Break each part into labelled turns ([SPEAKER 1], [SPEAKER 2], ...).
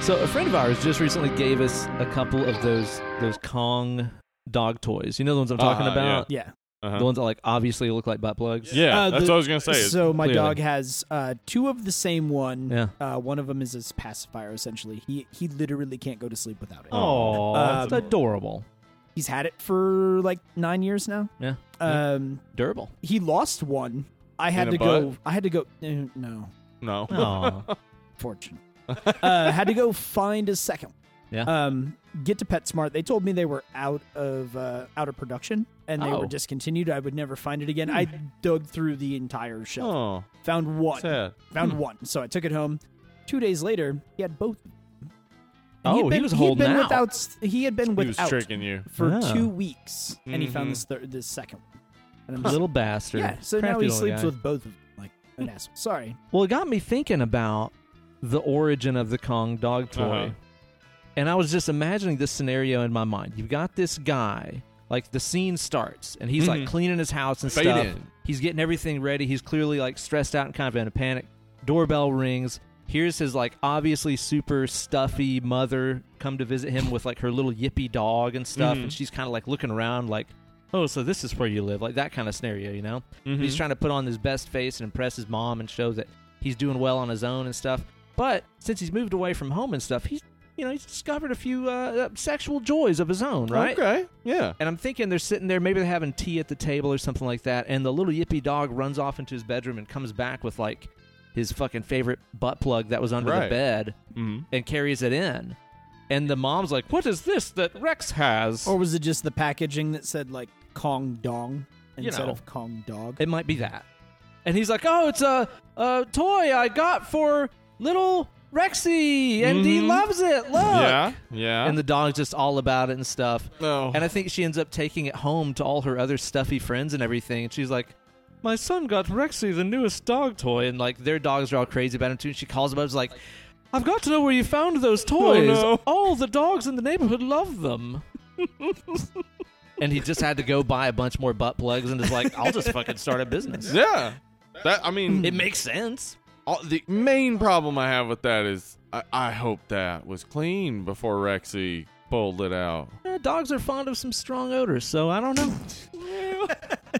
[SPEAKER 1] So a friend of ours just recently gave us a couple of those those Kong dog toys. You know the ones I'm talking
[SPEAKER 2] Uh-huh,
[SPEAKER 1] about?
[SPEAKER 3] Ah, Yeah.
[SPEAKER 2] Uh-huh.
[SPEAKER 1] The ones that like obviously look like butt plugs.
[SPEAKER 2] yeah,
[SPEAKER 3] Uh,
[SPEAKER 2] that's
[SPEAKER 3] the-
[SPEAKER 2] what I was gonna say. is-
[SPEAKER 3] so my
[SPEAKER 1] clearly.
[SPEAKER 3] dog has uh, two of the same one.
[SPEAKER 1] Yeah.
[SPEAKER 3] Uh, one of them is his pacifier. Essentially, he he literally can't go to sleep without it.
[SPEAKER 1] Oh,
[SPEAKER 3] Um,
[SPEAKER 1] that's adorable.
[SPEAKER 3] He's had it for like nine years now.
[SPEAKER 1] Yeah.
[SPEAKER 3] Um,
[SPEAKER 1] Durable.
[SPEAKER 3] he lost one. I had
[SPEAKER 2] a
[SPEAKER 3] to
[SPEAKER 2] butt?
[SPEAKER 3] go. I had to go. eh, No,
[SPEAKER 2] no,
[SPEAKER 1] Aw.
[SPEAKER 3] fortune. uh, had to go find a second. one.
[SPEAKER 1] Yeah.
[SPEAKER 3] Um, get to PetSmart. They told me they were out of uh, out of production and they
[SPEAKER 1] Oh. Hmm.
[SPEAKER 3] were discontinued. I would never find it again. I dug through the entire shelf,
[SPEAKER 2] oh,
[SPEAKER 3] found one,
[SPEAKER 2] sad.
[SPEAKER 3] found
[SPEAKER 1] Hmm.
[SPEAKER 3] one. So I took it home. Two days later, he had both. And
[SPEAKER 1] Oh, he was
[SPEAKER 3] he'd
[SPEAKER 1] holding
[SPEAKER 3] been
[SPEAKER 1] out.
[SPEAKER 3] Without, s- he had been
[SPEAKER 2] He was
[SPEAKER 3] without
[SPEAKER 2] tricking you.
[SPEAKER 3] for
[SPEAKER 1] Oh.
[SPEAKER 3] two weeks, and
[SPEAKER 1] Mm-hmm.
[SPEAKER 3] he
[SPEAKER 2] Mhm.
[SPEAKER 3] found this thir- this second one. And I'm just
[SPEAKER 1] Little bastard.
[SPEAKER 3] yeah, so
[SPEAKER 1] Crafty
[SPEAKER 3] now he
[SPEAKER 1] little
[SPEAKER 3] sleeps
[SPEAKER 1] guy. Hmm.
[SPEAKER 3] with both of them, like an asshole. Sorry,
[SPEAKER 1] Well, it got me thinking about the origin of the Kong dog toy.
[SPEAKER 2] Uh-huh.
[SPEAKER 1] And I was just imagining this scenario in my mind. You've got this guy, like the scene starts, and he's like
[SPEAKER 2] Mhm.
[SPEAKER 1] cleaning his house and
[SPEAKER 2] Fade
[SPEAKER 1] stuff.
[SPEAKER 2] in.
[SPEAKER 1] He's getting everything ready. He's clearly like stressed out and kind of in a panic. Doorbell rings. Here's his like obviously super stuffy mother come to visit him with like her little yippy dog and stuff,
[SPEAKER 2] Mhm.
[SPEAKER 1] and she's kind of like looking around like, oh, so this is where you live, like that kind of scenario, you know? He's
[SPEAKER 2] Mhm.
[SPEAKER 1] trying to put on his best face and impress his mom and show that he's doing well on his own and stuff. But since he's moved away from home and stuff, he's you know he's discovered a few uh, sexual joys of his own, right?
[SPEAKER 2] Okay. Yeah.
[SPEAKER 1] And I'm thinking they're sitting there, maybe they're having tea at the table or something like that. And the little yippy dog runs off into his bedroom and comes back with like his fucking favorite butt plug that was under the
[SPEAKER 2] Right.
[SPEAKER 1] bed
[SPEAKER 2] Mhm.
[SPEAKER 1] and carries it in. And the mom's like, "What is this that Rex has?"
[SPEAKER 3] or was it just the packaging that said like Kong Dong
[SPEAKER 1] You
[SPEAKER 3] instead
[SPEAKER 1] know.
[SPEAKER 3] of Kong Dog?
[SPEAKER 1] It might be that. And he's like, "Oh, it's a a toy I got for little Rexy, and he
[SPEAKER 2] Mhm.
[SPEAKER 1] loves it. Look."
[SPEAKER 2] Yeah. Yeah.
[SPEAKER 1] And the dog's just all about it and stuff.
[SPEAKER 2] no.
[SPEAKER 1] And I think she ends up taking it home to all her other stuffy friends and everything. And she's like, "My son got Rexy, the newest dog toy, and like their dogs are all crazy about him too." And she calls him up, and is like, "I've got to know where you found those toys.
[SPEAKER 2] no.
[SPEAKER 1] All the dogs in the neighborhood love them." and he just had to go buy a bunch more butt plugs and is like, "I'll just fucking start a business."
[SPEAKER 2] yeah. That I mean,
[SPEAKER 1] It makes sense.
[SPEAKER 2] all, the main problem I have with that is I, I hope that was clean before Rexy pulled it out.
[SPEAKER 1] Eh, dogs are fond of some strong odors, so I don't know.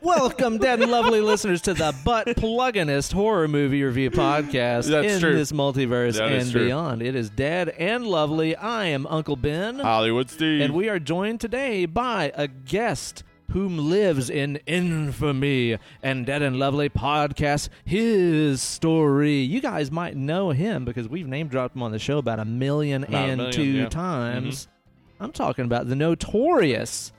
[SPEAKER 1] Welcome, dead and lovely listeners, to the butt plugginest horror movie review podcast
[SPEAKER 2] That's
[SPEAKER 1] in
[SPEAKER 2] true.
[SPEAKER 1] this multiverse
[SPEAKER 2] That is
[SPEAKER 1] and
[SPEAKER 2] true.
[SPEAKER 1] beyond. It is dead and lovely. I am Uncle Ben,
[SPEAKER 2] Hollywood Steve.
[SPEAKER 1] and we are joined today by a guest whom lives in infamy and dead and lovely podcast his story you guys might know him because we've name dropped him on the show about a million
[SPEAKER 2] About a
[SPEAKER 1] and
[SPEAKER 2] million,
[SPEAKER 1] two
[SPEAKER 2] yeah. Mm-hmm.
[SPEAKER 1] times i'm talking about the notorious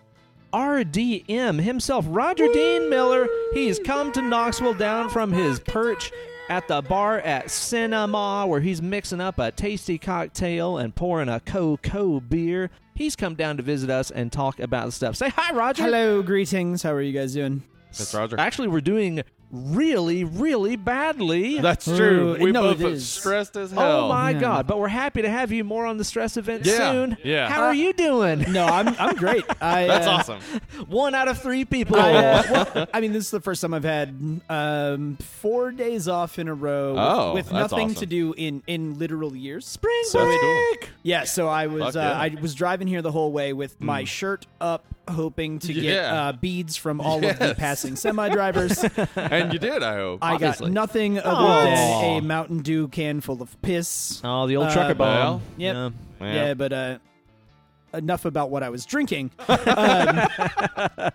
[SPEAKER 1] RDM himself, Roger Dean Miller. He's come to Knoxville down from his perch at the bar at Cinema, where he's mixing up a tasty cocktail and pouring a cocoa beer. He's come down to visit us and talk about the stuff. Say hi, Roger.
[SPEAKER 3] Hello, greetings. How are you guys doing?
[SPEAKER 2] That's Roger.
[SPEAKER 1] Actually, we're doing really, really badly.
[SPEAKER 2] That's true.
[SPEAKER 3] Uh,
[SPEAKER 2] we
[SPEAKER 3] no,
[SPEAKER 2] both
[SPEAKER 3] it
[SPEAKER 2] are
[SPEAKER 3] is.
[SPEAKER 2] stressed as hell.
[SPEAKER 1] Oh my
[SPEAKER 3] Yeah.
[SPEAKER 1] God! But we're happy to have you more on the stress event
[SPEAKER 2] Yeah.
[SPEAKER 1] soon.
[SPEAKER 2] Yeah.
[SPEAKER 1] How are you doing?
[SPEAKER 3] No, I'm I'm great. I,
[SPEAKER 2] That's
[SPEAKER 3] uh,
[SPEAKER 2] awesome.
[SPEAKER 1] One out of three people.
[SPEAKER 3] I, uh, well, I mean, this is the first time I've had um, four days off in a row with-
[SPEAKER 2] Oh,
[SPEAKER 3] with
[SPEAKER 2] that's
[SPEAKER 3] nothing
[SPEAKER 2] awesome.
[SPEAKER 3] to do in in literal years.
[SPEAKER 1] Spring
[SPEAKER 3] So it-
[SPEAKER 1] break.
[SPEAKER 3] Yeah, so I was
[SPEAKER 2] Fuck
[SPEAKER 3] uh,
[SPEAKER 2] yeah. Mm.
[SPEAKER 3] I was driving here the whole way with my shirt up, hoping to get
[SPEAKER 2] Yeah.
[SPEAKER 3] uh, beads from all of the
[SPEAKER 2] Yes.
[SPEAKER 3] passing semi drivers.
[SPEAKER 2] and you did, I hope.
[SPEAKER 3] I got
[SPEAKER 1] Obviously.
[SPEAKER 3] nothing other
[SPEAKER 1] Aw.
[SPEAKER 3] than a Mountain Dew can full of piss.
[SPEAKER 1] Oh, the old
[SPEAKER 3] Uh,
[SPEAKER 1] trucker bomb.
[SPEAKER 2] well,
[SPEAKER 3] yep.
[SPEAKER 1] Yeah.
[SPEAKER 2] Yeah.
[SPEAKER 3] Yeah, but uh, enough about what I was drinking. um, uh,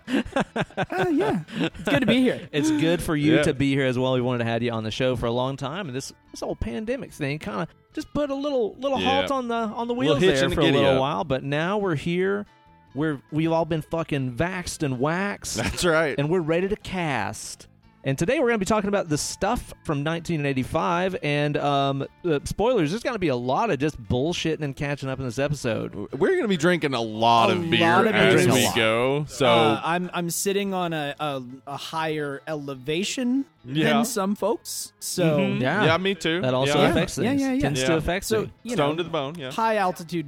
[SPEAKER 3] yeah, it's good to be here.
[SPEAKER 1] It's good for you
[SPEAKER 2] Yeah.
[SPEAKER 1] to be here as well. We wanted to have you on the show for a long time, and this this whole pandemic thing kind of just put a little little
[SPEAKER 2] Yeah.
[SPEAKER 1] halt on the on the
[SPEAKER 2] Little
[SPEAKER 1] wheels
[SPEAKER 2] hitch
[SPEAKER 1] there
[SPEAKER 2] in the
[SPEAKER 1] for a little
[SPEAKER 2] giddy-up.
[SPEAKER 1] while. But now we're here. We're we've all been fucking vaxxed and waxed,
[SPEAKER 2] That's right.
[SPEAKER 1] and we're ready to cast. And today we're going to be talking about the stuff from 1985. And um, uh, spoilers, there's going to be a lot of just bullshitting and catching up in this episode.
[SPEAKER 2] We're gonna be drinking a lot
[SPEAKER 3] A
[SPEAKER 2] of beer
[SPEAKER 3] lot of
[SPEAKER 2] as
[SPEAKER 1] beer.
[SPEAKER 2] we
[SPEAKER 1] A lot.
[SPEAKER 2] go. So
[SPEAKER 3] Uh, I'm I'm sitting on a, a, a higher elevation
[SPEAKER 2] Yeah.
[SPEAKER 3] than some folks, so
[SPEAKER 2] Mhm.
[SPEAKER 1] Yeah.
[SPEAKER 2] yeah, me too.
[SPEAKER 1] That also
[SPEAKER 2] yeah.
[SPEAKER 1] affects
[SPEAKER 3] Yeah,
[SPEAKER 1] things.
[SPEAKER 3] yeah, yeah.
[SPEAKER 1] Tends to
[SPEAKER 2] Yeah.
[SPEAKER 1] affect
[SPEAKER 3] So,
[SPEAKER 1] things.
[SPEAKER 3] you
[SPEAKER 2] Stone
[SPEAKER 3] know,
[SPEAKER 2] to the bone. Yeah.
[SPEAKER 3] high altitude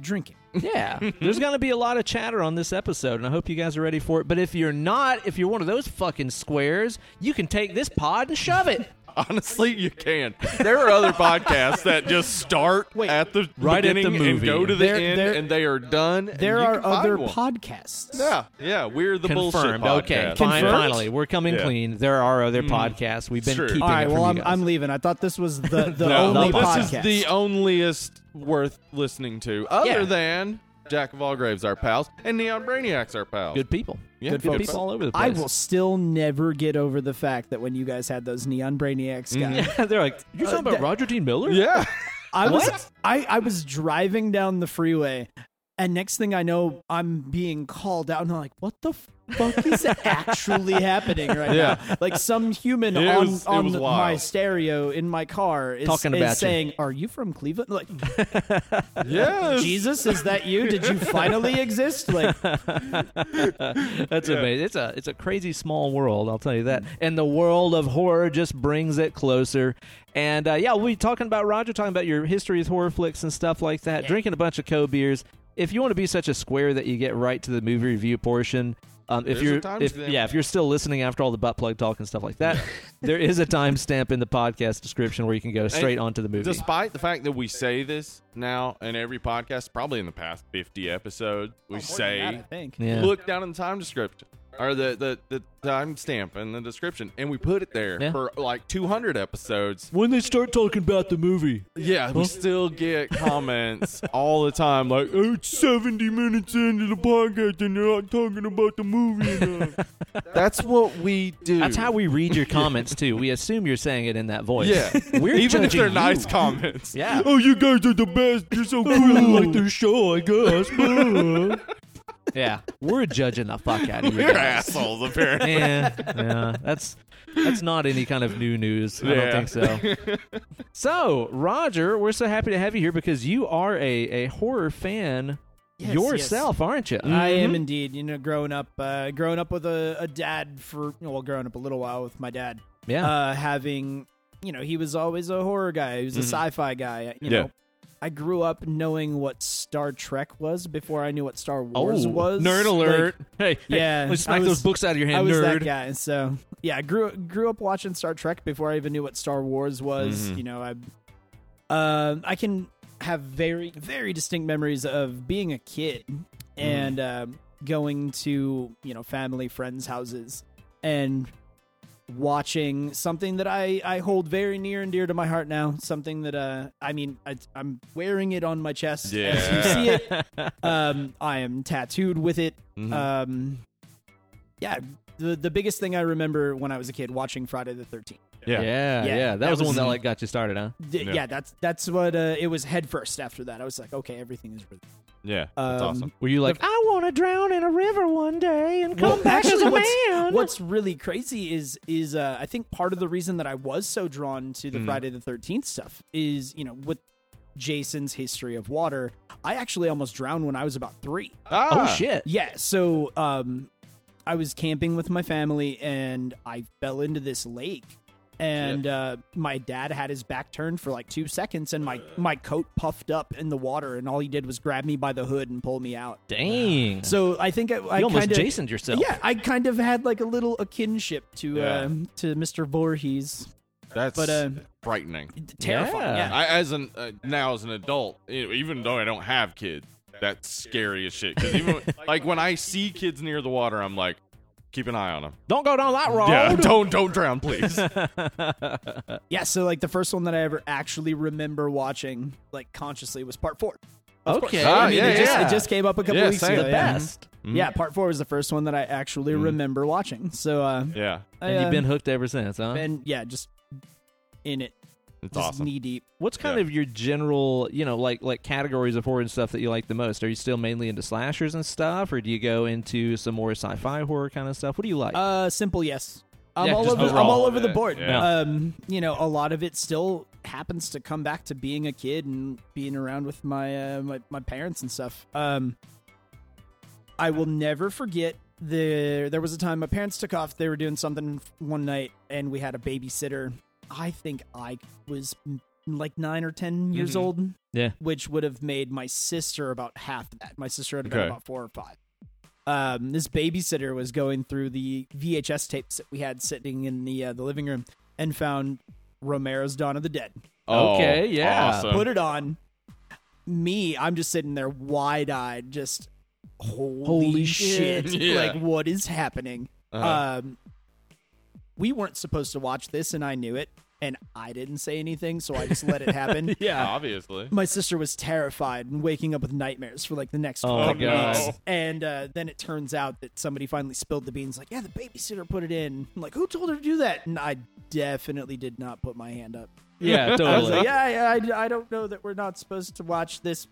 [SPEAKER 3] drinking.
[SPEAKER 1] Yeah. There's going to be a lot of chatter on this episode, and I hope you guys are ready for it. But if you're not, if you're one of those fucking squares, you can take this pod and shove it.
[SPEAKER 2] Honestly, you can. There are other podcasts that just start
[SPEAKER 3] Wait.
[SPEAKER 2] at the
[SPEAKER 1] Right at the
[SPEAKER 2] beginning and
[SPEAKER 1] movie.
[SPEAKER 2] go to the
[SPEAKER 3] There-
[SPEAKER 2] end,
[SPEAKER 3] there-
[SPEAKER 2] and they are done. and
[SPEAKER 3] There
[SPEAKER 2] you
[SPEAKER 3] are
[SPEAKER 2] can find
[SPEAKER 3] other
[SPEAKER 2] one.
[SPEAKER 3] podcasts.
[SPEAKER 2] Yeah, yeah, we're the bullshit
[SPEAKER 1] Confirmed.
[SPEAKER 2] podcast.
[SPEAKER 1] Okay, fine,
[SPEAKER 3] Confirmed?
[SPEAKER 1] finally, we're coming
[SPEAKER 2] Yeah.
[SPEAKER 1] clean. There are other podcasts. We've been
[SPEAKER 2] Sure.
[SPEAKER 1] keeping
[SPEAKER 3] All right.
[SPEAKER 1] it from
[SPEAKER 3] Well,
[SPEAKER 1] you
[SPEAKER 3] I'm,
[SPEAKER 1] guys.
[SPEAKER 3] I'm leaving. I thought this was the, the
[SPEAKER 2] No,
[SPEAKER 3] only
[SPEAKER 1] no,
[SPEAKER 2] this
[SPEAKER 3] podcast.
[SPEAKER 2] is the onlyest worth listening to, other
[SPEAKER 1] Yeah.
[SPEAKER 2] than Jack of All Graves, our pals, and Neon Brainiacs, our pals.
[SPEAKER 1] good people.
[SPEAKER 2] Yeah,
[SPEAKER 3] good
[SPEAKER 1] Good
[SPEAKER 3] folks.
[SPEAKER 1] people all over the
[SPEAKER 3] I
[SPEAKER 1] place.
[SPEAKER 3] will still never get over the fact that when you guys had those neon brainiacs guys,
[SPEAKER 2] Mm-hmm.
[SPEAKER 1] Yeah, they're like,
[SPEAKER 3] Uh,
[SPEAKER 1] you're talking about Roger Dean Miller?
[SPEAKER 2] Yeah.
[SPEAKER 3] I
[SPEAKER 1] What?
[SPEAKER 3] was I, I was driving down the freeway, and next thing I know, I'm being called out, and I'm like, "What the fuck is actually happening right
[SPEAKER 2] Yeah.
[SPEAKER 3] now?" Like some human
[SPEAKER 2] It
[SPEAKER 3] on,
[SPEAKER 2] was- it
[SPEAKER 3] on
[SPEAKER 2] was
[SPEAKER 3] the-
[SPEAKER 2] wild.
[SPEAKER 3] my stereo in my car is,
[SPEAKER 1] Talking
[SPEAKER 3] is
[SPEAKER 1] about you.
[SPEAKER 3] saying, "Are you from Cleveland?" Like,
[SPEAKER 2] Yes.
[SPEAKER 3] Jesus, is that you? Did you finally exist? Like,
[SPEAKER 1] That's amazing. It's a it's a crazy small world, I'll tell you that. And the world of horror just brings it closer. And uh, yeah, we'll be talking about Roger, talking about your history with horror flicks and stuff like that. Drinking a bunch of co beers. If you want to be such a square that you get right to the movie review portion, um, if
[SPEAKER 2] There's a
[SPEAKER 1] you're
[SPEAKER 2] time
[SPEAKER 1] if,
[SPEAKER 2] stamp.
[SPEAKER 1] yeah, if you're still listening after all the butt plug talk and stuff like that, there is a timestamp in the podcast description where you can go straight onto the movie.
[SPEAKER 2] Despite the fact that we say this now in every podcast, probably in the past 50 episodes, we
[SPEAKER 3] God, I
[SPEAKER 2] say,
[SPEAKER 3] think.
[SPEAKER 1] yeah.
[SPEAKER 2] look down in the time description or the, the, the time stamp in the description, and we put it there
[SPEAKER 1] Yeah.
[SPEAKER 2] for like 200 episodes.
[SPEAKER 1] when they start talking about the movie,
[SPEAKER 2] Yeah, we still get comments all the time like, "Oh, it's 70 minutes into the podcast and you're not talking about the movie enough. That's what we do.
[SPEAKER 1] That's how we read your comments too. We assume you're saying it in that voice.
[SPEAKER 2] Yeah.
[SPEAKER 1] we're
[SPEAKER 2] Even if
[SPEAKER 1] judging
[SPEAKER 2] they're
[SPEAKER 1] you.
[SPEAKER 2] nice comments.
[SPEAKER 1] Yeah.
[SPEAKER 2] Oh, you guys are the best. You're so cool.
[SPEAKER 1] like their show, I guess. yeah, we're judging the fuck out of you.
[SPEAKER 2] You're
[SPEAKER 1] guys.
[SPEAKER 2] assholes, apparently.
[SPEAKER 1] Yeah, yeah, that's that's not any kind of new news. I
[SPEAKER 2] Yeah.
[SPEAKER 1] don't think so. So, Roger, we're so happy to have you here because you are a, a horror fan
[SPEAKER 3] Yes, yes. Mm-hmm.
[SPEAKER 1] yourself, aren't you?
[SPEAKER 3] I
[SPEAKER 2] Mm-hmm.
[SPEAKER 3] am indeed. You know, growing up, uh, growing up with a, a dad for well, growing up a little while with my dad,
[SPEAKER 1] yeah.
[SPEAKER 3] uh, having you know, he was always a horror guy. He was
[SPEAKER 1] Mm-hmm.
[SPEAKER 3] a sci-fi guy. You
[SPEAKER 2] Yeah.
[SPEAKER 3] know, I grew up knowing what Star Trek was before I knew what Star Wars was.
[SPEAKER 1] Oh, Nerd
[SPEAKER 3] Like,
[SPEAKER 1] alert! hey,
[SPEAKER 3] Yeah,
[SPEAKER 1] let's smack
[SPEAKER 3] I was-
[SPEAKER 1] those books out of your hand,
[SPEAKER 3] I was
[SPEAKER 1] nerd.
[SPEAKER 3] that guy. So yeah, I grew grew up watching Star Trek before I even knew what Star Wars was.
[SPEAKER 1] Mm-hmm.
[SPEAKER 3] You know, I um I can have very very distinct memories of being a kid
[SPEAKER 1] Mm-hmm.
[SPEAKER 3] and um, going to you know family friends houses and watching something that I, I hold very near and dear to my heart now something that uh i mean I, i'm wearing it on my chest as you
[SPEAKER 2] Yeah.
[SPEAKER 3] see it um i am tattooed with it um yeah the the biggest thing i remember when i was a kid watching friday the 13th
[SPEAKER 1] Yeah, yeah,
[SPEAKER 3] Yeah,
[SPEAKER 1] That,
[SPEAKER 3] that
[SPEAKER 1] was the one
[SPEAKER 3] was-
[SPEAKER 1] that like got you started, huh?
[SPEAKER 3] D-
[SPEAKER 2] Yeah.
[SPEAKER 3] yeah. that's that's what uh, it was head first after that i was like okay everything is really
[SPEAKER 2] Yeah,
[SPEAKER 3] that's
[SPEAKER 2] that's
[SPEAKER 3] Um, awesome.
[SPEAKER 2] awesome.
[SPEAKER 1] Were you like, I want to drown in a river one day and come
[SPEAKER 3] Well,
[SPEAKER 1] back as
[SPEAKER 3] actually,
[SPEAKER 1] a
[SPEAKER 3] what's,
[SPEAKER 1] man?
[SPEAKER 3] What's really crazy is is uh, I think part of the reason that I was so drawn to the Friday the Thirteenth stuff is you know with Jason's history of water. I actually almost drowned when I was about three.
[SPEAKER 1] oh
[SPEAKER 2] Ah,
[SPEAKER 1] shit!
[SPEAKER 3] Yeah, so um, I was camping with my family and I fell into this lake. And uh, my dad had his back turned for like two seconds, and my, my coat puffed up in the water, and all he did was grab me by the hood and pull me out.
[SPEAKER 1] Dang.
[SPEAKER 3] So I think I, I
[SPEAKER 1] you almost
[SPEAKER 3] kinda,
[SPEAKER 1] Jasoned yourself.
[SPEAKER 3] yeah, I kind of had like a little a kinship to
[SPEAKER 2] Yeah.
[SPEAKER 3] um to Mr. Voorhees.
[SPEAKER 2] That's
[SPEAKER 3] But, uh,
[SPEAKER 2] frightening.
[SPEAKER 3] Terrifying.
[SPEAKER 1] Yeah.
[SPEAKER 3] Yeah.
[SPEAKER 2] I, as an uh, now as an adult, e- even though I don't have kids, that's scary as shit. 'Cause even when- like when I see kids near the water, I'm like, keep an eye on them.
[SPEAKER 1] Don't go down that road.
[SPEAKER 2] Yeah, don't don't drown, please.
[SPEAKER 3] Yeah, so like the first one that I ever actually remember watching like consciously was part 4. Of course.
[SPEAKER 1] Okay.
[SPEAKER 2] Ah,
[SPEAKER 3] I mean,
[SPEAKER 2] yeah,
[SPEAKER 3] it, just,
[SPEAKER 1] yeah.
[SPEAKER 3] it just came up a couple
[SPEAKER 2] Yeah,
[SPEAKER 3] weeks
[SPEAKER 2] same.
[SPEAKER 3] ago.
[SPEAKER 1] the
[SPEAKER 3] yeah. Mm-hmm.
[SPEAKER 1] best. Mm-hmm.
[SPEAKER 3] Yeah, part 4 was the first one that I actually remember watching. So uh
[SPEAKER 2] yeah,
[SPEAKER 3] I,
[SPEAKER 1] And
[SPEAKER 3] uh,
[SPEAKER 1] you've been hooked ever since, huh?
[SPEAKER 3] been- yeah, just in it.
[SPEAKER 2] it's
[SPEAKER 3] just
[SPEAKER 2] awesome.
[SPEAKER 3] knee deep.
[SPEAKER 1] What's kind
[SPEAKER 2] Yeah.
[SPEAKER 1] of your general, you know, like like categories of horror and stuff that you like the most? Are you still mainly into slashers and stuff, or do you go into some more sci-fi horror kind of stuff? What do you like?
[SPEAKER 3] Uh, simple yes. I'm
[SPEAKER 1] Yeah,
[SPEAKER 3] all
[SPEAKER 1] just
[SPEAKER 3] over. I'm
[SPEAKER 1] overall.
[SPEAKER 3] all over the board.
[SPEAKER 2] Yeah.
[SPEAKER 3] Um, you know, a lot of it still happens to come back to being a kid and being around with my uh, my, my parents and stuff. Um, I will never forget the. There was a time my parents took off. They were doing something one night, and we had a babysitter. I think I was mm, like nine or 10 years
[SPEAKER 1] Mm-hmm.
[SPEAKER 3] old.
[SPEAKER 1] Yeah.
[SPEAKER 3] which would have made my sister about half that. My sister would have been
[SPEAKER 2] Okay.
[SPEAKER 3] about four or five um, this babysitter was going through the VHS tapes that we had sitting in the uh, the living room and found Romero's Dawn of the Dead.
[SPEAKER 2] Oh,
[SPEAKER 1] Okay, yeah.
[SPEAKER 2] awesome.
[SPEAKER 3] Put it on. Me, I'm just sitting there wide eyed, just holy,
[SPEAKER 1] Holy
[SPEAKER 3] shit.
[SPEAKER 2] shit. Yeah.
[SPEAKER 3] Like, what is happening?
[SPEAKER 2] Uh-huh.
[SPEAKER 3] Um, we weren't supposed to watch this, and I knew it, and I didn't say anything, so I just let it happen.
[SPEAKER 1] Yeah.
[SPEAKER 2] Obviously.
[SPEAKER 3] My sister was terrified and waking up with nightmares for like the next
[SPEAKER 1] Oh,
[SPEAKER 3] twelve
[SPEAKER 1] my God.
[SPEAKER 3] weeks. And uh, then it turns out that somebody finally spilled the beans. Like, yeah, the babysitter put it in. I'm like, who told her to do that? And I definitely did not put my hand up.
[SPEAKER 1] Yeah,
[SPEAKER 3] I was
[SPEAKER 1] totally.
[SPEAKER 3] like, yeah, yeah, I, I don't know that we're not supposed to watch this.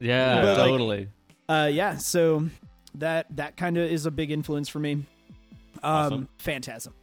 [SPEAKER 1] Yeah,
[SPEAKER 3] But, like-
[SPEAKER 1] totally.
[SPEAKER 3] Uh, yeah, so that that kind of is a big influence for me. Um,
[SPEAKER 2] Awesome.
[SPEAKER 3] Phantasm.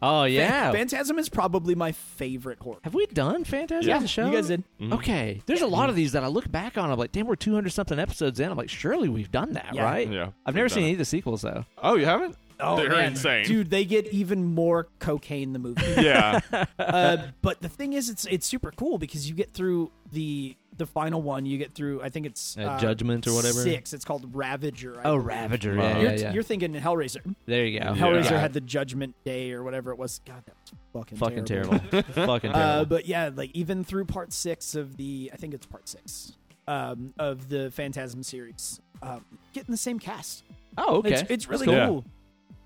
[SPEAKER 1] oh,
[SPEAKER 3] Phan-
[SPEAKER 1] yeah.
[SPEAKER 3] Phantasm is probably my favorite horror.
[SPEAKER 1] Have we done Phantasm
[SPEAKER 2] Yeah.
[SPEAKER 1] the show?
[SPEAKER 3] You guys did.
[SPEAKER 2] Mhm.
[SPEAKER 1] Okay. There's a lot of these that I look back on. I'm like, damn, we're 200 something episodes in. I'm like, surely we've done that,
[SPEAKER 3] Yeah.
[SPEAKER 1] right?
[SPEAKER 2] Yeah,
[SPEAKER 1] I've never
[SPEAKER 2] we've done
[SPEAKER 1] seen
[SPEAKER 2] it.
[SPEAKER 1] any of the sequels, though.
[SPEAKER 2] Oh, you haven't? They're
[SPEAKER 3] man.
[SPEAKER 2] insane.
[SPEAKER 3] dude. They get even more cocaine the movie.
[SPEAKER 2] Yeah.
[SPEAKER 3] uh, but the thing is, it's it's super cool because you get through the the final one. You get through. I think it's
[SPEAKER 1] Uh, Judgment or whatever?
[SPEAKER 3] Six. It's called Ravager. I
[SPEAKER 1] Oh,
[SPEAKER 3] believe.
[SPEAKER 1] Ravager.
[SPEAKER 2] Wow.
[SPEAKER 1] Yeah,
[SPEAKER 3] You're,
[SPEAKER 1] yeah,
[SPEAKER 3] t-
[SPEAKER 1] yeah.
[SPEAKER 3] you're thinking Hellraiser.
[SPEAKER 1] there you go.
[SPEAKER 3] Hellraiser
[SPEAKER 1] Yeah.
[SPEAKER 3] had the Judgment Day or whatever it was. God, that was fucking
[SPEAKER 1] fucking terrible. fucking terrible.
[SPEAKER 3] Uh, but yeah, like even through part six of the, I think it's part six um, of the Phantasm series, um, getting the same cast.
[SPEAKER 1] oh, okay.
[SPEAKER 3] It's, it's really
[SPEAKER 2] cool.
[SPEAKER 3] cool.
[SPEAKER 2] Yeah.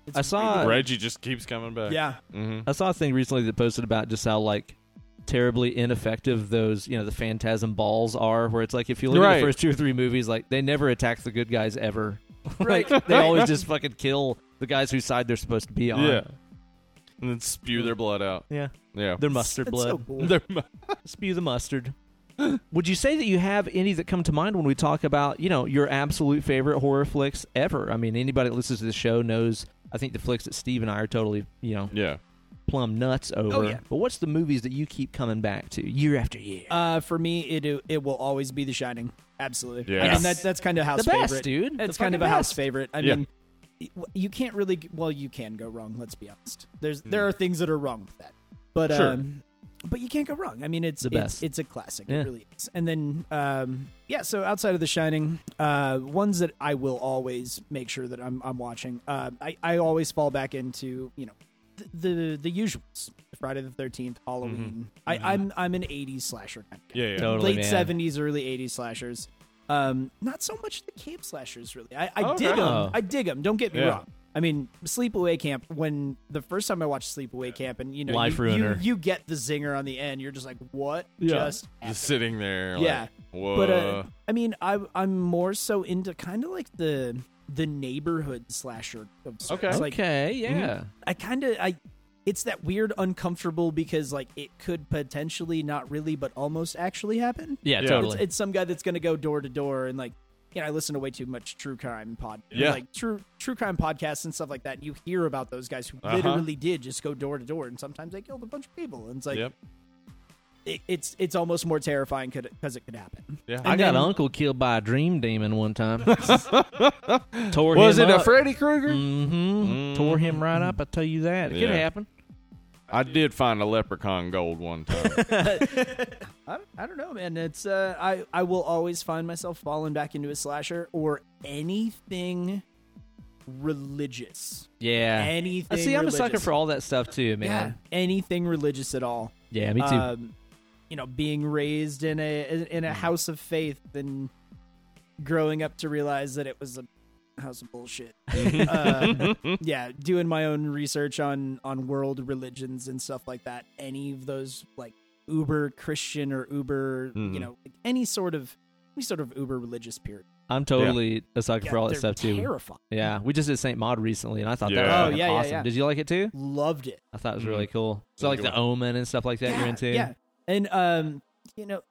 [SPEAKER 3] It's
[SPEAKER 1] I saw-
[SPEAKER 3] really-
[SPEAKER 2] Reggie just keeps coming back.
[SPEAKER 3] yeah,
[SPEAKER 2] hmm
[SPEAKER 1] I saw a thing recently that posted about just how like terribly ineffective those you know the phantasm balls are where it's like if you look at
[SPEAKER 2] Right.
[SPEAKER 1] the first two or three movies like they never attack the good guys ever
[SPEAKER 3] Right.
[SPEAKER 1] like they always just fucking kill the guys whose side they're supposed to be on
[SPEAKER 2] Yeah. And then spew their blood out.
[SPEAKER 1] yeah
[SPEAKER 2] Yeah.
[SPEAKER 1] their mustard
[SPEAKER 3] It's
[SPEAKER 1] blood
[SPEAKER 3] so cool.
[SPEAKER 2] Their mu-
[SPEAKER 1] spew the mustard would you say that you have any that come to mind when we talk about you know your absolute favorite horror flicks ever i mean anybody that listens to the show knows i think the flicks that steve and i are totally you know
[SPEAKER 2] yeah.
[SPEAKER 1] plumb nuts over
[SPEAKER 3] Oh, yeah.
[SPEAKER 1] but what's the movies that you keep coming back to year after year
[SPEAKER 3] Uh, for me, it it will always be The Shining. Absolutely.
[SPEAKER 2] Yeah.
[SPEAKER 3] I mean, that, that's kind of a house
[SPEAKER 1] The best,
[SPEAKER 3] favorite,
[SPEAKER 1] dude. The
[SPEAKER 3] It's kind of a
[SPEAKER 1] fucking
[SPEAKER 3] house
[SPEAKER 1] best.
[SPEAKER 3] favorite. I
[SPEAKER 2] Yeah.
[SPEAKER 3] mean, y- you can't really. Well, you can go wrong. Let's be honest. There's
[SPEAKER 1] Hmm.
[SPEAKER 3] there are things that are wrong with that, but
[SPEAKER 2] Sure.
[SPEAKER 3] um, but you can't go wrong. I mean, it's
[SPEAKER 1] The
[SPEAKER 3] it's,
[SPEAKER 1] best.
[SPEAKER 3] it's a classic.
[SPEAKER 1] Yeah.
[SPEAKER 3] It really is. And then um, yeah. So outside of The Shining, uh, ones that I will always make sure that I'm I'm watching. Uh, I I always fall back into you know the the, the usuals. Friday the Thirteenth,
[SPEAKER 1] Mm-hmm.
[SPEAKER 3] Halloween. I, I'm I'm an '80s slasher kind of guy
[SPEAKER 2] Yeah. Yeah.
[SPEAKER 1] Totally.
[SPEAKER 3] late
[SPEAKER 1] man.
[SPEAKER 3] seventies, early eighties slashers. Um, not so much the camp slashers, really. I, I
[SPEAKER 2] Oh,
[SPEAKER 3] dig 'em. dig
[SPEAKER 1] wow.
[SPEAKER 3] them. I dig them. Don't get me
[SPEAKER 2] Yeah.
[SPEAKER 3] wrong. I mean, Sleepaway Camp. When the first time I watched Sleepaway Camp, and you know,
[SPEAKER 1] Life
[SPEAKER 3] you, you,
[SPEAKER 1] ruiner.
[SPEAKER 3] you get the zinger on the end. You're just like, what just happened?
[SPEAKER 2] Just sitting there. Like,
[SPEAKER 3] Yeah.
[SPEAKER 2] Whoa.
[SPEAKER 3] But uh, I mean, I, I'm more so into kind of like the the neighborhood slasher. Of sorts.
[SPEAKER 2] Okay.
[SPEAKER 3] Like mm-hmm.
[SPEAKER 1] okay, yeah.
[SPEAKER 3] I kind of I it's that weird uncomfortable because like it could potentially not really but almost actually happen.
[SPEAKER 1] Yeah,
[SPEAKER 2] Yeah.
[SPEAKER 1] totally.
[SPEAKER 3] It's, it's some guy that's going to go door to door and like, you know, I listen to way too much true crime pod,
[SPEAKER 2] Yeah.
[SPEAKER 3] like true true crime podcasts and stuff like that. And you hear about those guys who
[SPEAKER 2] Uh-huh.
[SPEAKER 3] literally did just go door to door, and sometimes they killed a bunch of people. And it's like
[SPEAKER 2] yep.
[SPEAKER 3] it, it's it's almost more terrifying because it could happen.
[SPEAKER 2] Yeah.
[SPEAKER 1] I got
[SPEAKER 3] then-
[SPEAKER 1] uncle killed by a dream demon one time. Tore
[SPEAKER 2] was
[SPEAKER 1] him
[SPEAKER 2] it
[SPEAKER 1] up.
[SPEAKER 2] a Freddy Krueger?
[SPEAKER 3] Mm.
[SPEAKER 1] Mm-hmm. Tore him right up. I tell you that. It could
[SPEAKER 2] Yeah.
[SPEAKER 1] happen.
[SPEAKER 2] I did find a leprechaun gold one time.
[SPEAKER 3] I, I don't know, man. It's uh, I I will always find myself falling back into a slasher or anything religious.
[SPEAKER 1] Yeah.
[SPEAKER 3] Anything.
[SPEAKER 1] I see. I'm a sucker
[SPEAKER 3] religious.
[SPEAKER 1] for all that stuff too, man.
[SPEAKER 3] Yeah, anything religious at all.
[SPEAKER 1] Yeah, me too.
[SPEAKER 3] um, you know, being raised in a in
[SPEAKER 1] Mm.
[SPEAKER 3] a house of faith and growing up to realize that it was a house of bullshit. um,
[SPEAKER 1] Mm-hmm.
[SPEAKER 3] yeah, doing my own research on on world religions and stuff like that. Any of those like uber Christian or uber,
[SPEAKER 2] Mhm.
[SPEAKER 1] Mm-hmm.
[SPEAKER 3] you know, like any sort of any sort of uber religious period.
[SPEAKER 1] I'm totally a sucker
[SPEAKER 3] Yeah,
[SPEAKER 1] for all that
[SPEAKER 3] they're
[SPEAKER 1] stuff too.
[SPEAKER 3] terrifying.
[SPEAKER 1] Yeah, we just did Saint Maud recently, and I thought that was
[SPEAKER 2] Yeah. Oh,
[SPEAKER 1] fucking
[SPEAKER 3] yeah, yeah,
[SPEAKER 1] awesome.
[SPEAKER 3] yeah.
[SPEAKER 1] Did you like it too?
[SPEAKER 3] Loved it.
[SPEAKER 1] I thought it was
[SPEAKER 2] Mhm.
[SPEAKER 1] really cool.
[SPEAKER 2] a
[SPEAKER 1] So like
[SPEAKER 2] good
[SPEAKER 1] the
[SPEAKER 2] one.
[SPEAKER 1] Omen and stuff like that. you're into.
[SPEAKER 3] Mm-hmm. Yeah. And um, you know,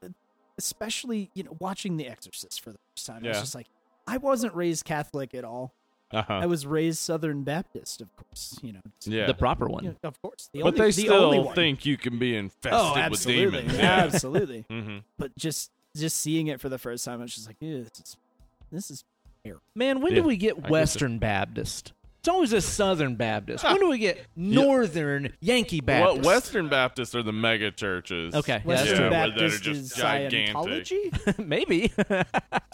[SPEAKER 3] especially you know, watching The Exorcist for the first time, I was
[SPEAKER 2] Yeah.
[SPEAKER 3] just like, I wasn't raised Catholic at all. I
[SPEAKER 2] uh-huh.
[SPEAKER 3] was raised Southern Baptist, of course. You know, it's-
[SPEAKER 2] Yeah.
[SPEAKER 1] The proper one.
[SPEAKER 3] you know, of course. The
[SPEAKER 2] but
[SPEAKER 3] only,
[SPEAKER 2] they
[SPEAKER 3] the only
[SPEAKER 2] still
[SPEAKER 3] one.
[SPEAKER 2] think you can be infested
[SPEAKER 3] Oh,
[SPEAKER 2] with
[SPEAKER 3] absolutely,
[SPEAKER 2] demons.
[SPEAKER 3] absolutely.
[SPEAKER 2] hmm
[SPEAKER 3] But just just seeing it for the first time, I was just like, "Ew, this is this is
[SPEAKER 1] Man, when
[SPEAKER 2] Yeah,
[SPEAKER 1] do we get
[SPEAKER 2] guess
[SPEAKER 1] Western Baptist? It's always a Southern Baptist. When do we get Northern Yankee Baptist?
[SPEAKER 2] Well, Western Baptists are the mega churches.
[SPEAKER 1] Okay, yeah, that's
[SPEAKER 3] Western
[SPEAKER 1] true.
[SPEAKER 2] Yeah, where they're
[SPEAKER 3] Baptist
[SPEAKER 2] just
[SPEAKER 3] is
[SPEAKER 2] gigantic.
[SPEAKER 3] Scientology."
[SPEAKER 1] Maybe.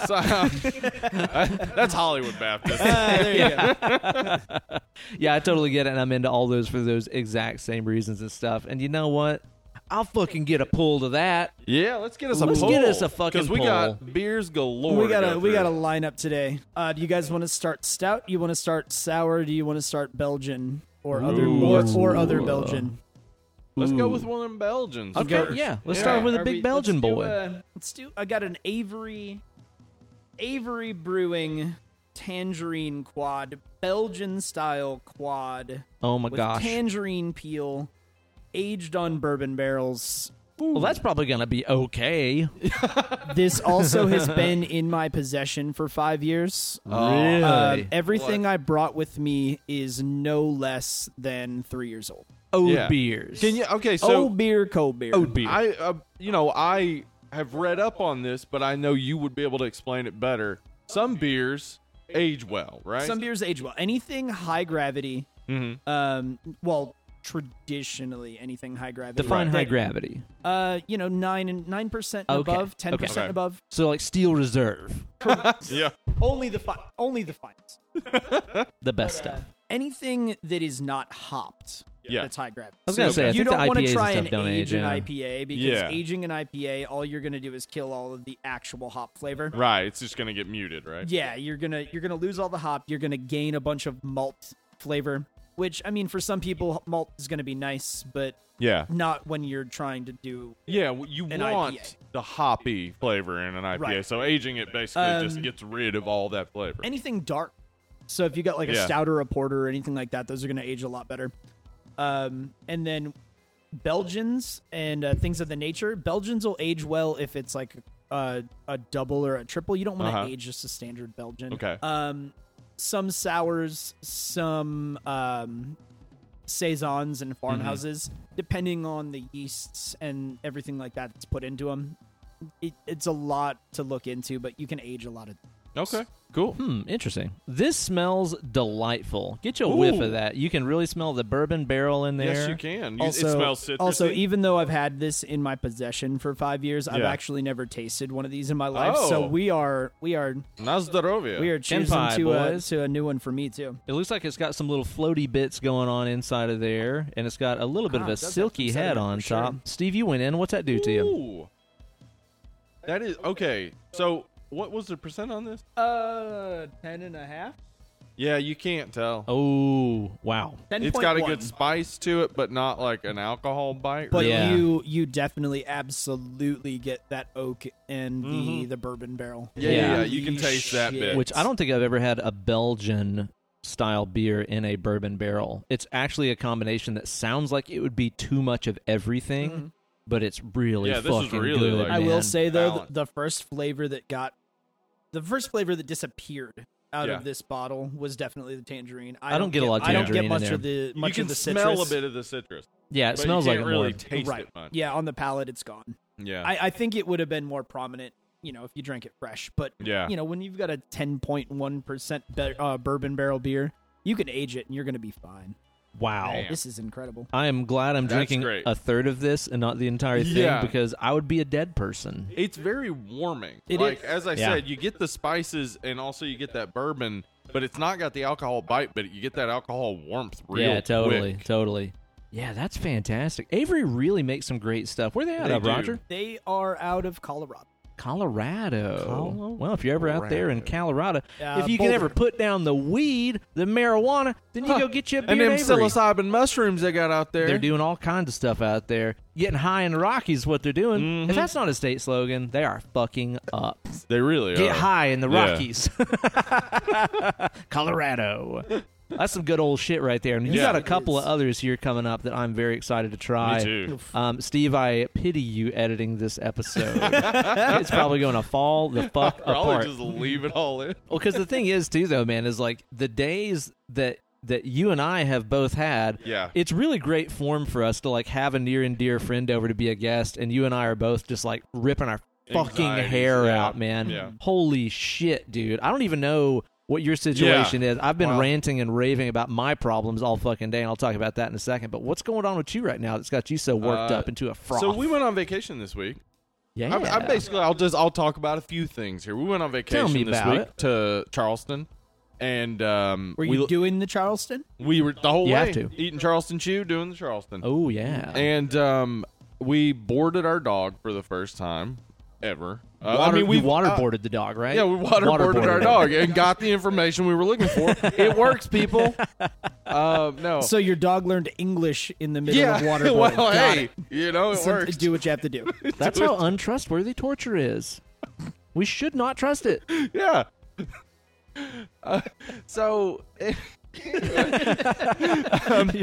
[SPEAKER 2] So, that's Hollywood Baptist.
[SPEAKER 3] Ah, there you go.
[SPEAKER 1] yeah, I totally get it, and I'm into all those for those exact same reasons and stuff. And you know what? I'll fucking get a pull to that.
[SPEAKER 2] Yeah, let's get us a
[SPEAKER 1] Let's
[SPEAKER 2] poll.
[SPEAKER 1] get us a fucking
[SPEAKER 2] Because we
[SPEAKER 1] poll.
[SPEAKER 2] got beers galore.
[SPEAKER 3] we
[SPEAKER 2] to
[SPEAKER 3] got
[SPEAKER 2] go
[SPEAKER 3] a we
[SPEAKER 2] through.
[SPEAKER 3] got a lineup today. Uh, do you guys want to start stout? You want to start sour? Do you want to start Belgian or other
[SPEAKER 2] Ooh,
[SPEAKER 3] or,
[SPEAKER 2] let's-
[SPEAKER 3] or other Belgian?
[SPEAKER 2] Let's go
[SPEAKER 1] Ooh.
[SPEAKER 2] with one of them Belgians.
[SPEAKER 1] Okay,
[SPEAKER 2] first.
[SPEAKER 1] yeah, let's start with a
[SPEAKER 3] Are
[SPEAKER 1] big
[SPEAKER 3] we-
[SPEAKER 1] Belgian
[SPEAKER 3] let's do
[SPEAKER 1] boy.
[SPEAKER 3] a- let's do. I got an Avery, Avery Brewing Tangerine Quad, Belgian style quad
[SPEAKER 1] oh my
[SPEAKER 3] with
[SPEAKER 1] gosh.
[SPEAKER 3] tangerine peel, aged on bourbon barrels.
[SPEAKER 1] well, that's probably gonna be okay.
[SPEAKER 3] This also has been in my possession for five years.
[SPEAKER 2] Oh,
[SPEAKER 3] Uh,
[SPEAKER 1] Really?
[SPEAKER 3] everything I brought with me is no less than three years old.
[SPEAKER 1] Old
[SPEAKER 2] yeah.
[SPEAKER 1] beers.
[SPEAKER 2] Can you? Okay, so
[SPEAKER 3] old beer, cold beer.
[SPEAKER 1] Old Oh, beer.
[SPEAKER 2] I, uh, you know, I have read up on this, but I know you would be able to explain it better. Some beers age well, right?
[SPEAKER 3] Some beers age well. Anything high gravity,
[SPEAKER 2] Mhm.
[SPEAKER 1] Mm-hmm.
[SPEAKER 3] um, well, traditionally anything high gravity.
[SPEAKER 1] Define
[SPEAKER 3] Right.
[SPEAKER 1] high gravity.
[SPEAKER 3] Uh, you know, nine and nine percent and
[SPEAKER 1] Okay.
[SPEAKER 3] above, ten percent
[SPEAKER 1] Okay.
[SPEAKER 3] and above.
[SPEAKER 1] So like Steel Reserve,
[SPEAKER 2] Yeah.
[SPEAKER 3] Only the fi- only the finest.
[SPEAKER 1] the best stuff.
[SPEAKER 3] Anything that is not hopped.
[SPEAKER 2] Yeah.
[SPEAKER 3] That's high gravity.
[SPEAKER 1] I was gonna
[SPEAKER 2] So
[SPEAKER 1] say, I
[SPEAKER 3] you
[SPEAKER 1] think
[SPEAKER 3] don't
[SPEAKER 1] the
[SPEAKER 3] want
[SPEAKER 1] IPAs
[SPEAKER 3] to try
[SPEAKER 1] and
[SPEAKER 3] and
[SPEAKER 1] stuff don't
[SPEAKER 3] age
[SPEAKER 1] age.
[SPEAKER 3] an
[SPEAKER 1] yeah.
[SPEAKER 3] IPA because
[SPEAKER 2] Yeah.
[SPEAKER 3] aging an IPA, all you're gonna do is kill all of the actual hop flavor.
[SPEAKER 2] Right. It's just gonna get muted, right?
[SPEAKER 3] Yeah, you're gonna you're gonna lose all the hop. You're gonna gain a bunch of malt flavor, which I mean, for some people, malt is gonna be nice, but
[SPEAKER 2] Yeah.
[SPEAKER 3] not when you're trying to do.
[SPEAKER 2] Yeah. well, You
[SPEAKER 3] An
[SPEAKER 2] want
[SPEAKER 3] IPA.
[SPEAKER 2] the hoppy flavor in an IPA,
[SPEAKER 3] Right.
[SPEAKER 2] so aging it basically just
[SPEAKER 3] Um,
[SPEAKER 2] gets rid of all that flavor.
[SPEAKER 3] anything dark. So if you got like a
[SPEAKER 2] Yeah.
[SPEAKER 3] stout or a porter or anything like that, those are going to age a lot better. Um, and then Belgians and uh, things of the nature. Belgians will age well if it's like a, a double or a triple. You don't want to
[SPEAKER 2] Uh-huh.
[SPEAKER 3] age just a standard Belgian.
[SPEAKER 2] Okay.
[SPEAKER 3] Um, some sours, some um, saisons
[SPEAKER 2] Mm-hmm.
[SPEAKER 3] and farmhouses, depending on the yeasts and everything like that that's put into them. It, it's a lot to look into, but you can age a lot of
[SPEAKER 2] okay. Cool.
[SPEAKER 1] Hmm, interesting. This smells delightful. Get you a whiff
[SPEAKER 2] Ooh.
[SPEAKER 1] of that. You can really smell the bourbon barrel in there.
[SPEAKER 2] Yes, you can. You,
[SPEAKER 3] also,
[SPEAKER 2] it smells citrusy.
[SPEAKER 3] also, e- even though I've had this in my possession for five years, I've
[SPEAKER 2] Yeah.
[SPEAKER 3] actually never tasted one of these in my life. So
[SPEAKER 2] Oh.
[SPEAKER 3] we are, we are,
[SPEAKER 2] Nazdarovia.
[SPEAKER 3] we are choosing
[SPEAKER 1] pie,
[SPEAKER 3] to uh,
[SPEAKER 1] boys.
[SPEAKER 3] to a new one for me too.
[SPEAKER 1] It looks like it's got some little floaty bits going on inside of there, and it's got a little bit
[SPEAKER 3] Ah,
[SPEAKER 1] of a
[SPEAKER 3] it does have
[SPEAKER 1] silky
[SPEAKER 3] some
[SPEAKER 1] head
[SPEAKER 3] sediment
[SPEAKER 1] on
[SPEAKER 3] for sure.
[SPEAKER 1] top. Steve, you went in. What's that do to you?
[SPEAKER 2] Ooh. That is okay. So, what was the percent on this?
[SPEAKER 3] Uh, ten and a half.
[SPEAKER 2] Yeah, you can't tell.
[SPEAKER 1] Oh, wow.
[SPEAKER 2] It's got a good spice to it, but not like an alcohol bite.
[SPEAKER 3] But
[SPEAKER 2] really.
[SPEAKER 1] Yeah.
[SPEAKER 3] you you definitely absolutely get that oak and the the bourbon barrel.
[SPEAKER 2] Mm-hmm. yeah,
[SPEAKER 1] Yeah.
[SPEAKER 2] yeah, yeah, you can
[SPEAKER 3] Holy
[SPEAKER 2] taste that
[SPEAKER 3] shit.
[SPEAKER 2] bit.
[SPEAKER 1] Which I don't think I've ever had a Belgian style beer in a bourbon barrel. It's actually a combination that sounds like it would be too much of everything, but it's really
[SPEAKER 2] Yeah, this is
[SPEAKER 1] fucking
[SPEAKER 2] really,
[SPEAKER 1] good.
[SPEAKER 2] like-
[SPEAKER 3] Mm-hmm. I will
[SPEAKER 1] Oh, man.
[SPEAKER 3] say though, th-
[SPEAKER 2] Balance.
[SPEAKER 3] the first flavor that got the first flavor that disappeared out
[SPEAKER 2] Yeah.
[SPEAKER 3] of this bottle was definitely the tangerine. I,
[SPEAKER 1] I don't get a lot of
[SPEAKER 3] I don't
[SPEAKER 1] tangerine
[SPEAKER 3] get
[SPEAKER 1] in
[SPEAKER 3] much
[SPEAKER 1] there.
[SPEAKER 3] of the
[SPEAKER 2] you
[SPEAKER 3] much
[SPEAKER 2] can
[SPEAKER 3] of the
[SPEAKER 2] smell
[SPEAKER 3] citrus.
[SPEAKER 2] a bit of the citrus.
[SPEAKER 1] yeah, it
[SPEAKER 2] but
[SPEAKER 1] smells
[SPEAKER 2] you
[SPEAKER 1] like
[SPEAKER 2] can't
[SPEAKER 1] it
[SPEAKER 2] really
[SPEAKER 1] more.
[SPEAKER 2] taste
[SPEAKER 3] right.
[SPEAKER 2] it much.
[SPEAKER 3] Yeah, on the palate it's gone.
[SPEAKER 2] Yeah.
[SPEAKER 3] I, I think it would have been more prominent, you know, if you drank it fresh. But
[SPEAKER 2] Yeah.
[SPEAKER 3] you know, when you've got a ten point one percent uh, bourbon barrel beer, you can age it and you're gonna be fine.
[SPEAKER 1] Wow.
[SPEAKER 2] Man. Yeah.
[SPEAKER 3] This is incredible.
[SPEAKER 1] I am glad I'm
[SPEAKER 2] That's
[SPEAKER 1] drinking
[SPEAKER 2] great.
[SPEAKER 1] a third of this and not the entire thing
[SPEAKER 2] Yeah.
[SPEAKER 1] because I would be a dead person.
[SPEAKER 2] it's very warming.
[SPEAKER 3] It
[SPEAKER 2] like
[SPEAKER 3] is.
[SPEAKER 2] as I
[SPEAKER 1] Yeah.
[SPEAKER 2] said, you get the spices and also you get that bourbon, but it's not got the alcohol bite, but you get that alcohol warmth real
[SPEAKER 1] yeah, totally,
[SPEAKER 2] quick.
[SPEAKER 1] totally. Yeah, that's fantastic. Avery really makes some great stuff. Where they at,
[SPEAKER 2] They
[SPEAKER 1] uh,
[SPEAKER 2] do.
[SPEAKER 1] Roger?
[SPEAKER 3] They are out of Colorado.
[SPEAKER 1] Colorado. Well, if you're ever out there in Colorado,
[SPEAKER 3] Uh,
[SPEAKER 1] if you can
[SPEAKER 3] Boulder.
[SPEAKER 1] ever put down the weed, the marijuana, then you
[SPEAKER 2] Huh.
[SPEAKER 1] go get you a beer.
[SPEAKER 2] And them
[SPEAKER 1] at Avery.
[SPEAKER 2] psilocybin mushrooms they got out there.
[SPEAKER 1] They're doing all kinds of stuff out there. Getting high in the Rockies, is what they're doing.
[SPEAKER 2] Mm-hmm.
[SPEAKER 1] If that's not a state slogan, they are fucking up.
[SPEAKER 2] They really
[SPEAKER 1] Get
[SPEAKER 2] are.
[SPEAKER 1] high in the
[SPEAKER 2] Yeah.
[SPEAKER 1] Rockies. Colorado. That's some good old shit right there. And you
[SPEAKER 2] Yeah.
[SPEAKER 1] got a couple
[SPEAKER 3] It is.
[SPEAKER 1] of others here coming up that I'm very excited to try.
[SPEAKER 2] Me too.
[SPEAKER 1] Um, Steve, I pity you editing this episode. it's probably going to fall the fuck apart.
[SPEAKER 2] Probably just leave it all in.
[SPEAKER 1] Well, because the thing is, too, though, man, is like the days that that you and I have both had.
[SPEAKER 2] Yeah.
[SPEAKER 1] it's really great form for us to like have a near and dear friend over to be a guest, and you and I are both just like ripping our fucking
[SPEAKER 2] Anxieties,
[SPEAKER 1] hair
[SPEAKER 2] yeah,
[SPEAKER 1] out, man.
[SPEAKER 2] yeah.
[SPEAKER 1] Holy shit, dude! I don't even know what your situation is. I've been
[SPEAKER 2] Wow.
[SPEAKER 1] ranting and raving about my problems all fucking day, and I'll talk about that in a second. But what's going on with you right now that's got you so worked
[SPEAKER 2] Uh,
[SPEAKER 1] up into a froth?
[SPEAKER 2] So we went on vacation this week.
[SPEAKER 1] yeah,
[SPEAKER 2] I, I basically, I'll just I'll talk about a few things here. We went on vacation
[SPEAKER 1] me
[SPEAKER 2] this
[SPEAKER 1] about
[SPEAKER 2] week
[SPEAKER 1] it.
[SPEAKER 2] to Charleston, and um,
[SPEAKER 3] Were
[SPEAKER 2] we
[SPEAKER 3] you doing the Charleston?
[SPEAKER 2] we were the whole
[SPEAKER 1] You
[SPEAKER 2] way
[SPEAKER 1] have to.
[SPEAKER 2] eating Charleston chew, doing the Charleston,
[SPEAKER 1] oh yeah,
[SPEAKER 2] and um, we boarded our dog for the first time ever. Uh,
[SPEAKER 1] Water,
[SPEAKER 2] I mean, we
[SPEAKER 1] you waterboarded the dog, right?
[SPEAKER 2] Yeah, we waterboarded, our
[SPEAKER 1] it.
[SPEAKER 2] dog and got the information we were looking for. It works, people. Um, no.
[SPEAKER 3] So your dog learned English in the middle
[SPEAKER 2] yeah.
[SPEAKER 3] of water.
[SPEAKER 2] well,
[SPEAKER 3] Got
[SPEAKER 2] hey,
[SPEAKER 3] it.
[SPEAKER 2] you know, it
[SPEAKER 3] Some-
[SPEAKER 2] works.
[SPEAKER 3] Do what you have to do.
[SPEAKER 1] That's how untrustworthy torture is. We should not trust it.
[SPEAKER 2] Yeah. Uh, so,
[SPEAKER 1] You're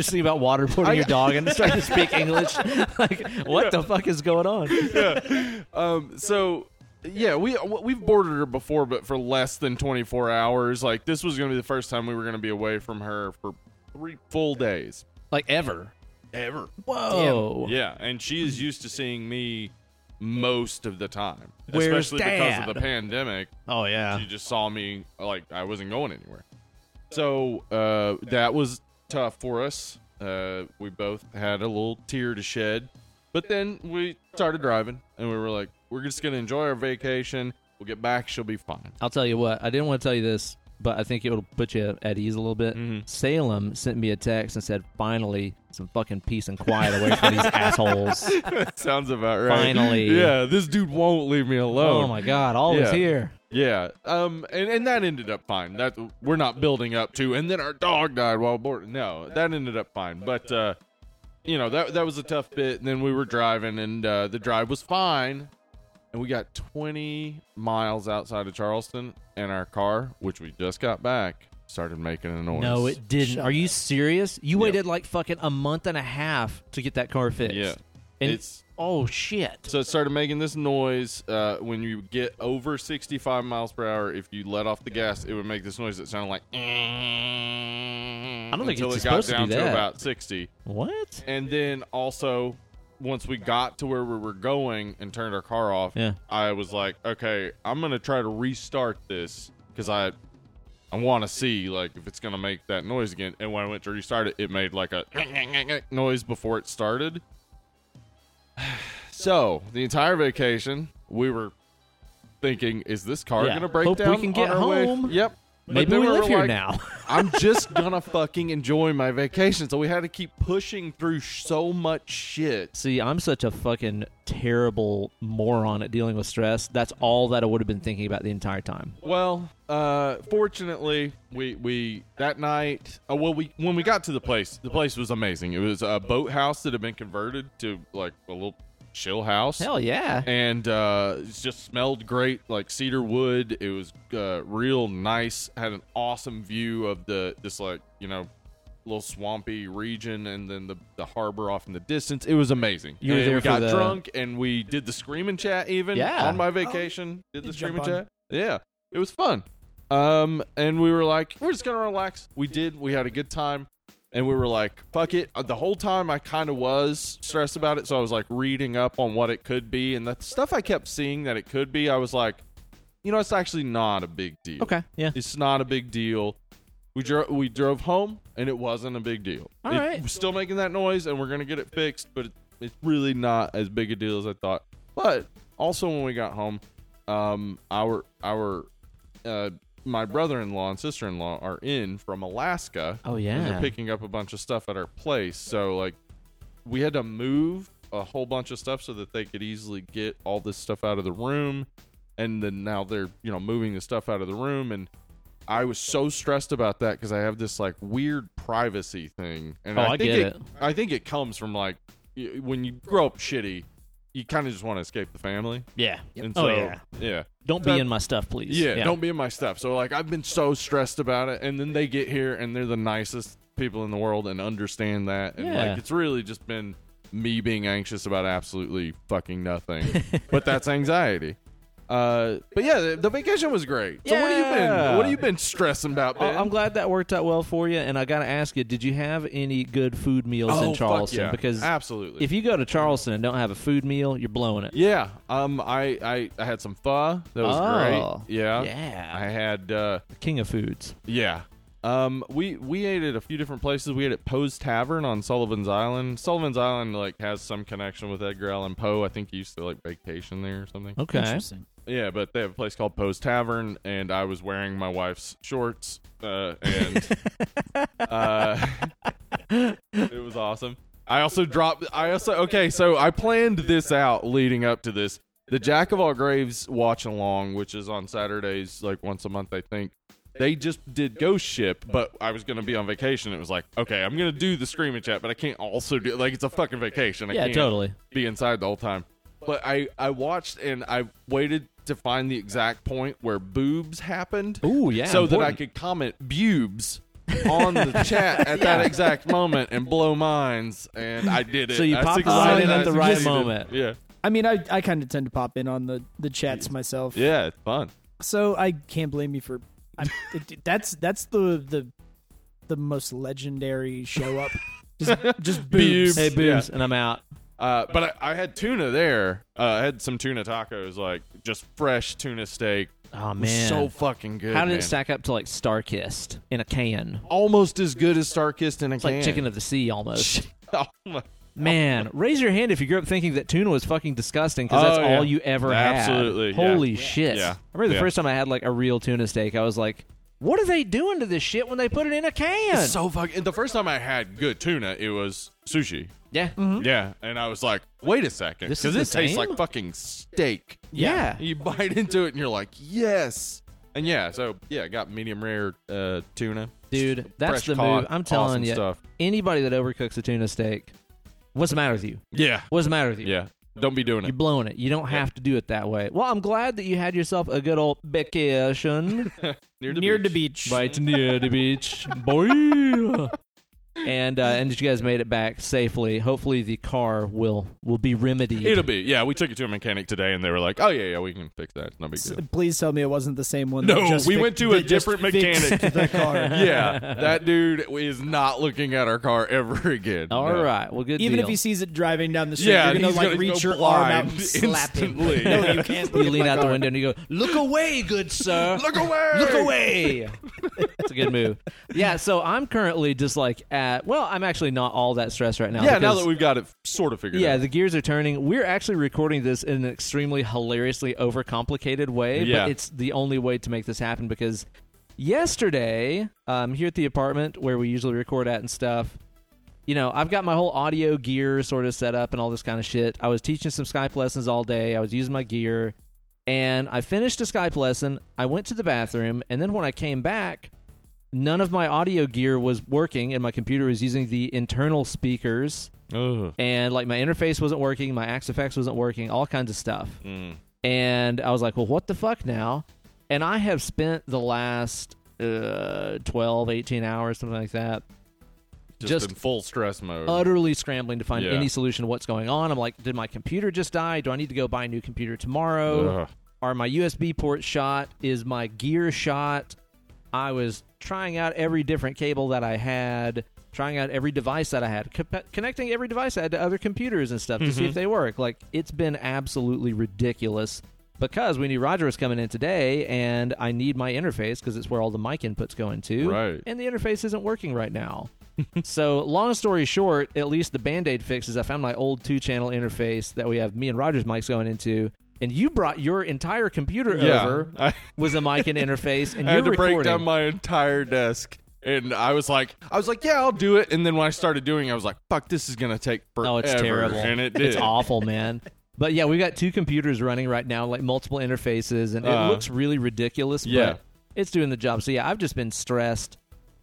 [SPEAKER 1] thinking about waterboarding your dog and starting to speak English. like, what the fuck is going on?
[SPEAKER 2] um, so yeah, we we've boarded her before, but for less than 24 hours. Like this was going to be the first time we were going to be away from her for three full days
[SPEAKER 1] Like ever?
[SPEAKER 2] ever.
[SPEAKER 1] Whoa!
[SPEAKER 2] Yeah, and she is used to seeing me most of the time,
[SPEAKER 1] Where's
[SPEAKER 2] especially because of
[SPEAKER 1] Dad?
[SPEAKER 2] the pandemic.
[SPEAKER 1] Oh yeah.
[SPEAKER 2] She just saw me like I wasn't going anywhere. So uh, that was tough for us. Uh, we both had a little tear to shed, but then we started driving, and we were like, "We're just gonna enjoy our vacation. We'll get back. She'll be fine."
[SPEAKER 1] I'll tell you what. I didn't want to tell you this, but I think it will put you at ease a little bit. Salem sent me a text and said, "Finally, some fucking peace and quiet away from these assholes."
[SPEAKER 2] that sounds about right.
[SPEAKER 1] Finally.
[SPEAKER 2] yeah, this dude won't leave me alone.
[SPEAKER 1] Oh my god! Always
[SPEAKER 2] Yeah.
[SPEAKER 1] here.
[SPEAKER 2] Yeah, um, and, and that ended up fine. That we're not building up to, and then our dog died while boarding. No, that ended up fine. But uh, you know that that was a tough bit. And then we were driving, and uh, the drive was fine, and we got 20 miles outside of Charleston, and our car, which we just got back, started making a noise.
[SPEAKER 1] No, it didn't.
[SPEAKER 3] Shut
[SPEAKER 1] Are you serious? You waited like fucking a month and a half to get that car fixed.
[SPEAKER 2] Yeah,
[SPEAKER 1] And
[SPEAKER 2] it's
[SPEAKER 1] oh shit.
[SPEAKER 2] So it started making this noise uh, when you get over 65 miles per hour. If you let off the gas, it would make this noise that sounded like. I
[SPEAKER 1] don't think
[SPEAKER 2] until
[SPEAKER 1] it's
[SPEAKER 2] it got
[SPEAKER 1] supposed to
[SPEAKER 2] down
[SPEAKER 1] do
[SPEAKER 2] to
[SPEAKER 1] that.
[SPEAKER 2] about 60,
[SPEAKER 1] What?
[SPEAKER 2] and then also once we got to where we were going and turned our car off,
[SPEAKER 1] Yeah.
[SPEAKER 2] I was like, okay, I'm gonna try to restart this because I. I want to see like if it's gonna make that noise again. And when I went to restart it, it made like a noise before it started. So the entire vacation, we were thinking, is this car
[SPEAKER 1] Yeah.
[SPEAKER 2] gonna break
[SPEAKER 1] Hope we
[SPEAKER 2] down?
[SPEAKER 1] can
[SPEAKER 2] on
[SPEAKER 1] get
[SPEAKER 2] our way?
[SPEAKER 1] home.
[SPEAKER 2] Yep. But
[SPEAKER 1] Maybe
[SPEAKER 2] then
[SPEAKER 1] we
[SPEAKER 2] were
[SPEAKER 1] live here
[SPEAKER 2] like,
[SPEAKER 1] now.
[SPEAKER 2] I'm just gonna fucking enjoy my vacation. So we had to keep pushing through so much shit.
[SPEAKER 1] See, I'm such a fucking terrible moron at dealing with stress. That's all that I would have been thinking about the entire time.
[SPEAKER 2] Well, uh, fortunately, we we that night. Oh well, we when we got to the place, the place was amazing. It was a boathouse that had been converted to like a little chill house.
[SPEAKER 1] Hell yeah.
[SPEAKER 2] and uh, it just smelled great, like cedar wood. It was uh, real nice. Had an awesome view of the this like you know little swampy region, and then the the harbor off in the distance. It was amazing.
[SPEAKER 1] You were
[SPEAKER 2] And
[SPEAKER 1] there
[SPEAKER 2] we
[SPEAKER 1] for
[SPEAKER 2] got
[SPEAKER 1] the-
[SPEAKER 2] drunk, and we did the screaming chat even
[SPEAKER 1] Yeah.
[SPEAKER 2] on my vacation. did the
[SPEAKER 3] did jump
[SPEAKER 2] screaming
[SPEAKER 3] on.
[SPEAKER 2] chat? Yeah, it was fun. Um, and we were like, we're just gonna relax. We did. We had a good time and we were like, "Fuck it." Uh, The whole time I kind of was stressed about it, so I was like reading up on what it could be, and the stuff I kept seeing that it could be, I was like, "You know, it's actually not a big deal.
[SPEAKER 1] Okay. Yeah.
[SPEAKER 2] It's not a big deal." We drove we drove home, and it wasn't a big deal.
[SPEAKER 1] All
[SPEAKER 2] It-
[SPEAKER 1] right.
[SPEAKER 2] we're still making that noise, and we're gonna get it fixed, but it, it's really not as big a deal as I thought. But also, when we got home, um, our our uh, my brother-in-law and sister-in-law are in from Alaska.
[SPEAKER 1] Oh
[SPEAKER 2] And
[SPEAKER 1] yeah.
[SPEAKER 2] They're picking up a bunch of stuff at our place. So like we had to move a whole bunch of stuff so that they could easily get all this stuff out of the room. And then now they're, you know, moving the stuff out of the room and I was so stressed about that because I have this like weird privacy thing. And
[SPEAKER 1] Oh, I
[SPEAKER 2] I think
[SPEAKER 1] get it.
[SPEAKER 2] I think it comes from like y- when you grow up shitty, you kind of just want to escape the family.
[SPEAKER 1] Yeah.
[SPEAKER 2] And
[SPEAKER 1] Oh
[SPEAKER 2] so,
[SPEAKER 1] yeah.
[SPEAKER 2] yeah.
[SPEAKER 1] Don't
[SPEAKER 2] So-
[SPEAKER 1] be in my stuff, please.
[SPEAKER 2] Yeah, don't be in my stuff. So like I've been so stressed about it, and then they get here and they're the nicest people in the world and understand that, and
[SPEAKER 1] Yeah.
[SPEAKER 2] like it's really just been me being anxious about absolutely fucking nothing, but that's anxiety. Uh, but yeah, the, the vacation was great. So what have you been?
[SPEAKER 1] Yeah.
[SPEAKER 2] What have you been stressing about?
[SPEAKER 1] Well,
[SPEAKER 2] Ben?
[SPEAKER 1] I'm glad that worked out well for you, and I gotta ask you: Did you have any good food meals
[SPEAKER 2] Oh,
[SPEAKER 1] in
[SPEAKER 2] fuck
[SPEAKER 1] Charleston?
[SPEAKER 2] yeah.
[SPEAKER 1] Because
[SPEAKER 2] absolutely,
[SPEAKER 1] if you go to Charleston and don't have a food meal, you're blowing it.
[SPEAKER 2] yeah, um, I, I I had some pho that was
[SPEAKER 1] Oh,
[SPEAKER 2] great. Yeah,
[SPEAKER 1] yeah.
[SPEAKER 2] I had uh,
[SPEAKER 1] King of foods.
[SPEAKER 2] Yeah. Um, we we ate at a few different places. We ate at Poe's Tavern on Sullivan's Island. Sullivan's Island like has some connection with Edgar Allan Poe. I think he used to like vacation there or something.
[SPEAKER 1] Okay.
[SPEAKER 3] Interesting.
[SPEAKER 2] Yeah, but they have a place called Poe's Tavern, and I was wearing my wife's shorts, uh, and uh, it was awesome. I also dropped. I also okay. So I planned this out leading up to this. The Jack of All Graves watch along, which is on Saturdays, like once a month, I think. They just did Ghost Ship, but I was gonna be on vacation. It was like, okay, I'm gonna do the screaming chat, but I can't also do like it's a fucking vacation. I
[SPEAKER 1] Yeah,
[SPEAKER 2] can't
[SPEAKER 1] totally.
[SPEAKER 2] be inside the whole time. But I I watched and I waited to find the exact point where boobs happened
[SPEAKER 1] Ooh, yeah.
[SPEAKER 2] so that I
[SPEAKER 1] important.
[SPEAKER 2] could comment bubes on the chat at that exact moment and blow minds. And I did it.
[SPEAKER 1] So you
[SPEAKER 2] I
[SPEAKER 1] popped
[SPEAKER 2] succeeded.
[SPEAKER 1] right in
[SPEAKER 2] I
[SPEAKER 1] at the right
[SPEAKER 2] succeeded.
[SPEAKER 1] moment.
[SPEAKER 2] Yeah.
[SPEAKER 3] I mean, I, I kind of tend to pop in on the, the chats myself.
[SPEAKER 2] Yeah, it's fun.
[SPEAKER 3] So I can't blame you for. I'm, it, that's that's the the the most legendary show up. Just, just
[SPEAKER 2] Boobs.
[SPEAKER 3] boobs.
[SPEAKER 1] Hey, boobs,
[SPEAKER 2] Yeah.
[SPEAKER 1] and I'm out.
[SPEAKER 2] Uh, but I, I had tuna there. Uh, I had some tuna tacos, like just fresh tuna steak.
[SPEAKER 1] Oh
[SPEAKER 2] It was
[SPEAKER 1] man,
[SPEAKER 2] So fucking good.
[SPEAKER 1] how did
[SPEAKER 2] man.
[SPEAKER 1] it stack up to like Starkist in a can?
[SPEAKER 2] Almost as good as Starkist in a
[SPEAKER 1] It's like
[SPEAKER 2] can.
[SPEAKER 1] chicken of the sea almost.
[SPEAKER 2] Oh my-
[SPEAKER 1] Man, raise your hand if you grew up thinking that tuna was fucking disgusting because
[SPEAKER 2] Oh,
[SPEAKER 1] that's
[SPEAKER 2] yeah.
[SPEAKER 1] all you ever
[SPEAKER 2] Absolutely,
[SPEAKER 1] had.
[SPEAKER 2] yeah.
[SPEAKER 1] Holy shit.
[SPEAKER 2] Yeah.
[SPEAKER 1] I remember the
[SPEAKER 2] Yeah.
[SPEAKER 1] first time I had like a real tuna steak, I was like, what are they doing to this shit when they put it in a can?
[SPEAKER 2] So fucking. The first time I had good tuna, it was sushi.
[SPEAKER 1] yeah.
[SPEAKER 2] Yeah, and I was like, wait a second,
[SPEAKER 1] Mm-hmm. This
[SPEAKER 2] because
[SPEAKER 1] is the
[SPEAKER 2] this, tastes
[SPEAKER 1] same?
[SPEAKER 2] like fucking steak.
[SPEAKER 1] Yeah.
[SPEAKER 2] You bite into it and you're like, yes. And yeah, so yeah, I got medium rare uh, tuna.
[SPEAKER 1] Dude, that's
[SPEAKER 2] Fresh
[SPEAKER 1] the
[SPEAKER 2] caught,
[SPEAKER 1] move. I'm telling
[SPEAKER 2] awesome
[SPEAKER 1] you.
[SPEAKER 2] Stuff.
[SPEAKER 1] Anybody that overcooks a tuna steak, what's the matter with you?
[SPEAKER 2] Yeah.
[SPEAKER 1] What's the matter with you?
[SPEAKER 2] Yeah. Don't be doing
[SPEAKER 1] You're
[SPEAKER 2] it.
[SPEAKER 1] blowing it. You don't have to do it that way. Well, I'm glad that you had yourself a good old vacation.
[SPEAKER 3] Near the beach.
[SPEAKER 1] right near the beach, boy. And uh, and that you guys made it back safely. Hopefully, the car will will be remedied.
[SPEAKER 2] It'll be. Yeah, we took it to a mechanic today and they were like, oh, yeah, yeah, we can fix that. It's No big deal.
[SPEAKER 3] Please tell me it wasn't the same one.
[SPEAKER 2] No,
[SPEAKER 3] that just
[SPEAKER 2] we
[SPEAKER 3] fix-
[SPEAKER 2] went to a
[SPEAKER 3] that just
[SPEAKER 2] different
[SPEAKER 3] fixed
[SPEAKER 2] mechanic.
[SPEAKER 3] The car.
[SPEAKER 2] yeah, that dude is not looking at our car ever again.
[SPEAKER 1] All right.
[SPEAKER 2] No.
[SPEAKER 1] Well, good.
[SPEAKER 3] Even if
[SPEAKER 1] deal.
[SPEAKER 3] he sees it driving down the street,
[SPEAKER 2] Yeah,
[SPEAKER 3] you're gonna
[SPEAKER 2] he's
[SPEAKER 3] like
[SPEAKER 2] gonna
[SPEAKER 3] reach
[SPEAKER 2] go
[SPEAKER 3] your arm out
[SPEAKER 2] blind
[SPEAKER 3] and slap him.
[SPEAKER 2] instantly.
[SPEAKER 3] No, you can't.
[SPEAKER 1] you lean out the window and you go, "Look away, good sir.
[SPEAKER 2] Look away!
[SPEAKER 1] Look away." That's a good move. Yeah. So I'm currently just like at. Well, I'm actually not all that stressed right now.
[SPEAKER 2] Yeah, now
[SPEAKER 1] because-
[SPEAKER 2] that we've got it sort of figured
[SPEAKER 1] Yeah,
[SPEAKER 2] out.
[SPEAKER 1] the gears are turning. We're actually recording this in an extremely hilariously overcomplicated way,
[SPEAKER 2] Yeah.
[SPEAKER 1] but it's the only way to make this happen because yesterday, um, here at the apartment where we usually record at and stuff, you know, I've got my whole audio gear sort of set up and all this kind of shit. I was teaching some Skype lessons all day. I was using my gear, and I finished a Skype lesson. I went to the bathroom, and then when I came back, none of my audio gear was working, and my computer was using the internal speakers
[SPEAKER 2] Ugh.
[SPEAKER 1] and like my interface wasn't working, my Axe FX wasn't working, all kinds of stuff.
[SPEAKER 2] Mm.
[SPEAKER 1] And I was like, well, what the fuck now? And I have spent the last uh, 12, 18 hours, something like that,
[SPEAKER 2] Just,
[SPEAKER 1] Just
[SPEAKER 2] in full stress mode.
[SPEAKER 1] utterly scrambling to find
[SPEAKER 2] Yeah.
[SPEAKER 1] any solution to what's going on. I'm like, did my computer just die? Do I need to go buy a new computer tomorrow?
[SPEAKER 2] Ugh.
[SPEAKER 1] Are my USB port shot? Is my gear shot? I was trying out every different cable that I had, trying out every device that I had, co- connecting every device I had to other computers and stuff to see if
[SPEAKER 2] Mm-hmm.
[SPEAKER 1] they work. Like, it's been absolutely ridiculous because we knew Roger was coming in today and I need my interface because it's where all the mic inputs go into.
[SPEAKER 2] Right.
[SPEAKER 1] And the interface isn't working right now. so, long story short, at least the band aid fix is I found my old two channel interface that we have me and Roger's mics going into. And you brought your entire computer
[SPEAKER 2] Yeah.
[SPEAKER 1] over
[SPEAKER 2] I-
[SPEAKER 1] was a mic and interface, and
[SPEAKER 2] I
[SPEAKER 1] you're
[SPEAKER 2] had to
[SPEAKER 1] recording.
[SPEAKER 2] break down my entire desk. And I was like, I was like, yeah, I'll do it. And then when I started doing, it, I was like, fuck, this is gonna take forever.
[SPEAKER 1] oh, it's terrible.
[SPEAKER 2] And it did.
[SPEAKER 1] it's awful, man. But yeah, we've got two computers running right now, like multiple interfaces, and
[SPEAKER 2] Uh,
[SPEAKER 1] it looks really ridiculous.
[SPEAKER 2] yeah.
[SPEAKER 1] but it's doing the job. So yeah, I've just been stressed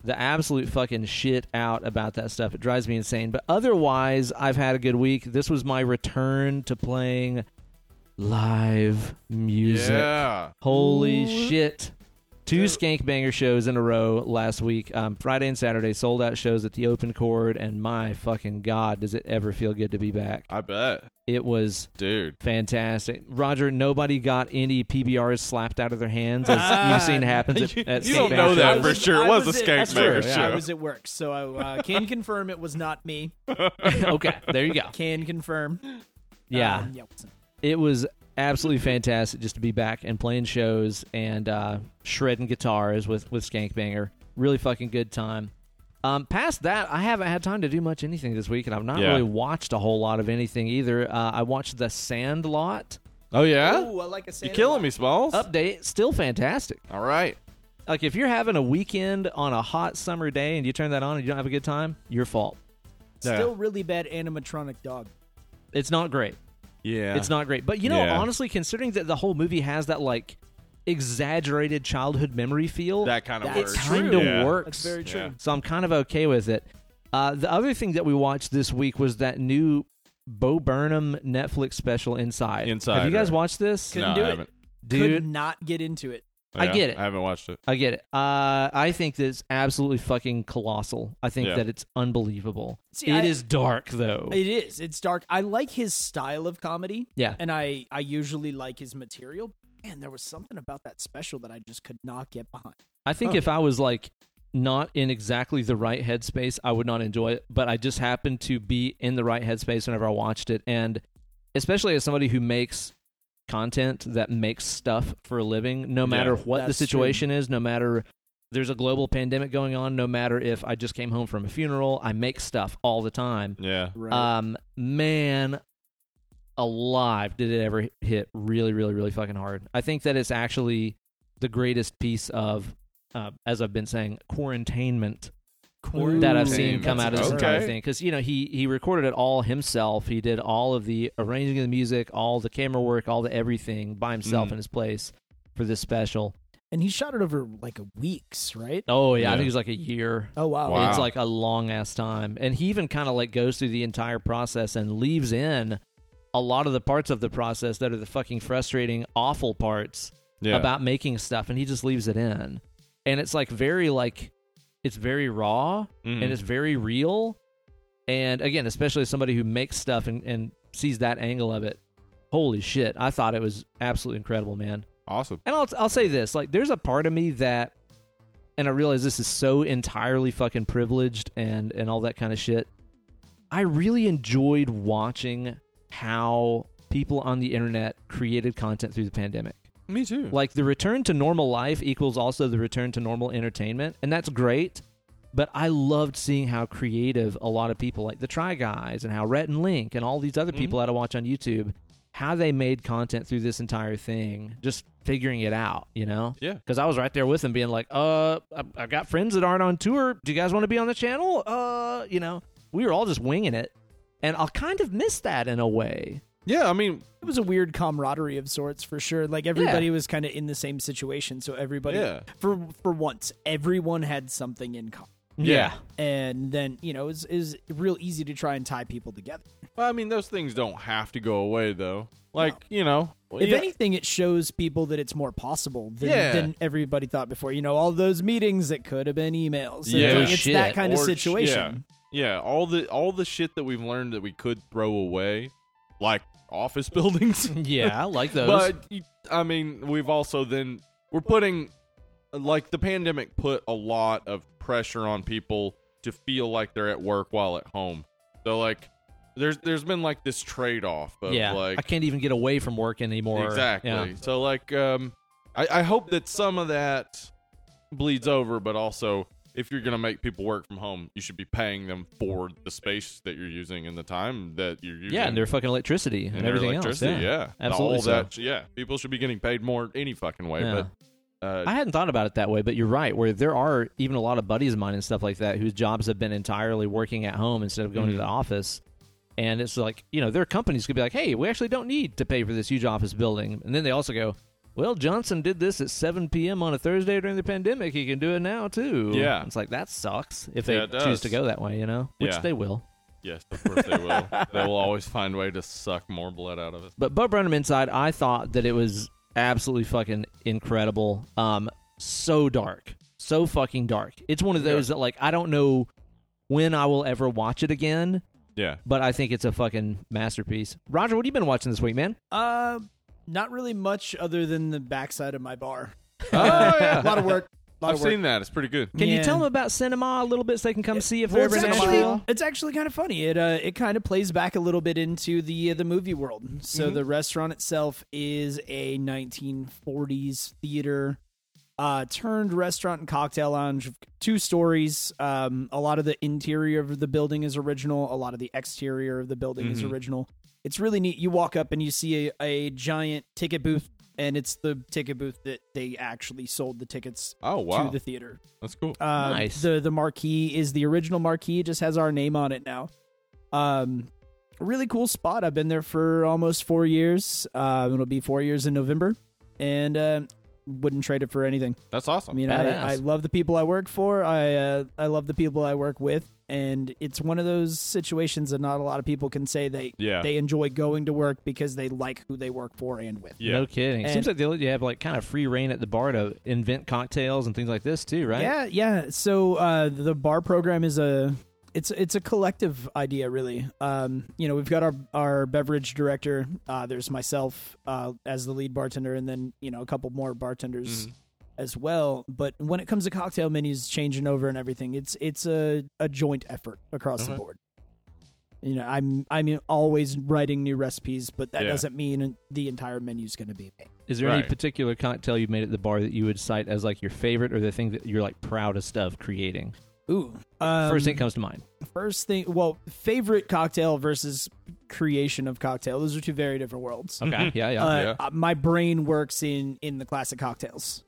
[SPEAKER 1] the absolute fucking shit out about that stuff. It drives me insane. But otherwise, I've had a good week. This was my return to playing live music.
[SPEAKER 2] Yeah.
[SPEAKER 1] Holy shit. Two Skank Banger shows in a row last week. Um, Friday and Saturday sold out shows at the Open Chord, and my fucking god, does it ever feel good to be back?
[SPEAKER 2] I bet,
[SPEAKER 1] It was
[SPEAKER 2] dude.
[SPEAKER 1] fantastic, Roger. Nobody got any PBRs slapped out of their hands, as you've seen happens at, at
[SPEAKER 2] You
[SPEAKER 1] Skank
[SPEAKER 2] don't
[SPEAKER 1] Banger
[SPEAKER 2] know that
[SPEAKER 1] shows.
[SPEAKER 2] for
[SPEAKER 3] I
[SPEAKER 2] sure. It
[SPEAKER 3] I
[SPEAKER 2] was a
[SPEAKER 3] at-
[SPEAKER 2] skank
[SPEAKER 3] that's
[SPEAKER 2] maker
[SPEAKER 3] true.
[SPEAKER 2] show.
[SPEAKER 3] I was at work, so I uh, can confirm it was not me.
[SPEAKER 1] okay, there you go.
[SPEAKER 3] Can confirm.
[SPEAKER 1] Yeah,
[SPEAKER 3] Um, yeah it wasn't.
[SPEAKER 1] it was absolutely fantastic just to be back and playing shows and uh, shredding guitars with with Skank Banger. Really fucking good time. Um, past that, I haven't had time to do much anything this week, and I've not
[SPEAKER 2] Yeah.
[SPEAKER 1] really watched a whole lot of anything either. Uh, I watched The Sandlot
[SPEAKER 2] Oh yeah,
[SPEAKER 3] Ooh, I like a
[SPEAKER 2] you killing me, Smalls.
[SPEAKER 1] update. Still fantastic.
[SPEAKER 2] All right.
[SPEAKER 1] Like if you're having a weekend on a hot summer day and you turn that on and you don't have a good time, your fault.
[SPEAKER 2] Yeah.
[SPEAKER 3] Still really bad animatronic dog.
[SPEAKER 1] It's not great.
[SPEAKER 2] Yeah.
[SPEAKER 1] It's not great. But you know,
[SPEAKER 2] Yeah.
[SPEAKER 1] honestly, considering that the whole movie has that like exaggerated childhood memory feel,
[SPEAKER 2] that kind of
[SPEAKER 3] That's
[SPEAKER 1] it
[SPEAKER 2] works.
[SPEAKER 3] true.
[SPEAKER 1] kind of
[SPEAKER 2] Yeah.
[SPEAKER 1] works.
[SPEAKER 3] That's very true.
[SPEAKER 2] Yeah.
[SPEAKER 1] so I'm kind of okay with it. Uh, the other thing that we watched this week was that new Bo Burnham Netflix special, Inside. Have
[SPEAKER 2] Inside,
[SPEAKER 1] you guys
[SPEAKER 2] right.
[SPEAKER 1] watched this,
[SPEAKER 3] Couldn't
[SPEAKER 2] No,
[SPEAKER 3] do
[SPEAKER 2] I
[SPEAKER 3] it.
[SPEAKER 2] haven't.
[SPEAKER 1] dude?
[SPEAKER 3] Could not get into it.
[SPEAKER 1] I
[SPEAKER 2] Yeah,
[SPEAKER 1] get it.
[SPEAKER 2] I haven't watched it.
[SPEAKER 1] I get it. Uh, I think that it's absolutely fucking colossal. I think
[SPEAKER 2] Yeah.
[SPEAKER 1] that it's unbelievable. It
[SPEAKER 3] See,
[SPEAKER 1] is
[SPEAKER 3] I-
[SPEAKER 1] dark though.
[SPEAKER 3] It is. It's dark. I like his style of comedy.
[SPEAKER 1] Yeah.
[SPEAKER 3] And I I usually like his material. Man, there was something about that special that I just could not get behind.
[SPEAKER 1] I think
[SPEAKER 2] Oh.
[SPEAKER 1] if I was like not in exactly the right headspace, I would not enjoy it. But I just happened to be in the right headspace whenever I watched it, and especially as somebody who makes content that makes stuff for a living, no matter what the
[SPEAKER 3] that's
[SPEAKER 1] situation is, no matter there's a global pandemic going on, no matter if I just came home from a funeral, I make stuff all the time.
[SPEAKER 2] Yeah.
[SPEAKER 3] Right.
[SPEAKER 1] Um, man, alive, did it ever hit really, really, really fucking hard? I think that it's actually the greatest piece of, uh, as I've been saying, quarantainment that I've seen
[SPEAKER 2] Quarantainment.
[SPEAKER 1] come out of this
[SPEAKER 2] Okay.
[SPEAKER 1] entire thing. Because you know he he recorded it all himself. He did all of the arranging of the music, all the camera work, all the everything by himself
[SPEAKER 2] Mm.
[SPEAKER 1] in his place for this special.
[SPEAKER 3] and he shot it over like a weeks, right?
[SPEAKER 1] Oh yeah, I
[SPEAKER 2] Yeah.
[SPEAKER 1] think it was like a year.
[SPEAKER 3] Oh wow.
[SPEAKER 2] Wow.
[SPEAKER 1] It's like a long ass time. And he even kind of like goes through the entire process and leaves in a lot of the parts of the process that are the fucking frustrating, awful parts
[SPEAKER 2] Yeah.
[SPEAKER 1] about making stuff. And he just leaves it in. And it's like very, like, it's very raw
[SPEAKER 2] Mhm.
[SPEAKER 1] and it's very real. And again, especially as somebody who makes stuff and, and sees that angle of it. Holy shit. I thought it was absolutely incredible, man.
[SPEAKER 2] awesome.
[SPEAKER 1] And I'll I'll say this, like there's a part of me that and I realize this is so entirely fucking privileged and and all that kind of shit. I really enjoyed watching how people on the internet created content through the pandemic.
[SPEAKER 2] Me too.
[SPEAKER 1] Like the return to normal life equals also the return to normal entertainment, and that's great. But I loved seeing how creative a lot of people, like the Try Guys and how Rhett and Link and all these other people that I watch on YouTube, how they made content through this entire thing, just figuring it out, you know?
[SPEAKER 2] Yeah.
[SPEAKER 1] Because I was right there with them, being like, "Uh, I- I've got friends that aren't on tour. Do you guys want to be on the channel? Uh, you know, we were all just winging it, and I'll kind of miss that in a way.
[SPEAKER 2] Yeah. I mean,
[SPEAKER 3] It was a weird camaraderie of sorts for sure. Like everybody was kind of in the same situation, so everybody
[SPEAKER 2] Yeah.
[SPEAKER 3] for for once, everyone had something in common.
[SPEAKER 2] Yeah.
[SPEAKER 3] And then, you know, it was, it was real easy to try and tie people together.
[SPEAKER 2] well, I mean, those things don't have to go away though. Like you know,
[SPEAKER 3] If
[SPEAKER 2] yeah,
[SPEAKER 3] anything, it shows people that it's more possible than,
[SPEAKER 2] Yeah.
[SPEAKER 3] than everybody thought before. You know, all those meetings that could have been emails. It's
[SPEAKER 2] Yeah. Oh,
[SPEAKER 3] like- it's
[SPEAKER 1] Shit.
[SPEAKER 3] that kind of
[SPEAKER 2] or-
[SPEAKER 3] situation.
[SPEAKER 2] Yeah. yeah. All the all the shit that we've learned that we could throw away, like office buildings.
[SPEAKER 1] yeah, I like those.
[SPEAKER 2] But you- I mean, we've also then we're putting like the pandemic put a lot of pressure on people to feel like they're at work while at home. So like there's there's been like this trade off of
[SPEAKER 1] yeah,
[SPEAKER 2] like
[SPEAKER 1] I can't even get away from work anymore.
[SPEAKER 2] exactly.
[SPEAKER 1] Yeah.
[SPEAKER 2] So like um I, I hope that some of that bleeds over, but also if you're gonna make people work from home, you should be paying them for the space that you're using and the time that you're using.
[SPEAKER 1] Yeah, and their fucking electricity and,
[SPEAKER 2] and, their
[SPEAKER 1] everything
[SPEAKER 2] electricity.
[SPEAKER 1] else.
[SPEAKER 2] Yeah,
[SPEAKER 1] Yeah, absolutely.
[SPEAKER 2] All
[SPEAKER 1] so.
[SPEAKER 2] that. Yeah, people should be getting paid more any fucking way.
[SPEAKER 1] Yeah.
[SPEAKER 2] But uh,
[SPEAKER 1] I hadn't thought about it that way, but you're right. Where there are even a lot of buddies of mine and stuff like that whose jobs have been entirely working at home instead of going to
[SPEAKER 2] Mhm.
[SPEAKER 1] the office. And it's like, you know, their companies could be like, hey, we actually don't need to pay for this huge office building. And then they also go, well, Johnson did this at 7 p.m. on a Thursday during the pandemic. He can do it now, too.
[SPEAKER 2] Yeah.
[SPEAKER 1] It's like, that sucks if they
[SPEAKER 2] Yeah, it
[SPEAKER 1] choose
[SPEAKER 2] does.
[SPEAKER 1] to go that way, you know, which
[SPEAKER 2] Yeah.
[SPEAKER 1] they will.
[SPEAKER 2] yes, of course they will. they will always find a way to suck more blood out of us.
[SPEAKER 1] But Bo Burnham Inside, I thought that it was absolutely fucking incredible. Um, so dark, so fucking dark. It's one of those that like I don't know when I will ever watch it again,
[SPEAKER 2] Yeah,
[SPEAKER 1] but I think it's a fucking masterpiece. Roger, what have you been watching this week, man?
[SPEAKER 3] Uh, not really much other than the backside of my bar.
[SPEAKER 2] Oh, yeah.
[SPEAKER 3] a lot of work. lot
[SPEAKER 2] I've
[SPEAKER 3] of work.
[SPEAKER 2] seen that. It's pretty good.
[SPEAKER 1] Can you
[SPEAKER 3] Yeah.
[SPEAKER 1] tell them about cinema a little bit so they can come see if they're
[SPEAKER 3] Well,
[SPEAKER 1] ever
[SPEAKER 3] it's,
[SPEAKER 1] in
[SPEAKER 3] actually,
[SPEAKER 1] Nashville?
[SPEAKER 3] it's actually kind of funny. It uh, it kind of plays back a little bit into the uh, the movie world. So the restaurant itself is a 1940s theater uh, turned restaurant and cocktail lounge, two stories. Um, a lot of the interior of the building is original. A lot of the exterior of the building is original. It's really neat. You walk up and you see a, a giant ticket booth, and it's the ticket booth that they actually sold the tickets
[SPEAKER 2] Oh wow,
[SPEAKER 3] to the theater.
[SPEAKER 2] that's cool.
[SPEAKER 3] Um,
[SPEAKER 1] Nice.
[SPEAKER 3] The the marquee is the original marquee. It just has our name on it now. Um, really cool spot. I've been there for almost four years. Uh, it'll be four years in November, and uh, wouldn't trade it for anything.
[SPEAKER 2] That's
[SPEAKER 3] I
[SPEAKER 2] awesome.
[SPEAKER 3] mean, I, I
[SPEAKER 1] Badass.
[SPEAKER 3] love the people I work for. I uh, I love the people I work with, and it's one of those situations that not a lot of people can say they
[SPEAKER 2] Yeah.
[SPEAKER 3] they enjoy going to work because they like who they work for and with.
[SPEAKER 2] yeah.
[SPEAKER 1] No kidding.
[SPEAKER 3] And-
[SPEAKER 1] Seems like they let you have like kind of free reign at the bar to invent cocktails and things like this too, right?
[SPEAKER 3] Yeah, yeah. So uh, the bar program is a it's it's a collective idea, really. Um, you know, we've got our our beverage director. Uh, there's myself uh, as the lead bartender, and then you know a couple more bartenders as well. But when it comes to cocktail menus changing over and everything, it's it's a, a joint effort across the
[SPEAKER 2] Okay.
[SPEAKER 3] board. You know, I'm I'm always writing new recipes, but that
[SPEAKER 2] Yeah.
[SPEAKER 3] doesn't mean the entire menu's going to be made.
[SPEAKER 1] Is there any
[SPEAKER 2] Right.
[SPEAKER 1] particular cocktail you made at the bar that you would cite as like your favorite or the thing that you're like proudest of creating?
[SPEAKER 3] Ooh, um,
[SPEAKER 1] First thing that comes to mind.
[SPEAKER 3] First thing, well, favorite cocktail versus creation of cocktail. Those are two very different worlds.
[SPEAKER 1] Okay. yeah, Oh, yeah.
[SPEAKER 3] Uh,
[SPEAKER 2] Yeah.
[SPEAKER 3] uh, My brain works in in the classic cocktails.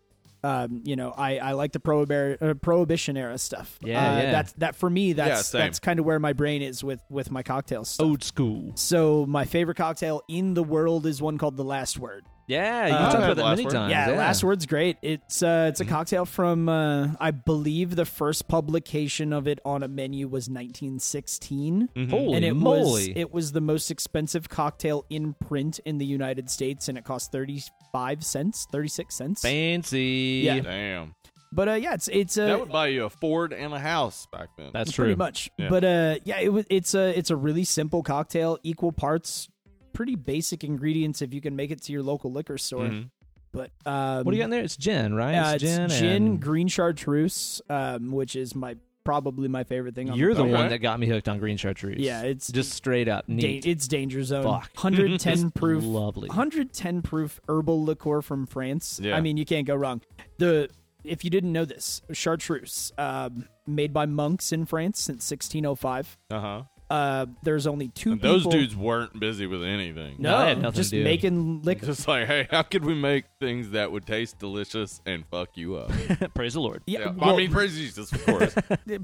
[SPEAKER 3] Um, you know, I, I like the prohibi- uh, prohibition era stuff.
[SPEAKER 1] Yeah,
[SPEAKER 3] uh,
[SPEAKER 1] yeah. Oh.
[SPEAKER 3] That's that for me. That's
[SPEAKER 2] same.
[SPEAKER 3] that's kind of where my brain is with with my cocktails.
[SPEAKER 1] Old school.
[SPEAKER 3] So my favorite cocktail in the world is one called the Last Word.
[SPEAKER 1] Yeah, you
[SPEAKER 3] Uh,
[SPEAKER 1] talked
[SPEAKER 2] I've
[SPEAKER 1] about
[SPEAKER 2] had
[SPEAKER 1] that
[SPEAKER 2] last
[SPEAKER 1] many
[SPEAKER 2] word.
[SPEAKER 1] times.
[SPEAKER 3] Yeah, Last Word's great. It's uh, it's a cocktail from uh, I believe the first publication of it on a menu was 1916.
[SPEAKER 2] Mm-hmm.
[SPEAKER 1] Holy
[SPEAKER 3] Mm-hmm. and it was
[SPEAKER 1] moly!
[SPEAKER 3] it was the most expensive cocktail in print in the United States, and it cost thirty five cents, thirty six cents.
[SPEAKER 1] Fancy.
[SPEAKER 3] Yeah.
[SPEAKER 2] Damn.
[SPEAKER 3] But uh, yeah, it's it's
[SPEAKER 2] That
[SPEAKER 3] uh,
[SPEAKER 2] would buy you a Ford and a house back then.
[SPEAKER 1] That's
[SPEAKER 3] pretty
[SPEAKER 1] true.
[SPEAKER 3] much.
[SPEAKER 2] Yeah.
[SPEAKER 3] But uh, yeah, it was it's a it's a really simple cocktail, equal parts, pretty basic ingredients if you can make it to your local liquor store.
[SPEAKER 2] Mhm.
[SPEAKER 3] But um,
[SPEAKER 1] Mm-hmm. What do you got in there? It's gin, right?
[SPEAKER 3] Uh,
[SPEAKER 1] it's
[SPEAKER 3] it's
[SPEAKER 1] gin. and-
[SPEAKER 3] green chartreuse, um, which is my probably my favorite thing. On
[SPEAKER 1] You're the
[SPEAKER 3] the,
[SPEAKER 2] Okay.
[SPEAKER 1] one that got me hooked on green chartreuse.
[SPEAKER 3] Yeah, it's
[SPEAKER 1] just straight up
[SPEAKER 3] da-
[SPEAKER 1] neat.
[SPEAKER 3] it's danger zone.
[SPEAKER 1] Fuck.
[SPEAKER 3] 110 proof.
[SPEAKER 1] Lovely.
[SPEAKER 3] 110 proof herbal liqueur from France.
[SPEAKER 2] Yeah.
[SPEAKER 3] I mean, you can't go wrong. The if you didn't know this, chartreuse, um, made by monks in France since 1605.
[SPEAKER 2] Uh huh.
[SPEAKER 3] Uh, there's only two
[SPEAKER 2] And those
[SPEAKER 3] people-
[SPEAKER 2] dudes weren't busy with anything.
[SPEAKER 1] No,
[SPEAKER 3] No,
[SPEAKER 1] they had nothing
[SPEAKER 3] just
[SPEAKER 1] to do.
[SPEAKER 3] making liquor.
[SPEAKER 2] Just like, hey, how could we make things that would taste delicious and fuck you up?
[SPEAKER 1] Praise the Lord.
[SPEAKER 3] Yeah,
[SPEAKER 2] Yeah.
[SPEAKER 3] well,
[SPEAKER 2] I mean, praise Jesus, of course.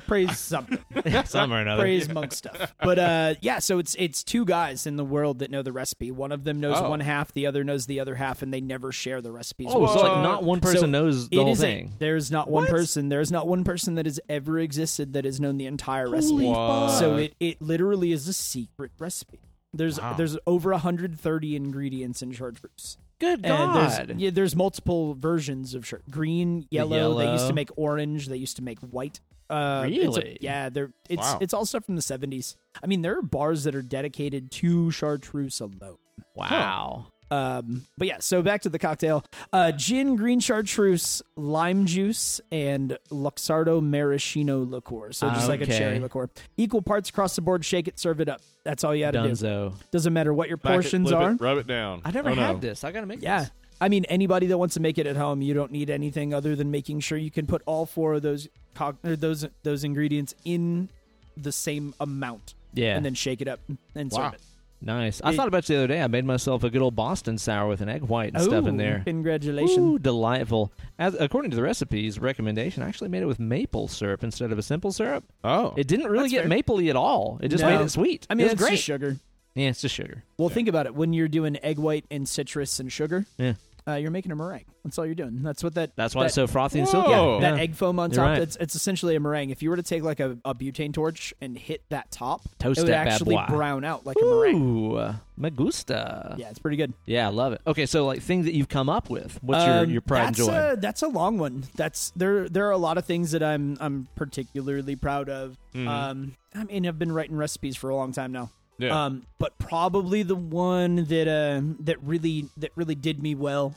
[SPEAKER 3] praise something.
[SPEAKER 1] Some or another.
[SPEAKER 3] praise monk stuff. But uh, yeah, so it's it's two guys in the world that know the recipe. One of them knows
[SPEAKER 2] Oh.
[SPEAKER 3] one half, the other knows the other half, and they never share the recipes.
[SPEAKER 1] Oh,
[SPEAKER 3] with
[SPEAKER 1] so
[SPEAKER 3] each
[SPEAKER 1] like
[SPEAKER 3] other.
[SPEAKER 1] not one person
[SPEAKER 3] So
[SPEAKER 1] knows the
[SPEAKER 3] It
[SPEAKER 1] whole
[SPEAKER 3] is a-
[SPEAKER 1] thing.
[SPEAKER 3] there's not one person. There's not one person that has ever existed that has known the entire recipe.
[SPEAKER 2] fuck.
[SPEAKER 3] So it, it literally is a secret recipe. There's
[SPEAKER 2] Wow.
[SPEAKER 3] there's over 130 ingredients in chartreuse.
[SPEAKER 1] Good
[SPEAKER 3] And
[SPEAKER 1] God.
[SPEAKER 3] there's yeah, there's multiple versions of chart green, yellow, They used
[SPEAKER 1] yellow.
[SPEAKER 3] to make orange. They used to make white. Uh, it's a-
[SPEAKER 1] Really?
[SPEAKER 3] yeah, they're it's
[SPEAKER 2] Wow.
[SPEAKER 3] it's all stuff from the 70s. I mean, there are bars that are dedicated to chartreuse alone.
[SPEAKER 1] Wow.
[SPEAKER 3] Um, but yeah, so back to the cocktail: uh, gin, green chartreuse, lime juice, and Luxardo maraschino liqueur. So just like a
[SPEAKER 1] Okay.
[SPEAKER 3] cherry liqueur, equal parts across the board. Shake it, serve it up. That's all you had to do.
[SPEAKER 1] Dunzo.
[SPEAKER 3] Doesn't matter what your
[SPEAKER 2] Back it,
[SPEAKER 3] portions
[SPEAKER 2] flip
[SPEAKER 3] are.
[SPEAKER 2] It, rub it down.
[SPEAKER 1] I never
[SPEAKER 2] oh,
[SPEAKER 1] had
[SPEAKER 2] no.
[SPEAKER 1] this. I gotta make
[SPEAKER 3] Yeah.
[SPEAKER 1] this.
[SPEAKER 3] I mean, anybody that wants to make it at home, you don't need anything other than making sure you can put all four of those co- or those those ingredients in the same amount,
[SPEAKER 1] Yeah.
[SPEAKER 3] and then shake it up and serve
[SPEAKER 2] Wow.
[SPEAKER 3] it.
[SPEAKER 1] nice. I
[SPEAKER 3] It-
[SPEAKER 1] thought about you the other day. I made myself a good old Boston sour with an egg white and stuff in
[SPEAKER 3] Ooh,
[SPEAKER 1] there.
[SPEAKER 3] Congratulations!
[SPEAKER 1] Ooh, delightful. As according to the recipe's recommendation, I actually made it with maple syrup instead of a simple syrup.
[SPEAKER 2] Oh.
[SPEAKER 1] It didn't really get mapley at all. It just
[SPEAKER 3] No.
[SPEAKER 1] made it sweet.
[SPEAKER 3] I mean,
[SPEAKER 1] it was
[SPEAKER 3] it's
[SPEAKER 1] great.
[SPEAKER 3] just sugar.
[SPEAKER 1] yeah, it's just sugar.
[SPEAKER 3] Well, think about it. When you're doing egg white and citrus and sugar,
[SPEAKER 1] Yeah,
[SPEAKER 3] uh, you're making a meringue. That's all you're doing. That's what that.
[SPEAKER 1] that's why
[SPEAKER 3] that,
[SPEAKER 1] it's so frothy and
[SPEAKER 2] Whoa.
[SPEAKER 1] silky.
[SPEAKER 2] Yeah,
[SPEAKER 3] that egg foam on
[SPEAKER 1] You're
[SPEAKER 3] top.
[SPEAKER 1] right.
[SPEAKER 3] It's it's essentially a meringue. If you were to take like a, a butane torch and hit that top,
[SPEAKER 1] Toast
[SPEAKER 3] it would
[SPEAKER 1] that bad
[SPEAKER 3] actually
[SPEAKER 1] boy.
[SPEAKER 3] brown out like a meringue.
[SPEAKER 1] Ooh, me gusta.
[SPEAKER 3] Yeah, it's pretty good.
[SPEAKER 1] Yeah, I love it. Okay, so like thing that you've come up with. What's
[SPEAKER 3] Um,
[SPEAKER 1] your, your pride and
[SPEAKER 3] that's
[SPEAKER 1] joy?
[SPEAKER 3] A, that's a long one. That's there. There are a lot of things that I'm I'm particularly proud of.
[SPEAKER 1] Mm-hmm.
[SPEAKER 3] Um, I mean, I've been writing recipes for a long time now.
[SPEAKER 2] Yeah.
[SPEAKER 3] Um, but probably the one that um that really that really did me well,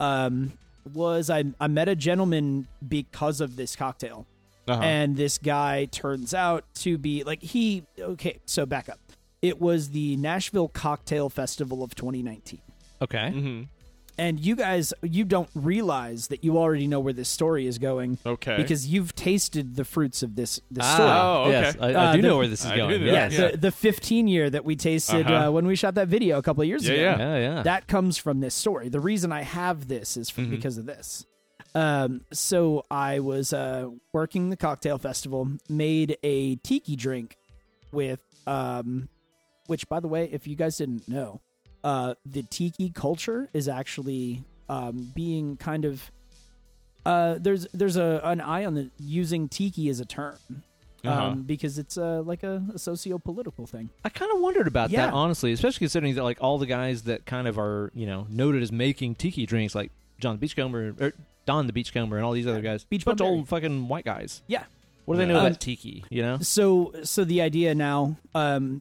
[SPEAKER 3] um, was I I met a gentleman because of this cocktail
[SPEAKER 2] Uh-huh.
[SPEAKER 3] and this guy turns out to be like he okay so back up it was the nashville cocktail festival of 2019
[SPEAKER 1] okay.
[SPEAKER 2] Mhm.
[SPEAKER 3] and you guys you don't realize that you already know where this story is going
[SPEAKER 2] Okay.
[SPEAKER 3] because you've tasted the fruits of this this story
[SPEAKER 1] Ah,
[SPEAKER 2] Oh, okay.
[SPEAKER 1] yes, I, I
[SPEAKER 3] Uh,
[SPEAKER 1] do
[SPEAKER 3] the-
[SPEAKER 1] know where this is
[SPEAKER 2] I
[SPEAKER 1] going.
[SPEAKER 2] do know.
[SPEAKER 1] yes.
[SPEAKER 2] Yeah,
[SPEAKER 3] the, the 15 year that we tasted uh
[SPEAKER 2] Uh-huh.
[SPEAKER 3] when we shot that video a couple of years
[SPEAKER 2] Yeah,
[SPEAKER 3] ago
[SPEAKER 2] yeah.
[SPEAKER 1] yeah, yeah.
[SPEAKER 3] that comes from this story. The reason I have this is from, because of this. Um, so I was uh, working the cocktail festival, made a tiki drink with Um, which, by the way, if you guys didn't know, uh, the tiki culture is actually um, being kind of uh, there's there's a an eye on the using tiki as a term um,
[SPEAKER 2] Uh-huh.
[SPEAKER 3] because it's uh, like a, a socio political thing.
[SPEAKER 1] I kind of wondered about
[SPEAKER 3] Yeah.
[SPEAKER 1] that, honestly, especially considering that like all the guys that kind of are you know noted as making tiki drinks, like John the Beachcomber or Don the Beachcomber, and all these other guys,
[SPEAKER 3] Beach
[SPEAKER 1] bunch of
[SPEAKER 3] Bum
[SPEAKER 1] old fucking white guys.
[SPEAKER 3] Yeah.
[SPEAKER 1] What do they know
[SPEAKER 3] Yeah. Um,
[SPEAKER 1] about tiki? You know,
[SPEAKER 3] So so the idea now, um,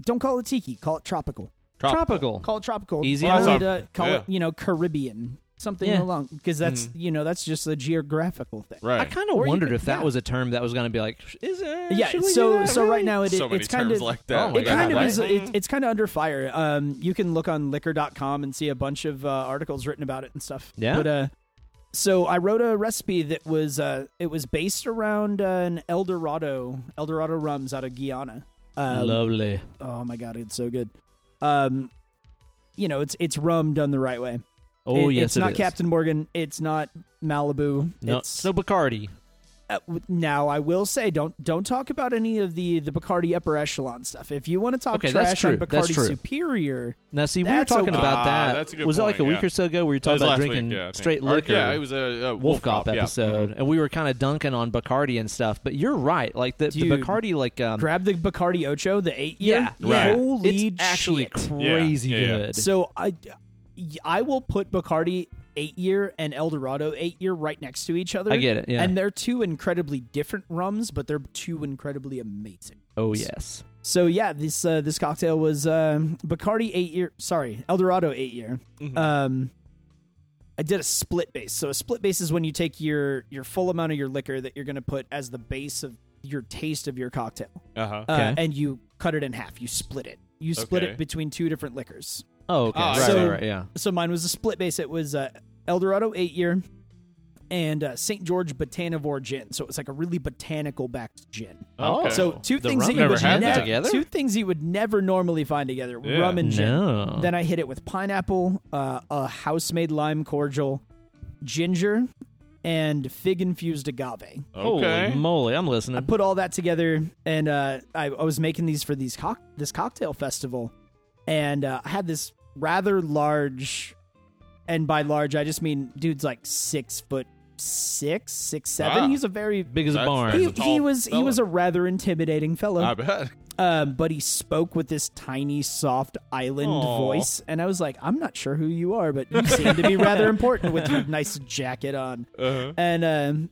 [SPEAKER 3] don't call it tiki, call it tropical.
[SPEAKER 1] tropical.
[SPEAKER 3] Call it tropical.
[SPEAKER 1] Easy
[SPEAKER 3] Call
[SPEAKER 2] enough.
[SPEAKER 3] it, uh, call
[SPEAKER 2] Yeah. Mm-hmm.
[SPEAKER 3] it you know Caribbean something
[SPEAKER 1] Yeah.
[SPEAKER 3] along because that's you know that's just a geographical thing.
[SPEAKER 2] Right.
[SPEAKER 1] I kind of
[SPEAKER 3] Or you
[SPEAKER 1] wondered
[SPEAKER 3] could-
[SPEAKER 1] if that
[SPEAKER 3] yeah.
[SPEAKER 1] was a term that was going to be like, sh- is it?
[SPEAKER 3] Yeah.
[SPEAKER 1] should we do
[SPEAKER 3] So
[SPEAKER 1] that,
[SPEAKER 3] so
[SPEAKER 1] really?
[SPEAKER 3] right now it,
[SPEAKER 2] so many
[SPEAKER 3] it's
[SPEAKER 2] terms
[SPEAKER 3] kind of
[SPEAKER 2] like that.
[SPEAKER 1] Oh my
[SPEAKER 3] it
[SPEAKER 1] God,
[SPEAKER 3] kind of
[SPEAKER 1] right?
[SPEAKER 3] is it, it's kind of under fire um you can look on liquor.com and see a bunch of uh, articles written about it and stuff
[SPEAKER 1] Yeah.
[SPEAKER 3] but uh so i wrote a recipe that was uh it was based around uh, an eldorado eldorado rums out of guyana um,
[SPEAKER 1] Lovely.
[SPEAKER 3] oh my god it's so good um you know it's it's rum done the right way
[SPEAKER 1] Oh
[SPEAKER 3] It-
[SPEAKER 1] yes,
[SPEAKER 3] it's
[SPEAKER 1] it
[SPEAKER 3] not
[SPEAKER 1] is.
[SPEAKER 3] captain morgan it's not malibu
[SPEAKER 1] No,
[SPEAKER 3] it's
[SPEAKER 1] no Bacardi.
[SPEAKER 3] uh, w- now I will say don't don't talk about any of the the Bacardi upper echelon stuff. If you want to talk
[SPEAKER 1] Okay, that's
[SPEAKER 3] trash on
[SPEAKER 1] true.
[SPEAKER 3] Bacardi
[SPEAKER 1] That's true.
[SPEAKER 3] Superior,
[SPEAKER 1] Now, see, we were
[SPEAKER 3] That's
[SPEAKER 1] talking
[SPEAKER 3] okay.
[SPEAKER 1] about
[SPEAKER 2] Ah,
[SPEAKER 1] that.
[SPEAKER 2] that's a good
[SPEAKER 1] was it like a
[SPEAKER 2] point,
[SPEAKER 1] week
[SPEAKER 2] yeah.
[SPEAKER 1] or so ago? We were
[SPEAKER 2] That
[SPEAKER 1] talking
[SPEAKER 2] was
[SPEAKER 1] about
[SPEAKER 2] last week,
[SPEAKER 1] drinking
[SPEAKER 2] yeah, I think.
[SPEAKER 1] straight
[SPEAKER 2] Or-
[SPEAKER 1] liquor.
[SPEAKER 2] yeah, it was a, a
[SPEAKER 1] Wolf Cop
[SPEAKER 2] yeah. Mm-hmm.
[SPEAKER 1] episode, and we were kind of dunking on Bacardi and stuff. But you're right, like the, the
[SPEAKER 3] Dude.
[SPEAKER 1] Bacardi, like um,
[SPEAKER 3] grab the Bacardi Ocho, the eight year.
[SPEAKER 1] yeah,
[SPEAKER 2] Right.
[SPEAKER 1] yeah,
[SPEAKER 3] holy
[SPEAKER 1] it's actually
[SPEAKER 3] shit.
[SPEAKER 1] crazy
[SPEAKER 2] Yeah, yeah, yeah.
[SPEAKER 1] good.
[SPEAKER 3] So I I will put Bacardi eight year and El Dorado eight year right next to each other.
[SPEAKER 1] I get it, yeah.
[SPEAKER 3] and they're two incredibly different rums, but they're two incredibly amazing.
[SPEAKER 1] oh yes,
[SPEAKER 3] So yeah, this uh, this cocktail was um, Bacardi eight year, sorry, Eldorado eight year.
[SPEAKER 1] Mm-hmm.
[SPEAKER 3] Um, I did a split base. So a split base is when you take your your full amount of your liquor that you're going to put as the base of your taste of your cocktail,
[SPEAKER 2] Uh-huh.
[SPEAKER 3] uh,
[SPEAKER 1] Okay.
[SPEAKER 3] and you cut it in half. You split it. You split
[SPEAKER 2] Okay.
[SPEAKER 3] it between two different liquors.
[SPEAKER 1] oh okay,
[SPEAKER 2] Ah,
[SPEAKER 1] right,
[SPEAKER 2] I
[SPEAKER 1] right,
[SPEAKER 3] see.
[SPEAKER 1] right, yeah.
[SPEAKER 3] So mine was a split base. It was uh, Eldorado eight year and uh, St George Botanivore gin. So it was like a really botanical backed gin.
[SPEAKER 2] Okay.
[SPEAKER 3] So two
[SPEAKER 1] The
[SPEAKER 3] things
[SPEAKER 1] rum
[SPEAKER 3] that you
[SPEAKER 2] never
[SPEAKER 3] would
[SPEAKER 2] had
[SPEAKER 3] never,
[SPEAKER 2] that
[SPEAKER 1] together?
[SPEAKER 3] two things you would never normally find together:
[SPEAKER 2] Yeah.
[SPEAKER 3] rum and gin.
[SPEAKER 1] No,
[SPEAKER 3] Then I hit it with pineapple, uh, a house-made lime cordial, ginger, and fig-infused agave.
[SPEAKER 2] okay.
[SPEAKER 1] holy moly, I'm
[SPEAKER 3] I
[SPEAKER 1] listening.
[SPEAKER 3] put all that together, and uh, I, I was making these for these cock- this cocktail festival, and uh, I had this rather large, and by large I just mean dude's like six foot six, six seven.
[SPEAKER 2] Wow.
[SPEAKER 3] He's a very
[SPEAKER 1] Big as a
[SPEAKER 2] That's-
[SPEAKER 1] barn.
[SPEAKER 3] he,
[SPEAKER 2] a tall
[SPEAKER 3] he was he
[SPEAKER 2] fella. Ah.
[SPEAKER 3] was a rather intimidating fellow
[SPEAKER 2] I bet.
[SPEAKER 3] um, but he spoke with this tiny, soft island
[SPEAKER 2] Aw.
[SPEAKER 3] voice, and I was like, "I'm not sure who you are, but you seem to be rather important with your nice jacket on."
[SPEAKER 2] Uh-huh.
[SPEAKER 3] And um,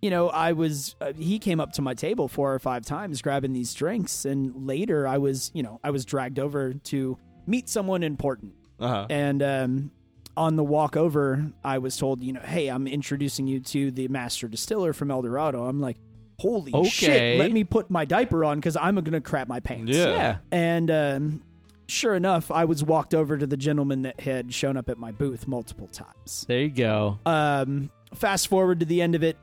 [SPEAKER 3] you know, I was uh, he came up to my table four or five times grabbing these drinks, and later I was, you know, I was dragged over to meet someone important,
[SPEAKER 2] Uh-huh.
[SPEAKER 3] and um, on the walk over, I was told, you know, hey, I'm introducing you to the master distiller from El Dorado. I'm like, holy
[SPEAKER 1] Okay.
[SPEAKER 3] shit, let me put my diaper on because I'm going to crap my pants.
[SPEAKER 2] Yeah.
[SPEAKER 1] yeah,
[SPEAKER 3] And um, sure enough, I was walked over to the gentleman that had shown up at my booth multiple times.
[SPEAKER 1] there you go.
[SPEAKER 3] Um, fast forward to the end of it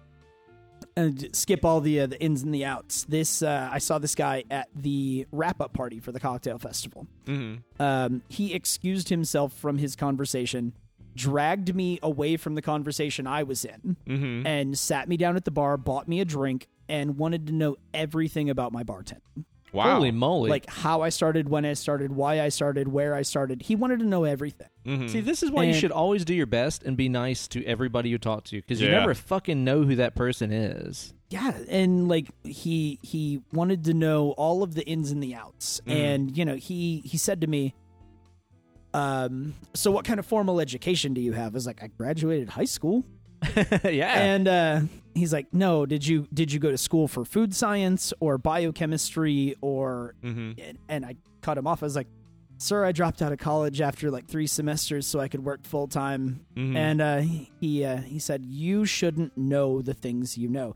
[SPEAKER 3] and skip all the uh, the ins and the outs. This uh, I saw this guy at the wrap up party for the cocktail festival
[SPEAKER 2] Mhm.
[SPEAKER 3] um, he excused himself from his conversation, dragged me away from the conversation I was in,
[SPEAKER 2] Mhm.
[SPEAKER 3] and sat me down at the bar, bought me a drink, and wanted to know everything about my bartending.
[SPEAKER 2] Wow.
[SPEAKER 1] Holy moly!
[SPEAKER 3] Like how I started, when I started, why I started, where I started. He wanted to know everything.
[SPEAKER 2] Mhm.
[SPEAKER 1] See, this is why you
[SPEAKER 3] And-
[SPEAKER 1] should always do your best and be nice to everybody you talk to because you
[SPEAKER 2] Yeah.
[SPEAKER 1] never fucking know who that person is.
[SPEAKER 3] Yeah, and like he he wanted to know all of the ins and the outs. And you know, he he said to me um, so what kind of formal education do you have? I was like, I graduated high school.
[SPEAKER 1] yeah.
[SPEAKER 3] and uh, he's like, "No, did you did you go to school for food science or biochemistry or?"
[SPEAKER 2] Mhm.
[SPEAKER 3] And, and I cut him off. I was like, "Sir, I dropped out of college after like three semesters so I could work full time."
[SPEAKER 2] Mhm.
[SPEAKER 3] And uh, he uh, he said, "You shouldn't know the things you know."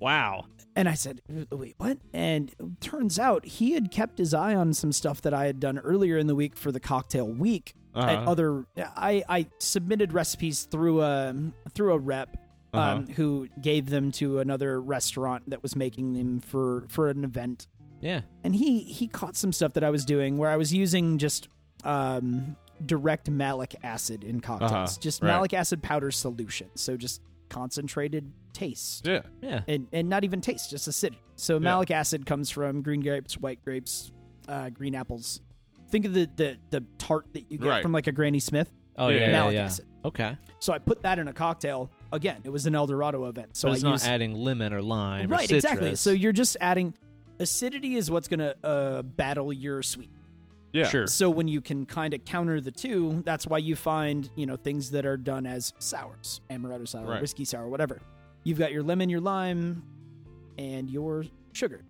[SPEAKER 1] wow.
[SPEAKER 3] And I said, "Wait, what?" And turns out he had kept his eye on some stuff that I had done earlier in the week for the cocktail week at
[SPEAKER 2] Uh-huh.
[SPEAKER 3] other I, I submitted recipes through a through a rep um,
[SPEAKER 2] Uh-huh.
[SPEAKER 3] who gave them to another restaurant that was making them for for an event
[SPEAKER 1] Yeah.
[SPEAKER 3] and he he caught some stuff that I was doing where I was using just um, direct malic acid in cocktails
[SPEAKER 2] Uh-huh,
[SPEAKER 3] just
[SPEAKER 2] right.
[SPEAKER 3] malic acid powder solution so just concentrated taste
[SPEAKER 2] Yeah.
[SPEAKER 1] Yeah.
[SPEAKER 3] and and not even taste, just acidity. So malic acid comes from green grapes, white grapes, uh, green apples. Think of the, the the tart that you get
[SPEAKER 2] Right.
[SPEAKER 3] from like a Granny Smith.
[SPEAKER 1] Oh yeah.
[SPEAKER 2] Yeah.
[SPEAKER 1] yeah,
[SPEAKER 3] malic
[SPEAKER 1] yeah.
[SPEAKER 3] acid.
[SPEAKER 1] Okay.
[SPEAKER 3] So I put that in a cocktail. Again, it was an El Dorado event, so
[SPEAKER 1] So it's
[SPEAKER 3] I
[SPEAKER 1] not
[SPEAKER 3] used
[SPEAKER 1] adding lemon or lime. or
[SPEAKER 3] right exactly.
[SPEAKER 1] citrus.
[SPEAKER 3] So you're just adding acidity is what's gonna uh, battle your sweet.
[SPEAKER 2] Yeah.
[SPEAKER 1] sure.
[SPEAKER 3] So when you can kind of counter the two, that's why you find you know things that are done as sours, amaretto sour,
[SPEAKER 2] Right.
[SPEAKER 3] whiskey sour, whatever. You've got your lemon, your lime, and your sugar,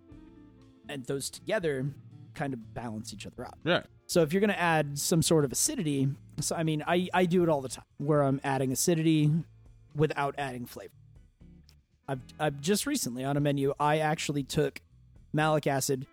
[SPEAKER 3] and those together kind of balance each other out.
[SPEAKER 2] Yeah.
[SPEAKER 3] So if you're going to add some sort of acidity, so I mean, I, I do it all the time where I'm adding acidity without adding flavor. I've, I've just recently on a menu, I actually took malic acid,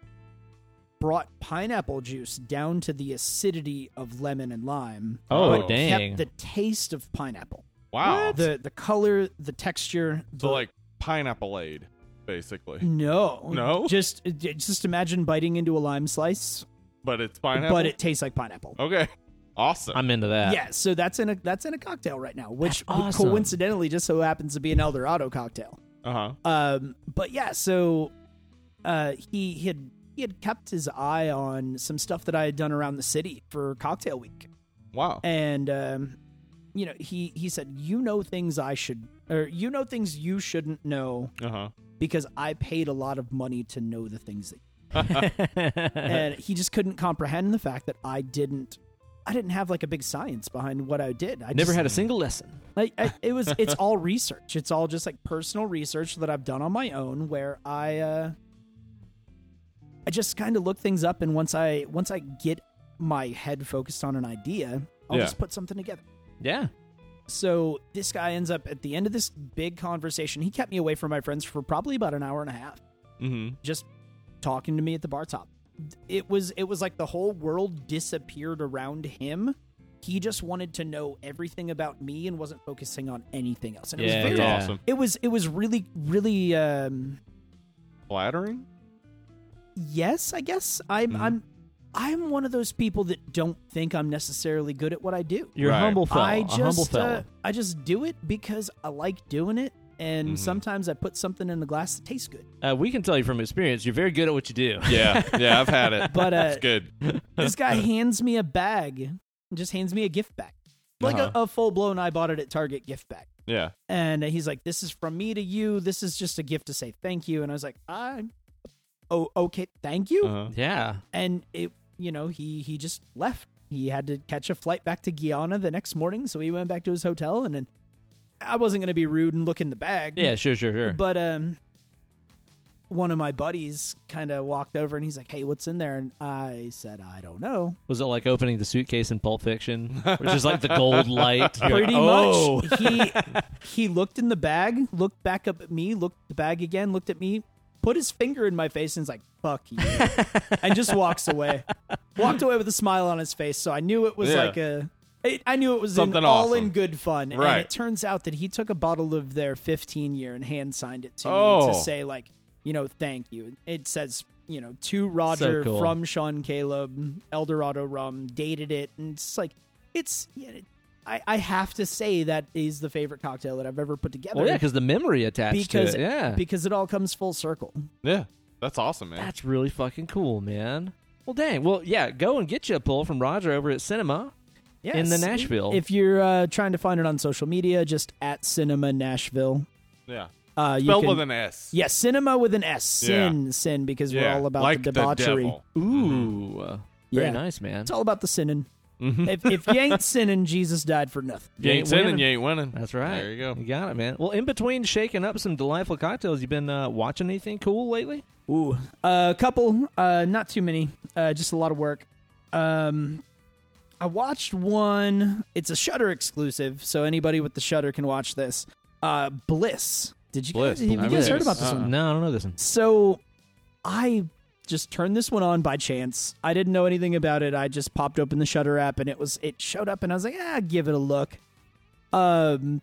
[SPEAKER 3] brought pineapple juice down to the acidity of lemon and lime.
[SPEAKER 1] Oh,
[SPEAKER 2] Oh.
[SPEAKER 1] dang.
[SPEAKER 3] Kept the taste of pineapple.
[SPEAKER 2] Wow.
[SPEAKER 3] The the color, the texture.
[SPEAKER 2] So
[SPEAKER 3] the- Mm.
[SPEAKER 2] like pineapple aid, basically.
[SPEAKER 3] no,
[SPEAKER 2] No?
[SPEAKER 3] Just just imagine biting into a lime slice,
[SPEAKER 2] But it's pineapple.
[SPEAKER 3] but it tastes like pineapple.
[SPEAKER 2] Okay. Awesome.
[SPEAKER 1] I'm into that.
[SPEAKER 3] Yeah, so that's in a that's in a cocktail right now, which
[SPEAKER 1] That's awesome.
[SPEAKER 3] coincidentally just so happens to be an El Dorado cocktail.
[SPEAKER 2] Uh huh.
[SPEAKER 3] Um, but yeah, so uh, he, he had he had kept his eye on some stuff that I had done around the city for cocktail week,
[SPEAKER 2] Wow.
[SPEAKER 3] and um, you know he he said, "You know things I should, or you know things you shouldn't know
[SPEAKER 2] Uh huh.
[SPEAKER 3] because I paid a lot of money to know the things that."
[SPEAKER 1] Uh-huh.
[SPEAKER 3] and he just couldn't comprehend the fact that I didn't. I didn't have like a big science behind what I did. I
[SPEAKER 1] Never
[SPEAKER 3] just,
[SPEAKER 1] had a single lesson.
[SPEAKER 3] like I, it was it's all research it's all just like personal research that i've done on my own where i uh i just kind of look things up and once i once i get my head focused on an idea i'll
[SPEAKER 2] Yeah.
[SPEAKER 3] just put something together
[SPEAKER 1] Yeah.
[SPEAKER 3] so this guy ends up at the end of this big conversation he kept me away from my friends for probably about an hour and a half
[SPEAKER 2] Mm
[SPEAKER 3] just talking to me at the bar top it was it was like the whole world disappeared around him he just wanted to know everything about me and wasn't focusing on anything else and it
[SPEAKER 1] Yeah,
[SPEAKER 3] was very
[SPEAKER 2] That's
[SPEAKER 1] yeah.
[SPEAKER 2] awesome.
[SPEAKER 3] it was it was really really um
[SPEAKER 2] Flattering.
[SPEAKER 3] yes i guess i'm
[SPEAKER 1] Mm-hmm.
[SPEAKER 2] Mhm.
[SPEAKER 3] i'm i'm one of those people that don't think i'm necessarily good at what i do
[SPEAKER 1] You're a
[SPEAKER 2] Right.
[SPEAKER 1] humble fellow.
[SPEAKER 3] i
[SPEAKER 1] a humble
[SPEAKER 3] just
[SPEAKER 1] fellow.
[SPEAKER 3] uh, i just do it because i like doing it and
[SPEAKER 1] Mm-hmm.
[SPEAKER 2] Mhm.
[SPEAKER 3] sometimes i put something in the glass that tastes good
[SPEAKER 1] Uh, we can tell you from experience, you're very good at what you do.
[SPEAKER 2] Yeah. Yeah. I've had it.
[SPEAKER 3] But, uh,
[SPEAKER 2] it's good.
[SPEAKER 3] this guy hands me a bag and just hands me a gift bag like
[SPEAKER 1] Uh-huh.
[SPEAKER 3] a, a full-blown i bought it at target gift bag
[SPEAKER 2] Yeah.
[SPEAKER 3] and he's like this is from me to you this is just a gift to say thank you and i was like i oh okay thank you
[SPEAKER 2] Uh
[SPEAKER 1] Uh-huh.
[SPEAKER 2] huh.
[SPEAKER 1] Yeah.
[SPEAKER 3] and it you know he he just left he had to catch a flight back to guyana the next morning so he went back to his hotel and then i wasn't going to be rude and look in the bag
[SPEAKER 1] Yeah, sure, sure, sure.
[SPEAKER 3] but um one of my buddies kind of walked over and he's like hey what's in there and i said i don't know
[SPEAKER 1] Was it like opening the suitcase in Pulp Fiction, which is like the gold light? You're like,
[SPEAKER 3] pretty
[SPEAKER 1] "Oh."
[SPEAKER 3] much he he looked in the bag looked back up at me looked at the bag again looked at me put his finger in my face and is like fuck you and just walks away walked away with a smile on his face so i knew it was
[SPEAKER 2] Yeah.
[SPEAKER 3] like a it, i knew it was in-
[SPEAKER 2] Something
[SPEAKER 3] all
[SPEAKER 2] awesome.
[SPEAKER 3] in good fun and
[SPEAKER 2] Right.
[SPEAKER 3] it turns out that he took a bottle of their 15 year and hand signed it to me
[SPEAKER 2] Oh.
[SPEAKER 3] to say like you know thank you it says you know to roger
[SPEAKER 1] cool.
[SPEAKER 3] from sean caleb eldorado rum dated it and it's like it's yeah, it- I, I have to say that is the favorite cocktail that I've ever put together.
[SPEAKER 1] Well, Oh, yeah, because the memory attached
[SPEAKER 3] because
[SPEAKER 1] to it. Yeah.
[SPEAKER 3] because it all comes full circle.
[SPEAKER 2] Yeah. That's awesome, man.
[SPEAKER 1] That's really fucking cool, man. Well, dang. Well, yeah, go and get you a pull from Roger over at Cinema.
[SPEAKER 3] Yes.
[SPEAKER 1] the Nashville.
[SPEAKER 3] If you're uh, trying to find it on social media, just at Cinema Nashville.
[SPEAKER 2] yeah.
[SPEAKER 3] Uh, you
[SPEAKER 2] Spelled
[SPEAKER 3] can-
[SPEAKER 2] with an S.
[SPEAKER 3] yeah, cinema with an S. Sin, sin, because
[SPEAKER 2] Yeah.
[SPEAKER 3] we're all about
[SPEAKER 2] like
[SPEAKER 3] the debauchery.
[SPEAKER 2] devil.
[SPEAKER 1] Ooh. Very
[SPEAKER 3] Yeah.
[SPEAKER 1] nice, man.
[SPEAKER 3] It's all about the sinning.
[SPEAKER 2] Mm-hmm.
[SPEAKER 3] if, if you ain't sinning, Jesus died for nothing.
[SPEAKER 2] You ain't
[SPEAKER 1] ain't
[SPEAKER 2] sinning,
[SPEAKER 1] winning.
[SPEAKER 2] you ain't winning.
[SPEAKER 1] That's right.
[SPEAKER 2] There you go.
[SPEAKER 1] You got it, man. Well, in between shaking up some delightful cocktails, you been uh, watching anything cool lately?
[SPEAKER 3] Ooh, a couple, uh, not too many, uh, just a lot of work. Um, I watched one. It's a Shutter exclusive, so anybody with the Shutter can watch this. Uh, Bliss. Did you
[SPEAKER 2] Bliss.
[SPEAKER 3] guys, have you
[SPEAKER 2] I've
[SPEAKER 3] guys
[SPEAKER 2] heard
[SPEAKER 3] heard
[SPEAKER 2] of
[SPEAKER 3] about this
[SPEAKER 2] this.
[SPEAKER 3] one?
[SPEAKER 2] Uh-uh.
[SPEAKER 1] No, I don't know this one.
[SPEAKER 3] So, I just turned this one on by chance. I didn't know anything about it. I just popped open the Shutter app, and it was it showed up, and I was like, ah, give it a look. Um,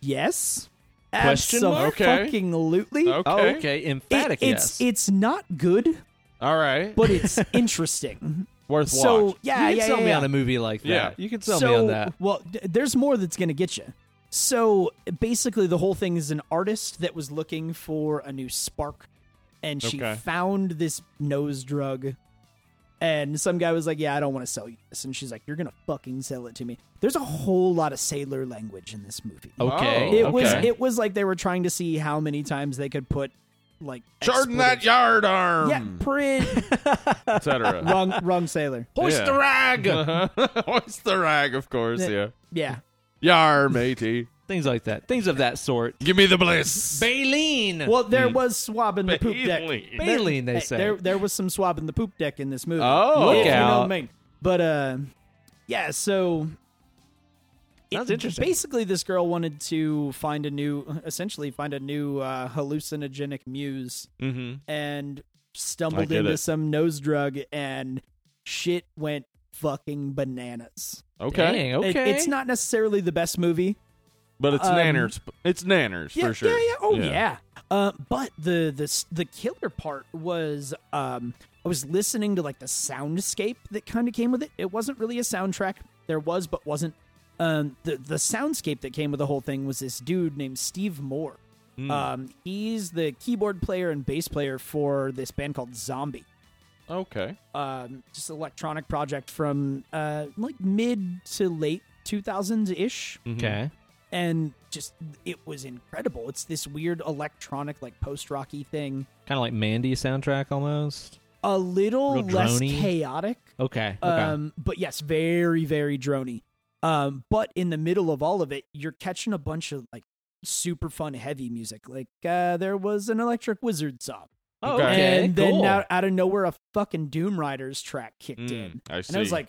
[SPEAKER 3] yes.
[SPEAKER 1] Question mark?
[SPEAKER 2] Okay.
[SPEAKER 3] Absolutely.
[SPEAKER 2] Okay.
[SPEAKER 1] Oh, okay. Emphatic
[SPEAKER 3] It-
[SPEAKER 1] yes.
[SPEAKER 3] It's it's not good,
[SPEAKER 2] All right.
[SPEAKER 3] but it's interesting.
[SPEAKER 2] Worth
[SPEAKER 3] so
[SPEAKER 2] watch.
[SPEAKER 3] yeah,
[SPEAKER 1] you can
[SPEAKER 3] yeah,
[SPEAKER 1] sell
[SPEAKER 3] yeah,
[SPEAKER 1] me
[SPEAKER 3] yeah.
[SPEAKER 1] on a movie like that.
[SPEAKER 2] Yeah.
[SPEAKER 1] You can sell
[SPEAKER 3] so,
[SPEAKER 1] me on that.
[SPEAKER 3] Well, d- there's more that's gonna get you. So basically, the whole thing is an artist that was looking for a new spark, and she
[SPEAKER 2] Okay.
[SPEAKER 3] found this nose drug. And some guy was like, "Yeah, I don't want to sell you this," and she's like, "You're gonna fucking sell it to me." There's a whole lot of sailor language in this movie.
[SPEAKER 1] Okay.
[SPEAKER 3] it was
[SPEAKER 1] Oh, okay.
[SPEAKER 3] it was like they were trying to see how many times they could put like
[SPEAKER 2] Charging that
[SPEAKER 3] expletives-
[SPEAKER 2] yard arm,
[SPEAKER 3] yeah, pretty
[SPEAKER 2] etc.
[SPEAKER 3] wrong wrong sailor.
[SPEAKER 1] Hoist
[SPEAKER 2] Yeah.
[SPEAKER 1] the rag.
[SPEAKER 2] Uh-huh. Hoist the rag, of course. Yeah,
[SPEAKER 3] Yeah,
[SPEAKER 2] yar, matey,
[SPEAKER 1] Things like that. Things of that sort.
[SPEAKER 2] give me the bliss.
[SPEAKER 1] Baleen.
[SPEAKER 3] Well, there was swab in the poop deck.
[SPEAKER 2] Baleen.
[SPEAKER 3] There-
[SPEAKER 1] Baleen, they
[SPEAKER 3] hey,
[SPEAKER 1] say.
[SPEAKER 3] There, there was some swab in the poop deck in this movie.
[SPEAKER 2] Oh. Look
[SPEAKER 3] If you know
[SPEAKER 1] out.
[SPEAKER 3] what I mean. But uh, yeah. So
[SPEAKER 1] That's
[SPEAKER 3] it-
[SPEAKER 1] interesting.
[SPEAKER 3] Basically, this girl wanted to find a new, essentially find a new uh, hallucinogenic muse,
[SPEAKER 2] Mm-hmm.
[SPEAKER 3] and
[SPEAKER 2] I
[SPEAKER 3] stumbled
[SPEAKER 2] get
[SPEAKER 3] into
[SPEAKER 2] it.
[SPEAKER 3] some nose drug, and shit went fucking bananas.
[SPEAKER 2] Okay,
[SPEAKER 1] Dang,
[SPEAKER 3] It-
[SPEAKER 1] okay.
[SPEAKER 3] it's not necessarily the best movie,
[SPEAKER 2] but it's
[SPEAKER 3] Um,
[SPEAKER 2] nanners. It's nanners
[SPEAKER 3] yeah,
[SPEAKER 2] for sure.
[SPEAKER 3] Yeah, yeah. Oh yeah. Uh, but the the s- the killer part was um, I was listening to like the soundscape that kind of came with it. It wasn't really a soundtrack. There was, but wasn't. Um, the the soundscape that came with the whole thing was this dude named Steve Moore.
[SPEAKER 2] Hmm.
[SPEAKER 3] Um, he's the keyboard player and bass player for this band called Zombie
[SPEAKER 2] Okay.
[SPEAKER 3] um, just electronic project from uh, like mid to late 2000s ish
[SPEAKER 2] Mm-hmm.
[SPEAKER 1] Mm-hmm. okay.
[SPEAKER 3] and just it was incredible. It's this weird electronic, like post rocky thing,
[SPEAKER 1] Kind of like Mandy soundtrack almost.
[SPEAKER 3] a little
[SPEAKER 1] Real
[SPEAKER 3] less
[SPEAKER 1] drony.
[SPEAKER 3] chaotic,
[SPEAKER 1] Okay. Okay.
[SPEAKER 3] um, but yes, very very drony. Um, but in the middle of all of it, you're catching a bunch of like super fun heavy music. Like uh, there was an Electric Wizard song,
[SPEAKER 1] oh,
[SPEAKER 2] okay.
[SPEAKER 1] okay.
[SPEAKER 3] and
[SPEAKER 1] cool.
[SPEAKER 3] then out, out of nowhere, a fucking Doom Riders track kicked
[SPEAKER 1] Hmm.
[SPEAKER 3] in.
[SPEAKER 2] Mm, I see.
[SPEAKER 3] And I was like,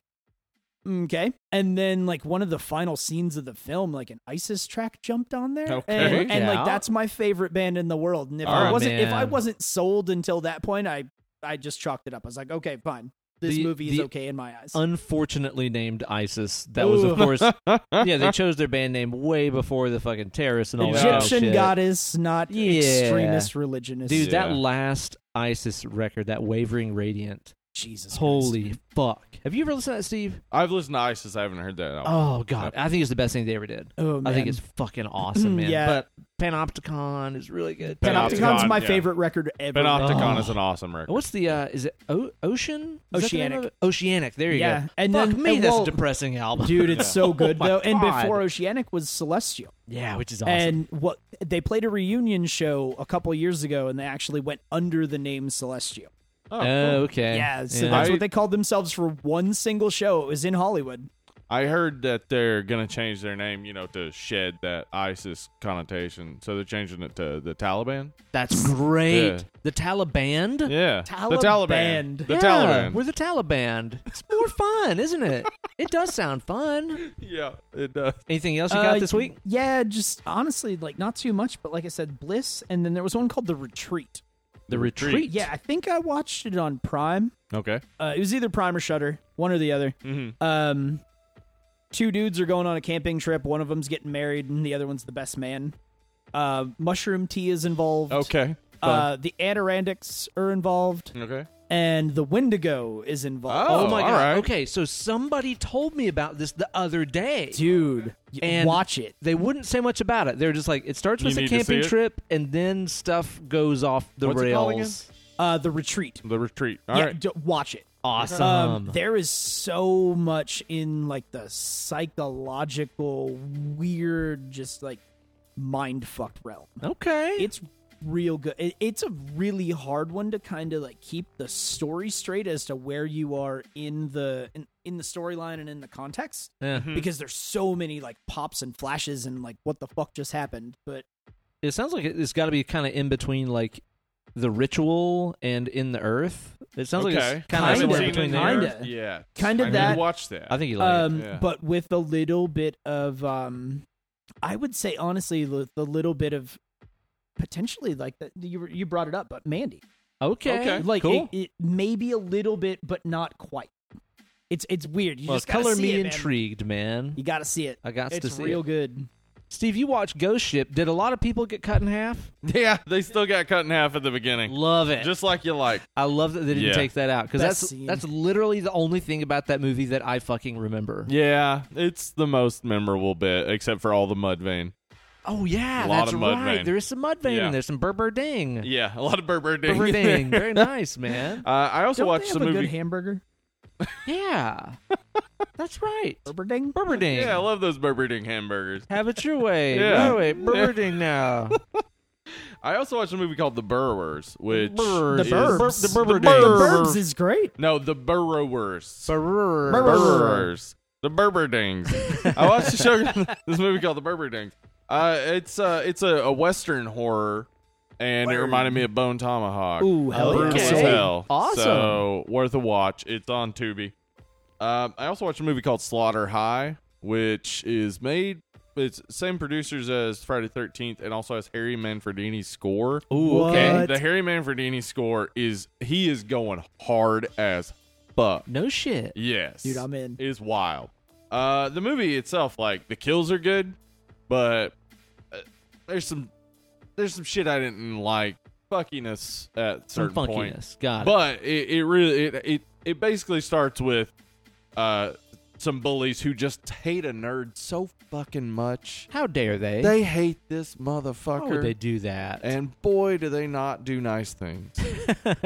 [SPEAKER 3] "Mm, okay. And then like one of the final scenes of the film, like an ISIS track jumped on there.
[SPEAKER 2] Okay.
[SPEAKER 3] And, and,
[SPEAKER 1] Yeah.
[SPEAKER 3] like that's my favorite band in the world. And if I
[SPEAKER 1] Oh,
[SPEAKER 3] wasn't if I
[SPEAKER 1] man.
[SPEAKER 3] wasn't sold until that point, I I just chalked it up. I was like, okay, fine. This
[SPEAKER 1] The-
[SPEAKER 3] movie is
[SPEAKER 1] the-
[SPEAKER 3] okay in my eyes.
[SPEAKER 1] unfortunately named ISIS. That was, of
[SPEAKER 3] Ooh.
[SPEAKER 1] course, yeah. They chose their band name way before the fucking terrorists and all that. other
[SPEAKER 3] Egyptian
[SPEAKER 1] shit.
[SPEAKER 3] goddess, not
[SPEAKER 1] Yeah.
[SPEAKER 3] extremist religionist.
[SPEAKER 1] dude. That
[SPEAKER 2] Yeah.
[SPEAKER 1] last ISIS record, that Wavering Radiant.
[SPEAKER 3] Jesus. Christ.
[SPEAKER 1] Holy fuck! Have you ever listened to that, Steve?
[SPEAKER 2] I've listened to ISIS. I haven't heard that. Album.
[SPEAKER 1] Oh god, I think it's the best thing they ever did.
[SPEAKER 3] Oh,
[SPEAKER 1] I think
[SPEAKER 3] man. Mm,
[SPEAKER 1] it's fucking awesome, man.
[SPEAKER 3] Yeah.
[SPEAKER 1] But Panopticon is really good. too.
[SPEAKER 2] Panopticon.
[SPEAKER 3] Panopticon's my
[SPEAKER 2] yeah.
[SPEAKER 3] favorite record ever.
[SPEAKER 2] Panopticon
[SPEAKER 1] Oh.
[SPEAKER 2] is an awesome record.
[SPEAKER 1] And What's the uh is it o- Ocean? Is that the name
[SPEAKER 3] Oceanic.
[SPEAKER 1] of it? Oceanic. There you
[SPEAKER 3] Yeah,
[SPEAKER 1] go.
[SPEAKER 3] and
[SPEAKER 1] Fuck
[SPEAKER 3] then-
[SPEAKER 1] me,
[SPEAKER 3] and
[SPEAKER 1] that's
[SPEAKER 3] well-
[SPEAKER 1] a depressing album. Oh
[SPEAKER 3] Dude, it's so good
[SPEAKER 1] my
[SPEAKER 3] though. And
[SPEAKER 1] God.
[SPEAKER 3] before Oceanic was Celestial.
[SPEAKER 1] yeah, which is awesome.
[SPEAKER 3] And what they played a reunion show a couple years ago, and they actually went under the name Celestial.
[SPEAKER 2] Oh,
[SPEAKER 1] oh,
[SPEAKER 2] cool.
[SPEAKER 1] okay.
[SPEAKER 3] Yeah, so
[SPEAKER 1] Yeah.
[SPEAKER 3] that's
[SPEAKER 2] I-
[SPEAKER 3] what they called themselves for one single show. It was in Hollywood.
[SPEAKER 2] I heard that they're gonna change their name, you know, to shed that ISIS connotation. So they're changing it to the Taliban.
[SPEAKER 1] That's great.
[SPEAKER 2] Yeah.
[SPEAKER 1] The Taliban.
[SPEAKER 2] Yeah, the
[SPEAKER 3] Taliban.
[SPEAKER 2] Taliban. The
[SPEAKER 1] yeah,
[SPEAKER 2] Taliban.
[SPEAKER 1] We're the Taliban. It's more fun, isn't it? It does sound fun.
[SPEAKER 2] yeah, it does.
[SPEAKER 1] Anything else you got
[SPEAKER 3] Uh,
[SPEAKER 1] this week?
[SPEAKER 3] Yeah, just honestly, like not too much, but like I said, Bliss, and then there was one called The Retreat.
[SPEAKER 1] The
[SPEAKER 2] Retreat.
[SPEAKER 1] retreat.
[SPEAKER 3] Yeah, I think I watched it on Prime.
[SPEAKER 2] Okay.
[SPEAKER 3] Uh, it was either Prime or Shutter, one or the other. Um, two dudes are going on a camping trip. One of them's getting married, and the other one's the best man. Uh, mushroom tea is involved.
[SPEAKER 2] Okay.
[SPEAKER 3] Uh, the Adirondacks are involved,
[SPEAKER 2] okay.
[SPEAKER 3] and the Wendigo is involved.
[SPEAKER 1] Oh,
[SPEAKER 2] Oh,
[SPEAKER 1] my
[SPEAKER 2] all
[SPEAKER 1] god.
[SPEAKER 2] right.
[SPEAKER 1] Okay, so somebody told me about this the other day.
[SPEAKER 3] dude, y-
[SPEAKER 1] And-
[SPEAKER 3] watch it.
[SPEAKER 1] They wouldn't say much about it. They're just like it starts
[SPEAKER 2] You
[SPEAKER 1] with a
[SPEAKER 2] need to see
[SPEAKER 1] camping
[SPEAKER 2] it?
[SPEAKER 1] trip and then stuff goes off the
[SPEAKER 2] What's it called
[SPEAKER 1] rails.
[SPEAKER 3] Uh, the Retreat.
[SPEAKER 2] The retreat. All
[SPEAKER 3] yeah,
[SPEAKER 2] right.
[SPEAKER 3] d- watch it.
[SPEAKER 1] Awesome.
[SPEAKER 3] Um, there is so much in like the psychological, weird, just like mind fucked realm.
[SPEAKER 1] okay.
[SPEAKER 3] It's real good. It, it's a really hard one to kind of like keep the story straight as to where you are in the in, in the storyline and in the context.
[SPEAKER 1] Yeah.
[SPEAKER 3] because there's so many like pops and flashes and like what the fuck just happened. But
[SPEAKER 1] It sounds like it- it's got to be kind of in between like the ritual and in the earth. It sounds like
[SPEAKER 2] okay.
[SPEAKER 1] it's kind of somewhere
[SPEAKER 3] Seen
[SPEAKER 1] between
[SPEAKER 3] in
[SPEAKER 1] there.
[SPEAKER 3] the
[SPEAKER 2] there.
[SPEAKER 3] Earth. Kinda.
[SPEAKER 2] Yeah.
[SPEAKER 3] kind
[SPEAKER 2] I
[SPEAKER 3] of
[SPEAKER 2] need
[SPEAKER 3] that,
[SPEAKER 2] to watch that.
[SPEAKER 1] I think you like it.
[SPEAKER 3] um,
[SPEAKER 2] yeah.
[SPEAKER 3] but with a little bit of, um, I would say honestly, the, the little bit of potentially like that you were- you brought it up, but Mandy,
[SPEAKER 1] Okay.
[SPEAKER 2] okay,
[SPEAKER 3] like
[SPEAKER 1] cool.
[SPEAKER 3] it, it maybe a little bit, but not quite. It's it's weird. You
[SPEAKER 1] well,
[SPEAKER 3] just gotta
[SPEAKER 1] color
[SPEAKER 3] see
[SPEAKER 1] me
[SPEAKER 3] it, man.
[SPEAKER 1] intrigued, man.
[SPEAKER 3] You got to see it.
[SPEAKER 1] I got
[SPEAKER 3] It's
[SPEAKER 1] to see
[SPEAKER 3] real
[SPEAKER 1] it.
[SPEAKER 3] good.
[SPEAKER 1] Steve, you watched Ghost Ship. Did a lot of people get cut in half?
[SPEAKER 2] Yeah, they still got cut in half at the beginning,
[SPEAKER 1] Love it.
[SPEAKER 2] just like you like.
[SPEAKER 1] I love that they didn't
[SPEAKER 2] Yeah.
[SPEAKER 1] take that out because
[SPEAKER 3] Best
[SPEAKER 1] that's
[SPEAKER 3] scene.
[SPEAKER 1] that's literally the only thing about that movie that I fucking remember.
[SPEAKER 2] Yeah, it's the most memorable bit, except for all the mud vein.
[SPEAKER 1] Oh yeah,
[SPEAKER 2] A lot
[SPEAKER 1] that's
[SPEAKER 2] of mud
[SPEAKER 1] right.
[SPEAKER 2] vein.
[SPEAKER 1] There is some mud vein
[SPEAKER 2] Yeah.
[SPEAKER 1] in there, some Berber ding.
[SPEAKER 2] Yeah, a lot of Berber ding.
[SPEAKER 1] Berber ding. Very nice, man.
[SPEAKER 2] Uh, I also
[SPEAKER 3] Don't
[SPEAKER 2] watched
[SPEAKER 3] they have
[SPEAKER 2] some
[SPEAKER 3] a
[SPEAKER 2] movie.
[SPEAKER 3] good hamburger?
[SPEAKER 1] Yeah. that's right.
[SPEAKER 3] Burger ding?
[SPEAKER 1] Berber ding.
[SPEAKER 2] yeah, I love those Berber ding hamburgers.
[SPEAKER 1] Have it your way.
[SPEAKER 2] Yeah.
[SPEAKER 1] Your way. Berber ding now.
[SPEAKER 2] I also watched a movie called The Burrowers, which
[SPEAKER 1] Burrs.
[SPEAKER 3] The
[SPEAKER 2] is-
[SPEAKER 3] Burbs.
[SPEAKER 1] The Berber
[SPEAKER 2] Berber Ding.
[SPEAKER 3] The
[SPEAKER 1] ding.
[SPEAKER 3] Burbs is great.
[SPEAKER 2] No, The Burrowers.
[SPEAKER 1] Berber.
[SPEAKER 3] Berber.
[SPEAKER 2] Berberers. The Berberdings. I watched a show this movie called The Berberdings. Uh it's uh it's a, a western horror and it reminded me of Bone Tomahawk.
[SPEAKER 3] Ooh, hell
[SPEAKER 2] Brutal
[SPEAKER 1] yeah.
[SPEAKER 2] as
[SPEAKER 1] Okay.
[SPEAKER 2] hell.
[SPEAKER 1] Awesome.
[SPEAKER 2] So worth a watch. It's on Tubi. Um, I also watched a movie called Slaughter High, which is made it's same producers as Friday thirteenth and also has Harry Manfredini's score.
[SPEAKER 1] Ooh, okay.
[SPEAKER 3] What?
[SPEAKER 2] The Harry Manfredini score is he is going hard as fuck.
[SPEAKER 1] No shit.
[SPEAKER 2] Yes.
[SPEAKER 3] Dude, I'm in.
[SPEAKER 2] It is wild. Uh, the movie itself, like the kills are good, but uh, there's some there's some shit I didn't like. Fuckiness at
[SPEAKER 1] Some
[SPEAKER 2] certain point.
[SPEAKER 1] funkiness. Got it.
[SPEAKER 2] But it, it really it, it it basically starts with uh some bullies who just hate a nerd so fucking much.
[SPEAKER 1] How dare they?
[SPEAKER 2] They hate this
[SPEAKER 1] How
[SPEAKER 2] motherfucker.
[SPEAKER 1] would they do that?
[SPEAKER 2] and boy do they not do nice things. But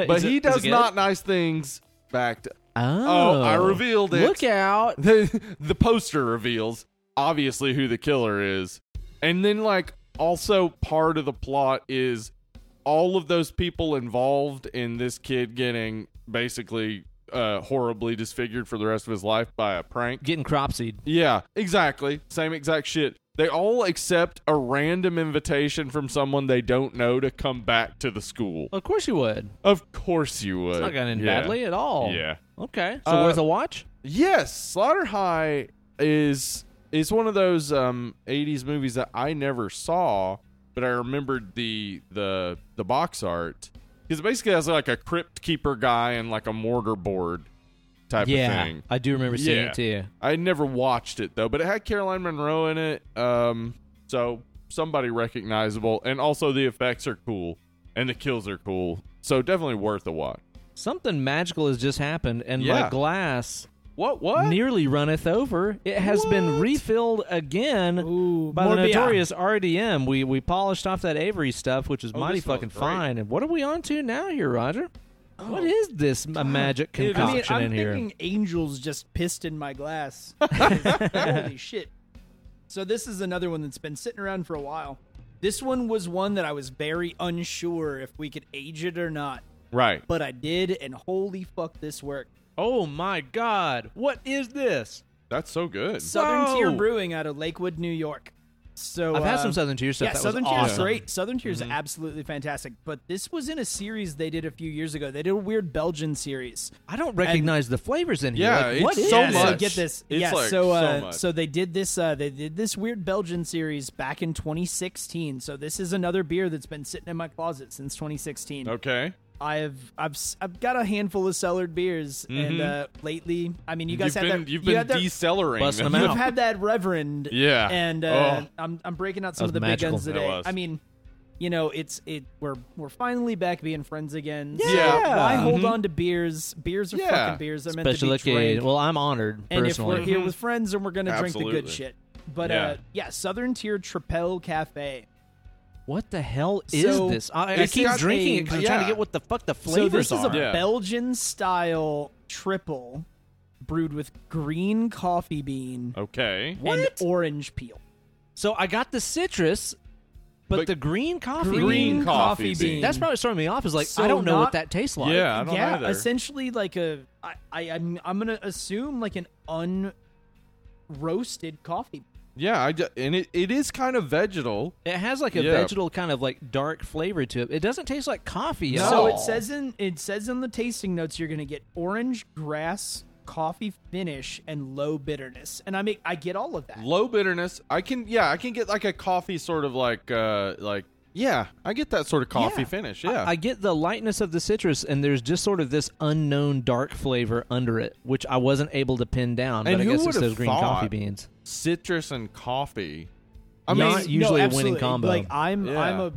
[SPEAKER 1] Is it- is
[SPEAKER 2] he
[SPEAKER 1] it
[SPEAKER 2] does
[SPEAKER 1] good?
[SPEAKER 2] not nice things back to
[SPEAKER 1] Oh,
[SPEAKER 2] Oh, I revealed it.
[SPEAKER 1] Look out.
[SPEAKER 2] the the poster reveals obviously who the killer is. And then like also part of the plot is all of those people involved in this kid getting basically uh horribly disfigured for the rest of his life by a prank.
[SPEAKER 1] Getting cropsied.
[SPEAKER 2] Yeah, exactly. Same exact shit. They all accept a random invitation from someone they don't know to come back to the school.
[SPEAKER 1] Of course you would.
[SPEAKER 2] Of course you would.
[SPEAKER 1] It's not going in
[SPEAKER 2] Yeah.
[SPEAKER 1] badly at all.
[SPEAKER 2] Yeah.
[SPEAKER 1] Okay. So
[SPEAKER 2] Uh,
[SPEAKER 1] worth a watch?
[SPEAKER 2] Yes, Slaughter High is is one of those um, '80s movies that I never saw, but I remembered the the the box art because basically has like a crypt keeper guy and like a mortar board type
[SPEAKER 1] Yeah.
[SPEAKER 2] of thing.
[SPEAKER 1] I do remember seeing
[SPEAKER 2] Yeah.
[SPEAKER 1] it too.
[SPEAKER 2] I never watched it though, but it had Caroline Monroe in it, um, so somebody recognizable, and also the effects are cool and the kills are cool, so definitely worth a watch.
[SPEAKER 1] Something magical has just happened, and
[SPEAKER 2] Yeah.
[SPEAKER 1] my glass
[SPEAKER 2] What? What?
[SPEAKER 1] nearly runneth over. It has been
[SPEAKER 2] What?
[SPEAKER 1] refilled again
[SPEAKER 3] Ooh,
[SPEAKER 1] by the
[SPEAKER 3] Morbia.
[SPEAKER 1] notorious RDM. We we polished off that Avery stuff, which is
[SPEAKER 2] Oh,
[SPEAKER 1] mighty
[SPEAKER 2] this smells
[SPEAKER 1] fucking
[SPEAKER 2] great. Oh.
[SPEAKER 1] fine. And what are we on to now here, Roger? what is this m- magic
[SPEAKER 2] It is-
[SPEAKER 3] I mean,
[SPEAKER 1] concoction
[SPEAKER 3] I'm
[SPEAKER 1] in here?
[SPEAKER 3] thinking angels just pissed in my glass. Holy shit. So this is another one that's been sitting around for a while. This one was one that I was very unsure if we could age it or not,
[SPEAKER 2] Right.
[SPEAKER 3] but I did, and holy fuck, this worked.
[SPEAKER 1] oh my god, what is this?
[SPEAKER 2] That's so good.
[SPEAKER 3] Southern Tier
[SPEAKER 1] Whoa.
[SPEAKER 3] Brewing out of Lakewood, New York. So
[SPEAKER 1] I've had
[SPEAKER 3] uh,
[SPEAKER 1] some Southern Tier stuff.
[SPEAKER 3] Yeah,
[SPEAKER 1] that
[SPEAKER 3] Southern
[SPEAKER 1] was
[SPEAKER 3] Tier
[SPEAKER 1] awesome. Mm-hmm.
[SPEAKER 3] is great. Southern Tier is absolutely fantastic. But this was in a series they did a few years ago. They did a weird Belgian series.
[SPEAKER 1] I don't recognize the flavors in here.
[SPEAKER 2] Yeah,
[SPEAKER 1] Like,
[SPEAKER 2] it's
[SPEAKER 1] what is
[SPEAKER 2] so
[SPEAKER 1] this?
[SPEAKER 3] yeah,
[SPEAKER 2] much.
[SPEAKER 3] So get this.
[SPEAKER 2] It's
[SPEAKER 3] yeah.
[SPEAKER 2] like
[SPEAKER 3] so, uh,
[SPEAKER 2] so much.
[SPEAKER 3] so they did this. Uh, they did this weird Belgian series back in 2016. So this is another beer that's been sitting in my closet since 2016.
[SPEAKER 2] Okay.
[SPEAKER 3] I've I've s- I've got a handful of cellared beers, and uh, lately, I mean, you guys
[SPEAKER 2] Mm-hmm. you've been
[SPEAKER 3] had that.
[SPEAKER 2] you've
[SPEAKER 3] you
[SPEAKER 2] been
[SPEAKER 3] had that-
[SPEAKER 2] decelerating
[SPEAKER 1] Busting
[SPEAKER 2] them.
[SPEAKER 1] them
[SPEAKER 3] You've
[SPEAKER 1] out.
[SPEAKER 3] had that Reverend.
[SPEAKER 2] Yeah.
[SPEAKER 3] And uh,
[SPEAKER 2] Oh.
[SPEAKER 3] I'm I'm breaking out
[SPEAKER 1] That
[SPEAKER 3] some
[SPEAKER 1] was
[SPEAKER 3] of the
[SPEAKER 1] magical.
[SPEAKER 3] big guns
[SPEAKER 1] That
[SPEAKER 3] today.
[SPEAKER 2] was.
[SPEAKER 3] I mean, you know, it's it we're we're finally back being friends again. So
[SPEAKER 2] Yeah. Mm-hmm.
[SPEAKER 3] Why hold on to beers? Beers are
[SPEAKER 2] Yeah.
[SPEAKER 3] fucking beers. They're meant
[SPEAKER 1] Special
[SPEAKER 3] to be drank.
[SPEAKER 1] occasion. Well, I'm honored
[SPEAKER 3] and
[SPEAKER 1] personally.
[SPEAKER 3] if we're here with friends, then we're gonna drink the
[SPEAKER 2] Mm-hmm. Absolutely.
[SPEAKER 3] good shit. But
[SPEAKER 2] Yeah.
[SPEAKER 3] uh, yeah, Southern Tier Trapel Cafe.
[SPEAKER 1] What the hell is
[SPEAKER 3] So,
[SPEAKER 1] this? I, I
[SPEAKER 3] it's
[SPEAKER 1] keep
[SPEAKER 3] got
[SPEAKER 1] drinking it
[SPEAKER 3] a-
[SPEAKER 1] because I'm trying to
[SPEAKER 2] yeah.
[SPEAKER 1] get what the fuck the
[SPEAKER 3] So
[SPEAKER 1] flavors
[SPEAKER 3] this is a
[SPEAKER 1] are.
[SPEAKER 2] Yeah.
[SPEAKER 3] Belgian style triple brewed with green coffee bean
[SPEAKER 2] Okay.
[SPEAKER 3] and
[SPEAKER 1] What?
[SPEAKER 3] orange peel.
[SPEAKER 1] So I got the citrus, but,
[SPEAKER 2] But
[SPEAKER 1] the green coffee.
[SPEAKER 2] Green coffee bean.
[SPEAKER 1] That's probably starting me off. Is like
[SPEAKER 3] So
[SPEAKER 1] I don't know what
[SPEAKER 3] not-
[SPEAKER 1] that tastes like.
[SPEAKER 2] Yeah, I don't
[SPEAKER 3] yeah,
[SPEAKER 2] either.
[SPEAKER 3] essentially like a I, I I'm I'm gonna assume like an unroasted coffee.
[SPEAKER 2] yeah, I ju- and it, it is kind of vegetal.
[SPEAKER 1] It has like a
[SPEAKER 2] Yeah.
[SPEAKER 1] vegetal kind of like dark flavor to it. It doesn't taste like coffee at
[SPEAKER 3] So
[SPEAKER 1] all.
[SPEAKER 3] it says in it says in the tasting notes you're gonna get orange grass coffee finish and low bitterness, and I make I get all of that.
[SPEAKER 2] Low bitterness. I can yeah, I can get like a coffee sort of like uh like yeah, I get that sort of coffee
[SPEAKER 3] Yeah.
[SPEAKER 2] finish.
[SPEAKER 1] I-
[SPEAKER 2] Yeah.
[SPEAKER 1] I get the lightness of the citrus, and there's just sort of this unknown dark flavor under it, which I wasn't able to pin down.
[SPEAKER 2] And
[SPEAKER 1] but I
[SPEAKER 2] who
[SPEAKER 1] guess it's
[SPEAKER 2] would've
[SPEAKER 1] those green
[SPEAKER 2] thought?
[SPEAKER 1] coffee beans.
[SPEAKER 2] Citrus and coffee I mean,
[SPEAKER 1] Not usually a winning
[SPEAKER 3] absolutely.
[SPEAKER 1] combo.
[SPEAKER 3] Like I'm,
[SPEAKER 2] Yeah.
[SPEAKER 3] I'm a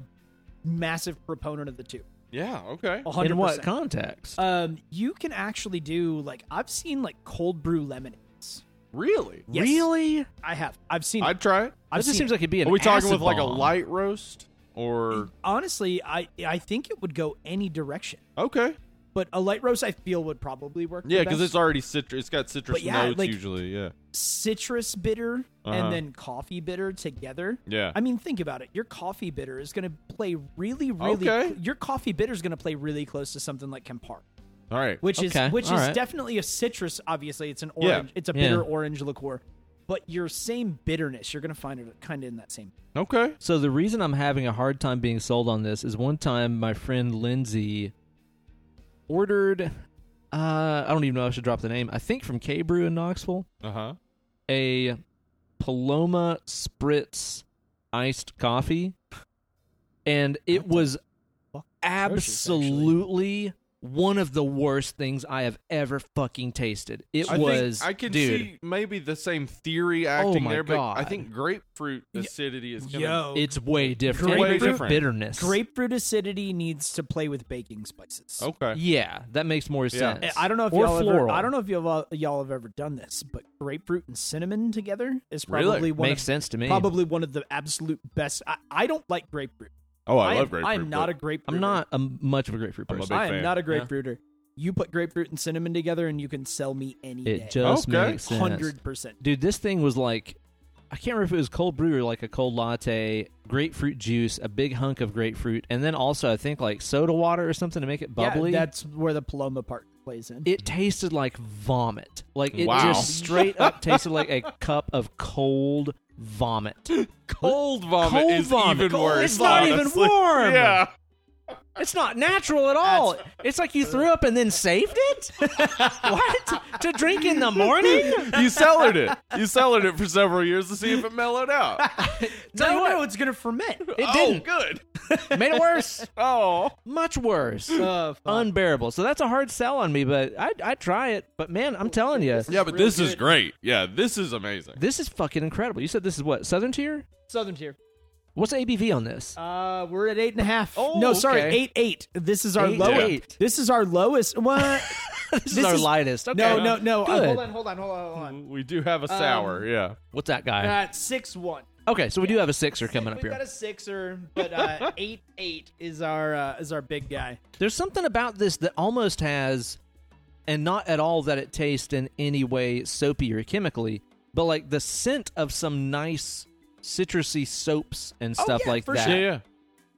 [SPEAKER 3] massive proponent of the two.
[SPEAKER 2] yeah, okay.
[SPEAKER 3] 100%.
[SPEAKER 1] In what
[SPEAKER 2] Uh,
[SPEAKER 1] context?
[SPEAKER 3] Um, you can actually do like I've seen like cold brew lemonades.
[SPEAKER 2] Really?
[SPEAKER 3] Yes.
[SPEAKER 1] Really?
[SPEAKER 3] I have. I've seen. it.
[SPEAKER 2] I'd try it.
[SPEAKER 1] That
[SPEAKER 3] I've
[SPEAKER 1] just
[SPEAKER 3] seen
[SPEAKER 1] seems
[SPEAKER 3] it.
[SPEAKER 1] like it'd be an.
[SPEAKER 2] Are we talking
[SPEAKER 1] acid
[SPEAKER 2] with like a
[SPEAKER 1] bomb. Mm.
[SPEAKER 2] light roast or
[SPEAKER 3] honestly, I I think it would go any direction.
[SPEAKER 2] okay?
[SPEAKER 3] But a light roast, I feel, would probably work. the
[SPEAKER 2] Yeah, because
[SPEAKER 3] best.
[SPEAKER 2] it's already citrus. It's got citrus
[SPEAKER 3] But yeah,
[SPEAKER 2] notes
[SPEAKER 3] like-
[SPEAKER 2] usually. Yeah,
[SPEAKER 3] citrus bitter
[SPEAKER 2] Uh-huh.
[SPEAKER 3] and then coffee bitter together.
[SPEAKER 2] yeah.
[SPEAKER 3] I mean, think about it. Your coffee bitter is going to play really, really.
[SPEAKER 2] Okay.
[SPEAKER 3] Your coffee bitter is going to play really close to something like Campari,
[SPEAKER 2] All right.
[SPEAKER 3] which
[SPEAKER 1] Okay,
[SPEAKER 3] is which is
[SPEAKER 1] all right.
[SPEAKER 3] definitely a citrus. Obviously, it's an
[SPEAKER 2] Yeah.
[SPEAKER 3] orange. It's a
[SPEAKER 1] Yeah.
[SPEAKER 3] bitter orange liqueur, but your same bitterness, you're going to find it kind of in that same.
[SPEAKER 2] Okay.
[SPEAKER 1] So the reason I'm having a hard time being sold on this is one time my friend Lindsay ordered uh I don't even know if I should drop the name. I think from K Brew in Knoxville,
[SPEAKER 2] Uh huh.
[SPEAKER 1] a Paloma Spritz iced coffee and it was
[SPEAKER 3] fuck? Atrocious, actually.
[SPEAKER 1] absolutely one of the worst things I have ever fucking tasted. It
[SPEAKER 2] I
[SPEAKER 1] was
[SPEAKER 2] think I can
[SPEAKER 1] dude. Oh
[SPEAKER 2] see maybe the same theory acting
[SPEAKER 1] my
[SPEAKER 2] there, but I
[SPEAKER 1] God.
[SPEAKER 2] think grapefruit acidity is gonna.
[SPEAKER 1] It's way different.
[SPEAKER 2] Way
[SPEAKER 1] Grapefruit
[SPEAKER 2] different.
[SPEAKER 1] bitterness.
[SPEAKER 3] grapefruit acidity needs to play with baking spices. Eh,
[SPEAKER 2] Okay.
[SPEAKER 1] Yeah, that makes more
[SPEAKER 2] Yeah.
[SPEAKER 1] sense.
[SPEAKER 3] I don't know if
[SPEAKER 1] Oh. Or
[SPEAKER 3] y'all ever,
[SPEAKER 1] floral.
[SPEAKER 3] I don't know if y'all y'all have ever done this, but grapefruit and cinnamon together is
[SPEAKER 2] Really?
[SPEAKER 3] probably one
[SPEAKER 1] makes
[SPEAKER 3] of,
[SPEAKER 1] sense to me.
[SPEAKER 3] probably one of the absolute best. I, I don't like grapefruit.
[SPEAKER 2] Oh, I,
[SPEAKER 3] am-
[SPEAKER 2] love grapefruit.
[SPEAKER 3] I am not a
[SPEAKER 2] but-
[SPEAKER 3] grapefruit.
[SPEAKER 1] I'm not a, much of a grapefruit
[SPEAKER 2] I'm a
[SPEAKER 1] person.
[SPEAKER 2] big
[SPEAKER 3] I am
[SPEAKER 2] fan.
[SPEAKER 3] not a grapefruiter. You put grapefruit and cinnamon together, and you can sell me any day.
[SPEAKER 1] It just
[SPEAKER 2] Okay.
[SPEAKER 1] makes sense.
[SPEAKER 3] hundred percent.
[SPEAKER 1] Dude, this thing was like, I can't remember if it was cold brew or like a cold latte, grapefruit juice, a big hunk of grapefruit, and then also I think like soda water or something to make it bubbly.
[SPEAKER 3] Yeah, that's where the Paloma part plays in.
[SPEAKER 1] it tasted like vomit. Like it
[SPEAKER 2] Wow.
[SPEAKER 1] just straight up tasted like a cup of cold vomit.
[SPEAKER 2] cold vomit.
[SPEAKER 1] Cold
[SPEAKER 2] is
[SPEAKER 1] vomit.
[SPEAKER 2] even
[SPEAKER 1] Cold-
[SPEAKER 2] worse.
[SPEAKER 1] it's not even
[SPEAKER 2] honestly.
[SPEAKER 1] warm.
[SPEAKER 2] Yeah.
[SPEAKER 1] It's not natural at all. It's like you threw up and then saved it? what? To drink in the morning?
[SPEAKER 2] You cellared it. You cellared it for several years to see if it mellowed out.
[SPEAKER 1] Tell you what,
[SPEAKER 3] it's gonna ferment.
[SPEAKER 1] it
[SPEAKER 2] oh,
[SPEAKER 1] didn't.
[SPEAKER 2] good.
[SPEAKER 1] Made it worse.
[SPEAKER 2] Oh.
[SPEAKER 1] Much worse.
[SPEAKER 3] Uh,
[SPEAKER 1] unbearable. So that's a hard sell on me, but I I try it. But man, I'm telling you,
[SPEAKER 2] Yeah, but this is great. Yeah, this is amazing.
[SPEAKER 1] this is fucking incredible. You said this is what Southern Tier.
[SPEAKER 3] Southern tier.
[SPEAKER 1] What's the ABV on this?
[SPEAKER 3] Uh, we're at eight and a half.
[SPEAKER 1] Oh,
[SPEAKER 3] no, sorry,
[SPEAKER 1] okay.
[SPEAKER 3] eight eight. This is our
[SPEAKER 1] Eight,
[SPEAKER 3] lowest.
[SPEAKER 1] eight.
[SPEAKER 3] This is our lowest. What?
[SPEAKER 1] this, is our lightest. Okay.
[SPEAKER 3] No, no, no. Uh,
[SPEAKER 1] Good. Mm-hmm.
[SPEAKER 3] hold on, hold on, hold on, hold on.
[SPEAKER 2] We do have a
[SPEAKER 1] Um,
[SPEAKER 2] sour. yeah.
[SPEAKER 1] What's that guy?
[SPEAKER 3] Uh, six one.
[SPEAKER 1] okay, so we do have a sixer coming up
[SPEAKER 3] We've
[SPEAKER 1] here.
[SPEAKER 3] got a sixer, but uh, eight eight is our uh, is our big guy.
[SPEAKER 1] There's something about this that almost has, and not at all that it tastes in any way soapy or chemically, but like the scent of some nice citrusy soaps and
[SPEAKER 3] Oh,
[SPEAKER 1] stuff
[SPEAKER 3] yeah,
[SPEAKER 1] like
[SPEAKER 3] for
[SPEAKER 1] that.
[SPEAKER 3] sure.
[SPEAKER 2] yeah.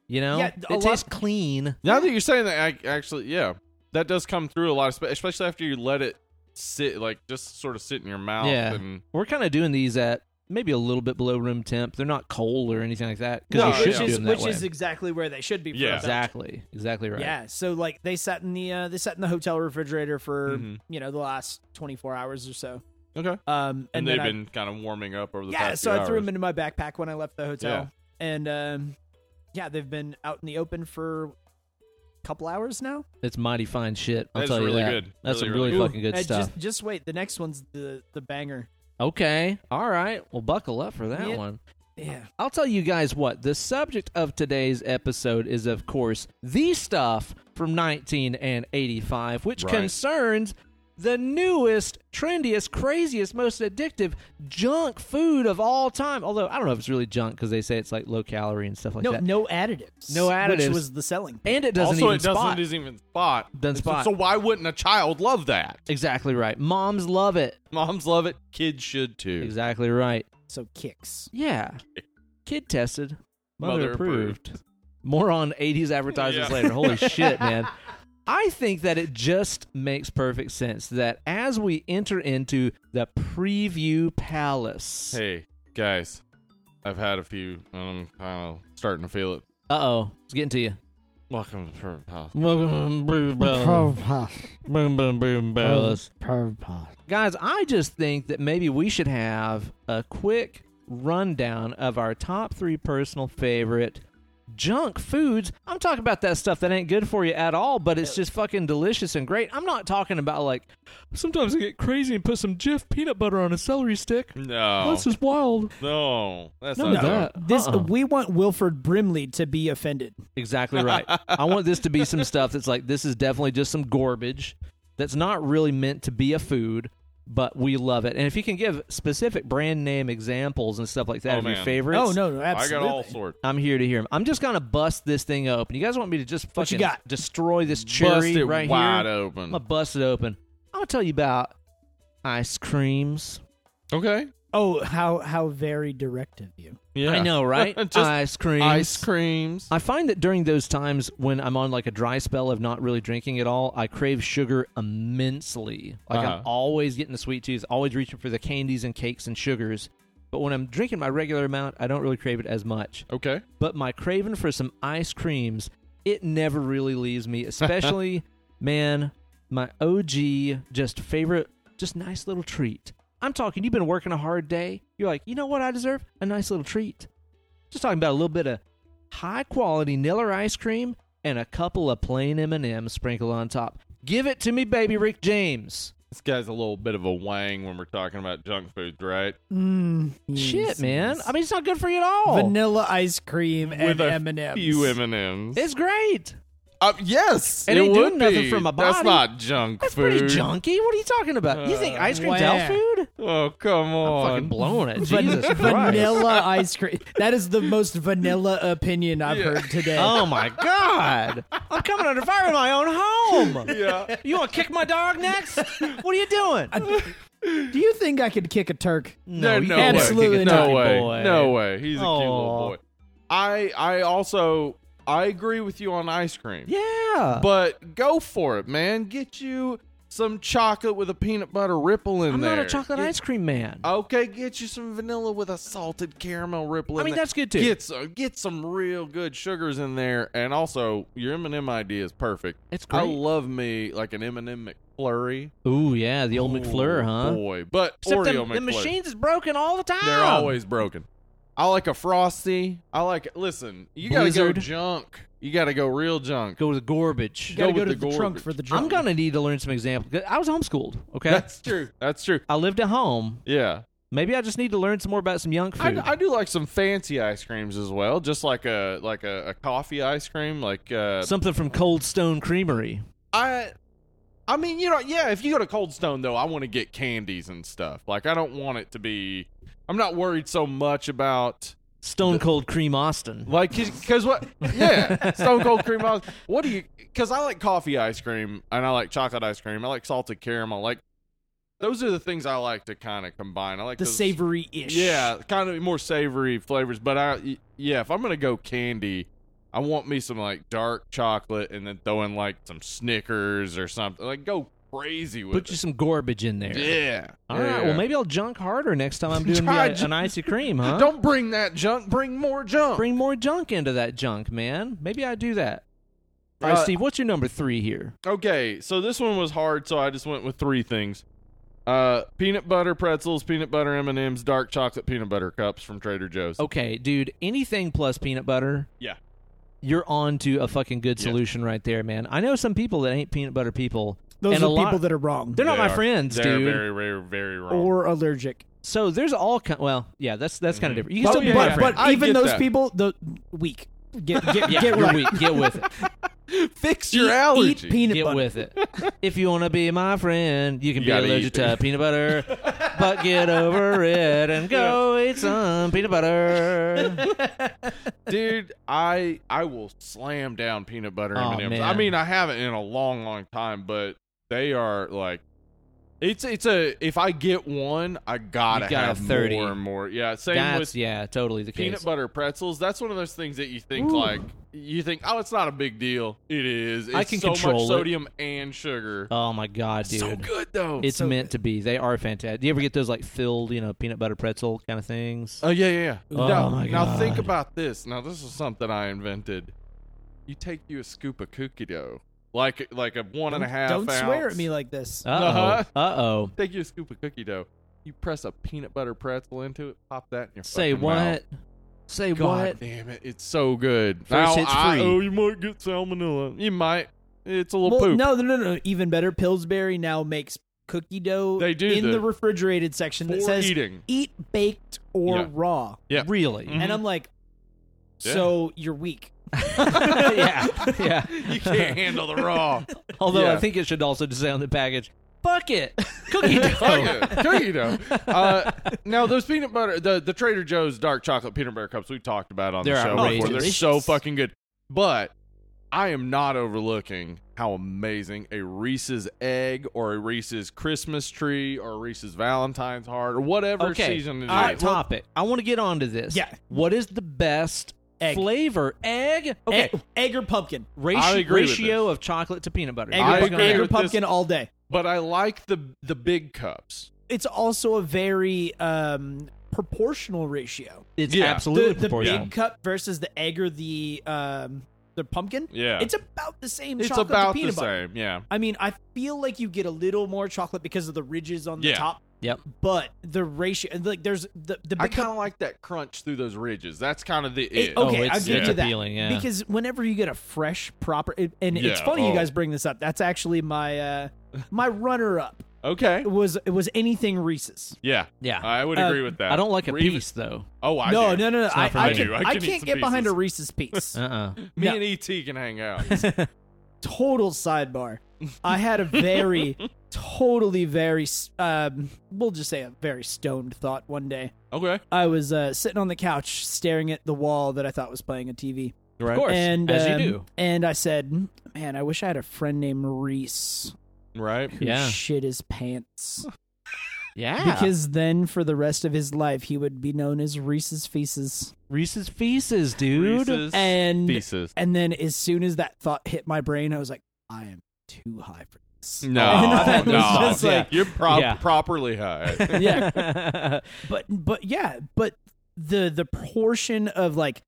[SPEAKER 1] You know,
[SPEAKER 3] Yeah,
[SPEAKER 1] it
[SPEAKER 3] a lot-
[SPEAKER 1] tastes clean.
[SPEAKER 2] Now that you're saying that, I actually, yeah, that does come through a lot, espe- especially after you let it sit, like just sort of sit in your mouth.
[SPEAKER 1] Yeah.
[SPEAKER 2] And
[SPEAKER 1] We're kind of doing these at maybe a little bit below room temp. They're not cold or anything like that.
[SPEAKER 2] No,
[SPEAKER 1] Because we
[SPEAKER 3] which
[SPEAKER 1] should do
[SPEAKER 3] is
[SPEAKER 1] them that
[SPEAKER 3] which
[SPEAKER 1] way.
[SPEAKER 3] is exactly where they should be. For
[SPEAKER 2] Yeah.
[SPEAKER 3] a belt.
[SPEAKER 1] exactly, exactly right.
[SPEAKER 3] Yeah. So like they sat in the uh, they sat in the hotel refrigerator for
[SPEAKER 2] Mhm.
[SPEAKER 3] you know the last twenty four hours or so.
[SPEAKER 2] okay, and,
[SPEAKER 3] Um, and,
[SPEAKER 2] they've
[SPEAKER 3] then I-
[SPEAKER 2] been kind of warming up over the
[SPEAKER 3] yeah.
[SPEAKER 2] past
[SPEAKER 3] So
[SPEAKER 2] few
[SPEAKER 3] I threw
[SPEAKER 2] hours.
[SPEAKER 3] them into my backpack when I left the hotel, and um, yeah, they've been out in the open for a couple hours now.
[SPEAKER 1] It's mighty fine shit. I'll
[SPEAKER 2] That's
[SPEAKER 1] tell you
[SPEAKER 2] really
[SPEAKER 1] that.
[SPEAKER 2] good.
[SPEAKER 1] That's some
[SPEAKER 2] Really,
[SPEAKER 1] really,
[SPEAKER 2] really
[SPEAKER 1] fucking good
[SPEAKER 3] Uh,
[SPEAKER 1] stuff.
[SPEAKER 3] Just, just wait. The next one's the the banger.
[SPEAKER 1] Okay. All right. Well, buckle up for that
[SPEAKER 3] Yeah.
[SPEAKER 1] one.
[SPEAKER 3] Yeah.
[SPEAKER 1] I'll tell you guys what. The subject of today's episode is, of course, the stuff from 1985, which
[SPEAKER 2] Right.
[SPEAKER 1] concerns the newest, trendiest, craziest, most addictive junk food of all time. Although I don't know if it's really junk because they say it's like low calorie and stuff like
[SPEAKER 3] no,
[SPEAKER 1] that.
[SPEAKER 3] no additives.
[SPEAKER 1] No
[SPEAKER 3] Which
[SPEAKER 1] additives.
[SPEAKER 3] was the selling. point.
[SPEAKER 1] And it doesn't
[SPEAKER 2] also,
[SPEAKER 1] even
[SPEAKER 2] it doesn't,
[SPEAKER 1] spot.
[SPEAKER 2] doesn't even spot.
[SPEAKER 1] Doesn't
[SPEAKER 2] So-
[SPEAKER 1] spot.
[SPEAKER 2] So why wouldn't a child love that?
[SPEAKER 1] exactly right. Moms love it.
[SPEAKER 2] Moms love it. Kids should too.
[SPEAKER 1] Exactly right.
[SPEAKER 3] So kicks.
[SPEAKER 1] Yeah. Kid tested, mother,
[SPEAKER 2] Mother
[SPEAKER 1] approved.
[SPEAKER 2] approved.
[SPEAKER 1] More on 80s advertisements
[SPEAKER 2] Yeah.
[SPEAKER 1] later. Holy shit, man. I think that it just makes perfect sense that as we enter into the preview palace.
[SPEAKER 2] Hey guys, I've had a few, and I'm kind of starting to feel it.
[SPEAKER 1] Uh oh, it's getting to you.
[SPEAKER 2] Welcome to the Perfect House.
[SPEAKER 1] Welcome to preview palace. Boom, boom, boom, palace. Guys, I just think that maybe we should have a quick rundown of our top three personal favorite junk foods. I'm talking about that stuff that ain't good for you at all, but it's just fucking delicious and great. I'm not talking about like sometimes I get crazy and put some Jif peanut butter on a celery stick.
[SPEAKER 2] No.
[SPEAKER 1] This is wild.
[SPEAKER 2] no. That's
[SPEAKER 1] None
[SPEAKER 2] not
[SPEAKER 1] of that.
[SPEAKER 3] This
[SPEAKER 1] Uh-uh.
[SPEAKER 3] we want Wilford Brimley to be offended.
[SPEAKER 1] Exactly right. I want this to be some stuff that's like this is definitely just some garbage that's not really meant to be a food, but we love it. And if you can give specific brand name examples and stuff like that
[SPEAKER 2] Oh,
[SPEAKER 1] of your
[SPEAKER 2] man.
[SPEAKER 1] favorites,
[SPEAKER 3] Oh no, no,
[SPEAKER 2] I got
[SPEAKER 3] absolutely.
[SPEAKER 2] all sorts.
[SPEAKER 1] I'm here to hear them. I'm just gonna bust this thing open. You guys want me to just
[SPEAKER 3] What you
[SPEAKER 1] fucking
[SPEAKER 3] got?
[SPEAKER 1] destroy this
[SPEAKER 2] Bust
[SPEAKER 1] cherry
[SPEAKER 2] it
[SPEAKER 1] right
[SPEAKER 2] wide
[SPEAKER 1] here? I'm
[SPEAKER 2] open.
[SPEAKER 1] gonna bust it open. I'm gonna tell you about ice creams.
[SPEAKER 2] Okay.
[SPEAKER 3] oh, how how very direct of you.
[SPEAKER 2] Yeah.
[SPEAKER 1] I know, right?
[SPEAKER 2] Just
[SPEAKER 1] ice creams.
[SPEAKER 2] Ice creams.
[SPEAKER 1] I find that during those times when I'm on like a dry spell of not really drinking at all, I crave sugar immensely. Like
[SPEAKER 2] Uh-huh.
[SPEAKER 1] I'm always getting the sweet teas, always reaching for the candies and cakes and sugars. But when I'm drinking my regular amount, I don't really crave it as much.
[SPEAKER 2] Okay.
[SPEAKER 1] But my craving for some ice creams, it never really leaves me, especially man, my OG just favorite just nice little treat. I'm talking you've been working a hard day. You're like, "You know what I deserve? A nice little treat." Just talking about a little bit of high quality Niller ice cream and a couple of plain M&Ms sprinkled on top. Give it to me, baby Rick James.
[SPEAKER 2] This guy's a little bit of a wang when we're talking about junk foods, right?
[SPEAKER 3] Mm, yes,
[SPEAKER 1] Shit, man.
[SPEAKER 3] yes.
[SPEAKER 1] I mean, it's not good for you at all.
[SPEAKER 3] vanilla ice cream and
[SPEAKER 2] With a
[SPEAKER 3] M and M's.
[SPEAKER 2] Few M&Ms.
[SPEAKER 1] It's great.
[SPEAKER 2] Uh, yes,
[SPEAKER 1] It
[SPEAKER 2] it,
[SPEAKER 1] ain't
[SPEAKER 2] would
[SPEAKER 1] doing nothing
[SPEAKER 2] be.
[SPEAKER 1] for my
[SPEAKER 2] That's
[SPEAKER 1] body.
[SPEAKER 2] not junk
[SPEAKER 1] That's
[SPEAKER 2] food.
[SPEAKER 1] pretty junky. What are you talking about? you think
[SPEAKER 2] Uh,
[SPEAKER 1] ice cream's health
[SPEAKER 3] wah.
[SPEAKER 1] food?
[SPEAKER 2] Oh come
[SPEAKER 1] I'm
[SPEAKER 2] on!
[SPEAKER 1] fucking blown at
[SPEAKER 3] Van-
[SPEAKER 1] Jesus Christ.
[SPEAKER 3] vanilla ice cream. That is the most vanilla opinion I've
[SPEAKER 2] Yeah.
[SPEAKER 3] heard today.
[SPEAKER 1] Oh my God. I'm coming under fire in my own home.
[SPEAKER 2] Yeah.
[SPEAKER 1] You want to kick my dog next? What are you doing?
[SPEAKER 3] Do you think I could kick a Turk?
[SPEAKER 2] No,
[SPEAKER 1] you
[SPEAKER 2] no
[SPEAKER 1] can't kick
[SPEAKER 2] way.
[SPEAKER 1] a
[SPEAKER 3] Absolutely
[SPEAKER 2] no
[SPEAKER 1] tiny
[SPEAKER 3] not.
[SPEAKER 2] way.
[SPEAKER 1] boy.
[SPEAKER 2] No way. He's a cute
[SPEAKER 1] Aw.
[SPEAKER 2] little boy. I I also I agree with you on ice cream.
[SPEAKER 1] Yeah.
[SPEAKER 2] But go for it, man. Get you some chocolate with a peanut butter ripple in
[SPEAKER 1] I'm
[SPEAKER 2] there.
[SPEAKER 1] not a chocolate
[SPEAKER 2] Get-
[SPEAKER 1] ice cream man.
[SPEAKER 2] Okay, get you some vanilla with a salted caramel ripple.
[SPEAKER 1] I
[SPEAKER 2] in
[SPEAKER 1] mean,
[SPEAKER 2] there.
[SPEAKER 1] that's good, too.
[SPEAKER 2] Get some, get some real good sugars in there, and also your M and m idea is perfect.
[SPEAKER 1] It's
[SPEAKER 2] I
[SPEAKER 1] great.
[SPEAKER 2] love me like an M and m McFlurry.
[SPEAKER 1] Ooh, yeah, the old McFlurry,
[SPEAKER 2] Oh,
[SPEAKER 1] huh?
[SPEAKER 2] Boy, but
[SPEAKER 1] Except
[SPEAKER 2] Oreo
[SPEAKER 1] the, the
[SPEAKER 2] McFlurry.
[SPEAKER 1] machines is broken all the time.
[SPEAKER 2] They're always broken. I like a frosty. I like. Listen, you gotta
[SPEAKER 1] Blizzard.
[SPEAKER 2] go junk. You gotta go real junk.
[SPEAKER 1] go to the garbage.
[SPEAKER 3] You gotta
[SPEAKER 2] Go
[SPEAKER 3] go,
[SPEAKER 2] with
[SPEAKER 3] to
[SPEAKER 2] the
[SPEAKER 3] the, trunk
[SPEAKER 2] garbage.
[SPEAKER 3] for the drunk.
[SPEAKER 1] I'm gonna need to learn some examples. I was homeschooled. Okay,
[SPEAKER 2] That's true. That's true.
[SPEAKER 1] I lived at home.
[SPEAKER 2] Yeah,
[SPEAKER 1] Maybe I just need to learn some more about some young food.
[SPEAKER 2] I, I do like some fancy ice creams as well. Just like a like a, a coffee ice cream. Like uh,
[SPEAKER 1] Something from Cold Stone Creamery.
[SPEAKER 2] I. I mean, you know, yeah. If you go to Cold Stone, though, I want to get candies and stuff. Like, I don't want it to be. I'm not worried so much about
[SPEAKER 1] Stone Cold Cream Austin.
[SPEAKER 2] Like, because what? Yeah, Stone Cold Cream Ice. What do you? Because I like coffee ice cream and I like chocolate ice cream. I like salted caramel. Like, those are the things I like to kind of combine. I like
[SPEAKER 3] the
[SPEAKER 2] those-
[SPEAKER 3] savory ish.
[SPEAKER 2] Yeah, kind of more savory flavors. But I, y- yeah, if I'm gonna go candy, I want me some like dark chocolate and then throw in like some Snickers or something. Like, go crazy with
[SPEAKER 1] Put you some garbage in there.
[SPEAKER 2] it. Yeah.
[SPEAKER 1] All right.
[SPEAKER 2] yeah.
[SPEAKER 1] Well, maybe I'll junk harder next time I'm doing me
[SPEAKER 2] Try
[SPEAKER 1] a-
[SPEAKER 2] ju-
[SPEAKER 1] an icy cream, huh?
[SPEAKER 2] Don't bring that junk. Bring more junk.
[SPEAKER 1] bring more junk into that junk, man. Maybe I do that. All right,
[SPEAKER 2] Uh,
[SPEAKER 1] Steve. What's your number three here?
[SPEAKER 2] Okay, so this one was hard, so I just went with three things: uh, peanut butter pretzels, peanut butter M and M's, dark chocolate peanut butter cups from Trader Joe's.
[SPEAKER 1] Okay, dude. Anything plus peanut butter.
[SPEAKER 2] Yeah.
[SPEAKER 1] You're on to a fucking good
[SPEAKER 2] Yeah.
[SPEAKER 1] solution right there, man. I know some people that ain't peanut butter people.
[SPEAKER 3] Those
[SPEAKER 1] and
[SPEAKER 3] are
[SPEAKER 1] a lot-
[SPEAKER 3] people that are wrong
[SPEAKER 1] They're not
[SPEAKER 2] They
[SPEAKER 1] my
[SPEAKER 2] are-
[SPEAKER 1] friends,
[SPEAKER 2] They're
[SPEAKER 1] dude.
[SPEAKER 2] very, very, very wrong.
[SPEAKER 3] or allergic.
[SPEAKER 1] So there's all kind. Well, yeah, that's that's kind of
[SPEAKER 2] Mm-hmm.
[SPEAKER 1] different. You can
[SPEAKER 3] But,
[SPEAKER 1] still be
[SPEAKER 3] but,
[SPEAKER 1] my friend.
[SPEAKER 3] but
[SPEAKER 2] I
[SPEAKER 3] even
[SPEAKER 2] get
[SPEAKER 3] those
[SPEAKER 2] that.
[SPEAKER 3] people, the weak. Get get
[SPEAKER 1] yeah,
[SPEAKER 3] get
[SPEAKER 1] you're
[SPEAKER 3] right.
[SPEAKER 1] weak. Get with it.
[SPEAKER 2] Fix your
[SPEAKER 3] Eat-
[SPEAKER 2] allergy.
[SPEAKER 3] Eat peanut
[SPEAKER 1] Get
[SPEAKER 3] butter.
[SPEAKER 1] with it. If you want to be my friend, you can
[SPEAKER 2] You
[SPEAKER 1] be
[SPEAKER 2] gotta
[SPEAKER 1] allergic
[SPEAKER 2] eat
[SPEAKER 1] to
[SPEAKER 2] it.
[SPEAKER 1] peanut butter, but get over it and go eat some peanut butter.
[SPEAKER 2] dude. I I will slam down peanut butter
[SPEAKER 1] Aw,
[SPEAKER 2] M and M's.
[SPEAKER 1] Oh, man.
[SPEAKER 2] I mean, I haven't in a long, long time, but they are like. It's it's a if I get one I gotta,
[SPEAKER 1] gotta
[SPEAKER 2] have
[SPEAKER 1] 30.
[SPEAKER 2] more and more yeah same with
[SPEAKER 1] That's yeah, totally the
[SPEAKER 2] peanut
[SPEAKER 1] case.
[SPEAKER 2] butter pretzels that's one of those things that you think
[SPEAKER 1] Ooh.
[SPEAKER 2] like you think oh it's not a big deal it is it's
[SPEAKER 1] I can
[SPEAKER 2] so
[SPEAKER 1] control
[SPEAKER 2] much
[SPEAKER 1] it.
[SPEAKER 2] sodium and sugar
[SPEAKER 1] Oh my god, dude.
[SPEAKER 2] so good though
[SPEAKER 1] It's
[SPEAKER 3] So
[SPEAKER 1] meant to be. They are fantastic. Do you ever get those like filled, you know, peanut butter pretzel kind of things?
[SPEAKER 2] oh yeah yeah, yeah.
[SPEAKER 1] Oh,
[SPEAKER 2] now,
[SPEAKER 1] my
[SPEAKER 2] now think
[SPEAKER 1] God.
[SPEAKER 2] about this now this is something i invented you take you a scoop of cookie dough like like a one and a half
[SPEAKER 3] Don't swear
[SPEAKER 2] ounce-
[SPEAKER 3] at me like this.
[SPEAKER 2] Uh-huh.
[SPEAKER 1] Uh oh. Uh oh.
[SPEAKER 2] take you a scoop of cookie dough you press a peanut butter pretzel into it pop that in your
[SPEAKER 1] Say
[SPEAKER 2] fucking
[SPEAKER 1] what?
[SPEAKER 2] mouth.
[SPEAKER 1] Say
[SPEAKER 2] God
[SPEAKER 1] what?
[SPEAKER 2] damn it! It's so good.
[SPEAKER 1] First
[SPEAKER 2] Now
[SPEAKER 1] it's
[SPEAKER 2] I-
[SPEAKER 1] free.
[SPEAKER 2] Oh, you might get salmonella. You might. It's a little
[SPEAKER 3] Well,
[SPEAKER 2] poop.
[SPEAKER 3] no, no, no, no. Even better, Pillsbury now makes cookie dough
[SPEAKER 2] They do
[SPEAKER 3] in
[SPEAKER 2] the-
[SPEAKER 3] the refrigerated section that
[SPEAKER 2] for
[SPEAKER 3] says
[SPEAKER 2] eating.
[SPEAKER 3] eat baked or
[SPEAKER 2] Yeah.
[SPEAKER 3] raw.
[SPEAKER 2] Yeah.
[SPEAKER 1] Really?
[SPEAKER 2] Mhm.
[SPEAKER 3] And I'm like,
[SPEAKER 2] Yeah.
[SPEAKER 3] so you're weak.
[SPEAKER 1] yeah. Yeah.
[SPEAKER 2] you can't handle the raw.
[SPEAKER 1] Although I
[SPEAKER 2] Yeah.
[SPEAKER 1] think it should also just say on the package, fuck it. Cookie
[SPEAKER 2] Fuck
[SPEAKER 1] dough.
[SPEAKER 2] it. Cookie dough. Uh, now those peanut butter, the the Trader Joe's dark chocolate peanut butter cups we talked about on
[SPEAKER 1] They're
[SPEAKER 2] the show
[SPEAKER 1] outrageous.
[SPEAKER 2] before. They're so
[SPEAKER 3] Delicious.
[SPEAKER 2] fucking good. But I am not overlooking how amazing a Reese's egg or a Reese's Christmas tree or a Reese's Valentine's heart or whatever
[SPEAKER 1] okay.
[SPEAKER 2] season it is.
[SPEAKER 1] Hot topic. I want to get onto this.
[SPEAKER 3] Yeah.
[SPEAKER 1] What is the best
[SPEAKER 3] Egg.
[SPEAKER 1] flavor? Egg? Okay.
[SPEAKER 3] Egg, egg or pumpkin.
[SPEAKER 2] I
[SPEAKER 1] Ratio,
[SPEAKER 2] agree with
[SPEAKER 1] ratio of chocolate to peanut butter.
[SPEAKER 3] Egg
[SPEAKER 2] I
[SPEAKER 3] or,
[SPEAKER 1] That's
[SPEAKER 3] pumpkin,
[SPEAKER 1] gonna-
[SPEAKER 2] agree
[SPEAKER 3] egg or
[SPEAKER 2] with this.
[SPEAKER 3] pumpkin all day.
[SPEAKER 2] But I like the the big cups.
[SPEAKER 3] It's also a very um, proportional ratio.
[SPEAKER 1] It's
[SPEAKER 2] Yeah.
[SPEAKER 1] absolutely
[SPEAKER 3] the, the
[SPEAKER 1] proportional.
[SPEAKER 3] big cup versus the egg or the um, the pumpkin.
[SPEAKER 2] Yeah.
[SPEAKER 3] It's about the same.
[SPEAKER 2] It's
[SPEAKER 3] chocolate to
[SPEAKER 2] about the
[SPEAKER 3] peanut butter.
[SPEAKER 2] same. Yeah.
[SPEAKER 3] I mean, I feel like you get a little more chocolate because of the ridges on the
[SPEAKER 2] Yeah.
[SPEAKER 3] top.
[SPEAKER 1] Yep.
[SPEAKER 3] But the ratio, like, there's the the
[SPEAKER 2] I
[SPEAKER 3] big
[SPEAKER 2] kind
[SPEAKER 3] cup.
[SPEAKER 2] of like that crunch through those ridges. That's kind of the
[SPEAKER 3] it-
[SPEAKER 2] it.
[SPEAKER 1] Oh,
[SPEAKER 3] okay,
[SPEAKER 1] it's
[SPEAKER 3] I'll give you that
[SPEAKER 1] appealing, yeah.
[SPEAKER 3] because whenever you get a fresh, proper, it, and it's
[SPEAKER 2] Yeah,
[SPEAKER 3] funny you
[SPEAKER 2] oh.
[SPEAKER 3] guys bring this up. That's actually my uh, my runner up
[SPEAKER 2] Oh, Okay.
[SPEAKER 3] was it was anything Reese's.
[SPEAKER 2] Yeah.
[SPEAKER 1] Yeah.
[SPEAKER 2] I would
[SPEAKER 3] Uh,
[SPEAKER 2] agree with that.
[SPEAKER 1] I don't like a
[SPEAKER 2] Reeves-
[SPEAKER 1] piece, though.
[SPEAKER 2] Oh, I
[SPEAKER 3] no,
[SPEAKER 2] do.
[SPEAKER 3] no, no, no,
[SPEAKER 1] It's not
[SPEAKER 3] I,
[SPEAKER 1] for
[SPEAKER 3] I
[SPEAKER 1] me.
[SPEAKER 3] can
[SPEAKER 2] I do. I
[SPEAKER 3] I,
[SPEAKER 2] can eat
[SPEAKER 3] can't
[SPEAKER 2] some
[SPEAKER 3] get behind a
[SPEAKER 2] pieces.
[SPEAKER 3] Reese's piece.
[SPEAKER 1] Uh-uh.
[SPEAKER 2] Me
[SPEAKER 3] No.
[SPEAKER 2] and ET can hang out.
[SPEAKER 3] total sidebar. I had a very, totally very, um, we'll just say a very stoned thought one day.
[SPEAKER 2] okay.
[SPEAKER 3] I was uh, sitting on the couch staring at the wall that I thought was playing a TV.
[SPEAKER 1] Of course,
[SPEAKER 3] and,
[SPEAKER 1] as
[SPEAKER 3] um,
[SPEAKER 1] you do.
[SPEAKER 3] And I said, man, I wish I had a friend named Reese
[SPEAKER 2] Right.
[SPEAKER 3] who
[SPEAKER 1] Yeah.
[SPEAKER 3] shit his pants.
[SPEAKER 1] Yeah.
[SPEAKER 3] Because then for the rest of his life, he would be known as Reese's Feces.
[SPEAKER 1] Reese's Pieces, dude.
[SPEAKER 2] Reese's
[SPEAKER 3] And,
[SPEAKER 2] Pieces.
[SPEAKER 3] and then as soon as that thought hit my brain, I was like, I am too high for this.
[SPEAKER 2] No,
[SPEAKER 3] And I
[SPEAKER 2] no.
[SPEAKER 3] was just like,
[SPEAKER 2] You're prop-
[SPEAKER 1] Yeah.
[SPEAKER 2] properly high.
[SPEAKER 1] yeah.
[SPEAKER 3] but but yeah but the the portion of like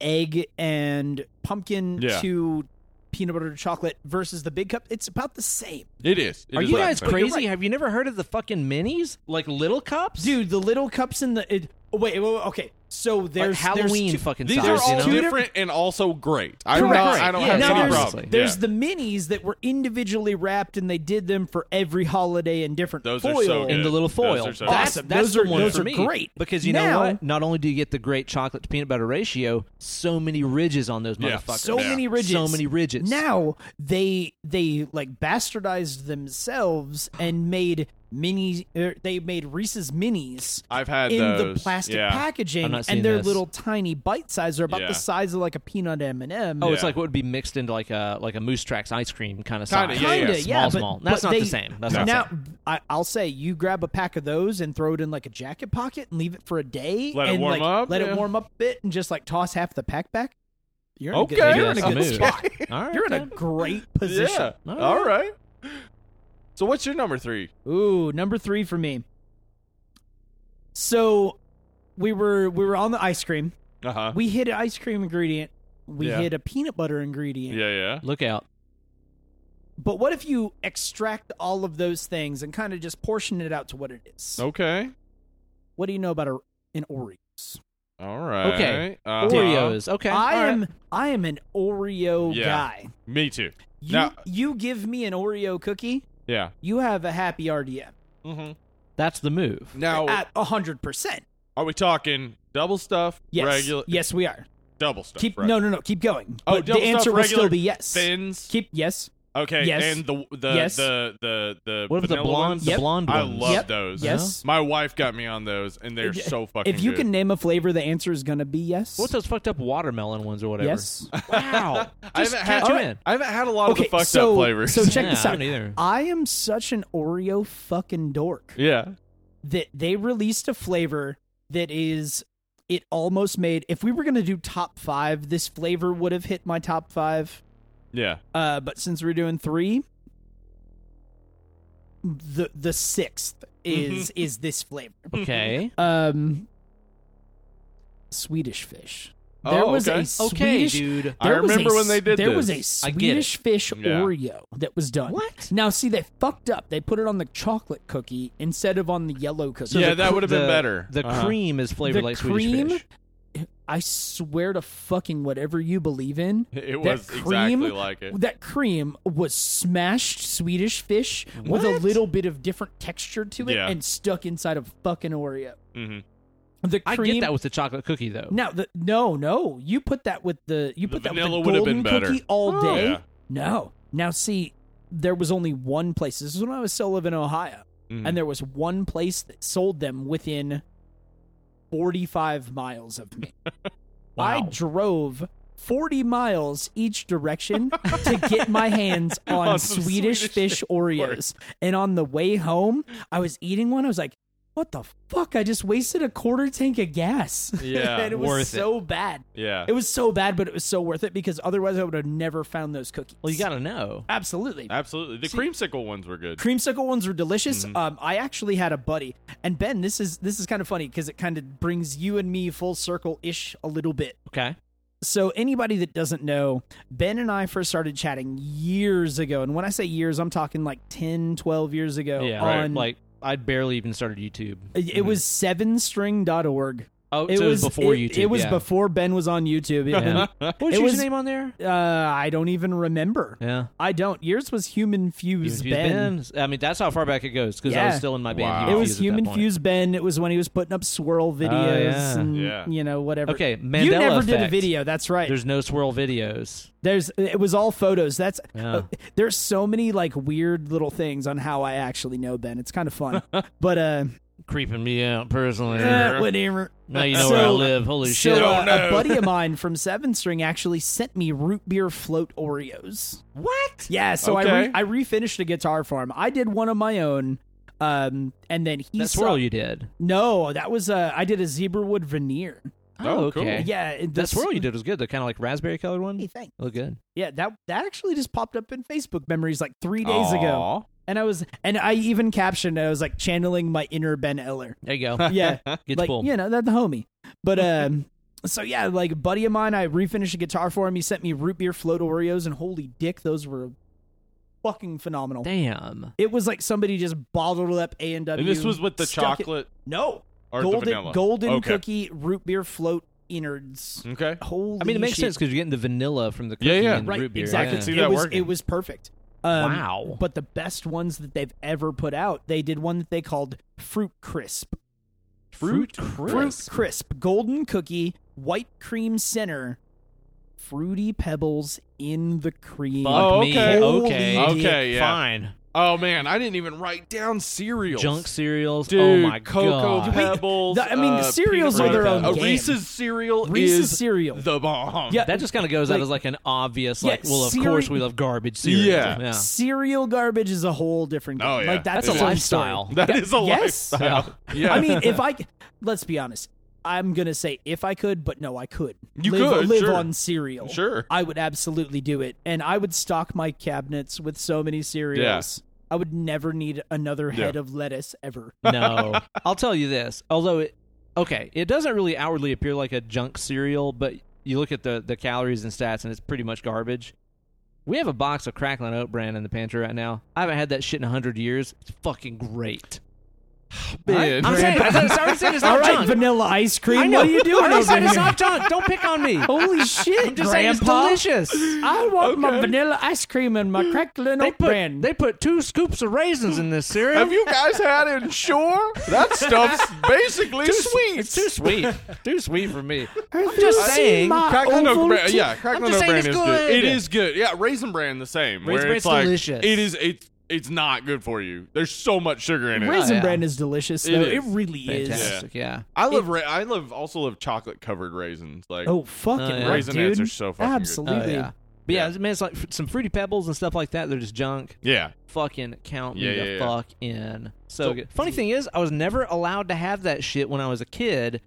[SPEAKER 3] egg and pumpkin
[SPEAKER 2] Yeah.
[SPEAKER 3] to peanut butter to chocolate versus the big cup it's about the same
[SPEAKER 2] it is. It
[SPEAKER 1] Are
[SPEAKER 2] is
[SPEAKER 1] you
[SPEAKER 2] about
[SPEAKER 1] guys
[SPEAKER 2] the same.
[SPEAKER 1] crazy?
[SPEAKER 3] right.
[SPEAKER 1] Have you never heard of the fucking minis? Like little cups?
[SPEAKER 3] dude the little cups in the it, oh, wait, wait, wait, okay so
[SPEAKER 1] like
[SPEAKER 3] there's
[SPEAKER 1] Halloween
[SPEAKER 3] there's two,
[SPEAKER 1] fucking
[SPEAKER 2] These
[SPEAKER 1] size,
[SPEAKER 2] are
[SPEAKER 3] There's
[SPEAKER 2] all
[SPEAKER 1] you know?
[SPEAKER 3] two-
[SPEAKER 2] different and also great. I'm
[SPEAKER 1] Correct.
[SPEAKER 2] not, I don't
[SPEAKER 1] Yeah,
[SPEAKER 2] have
[SPEAKER 1] no,
[SPEAKER 2] any
[SPEAKER 1] there's-
[SPEAKER 2] problem.
[SPEAKER 3] there's
[SPEAKER 2] Yeah.
[SPEAKER 3] the minis that were individually wrapped and they did them for every holiday in different
[SPEAKER 2] Those are
[SPEAKER 3] foil.
[SPEAKER 2] so
[SPEAKER 1] in
[SPEAKER 2] good.
[SPEAKER 1] the little
[SPEAKER 2] Those
[SPEAKER 1] foil.
[SPEAKER 2] are so
[SPEAKER 1] that's
[SPEAKER 3] Awesome.
[SPEAKER 1] that's
[SPEAKER 3] Those
[SPEAKER 1] the
[SPEAKER 3] are-
[SPEAKER 1] one
[SPEAKER 3] those
[SPEAKER 1] for
[SPEAKER 3] are
[SPEAKER 1] me.
[SPEAKER 3] great.
[SPEAKER 1] Because you
[SPEAKER 3] Now-
[SPEAKER 1] know what? Not only do you get the great chocolate to peanut butter ratio, so many ridges on those
[SPEAKER 2] Yeah.
[SPEAKER 1] motherfuckers.
[SPEAKER 3] so
[SPEAKER 2] Yeah.
[SPEAKER 3] many ridges
[SPEAKER 1] So many ridges.
[SPEAKER 3] now they they like bastardized themselves and made mini er, they made Reese's minis
[SPEAKER 2] I've had
[SPEAKER 3] in
[SPEAKER 2] those.
[SPEAKER 3] the plastic
[SPEAKER 2] yeah.
[SPEAKER 1] I'm
[SPEAKER 3] packaging
[SPEAKER 1] not seeing
[SPEAKER 3] and their
[SPEAKER 1] this.
[SPEAKER 3] little tiny bite size are about
[SPEAKER 2] Yeah.
[SPEAKER 3] the size of like a peanut M&M.
[SPEAKER 1] Oh,
[SPEAKER 2] Yeah.
[SPEAKER 1] it's like what would be mixed into like a like a moose tracks ice cream kind of
[SPEAKER 2] Kinda,
[SPEAKER 1] size.
[SPEAKER 2] yeah, yeah.
[SPEAKER 3] Kinda,
[SPEAKER 1] small,
[SPEAKER 3] yeah, but-
[SPEAKER 1] small. That's
[SPEAKER 3] but
[SPEAKER 1] not the
[SPEAKER 3] they-
[SPEAKER 1] same. That's not
[SPEAKER 3] now
[SPEAKER 1] the same.
[SPEAKER 3] I, I'll say you grab a pack of those and throw it in like a jacket pocket and leave it for a day.
[SPEAKER 2] Let it
[SPEAKER 3] and,
[SPEAKER 2] warm
[SPEAKER 3] like,
[SPEAKER 2] up,
[SPEAKER 3] Let
[SPEAKER 2] yeah.
[SPEAKER 3] it warm up a bit and just like toss half the pack back. You're in a
[SPEAKER 2] Okay.
[SPEAKER 3] good, you're in
[SPEAKER 1] Maybe
[SPEAKER 3] a good
[SPEAKER 1] that's the
[SPEAKER 3] spot.
[SPEAKER 1] move. All right,
[SPEAKER 3] You're in a
[SPEAKER 1] then.
[SPEAKER 3] great position.
[SPEAKER 2] Yeah.
[SPEAKER 1] All
[SPEAKER 2] All right. So what's your number three?
[SPEAKER 3] Ooh, number three for me. So we were we were on the ice cream.
[SPEAKER 2] Uh huh.
[SPEAKER 3] We hit an ice cream ingredient. We
[SPEAKER 2] Yeah.
[SPEAKER 3] hit a peanut butter ingredient.
[SPEAKER 2] Yeah, yeah.
[SPEAKER 1] Look out.
[SPEAKER 3] But what if you extract all of those things and kind of just portion it out to what it is?
[SPEAKER 2] Okay.
[SPEAKER 3] What do you know about a, an Oreos?
[SPEAKER 2] All right.
[SPEAKER 1] Okay.
[SPEAKER 2] Uh-huh.
[SPEAKER 1] Oreos. Okay.
[SPEAKER 3] I
[SPEAKER 1] All right.
[SPEAKER 3] am I am an Oreo
[SPEAKER 2] Yeah.
[SPEAKER 3] guy.
[SPEAKER 2] Me too.
[SPEAKER 3] You
[SPEAKER 2] Now-
[SPEAKER 3] you give me an Oreo cookie,
[SPEAKER 2] Yeah.
[SPEAKER 3] you have a happy RDM.
[SPEAKER 2] Mm-hmm.
[SPEAKER 1] That's the move.
[SPEAKER 2] Now,
[SPEAKER 3] At hundred percent.
[SPEAKER 2] are we talking double stuff?
[SPEAKER 3] Yes.
[SPEAKER 2] Regular.
[SPEAKER 3] Yes, we are.
[SPEAKER 2] Double stuff.
[SPEAKER 3] Keep
[SPEAKER 2] right.
[SPEAKER 3] no no no, keep going.
[SPEAKER 2] Oh,
[SPEAKER 3] But the
[SPEAKER 2] double stuff,
[SPEAKER 3] answer will
[SPEAKER 2] regular,
[SPEAKER 3] still be yes.
[SPEAKER 2] Thins.
[SPEAKER 3] Keep yes.
[SPEAKER 2] Okay,
[SPEAKER 3] Yes.
[SPEAKER 2] and the the
[SPEAKER 3] Yes.
[SPEAKER 2] the the the
[SPEAKER 1] What if the
[SPEAKER 2] vanilla
[SPEAKER 1] blonde
[SPEAKER 2] ones?
[SPEAKER 1] the
[SPEAKER 3] Yep.
[SPEAKER 1] blonde
[SPEAKER 2] I
[SPEAKER 1] ones?
[SPEAKER 2] love
[SPEAKER 3] Yep.
[SPEAKER 2] those.
[SPEAKER 3] Yes.
[SPEAKER 2] My wife got me on those, and they're
[SPEAKER 3] If-
[SPEAKER 2] so fucking.
[SPEAKER 3] If you
[SPEAKER 2] good.
[SPEAKER 3] can name a flavor, the answer is going to be yes.
[SPEAKER 1] What's those fucked up watermelon ones or whatever?
[SPEAKER 3] Yes.
[SPEAKER 1] Wow.
[SPEAKER 2] I
[SPEAKER 1] Just
[SPEAKER 2] haven't had,
[SPEAKER 1] catch 'em in.
[SPEAKER 2] I haven't had a lot of
[SPEAKER 3] Okay,
[SPEAKER 2] the fucked
[SPEAKER 3] so
[SPEAKER 2] up flavors.
[SPEAKER 3] so check
[SPEAKER 1] Yeah,
[SPEAKER 3] this
[SPEAKER 1] I
[SPEAKER 3] out.
[SPEAKER 1] don't either.
[SPEAKER 3] I am such an Oreo fucking dork
[SPEAKER 2] yeah,
[SPEAKER 3] that they released a flavor that is it almost made if we were going to do top 5, this flavor would have hit my top 5.
[SPEAKER 2] yeah.
[SPEAKER 3] Uh but since we're doing 3, the the 6th
[SPEAKER 2] Mm-hmm.
[SPEAKER 3] is is this flavor.
[SPEAKER 1] Okay.
[SPEAKER 3] Um Swedish fish.
[SPEAKER 2] Oh,
[SPEAKER 3] There was
[SPEAKER 2] okay.
[SPEAKER 3] a
[SPEAKER 1] Okay,
[SPEAKER 3] Swedish
[SPEAKER 1] dude.
[SPEAKER 2] I
[SPEAKER 3] There was
[SPEAKER 2] remember
[SPEAKER 3] a
[SPEAKER 2] when they
[SPEAKER 3] s-
[SPEAKER 2] did
[SPEAKER 3] There
[SPEAKER 2] this.
[SPEAKER 3] was a
[SPEAKER 1] I get it.
[SPEAKER 3] Swedish fish
[SPEAKER 2] Yeah.
[SPEAKER 3] Oreo that was done.
[SPEAKER 1] What?
[SPEAKER 3] Now, see, they fucked up. They put it on the chocolate cookie instead of on the yellow cookie.
[SPEAKER 2] Yeah,
[SPEAKER 1] the
[SPEAKER 2] that
[SPEAKER 1] cr-
[SPEAKER 2] would've been
[SPEAKER 1] the-
[SPEAKER 2] better.
[SPEAKER 1] The
[SPEAKER 2] Uh-huh.
[SPEAKER 1] cream is flavored
[SPEAKER 3] the
[SPEAKER 1] like Swedish
[SPEAKER 3] cream
[SPEAKER 1] fish.
[SPEAKER 3] I swear to fucking whatever you believe in.
[SPEAKER 2] It
[SPEAKER 3] that
[SPEAKER 2] was
[SPEAKER 3] cream-
[SPEAKER 2] exactly like it.
[SPEAKER 3] That cream was smashed Swedish fish with a
[SPEAKER 1] What?
[SPEAKER 3] little bit of different texture to it
[SPEAKER 2] Yeah.
[SPEAKER 3] and stuck inside of fucking Oreo.
[SPEAKER 2] hmm
[SPEAKER 3] The
[SPEAKER 1] I
[SPEAKER 3] cream,
[SPEAKER 1] get that with the chocolate cookie though.
[SPEAKER 3] Now, the, no, no, you put that with the you
[SPEAKER 2] The
[SPEAKER 3] put that with
[SPEAKER 2] vanilla
[SPEAKER 3] the
[SPEAKER 2] would have
[SPEAKER 3] golden
[SPEAKER 2] been better. Oh.
[SPEAKER 3] cookie all day.
[SPEAKER 2] Yeah.
[SPEAKER 3] No, now see, there was only one place. This is when I was still living in Ohio,
[SPEAKER 2] Mhm.
[SPEAKER 3] and there was one place that sold them within forty-five miles of me. I
[SPEAKER 1] Wow.
[SPEAKER 3] drove. 40 miles each direction to get my hands on,
[SPEAKER 2] On some Swedish
[SPEAKER 3] Swedish, fish Oreos. And on the way home, I was eating one. I was like, what the fuck? I just wasted a quarter tank of gas.
[SPEAKER 2] Yeah,
[SPEAKER 3] and it was
[SPEAKER 1] worth it.
[SPEAKER 3] so bad.
[SPEAKER 2] Yeah.
[SPEAKER 3] It was so bad, but it was so worth it because otherwise I would have never found those cookies.
[SPEAKER 1] Well, you gotta know.
[SPEAKER 3] absolutely.
[SPEAKER 2] Absolutely. The creamsicle ones were good.
[SPEAKER 3] Creamsicle ones were delicious.
[SPEAKER 1] Mm-hmm.
[SPEAKER 3] Um, I actually had a buddy, and Ben, this is this is kind of funny because it kind of brings you and me full circle ish a little bit.
[SPEAKER 1] Okay.
[SPEAKER 3] So anybody that doesn't know, Ben and I first started chatting years ago, and when I say years, I'm talking like 10, 12 years ago.
[SPEAKER 1] Yeah.
[SPEAKER 2] right,
[SPEAKER 3] on,
[SPEAKER 1] Like I barely even started YouTube.
[SPEAKER 3] it was sevenstring.org.
[SPEAKER 1] Oh,
[SPEAKER 3] It
[SPEAKER 1] so
[SPEAKER 3] was
[SPEAKER 1] before
[SPEAKER 3] it-
[SPEAKER 1] YouTube.
[SPEAKER 3] It was
[SPEAKER 1] yeah.
[SPEAKER 3] before Ben was on YouTube. It-
[SPEAKER 1] Yeah. what was
[SPEAKER 3] It
[SPEAKER 1] your
[SPEAKER 3] was-
[SPEAKER 1] name on there?
[SPEAKER 3] uh, I don't even remember.
[SPEAKER 1] Yeah.
[SPEAKER 3] I don't. Yours was Human Fuse
[SPEAKER 1] Fuse
[SPEAKER 3] Ben.
[SPEAKER 1] Ben. I mean, that's how far back it goes because I was
[SPEAKER 3] Yeah.
[SPEAKER 1] still in my band.
[SPEAKER 2] Wow.
[SPEAKER 3] It
[SPEAKER 1] Human Fuse
[SPEAKER 3] was
[SPEAKER 1] at that
[SPEAKER 3] Human
[SPEAKER 1] point.
[SPEAKER 3] Fuse Ben. It was when he was putting up swirl videos
[SPEAKER 1] yeah.
[SPEAKER 3] and
[SPEAKER 2] Yeah.
[SPEAKER 3] you know whatever.
[SPEAKER 1] Okay,
[SPEAKER 3] you
[SPEAKER 1] Mandela
[SPEAKER 3] never did a
[SPEAKER 1] effect.
[SPEAKER 3] video. That's right. There's,
[SPEAKER 1] There's no swirl videos.
[SPEAKER 3] it was all photos. That's
[SPEAKER 1] Yeah.
[SPEAKER 3] uh, there's so many like weird little things on how I actually know Ben. It's kind of fun, but uh,
[SPEAKER 1] Creeping me out personally.
[SPEAKER 3] eh, whatever.
[SPEAKER 1] now you know where I
[SPEAKER 3] So-
[SPEAKER 1] live. Holy
[SPEAKER 3] So
[SPEAKER 1] shit.
[SPEAKER 2] Oh,
[SPEAKER 3] uh,
[SPEAKER 2] no.
[SPEAKER 3] a buddy of mine from Seven String actually sent me root beer float Oreos.
[SPEAKER 1] What?
[SPEAKER 3] Yeah, so
[SPEAKER 2] Okay.
[SPEAKER 3] I re- I refinished a guitar for him. I did one of my own, um, and then he
[SPEAKER 1] That
[SPEAKER 3] saw-
[SPEAKER 1] swirl you did.
[SPEAKER 3] No, that was uh, I did a zebrawood veneer.
[SPEAKER 2] Oh, cool.
[SPEAKER 1] okay.
[SPEAKER 3] Yeah, it-
[SPEAKER 1] That
[SPEAKER 3] this-
[SPEAKER 1] swirl you did was good. The kind of like raspberry colored one.
[SPEAKER 3] Hey, thank-
[SPEAKER 1] Look good.
[SPEAKER 3] Yeah, that that actually just popped up in Facebook memories like three days ago, and I was and I even captioned it, I was like channeling my inner Ben Eller.
[SPEAKER 1] There you go.
[SPEAKER 3] Yeah,
[SPEAKER 1] Get
[SPEAKER 3] like
[SPEAKER 1] full.
[SPEAKER 3] you know that the homie. But um, so yeah, like a buddy of mine, I refinished a guitar for him. He sent me root beer float Oreos, and holy dick, those were fucking phenomenal.
[SPEAKER 1] Damn.
[SPEAKER 3] It was like somebody just bottled up A and W.
[SPEAKER 2] And this was with the
[SPEAKER 3] stuck it-
[SPEAKER 2] chocolate
[SPEAKER 3] no
[SPEAKER 2] or the
[SPEAKER 3] golden
[SPEAKER 2] vanilla.
[SPEAKER 3] golden
[SPEAKER 2] okay. Hmm.
[SPEAKER 3] cookie root beer float innards.
[SPEAKER 2] Okay.
[SPEAKER 3] Holy,
[SPEAKER 1] I mean, it makes
[SPEAKER 3] shit.
[SPEAKER 1] sense because you're getting the vanilla from the cookie
[SPEAKER 2] Yeah, yeah.
[SPEAKER 1] and
[SPEAKER 3] Right,
[SPEAKER 1] root beer.
[SPEAKER 3] exactly.
[SPEAKER 2] I can see
[SPEAKER 3] it
[SPEAKER 2] that
[SPEAKER 3] was
[SPEAKER 2] working.
[SPEAKER 3] it was perfect. Um,
[SPEAKER 1] Wow.
[SPEAKER 3] But the best ones that they've ever put out, they did one that they called Fruit Crisp.
[SPEAKER 1] Fruit
[SPEAKER 3] Fruit
[SPEAKER 1] crisp.
[SPEAKER 3] Crisp, golden cookie, white cream center, fruity pebbles in the cream.
[SPEAKER 1] Fuck
[SPEAKER 2] Oh,
[SPEAKER 1] me.
[SPEAKER 2] okay.
[SPEAKER 1] Okay.
[SPEAKER 3] Holy
[SPEAKER 2] Okay, dick. yeah.
[SPEAKER 1] Fine.
[SPEAKER 2] Oh man, I didn't even write down cereals.
[SPEAKER 1] Junk cereals.
[SPEAKER 2] Dude,
[SPEAKER 1] oh my
[SPEAKER 2] Cocoa
[SPEAKER 1] god.
[SPEAKER 2] Pebbles.
[SPEAKER 3] Wait, the- I mean,
[SPEAKER 2] uh,
[SPEAKER 3] cereals
[SPEAKER 2] peanut
[SPEAKER 1] are their
[SPEAKER 2] butter.
[SPEAKER 1] own
[SPEAKER 2] A
[SPEAKER 3] game.
[SPEAKER 2] Reese's cereal
[SPEAKER 3] Reese's
[SPEAKER 2] is
[SPEAKER 3] cereal.
[SPEAKER 2] the bomb.
[SPEAKER 3] Yeah.
[SPEAKER 1] That just kind of goes out
[SPEAKER 3] Like-
[SPEAKER 1] as like an obvious,
[SPEAKER 3] Yeah,
[SPEAKER 1] like, well, of
[SPEAKER 3] cere-
[SPEAKER 1] course we love garbage cereal.
[SPEAKER 2] Yeah.
[SPEAKER 3] Cereal garbage is a whole different game.
[SPEAKER 2] Oh, yeah.
[SPEAKER 3] Like
[SPEAKER 1] That's
[SPEAKER 3] that's,
[SPEAKER 2] It
[SPEAKER 1] a
[SPEAKER 2] is.
[SPEAKER 3] whole
[SPEAKER 1] lifestyle.
[SPEAKER 3] story.
[SPEAKER 2] That
[SPEAKER 3] Yeah.
[SPEAKER 2] is a
[SPEAKER 3] yes.
[SPEAKER 2] lifestyle. Yeah.
[SPEAKER 3] I mean, if I c- let's be honest, I'm gonna say if I could, but no, I could.
[SPEAKER 2] You
[SPEAKER 3] live,
[SPEAKER 2] could,
[SPEAKER 3] live
[SPEAKER 2] sure.
[SPEAKER 3] on cereal.
[SPEAKER 2] Sure.
[SPEAKER 3] I would absolutely do it, and I would stock my cabinets with so many cereals. I would never need another head of lettuce ever.
[SPEAKER 1] no. I'll tell you this. Although it okay, it doesn't really outwardly appear like a junk cereal, but you look at the the calories and stats and it's pretty much garbage. We have a box of Cracklin' Oat bran in the pantry right now. I haven't had that shit in 100 years. It's fucking great.
[SPEAKER 2] Man.
[SPEAKER 1] I'm saying, I said- I already said it's not
[SPEAKER 3] All right,
[SPEAKER 1] junk.
[SPEAKER 3] vanilla ice
[SPEAKER 1] I
[SPEAKER 3] cream.
[SPEAKER 1] know.
[SPEAKER 3] What are you doing
[SPEAKER 1] I already
[SPEAKER 3] over
[SPEAKER 1] said it's
[SPEAKER 3] here?
[SPEAKER 1] not junk. Don't pick on me. I'm
[SPEAKER 3] Holy shit,
[SPEAKER 1] just saying it's
[SPEAKER 3] Grandpa!
[SPEAKER 1] delicious.
[SPEAKER 3] I want my vanilla ice cream and my crackling
[SPEAKER 1] They
[SPEAKER 3] oat bran.
[SPEAKER 1] put, they put two scoops of raisins in this cereal.
[SPEAKER 2] Have you guys had it? Sure. That stuff's basically
[SPEAKER 1] Too sweet.
[SPEAKER 2] sweet.
[SPEAKER 1] It's too sweet. too sweet for me.
[SPEAKER 3] I'm
[SPEAKER 1] just saying,
[SPEAKER 2] Cracklin' Oat Bran, yeah, Cracklin'
[SPEAKER 1] just
[SPEAKER 2] Oat
[SPEAKER 1] saying it's
[SPEAKER 2] Bran is good. It
[SPEAKER 1] good.
[SPEAKER 2] is good. Yeah, Raisin Bran the same. where
[SPEAKER 1] Raisin
[SPEAKER 2] it's
[SPEAKER 1] Bran's
[SPEAKER 2] like,
[SPEAKER 1] delicious.
[SPEAKER 2] It is. It's it's not good for you. There's so much sugar in it.
[SPEAKER 3] Raisin
[SPEAKER 1] yeah.
[SPEAKER 3] bran is delicious.
[SPEAKER 2] It
[SPEAKER 3] though.
[SPEAKER 2] is.
[SPEAKER 3] It really is.
[SPEAKER 1] Fantastic. Yeah.
[SPEAKER 2] I love. Ra- I love. Also love chocolate covered raisins. Like
[SPEAKER 3] Oh fucking
[SPEAKER 1] Oh, yeah.
[SPEAKER 3] right,
[SPEAKER 2] Raisin
[SPEAKER 3] dude.
[SPEAKER 2] Ants are so fucking good.
[SPEAKER 3] absolutely.
[SPEAKER 1] Oh, yeah. But yeah,
[SPEAKER 2] Yeah.
[SPEAKER 1] I mean, it's like fr- some fruity pebbles and stuff like that. They're just junk.
[SPEAKER 2] yeah.
[SPEAKER 1] Fucking count me
[SPEAKER 2] Yeah, yeah,
[SPEAKER 1] the
[SPEAKER 2] yeah.
[SPEAKER 1] fuck in. So, good. funny thing is, I was never allowed to have that shit when I was a kid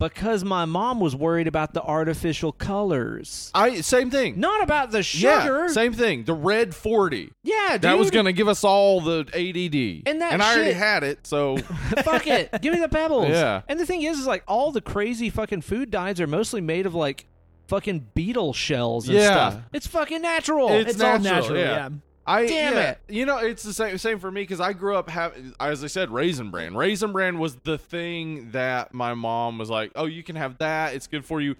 [SPEAKER 1] because my mom was worried about the artificial colors,
[SPEAKER 2] I same thing.
[SPEAKER 1] not about the
[SPEAKER 2] yeah,
[SPEAKER 1] sugar.
[SPEAKER 2] same thing. The red forty.
[SPEAKER 1] Yeah, dude.
[SPEAKER 2] That was gonna give us all the ADD.
[SPEAKER 1] And that
[SPEAKER 2] and I already
[SPEAKER 1] shit-
[SPEAKER 2] had it. So
[SPEAKER 1] fuck it. Give me the pebbles.
[SPEAKER 2] Yeah.
[SPEAKER 1] And the thing is, is like all the crazy fucking food dyes are mostly made of like fucking beetle shells and
[SPEAKER 2] Yeah.
[SPEAKER 1] stuff. It's fucking natural.
[SPEAKER 2] It's
[SPEAKER 3] It's all
[SPEAKER 2] natural,
[SPEAKER 3] natural.
[SPEAKER 2] yeah.
[SPEAKER 3] Yeah.
[SPEAKER 2] I
[SPEAKER 1] Damn
[SPEAKER 2] yeah,
[SPEAKER 1] it.
[SPEAKER 2] You know, it's the same same for me because I grew up have as I said, raisin bran. Raisin bran was the thing that my mom was like, "Oh, you can have that. It's good for you."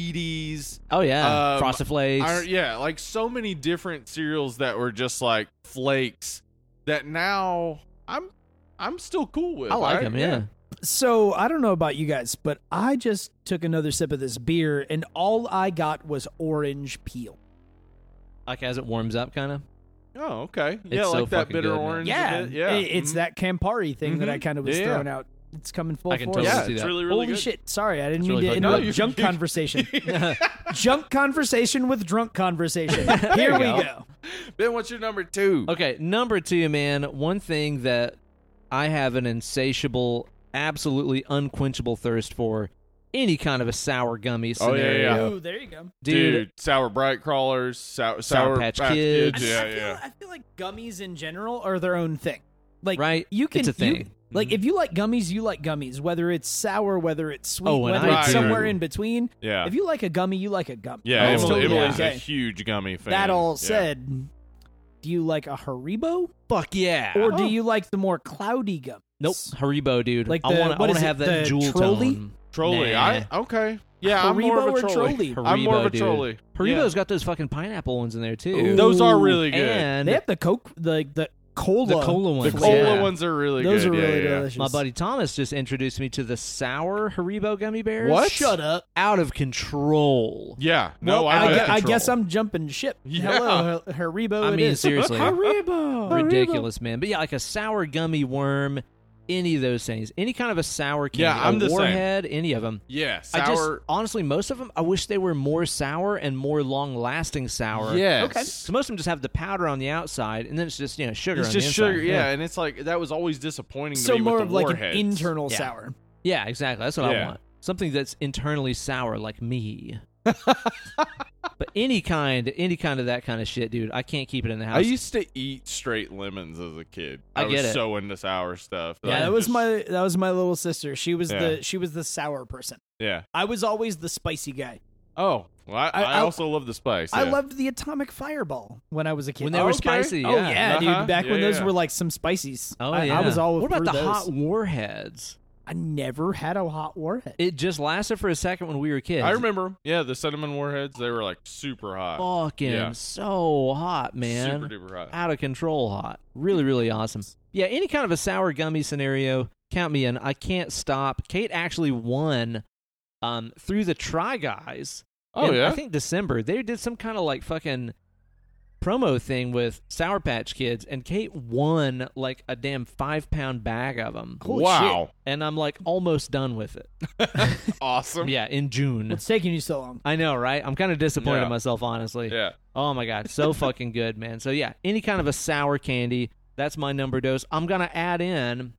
[SPEAKER 2] Wheaties,
[SPEAKER 1] Oh yeah,
[SPEAKER 2] Um,
[SPEAKER 1] frosted flakes.
[SPEAKER 2] I, yeah, like so many different cereals that were just like flakes that now I'm I'm still cool with.
[SPEAKER 1] I like
[SPEAKER 2] I-
[SPEAKER 1] them. Yeah.
[SPEAKER 3] So I don't know about you guys, but I just took another sip of this beer, and all I got was orange peel.
[SPEAKER 1] like as it warms up, kind of.
[SPEAKER 2] Oh, okay. Yeah,
[SPEAKER 1] so
[SPEAKER 2] like that
[SPEAKER 1] fucking
[SPEAKER 2] bitter
[SPEAKER 1] good, man.
[SPEAKER 2] orange. a
[SPEAKER 3] Yeah,
[SPEAKER 2] bit. yeah.
[SPEAKER 3] it- it's
[SPEAKER 2] Mhm.
[SPEAKER 3] that Campari thing that I
[SPEAKER 2] Mhm.
[SPEAKER 3] kind of was
[SPEAKER 2] Yeah, yeah.
[SPEAKER 3] throwing out. It's coming full
[SPEAKER 1] I can
[SPEAKER 3] force.
[SPEAKER 1] totally
[SPEAKER 2] Yeah,
[SPEAKER 1] see
[SPEAKER 2] it's
[SPEAKER 1] that.
[SPEAKER 2] really really
[SPEAKER 3] Holy
[SPEAKER 2] good.
[SPEAKER 3] shit! Sorry, I didn't
[SPEAKER 1] It's
[SPEAKER 3] mean
[SPEAKER 1] really
[SPEAKER 3] to
[SPEAKER 1] fucking
[SPEAKER 3] interrupt
[SPEAKER 2] good. No, you-
[SPEAKER 3] junk
[SPEAKER 2] you-
[SPEAKER 3] conversation. junk conversation with drunk conversation. Here we
[SPEAKER 1] go.
[SPEAKER 3] go.
[SPEAKER 2] Ben, what's your number two?
[SPEAKER 1] Okay, number two, man. One thing that I have an insatiable, absolutely unquenchable thirst for any kind of a sour gummy
[SPEAKER 2] Oh, yeah,
[SPEAKER 1] scenario.
[SPEAKER 2] yeah.
[SPEAKER 3] Ooh, there you go.
[SPEAKER 2] Dude,
[SPEAKER 1] Dude,
[SPEAKER 2] sour bright crawlers, sour,
[SPEAKER 1] Sour Patch Kids.
[SPEAKER 2] Yeah,
[SPEAKER 3] I, feel,
[SPEAKER 2] yeah.
[SPEAKER 3] I feel like gummies in general are their own thing. Like
[SPEAKER 1] Right?
[SPEAKER 3] you can
[SPEAKER 1] It's a
[SPEAKER 3] you-
[SPEAKER 1] thing. Mm-hmm.
[SPEAKER 3] like if you like gummies, you like gummies. Whether it's sour, whether it's sweet,
[SPEAKER 1] Oh, and
[SPEAKER 3] whether
[SPEAKER 1] I
[SPEAKER 3] it's
[SPEAKER 2] do.
[SPEAKER 3] somewhere in between.
[SPEAKER 2] Yeah.
[SPEAKER 3] If you like a gummy, you like a gummy.
[SPEAKER 2] yeah,
[SPEAKER 3] That's
[SPEAKER 1] Oh,
[SPEAKER 2] Emily,
[SPEAKER 1] yeah.
[SPEAKER 2] Emily's a
[SPEAKER 3] okay.
[SPEAKER 2] huge gummy fan.
[SPEAKER 3] That all
[SPEAKER 2] Yeah.
[SPEAKER 3] said, do you like a Haribo
[SPEAKER 1] Fuck yeah.
[SPEAKER 2] Oh.
[SPEAKER 3] or do you like the more cloudy gum?
[SPEAKER 1] nope. Haribo, dude.
[SPEAKER 3] Like
[SPEAKER 1] I
[SPEAKER 3] the-
[SPEAKER 1] want. I
[SPEAKER 3] what
[SPEAKER 1] want
[SPEAKER 3] is
[SPEAKER 1] to
[SPEAKER 3] it,
[SPEAKER 1] have that
[SPEAKER 3] the
[SPEAKER 1] jewel
[SPEAKER 3] trolley?
[SPEAKER 1] tone.
[SPEAKER 2] Trolley.
[SPEAKER 1] Nah.
[SPEAKER 2] I okay. Yeah,
[SPEAKER 3] Haribo
[SPEAKER 2] I'm more of a
[SPEAKER 3] or
[SPEAKER 2] trolley.
[SPEAKER 3] Trolley?
[SPEAKER 2] I'm more of a
[SPEAKER 1] Haribo, dude.
[SPEAKER 2] trolley.
[SPEAKER 1] Haribo's got those fucking pineapple ones in there
[SPEAKER 2] Yeah.
[SPEAKER 1] too.
[SPEAKER 3] Ooh.
[SPEAKER 2] Those are really good.
[SPEAKER 1] and
[SPEAKER 3] They have the Coke, the the cola,
[SPEAKER 1] the cola
[SPEAKER 2] the
[SPEAKER 1] ones.
[SPEAKER 2] cola
[SPEAKER 1] yeah.
[SPEAKER 2] ones are really
[SPEAKER 3] Those
[SPEAKER 2] good.
[SPEAKER 3] are
[SPEAKER 2] yeah,
[SPEAKER 3] really
[SPEAKER 2] yeah.
[SPEAKER 3] delicious.
[SPEAKER 1] My buddy Thomas just introduced me to the sour Haribo gummy bears.
[SPEAKER 2] What?
[SPEAKER 1] Shut up. Out of control.
[SPEAKER 2] Yeah. No,
[SPEAKER 3] Well, I,
[SPEAKER 2] I,
[SPEAKER 3] gue-
[SPEAKER 2] bet.
[SPEAKER 3] I guess I'm jumping ship.
[SPEAKER 2] Yeah.
[SPEAKER 3] Hello, Har- Haribo.
[SPEAKER 1] I
[SPEAKER 3] it
[SPEAKER 1] mean,
[SPEAKER 3] is.
[SPEAKER 1] seriously.
[SPEAKER 3] Haribo.
[SPEAKER 1] Ridiculous, man. But yeah, like a sour gummy worm, any of those things. Any kind of a sour candy.
[SPEAKER 2] Yeah, I'm
[SPEAKER 1] a
[SPEAKER 2] the same.
[SPEAKER 1] warhead, any of them.
[SPEAKER 2] Yeah,
[SPEAKER 1] I just
[SPEAKER 2] sour.
[SPEAKER 1] honestly, most of them, I wish they were more sour and more long-lasting sour.
[SPEAKER 2] Yes.
[SPEAKER 3] Okay.
[SPEAKER 1] So most of them just have the powder on the outside, and then it's just you know sugar.
[SPEAKER 2] It's
[SPEAKER 1] on
[SPEAKER 2] just
[SPEAKER 1] the
[SPEAKER 2] sugar,
[SPEAKER 1] inside.
[SPEAKER 2] yeah, and it's like that was always disappointing.
[SPEAKER 3] So
[SPEAKER 2] to me
[SPEAKER 3] more
[SPEAKER 2] with
[SPEAKER 3] of
[SPEAKER 2] the
[SPEAKER 3] like
[SPEAKER 2] warheads.
[SPEAKER 3] an internal
[SPEAKER 1] Yeah.
[SPEAKER 3] sour.
[SPEAKER 1] yeah, exactly. That's what I
[SPEAKER 2] Yeah.
[SPEAKER 1] want. Something that's internally sour, like me. but any kind, any kind of that kind of shit, dude. I can't keep it in the house.
[SPEAKER 2] I used to eat straight lemons as a kid.
[SPEAKER 1] I
[SPEAKER 2] was
[SPEAKER 1] get it.
[SPEAKER 2] so into sour stuff.
[SPEAKER 3] Yeah,
[SPEAKER 2] I
[SPEAKER 3] that was
[SPEAKER 2] just-
[SPEAKER 3] my that was my little sister. She was
[SPEAKER 2] Yeah.
[SPEAKER 3] the she was the sour person.
[SPEAKER 2] Yeah.
[SPEAKER 3] I was always the spicy guy.
[SPEAKER 2] Oh, well, I, I,
[SPEAKER 3] I- I-
[SPEAKER 2] also love the spice.
[SPEAKER 3] I
[SPEAKER 2] yeah.
[SPEAKER 3] loved the atomic fireball when I was a kid.
[SPEAKER 1] when they
[SPEAKER 2] Oh,
[SPEAKER 1] were
[SPEAKER 2] okay.
[SPEAKER 1] spicy.
[SPEAKER 3] oh yeah,
[SPEAKER 2] Uh-huh.
[SPEAKER 3] dude. Back when
[SPEAKER 2] Yeah,
[SPEAKER 3] those
[SPEAKER 2] yeah.
[SPEAKER 3] were like some spices.
[SPEAKER 1] Oh
[SPEAKER 3] I,
[SPEAKER 1] yeah.
[SPEAKER 3] I was all
[SPEAKER 1] What about
[SPEAKER 3] through
[SPEAKER 1] the
[SPEAKER 3] those.
[SPEAKER 1] hot warheads?
[SPEAKER 3] I never had a hot warhead.
[SPEAKER 1] It just lasted for a second when we were kids.
[SPEAKER 2] I remember 'em. Yeah, the cinnamon warheads. They were like super hot.
[SPEAKER 1] fucking
[SPEAKER 2] Yeah.
[SPEAKER 1] so hot, Oh, man. Ah,
[SPEAKER 2] Super duper hot.
[SPEAKER 1] Out of control hot. Really, really awesome. Yeah, any kind of a sour gummy scenario, count me in. I can't stop. Kate actually won um, through the Try Guys.
[SPEAKER 2] Oh
[SPEAKER 1] in,
[SPEAKER 2] yeah.
[SPEAKER 1] I think December. They did some kind of like fucking promo thing with Sour Patch Kids, and Kate won like a damn five pound bag of them.
[SPEAKER 3] Holy
[SPEAKER 2] wow.
[SPEAKER 1] And I'm like almost done with it.
[SPEAKER 2] Awesome.
[SPEAKER 1] Yeah, in June.
[SPEAKER 3] What's taking you so long?
[SPEAKER 1] I know, right? I'm kind of disappointed in
[SPEAKER 2] Yeah.
[SPEAKER 1] myself, honestly.
[SPEAKER 2] Yeah.
[SPEAKER 1] Oh my god, so fucking good, man. So yeah, any kind of a sour candy, that's my number dose. I'm gonna add in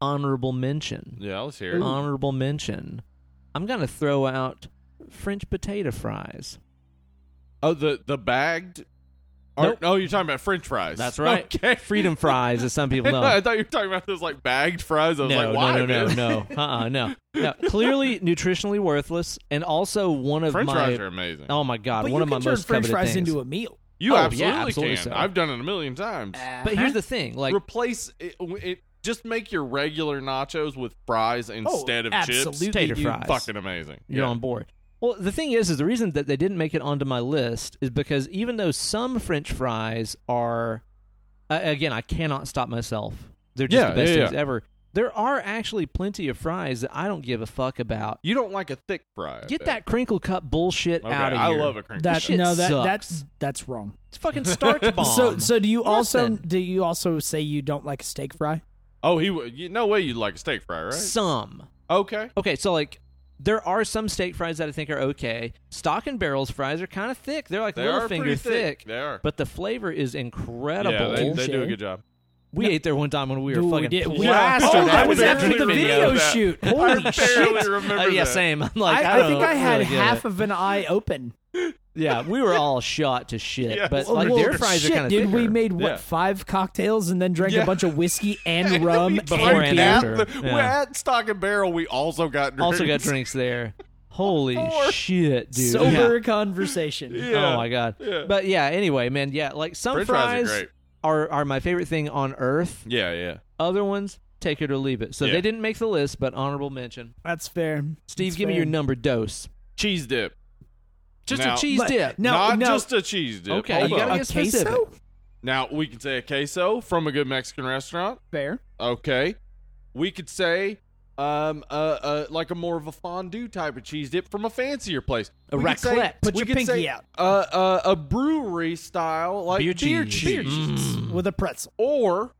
[SPEAKER 1] honorable mention.
[SPEAKER 2] Yeah. Let's hear it.
[SPEAKER 1] Honorable mention. I'm gonna throw out French potato fries.
[SPEAKER 2] Oh, the the bagged. Or-
[SPEAKER 1] Nope.
[SPEAKER 2] No, you're talking about French fries.
[SPEAKER 1] That's right.
[SPEAKER 2] Okay.
[SPEAKER 1] Freedom fries, as some people know.
[SPEAKER 2] I thought you were talking about those like bagged fries. I was
[SPEAKER 1] no,
[SPEAKER 2] like,
[SPEAKER 1] no,
[SPEAKER 2] why?
[SPEAKER 1] no, no,
[SPEAKER 2] man?
[SPEAKER 1] no, uh-uh, no, no. Clearly nutritionally worthless, and also one of
[SPEAKER 2] French
[SPEAKER 1] my
[SPEAKER 2] fries are amazing.
[SPEAKER 1] oh my god,
[SPEAKER 3] but
[SPEAKER 1] one
[SPEAKER 3] you
[SPEAKER 1] of my
[SPEAKER 3] can turn
[SPEAKER 1] most
[SPEAKER 3] French
[SPEAKER 1] coveted
[SPEAKER 3] fries
[SPEAKER 1] things.
[SPEAKER 3] into a meal.
[SPEAKER 1] oh,
[SPEAKER 2] you
[SPEAKER 1] yeah,
[SPEAKER 2] absolutely,
[SPEAKER 1] absolutely
[SPEAKER 2] can.
[SPEAKER 1] so.
[SPEAKER 2] I've done it a million times.
[SPEAKER 1] but here's the thing, like
[SPEAKER 2] Replace it, it. Just make your regular nachos with fries
[SPEAKER 1] Oh,
[SPEAKER 2] instead of
[SPEAKER 3] Oh, absolutely,
[SPEAKER 2] chips.
[SPEAKER 1] Tater
[SPEAKER 3] dude.
[SPEAKER 1] fries.
[SPEAKER 2] Fucking amazing.
[SPEAKER 1] you're
[SPEAKER 2] yeah.
[SPEAKER 1] on board. Well, the thing is, is the reason that they didn't make it onto my list is because even though some French fries are, uh, again, I cannot stop myself. They're just
[SPEAKER 2] Yeah,
[SPEAKER 1] the best
[SPEAKER 2] yeah, yeah.
[SPEAKER 1] things ever. There are actually plenty of fries that I don't give a fuck about.
[SPEAKER 2] You don't like a thick fry. I
[SPEAKER 1] Get
[SPEAKER 2] bet.
[SPEAKER 1] that crinkle cut bullshit
[SPEAKER 2] Okay,
[SPEAKER 1] out of
[SPEAKER 2] I
[SPEAKER 1] here.
[SPEAKER 2] love a crinkle.
[SPEAKER 3] That
[SPEAKER 2] cut.
[SPEAKER 1] shit
[SPEAKER 3] no, that
[SPEAKER 1] sucks.
[SPEAKER 3] that's that's wrong.
[SPEAKER 1] It's fucking starch bomb.
[SPEAKER 3] So so do you also
[SPEAKER 1] Nothing.
[SPEAKER 3] do you also say you don't like a steak fry?
[SPEAKER 2] Oh, he. would- You, no way you'd like a steak fry, right?
[SPEAKER 1] some.
[SPEAKER 2] Okay.
[SPEAKER 1] Okay, so like there are some steak fries that I think are okay. Stock and barrels fries are kind of thick. They're like
[SPEAKER 2] They
[SPEAKER 1] little
[SPEAKER 2] are
[SPEAKER 1] finger
[SPEAKER 2] pretty thick.
[SPEAKER 1] thick,
[SPEAKER 2] They are.
[SPEAKER 1] but the flavor is incredible.
[SPEAKER 2] yeah, they, they
[SPEAKER 3] bullshit.
[SPEAKER 2] do a good job.
[SPEAKER 1] We ate there one time when we were
[SPEAKER 3] Dude,
[SPEAKER 1] fucking
[SPEAKER 3] we did. We-
[SPEAKER 1] plastered.
[SPEAKER 2] Oh,
[SPEAKER 1] after
[SPEAKER 2] that was after the video that.
[SPEAKER 3] shoot.
[SPEAKER 2] I
[SPEAKER 3] Holy
[SPEAKER 2] barely
[SPEAKER 3] shit!
[SPEAKER 2] remember
[SPEAKER 1] Uh, yeah,
[SPEAKER 2] that.
[SPEAKER 1] same. I'm like, I,
[SPEAKER 3] I, I
[SPEAKER 1] don't
[SPEAKER 3] think I had
[SPEAKER 1] really get
[SPEAKER 3] half
[SPEAKER 1] it.
[SPEAKER 3] of an eye open.
[SPEAKER 1] Yeah, we were all shot to shit.
[SPEAKER 2] Yeah.
[SPEAKER 1] But
[SPEAKER 2] Well,
[SPEAKER 1] like
[SPEAKER 3] Oh, Well,
[SPEAKER 1] their fries
[SPEAKER 3] shit,
[SPEAKER 1] are kind of
[SPEAKER 3] dude.
[SPEAKER 1] thicker.
[SPEAKER 3] We made what
[SPEAKER 2] Yeah.
[SPEAKER 3] five cocktails and then drank
[SPEAKER 2] Yeah.
[SPEAKER 3] a bunch of whiskey and rum
[SPEAKER 2] It's
[SPEAKER 1] Before
[SPEAKER 2] like
[SPEAKER 1] and
[SPEAKER 2] that,
[SPEAKER 1] after,
[SPEAKER 2] the-
[SPEAKER 1] yeah.
[SPEAKER 2] We're at Stock and Barrel. We also got drinks.
[SPEAKER 1] also got drinks there. Holy shit, dude.
[SPEAKER 3] Sober conversation.
[SPEAKER 1] Oh my god.
[SPEAKER 2] Yeah.
[SPEAKER 1] But yeah, anyway, man, yeah, like some
[SPEAKER 2] French fries
[SPEAKER 1] fries,
[SPEAKER 2] are great.
[SPEAKER 1] are, are my favorite thing on earth.
[SPEAKER 2] Yeah, yeah.
[SPEAKER 1] Other ones, take it or leave it. So
[SPEAKER 2] Yeah.
[SPEAKER 1] they didn't make the list, but honorable mention.
[SPEAKER 3] That's fair.
[SPEAKER 1] Steve,
[SPEAKER 3] That's
[SPEAKER 1] give me
[SPEAKER 3] fair.
[SPEAKER 1] your number dose.
[SPEAKER 2] Cheese dip.
[SPEAKER 1] Just
[SPEAKER 2] Now-
[SPEAKER 1] a cheese
[SPEAKER 3] But-
[SPEAKER 1] dip.
[SPEAKER 3] No,
[SPEAKER 2] Not
[SPEAKER 3] no.
[SPEAKER 2] just a cheese dip.
[SPEAKER 1] Okay,
[SPEAKER 2] Hold
[SPEAKER 1] you gotta
[SPEAKER 2] up.
[SPEAKER 1] get
[SPEAKER 3] a
[SPEAKER 1] specific.
[SPEAKER 3] queso?
[SPEAKER 2] Now we could say a queso from a good Mexican restaurant.
[SPEAKER 3] Fair.
[SPEAKER 2] Okay. We could say um uh, uh like a more of a fondue type of cheese dip from a fancier place.
[SPEAKER 1] A
[SPEAKER 2] We could say-
[SPEAKER 1] raclette.
[SPEAKER 3] Put
[SPEAKER 2] we
[SPEAKER 3] your
[SPEAKER 2] could
[SPEAKER 3] pinky
[SPEAKER 2] say,
[SPEAKER 3] out.
[SPEAKER 2] Uh, uh, a brewery style like
[SPEAKER 1] Beer
[SPEAKER 2] beer
[SPEAKER 1] cheese.
[SPEAKER 2] cheese,
[SPEAKER 1] Beer Mm.
[SPEAKER 3] Mm-hmm. With a pretzel
[SPEAKER 2] or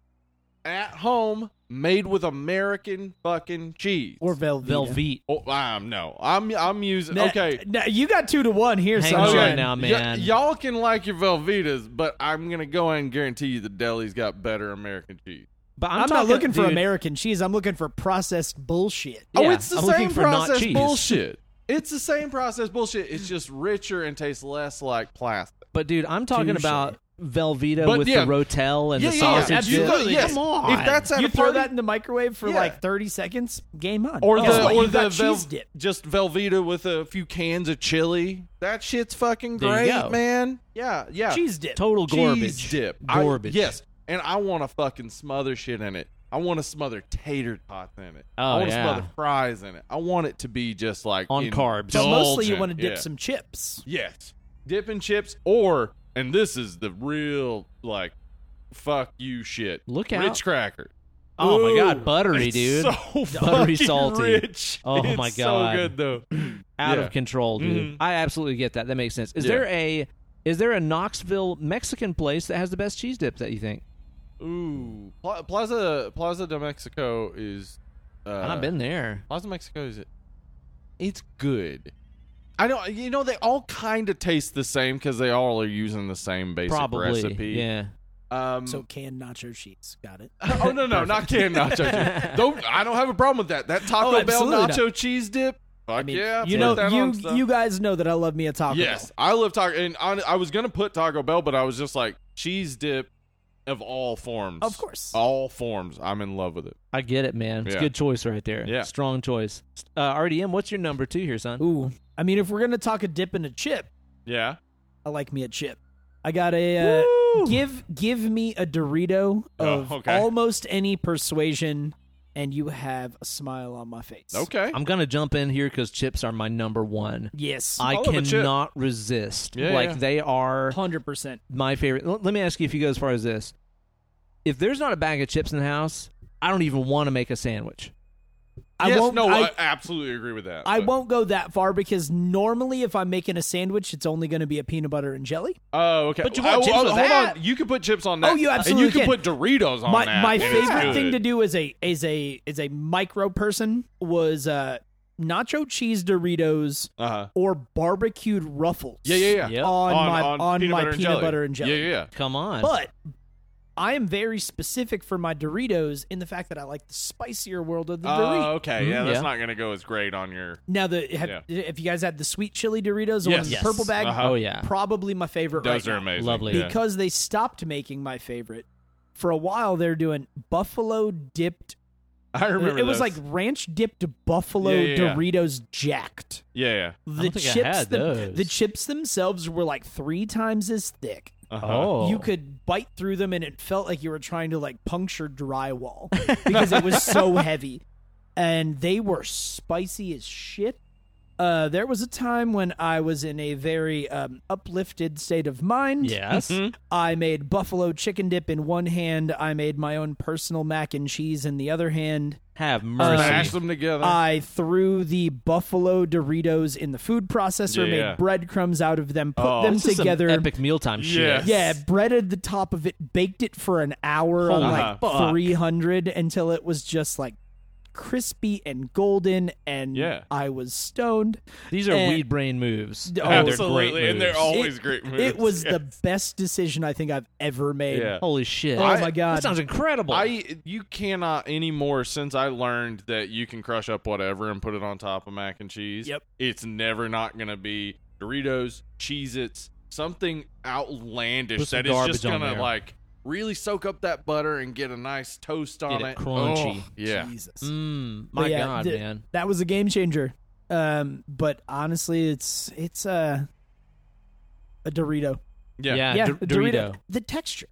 [SPEAKER 2] at home made with American fucking cheese.
[SPEAKER 3] or Velveeta.
[SPEAKER 1] Velveet.
[SPEAKER 2] oh, um, no, I'm I'm using
[SPEAKER 3] Nah,
[SPEAKER 2] okay.
[SPEAKER 3] nah, you got two to one here,
[SPEAKER 1] Hang
[SPEAKER 3] son.
[SPEAKER 1] on
[SPEAKER 2] Okay.
[SPEAKER 1] right now,
[SPEAKER 2] Y-
[SPEAKER 1] man.
[SPEAKER 2] y'all can like your Velveetas, but I'm gonna go ahead and guarantee you the deli's got better American cheese.
[SPEAKER 1] But
[SPEAKER 3] I'm,
[SPEAKER 1] I'm,
[SPEAKER 3] not
[SPEAKER 1] talking-
[SPEAKER 3] looking for
[SPEAKER 1] dude,
[SPEAKER 3] American cheese. I'm looking for processed bullshit.
[SPEAKER 1] Yeah,
[SPEAKER 2] oh, it's the
[SPEAKER 1] I'm looking
[SPEAKER 2] same
[SPEAKER 1] for not
[SPEAKER 2] process
[SPEAKER 1] cheese.
[SPEAKER 2] bullshit. It's the same process bullshit. It's just richer and tastes less like plastic.
[SPEAKER 1] But dude, I'm talking
[SPEAKER 3] Touche.
[SPEAKER 1] about Velveeta
[SPEAKER 2] But
[SPEAKER 1] with
[SPEAKER 2] yeah.
[SPEAKER 1] the rotel and
[SPEAKER 2] yeah,
[SPEAKER 1] the
[SPEAKER 2] Oh, yeah,
[SPEAKER 1] sausage.
[SPEAKER 2] yeah.
[SPEAKER 3] absolutely.
[SPEAKER 1] dip.
[SPEAKER 2] You go- yes.
[SPEAKER 1] Come on.
[SPEAKER 2] If that's at
[SPEAKER 3] You
[SPEAKER 2] a
[SPEAKER 3] throw
[SPEAKER 2] party,
[SPEAKER 3] that in the microwave for
[SPEAKER 2] Yeah.
[SPEAKER 3] like 30 seconds, game on.
[SPEAKER 2] or
[SPEAKER 3] Guess
[SPEAKER 2] the
[SPEAKER 3] what?
[SPEAKER 2] or
[SPEAKER 3] You
[SPEAKER 2] the
[SPEAKER 3] got
[SPEAKER 2] Vel-
[SPEAKER 3] cheese dip.
[SPEAKER 2] just Velveeta with a few cans of chili. That shit's fucking
[SPEAKER 1] There you
[SPEAKER 2] great,
[SPEAKER 1] go.
[SPEAKER 2] man. Yeah, yeah.
[SPEAKER 3] Cheese dip.
[SPEAKER 1] total
[SPEAKER 2] Cheese
[SPEAKER 1] garbage.
[SPEAKER 2] dip. I-
[SPEAKER 1] Garbage.
[SPEAKER 2] yes, and I want to fucking smother shit in it. I want to smother tater tots in it.
[SPEAKER 1] Oh,
[SPEAKER 2] I want to
[SPEAKER 1] yeah.
[SPEAKER 2] smother fries in it. I want it to be just like
[SPEAKER 1] On carbs.
[SPEAKER 3] But mostly you
[SPEAKER 2] indulgent.
[SPEAKER 3] want to dip
[SPEAKER 2] Yeah.
[SPEAKER 3] some chips.
[SPEAKER 2] Yes. Dip and chips or and this is the real like fuck you shit.
[SPEAKER 1] Look out.
[SPEAKER 2] Rich cracker.
[SPEAKER 1] Oh my
[SPEAKER 2] Ooh,
[SPEAKER 1] god, buttery,
[SPEAKER 2] it's
[SPEAKER 1] dude.
[SPEAKER 2] So
[SPEAKER 1] Buttery
[SPEAKER 2] buttery
[SPEAKER 1] salty.
[SPEAKER 2] salty. Rich.
[SPEAKER 1] Oh my
[SPEAKER 2] It's
[SPEAKER 1] God.
[SPEAKER 2] So good though.
[SPEAKER 1] Out
[SPEAKER 2] Yeah. Mm-hmm.
[SPEAKER 1] of control, dude. I absolutely get that. That makes sense. Is
[SPEAKER 2] Yeah.
[SPEAKER 1] there a is there a Knoxville Mexican place that has the best cheese dip that you think?
[SPEAKER 2] Ooh. Pla- Plaza Plaza de Mexico is uh
[SPEAKER 1] I've been there.
[SPEAKER 2] Plaza Mexico is it's good. I know you know they all kind of taste the same cuz they all are using the same basic
[SPEAKER 1] Probably.
[SPEAKER 2] recipe.
[SPEAKER 1] Yeah.
[SPEAKER 2] Um
[SPEAKER 3] So canned nacho cheese. Got it.
[SPEAKER 2] Oh no no, not canned nacho cheese. Don't I don't have a problem with that. That Taco
[SPEAKER 3] Oh,
[SPEAKER 2] Bell
[SPEAKER 3] absolutely
[SPEAKER 2] nacho cheese dip. Fuck
[SPEAKER 3] I mean,
[SPEAKER 2] yeah,
[SPEAKER 3] you
[SPEAKER 2] put
[SPEAKER 3] know,
[SPEAKER 2] that
[SPEAKER 3] you
[SPEAKER 2] on stuff.
[SPEAKER 3] you guys know that I love me a taco.
[SPEAKER 2] yes,
[SPEAKER 3] Bell.
[SPEAKER 2] I love Taco. And I, I was gonna put Taco Bell, but I was just like cheese dip of all forms.
[SPEAKER 3] Of course.
[SPEAKER 2] all forms. I'm in love with it.
[SPEAKER 1] I get it, man. It's a
[SPEAKER 2] Yeah.
[SPEAKER 1] good choice right there.
[SPEAKER 2] Yeah.
[SPEAKER 1] Strong choice. Uh, RDM, what's your number two here, son?
[SPEAKER 3] Ooh, I mean, if we're gonna talk a dip and a chip,
[SPEAKER 2] Yeah,
[SPEAKER 3] I like me a chip. I got a uh, give give me a Dorito
[SPEAKER 2] Oh,
[SPEAKER 3] of
[SPEAKER 2] okay.
[SPEAKER 3] almost any persuasion, and you have a smile on my face.
[SPEAKER 2] okay.
[SPEAKER 1] I'm gonna jump in here because chips are my number one.
[SPEAKER 3] Yes,
[SPEAKER 1] I
[SPEAKER 2] love a chip.
[SPEAKER 1] cannot resist.
[SPEAKER 2] Yeah,
[SPEAKER 1] like
[SPEAKER 2] yeah.
[SPEAKER 1] they are
[SPEAKER 3] hundred percent.
[SPEAKER 1] my favorite. L- let me ask you if you go as far as this. If there's not a bag of chips in the house, I don't even want to make a sandwich.
[SPEAKER 3] I
[SPEAKER 2] yes,
[SPEAKER 3] won't.
[SPEAKER 2] no, I,
[SPEAKER 3] I,
[SPEAKER 2] absolutely agree with that.
[SPEAKER 3] I
[SPEAKER 2] but-
[SPEAKER 3] won't go that far because normally, if I'm making a sandwich, it's only going to be a peanut butter and jelly.
[SPEAKER 2] Oh, okay.
[SPEAKER 1] But you want
[SPEAKER 2] Oh,
[SPEAKER 1] chips
[SPEAKER 2] oh,
[SPEAKER 1] with
[SPEAKER 2] hold
[SPEAKER 1] that?
[SPEAKER 2] on. You can put chips on that.
[SPEAKER 3] Oh, you
[SPEAKER 2] And
[SPEAKER 3] absolutely
[SPEAKER 2] you can,
[SPEAKER 3] can.
[SPEAKER 2] put Doritos on
[SPEAKER 3] my
[SPEAKER 2] that.
[SPEAKER 3] my
[SPEAKER 2] and it's
[SPEAKER 3] favorite thing
[SPEAKER 2] good.
[SPEAKER 3] to do as a as a as a micro person was uh, nacho cheese Doritos
[SPEAKER 2] Uh-huh.
[SPEAKER 3] or barbecued ruffles.
[SPEAKER 2] Yeah, yeah, yeah.
[SPEAKER 1] Yep.
[SPEAKER 3] On,
[SPEAKER 2] On,
[SPEAKER 3] my
[SPEAKER 2] on, peanut
[SPEAKER 3] my
[SPEAKER 2] butter
[SPEAKER 3] peanut
[SPEAKER 2] and jelly.
[SPEAKER 3] butter and jelly.
[SPEAKER 2] Yeah, yeah, yeah.
[SPEAKER 1] Come on.
[SPEAKER 3] But I am very specific for my Doritos in the fact that I like the spicier world of the Doritos.
[SPEAKER 2] Oh, okay. Yeah,
[SPEAKER 1] Mm,
[SPEAKER 2] that's
[SPEAKER 1] yeah.
[SPEAKER 2] not gonna go as great on your.
[SPEAKER 3] Now the have, if you guys had the sweet chili Doritos, the one
[SPEAKER 2] Yes.
[SPEAKER 3] in
[SPEAKER 2] Yes.
[SPEAKER 3] the purple bag,
[SPEAKER 2] Uh-huh.
[SPEAKER 1] oh yeah,
[SPEAKER 3] probably my favorite.
[SPEAKER 2] Those
[SPEAKER 3] right
[SPEAKER 2] are
[SPEAKER 3] now.
[SPEAKER 2] amazing.
[SPEAKER 1] Lovely.
[SPEAKER 2] Yeah.
[SPEAKER 3] because they stopped making my favorite. For a while, they're doing buffalo dipped.
[SPEAKER 2] I remember
[SPEAKER 3] it was
[SPEAKER 2] those.
[SPEAKER 3] like ranch dipped buffalo
[SPEAKER 2] Yeah, yeah, yeah.
[SPEAKER 3] Doritos jacked.
[SPEAKER 2] yeah, yeah.
[SPEAKER 3] The
[SPEAKER 1] think I
[SPEAKER 3] chips,
[SPEAKER 1] had
[SPEAKER 3] them-
[SPEAKER 1] those.
[SPEAKER 3] the chips themselves were like three times as thick.
[SPEAKER 2] Uh-huh.
[SPEAKER 1] oh,
[SPEAKER 3] you could bite through them and it felt like you were trying to like puncture drywall because it was so heavy and they were spicy as shit uh, there was a time when i was in a very um, uplifted state of mind
[SPEAKER 1] Yes.
[SPEAKER 3] i made buffalo chicken dip in one hand i made my own personal mac and cheese in the other hand
[SPEAKER 1] Have
[SPEAKER 2] Smash
[SPEAKER 1] mercy.
[SPEAKER 2] them together.
[SPEAKER 3] i threw the buffalo doritos in the food processor
[SPEAKER 2] Yeah,
[SPEAKER 3] made
[SPEAKER 2] yeah.
[SPEAKER 3] breadcrumbs out of them put
[SPEAKER 2] Oh.
[SPEAKER 3] them
[SPEAKER 1] This is some
[SPEAKER 3] together
[SPEAKER 1] epic mealtime shit.
[SPEAKER 2] Yes.
[SPEAKER 3] yeah, breaded the top of it, baked it for an hour on
[SPEAKER 2] Uh-huh.
[SPEAKER 3] like
[SPEAKER 1] Holy fuck.
[SPEAKER 3] 300 until it was just like crispy and golden and
[SPEAKER 2] Yeah.
[SPEAKER 3] I was stoned.
[SPEAKER 1] These are
[SPEAKER 3] And-
[SPEAKER 1] weed brain moves.
[SPEAKER 3] Oh,
[SPEAKER 1] And they're
[SPEAKER 2] Absolutely,
[SPEAKER 1] great
[SPEAKER 2] and they're
[SPEAKER 1] moves.
[SPEAKER 2] all- Always great moves,
[SPEAKER 3] It was
[SPEAKER 2] yes.
[SPEAKER 3] the best decision I think I've ever made.
[SPEAKER 2] yeah.
[SPEAKER 1] Holy shit!
[SPEAKER 3] Oh my God.
[SPEAKER 1] that sounds incredible.
[SPEAKER 2] I you cannot anymore since I learned that you can crush up whatever and put it on top of mac and cheese.
[SPEAKER 3] Yep.
[SPEAKER 2] It's never not gonna be Doritos, Cheez Its, something
[SPEAKER 1] Put
[SPEAKER 2] outlandish
[SPEAKER 1] some
[SPEAKER 2] that is just
[SPEAKER 1] garbage on
[SPEAKER 2] gonna
[SPEAKER 1] there.
[SPEAKER 2] like really soak up that butter and get a nice toast on
[SPEAKER 1] it
[SPEAKER 2] it.
[SPEAKER 1] crunchy.
[SPEAKER 2] Oh, yeah.
[SPEAKER 3] Jesus.
[SPEAKER 1] Mm,
[SPEAKER 3] But
[SPEAKER 1] my
[SPEAKER 3] yeah,
[SPEAKER 1] god,
[SPEAKER 3] the-
[SPEAKER 1] man.
[SPEAKER 3] That was a game changer. Um, but honestly, it's it's a a Dorito.
[SPEAKER 2] Yeah.
[SPEAKER 1] Yeah. A
[SPEAKER 3] yeah,
[SPEAKER 1] Dor-
[SPEAKER 3] a Dorito.
[SPEAKER 1] Dorito.
[SPEAKER 3] The texture,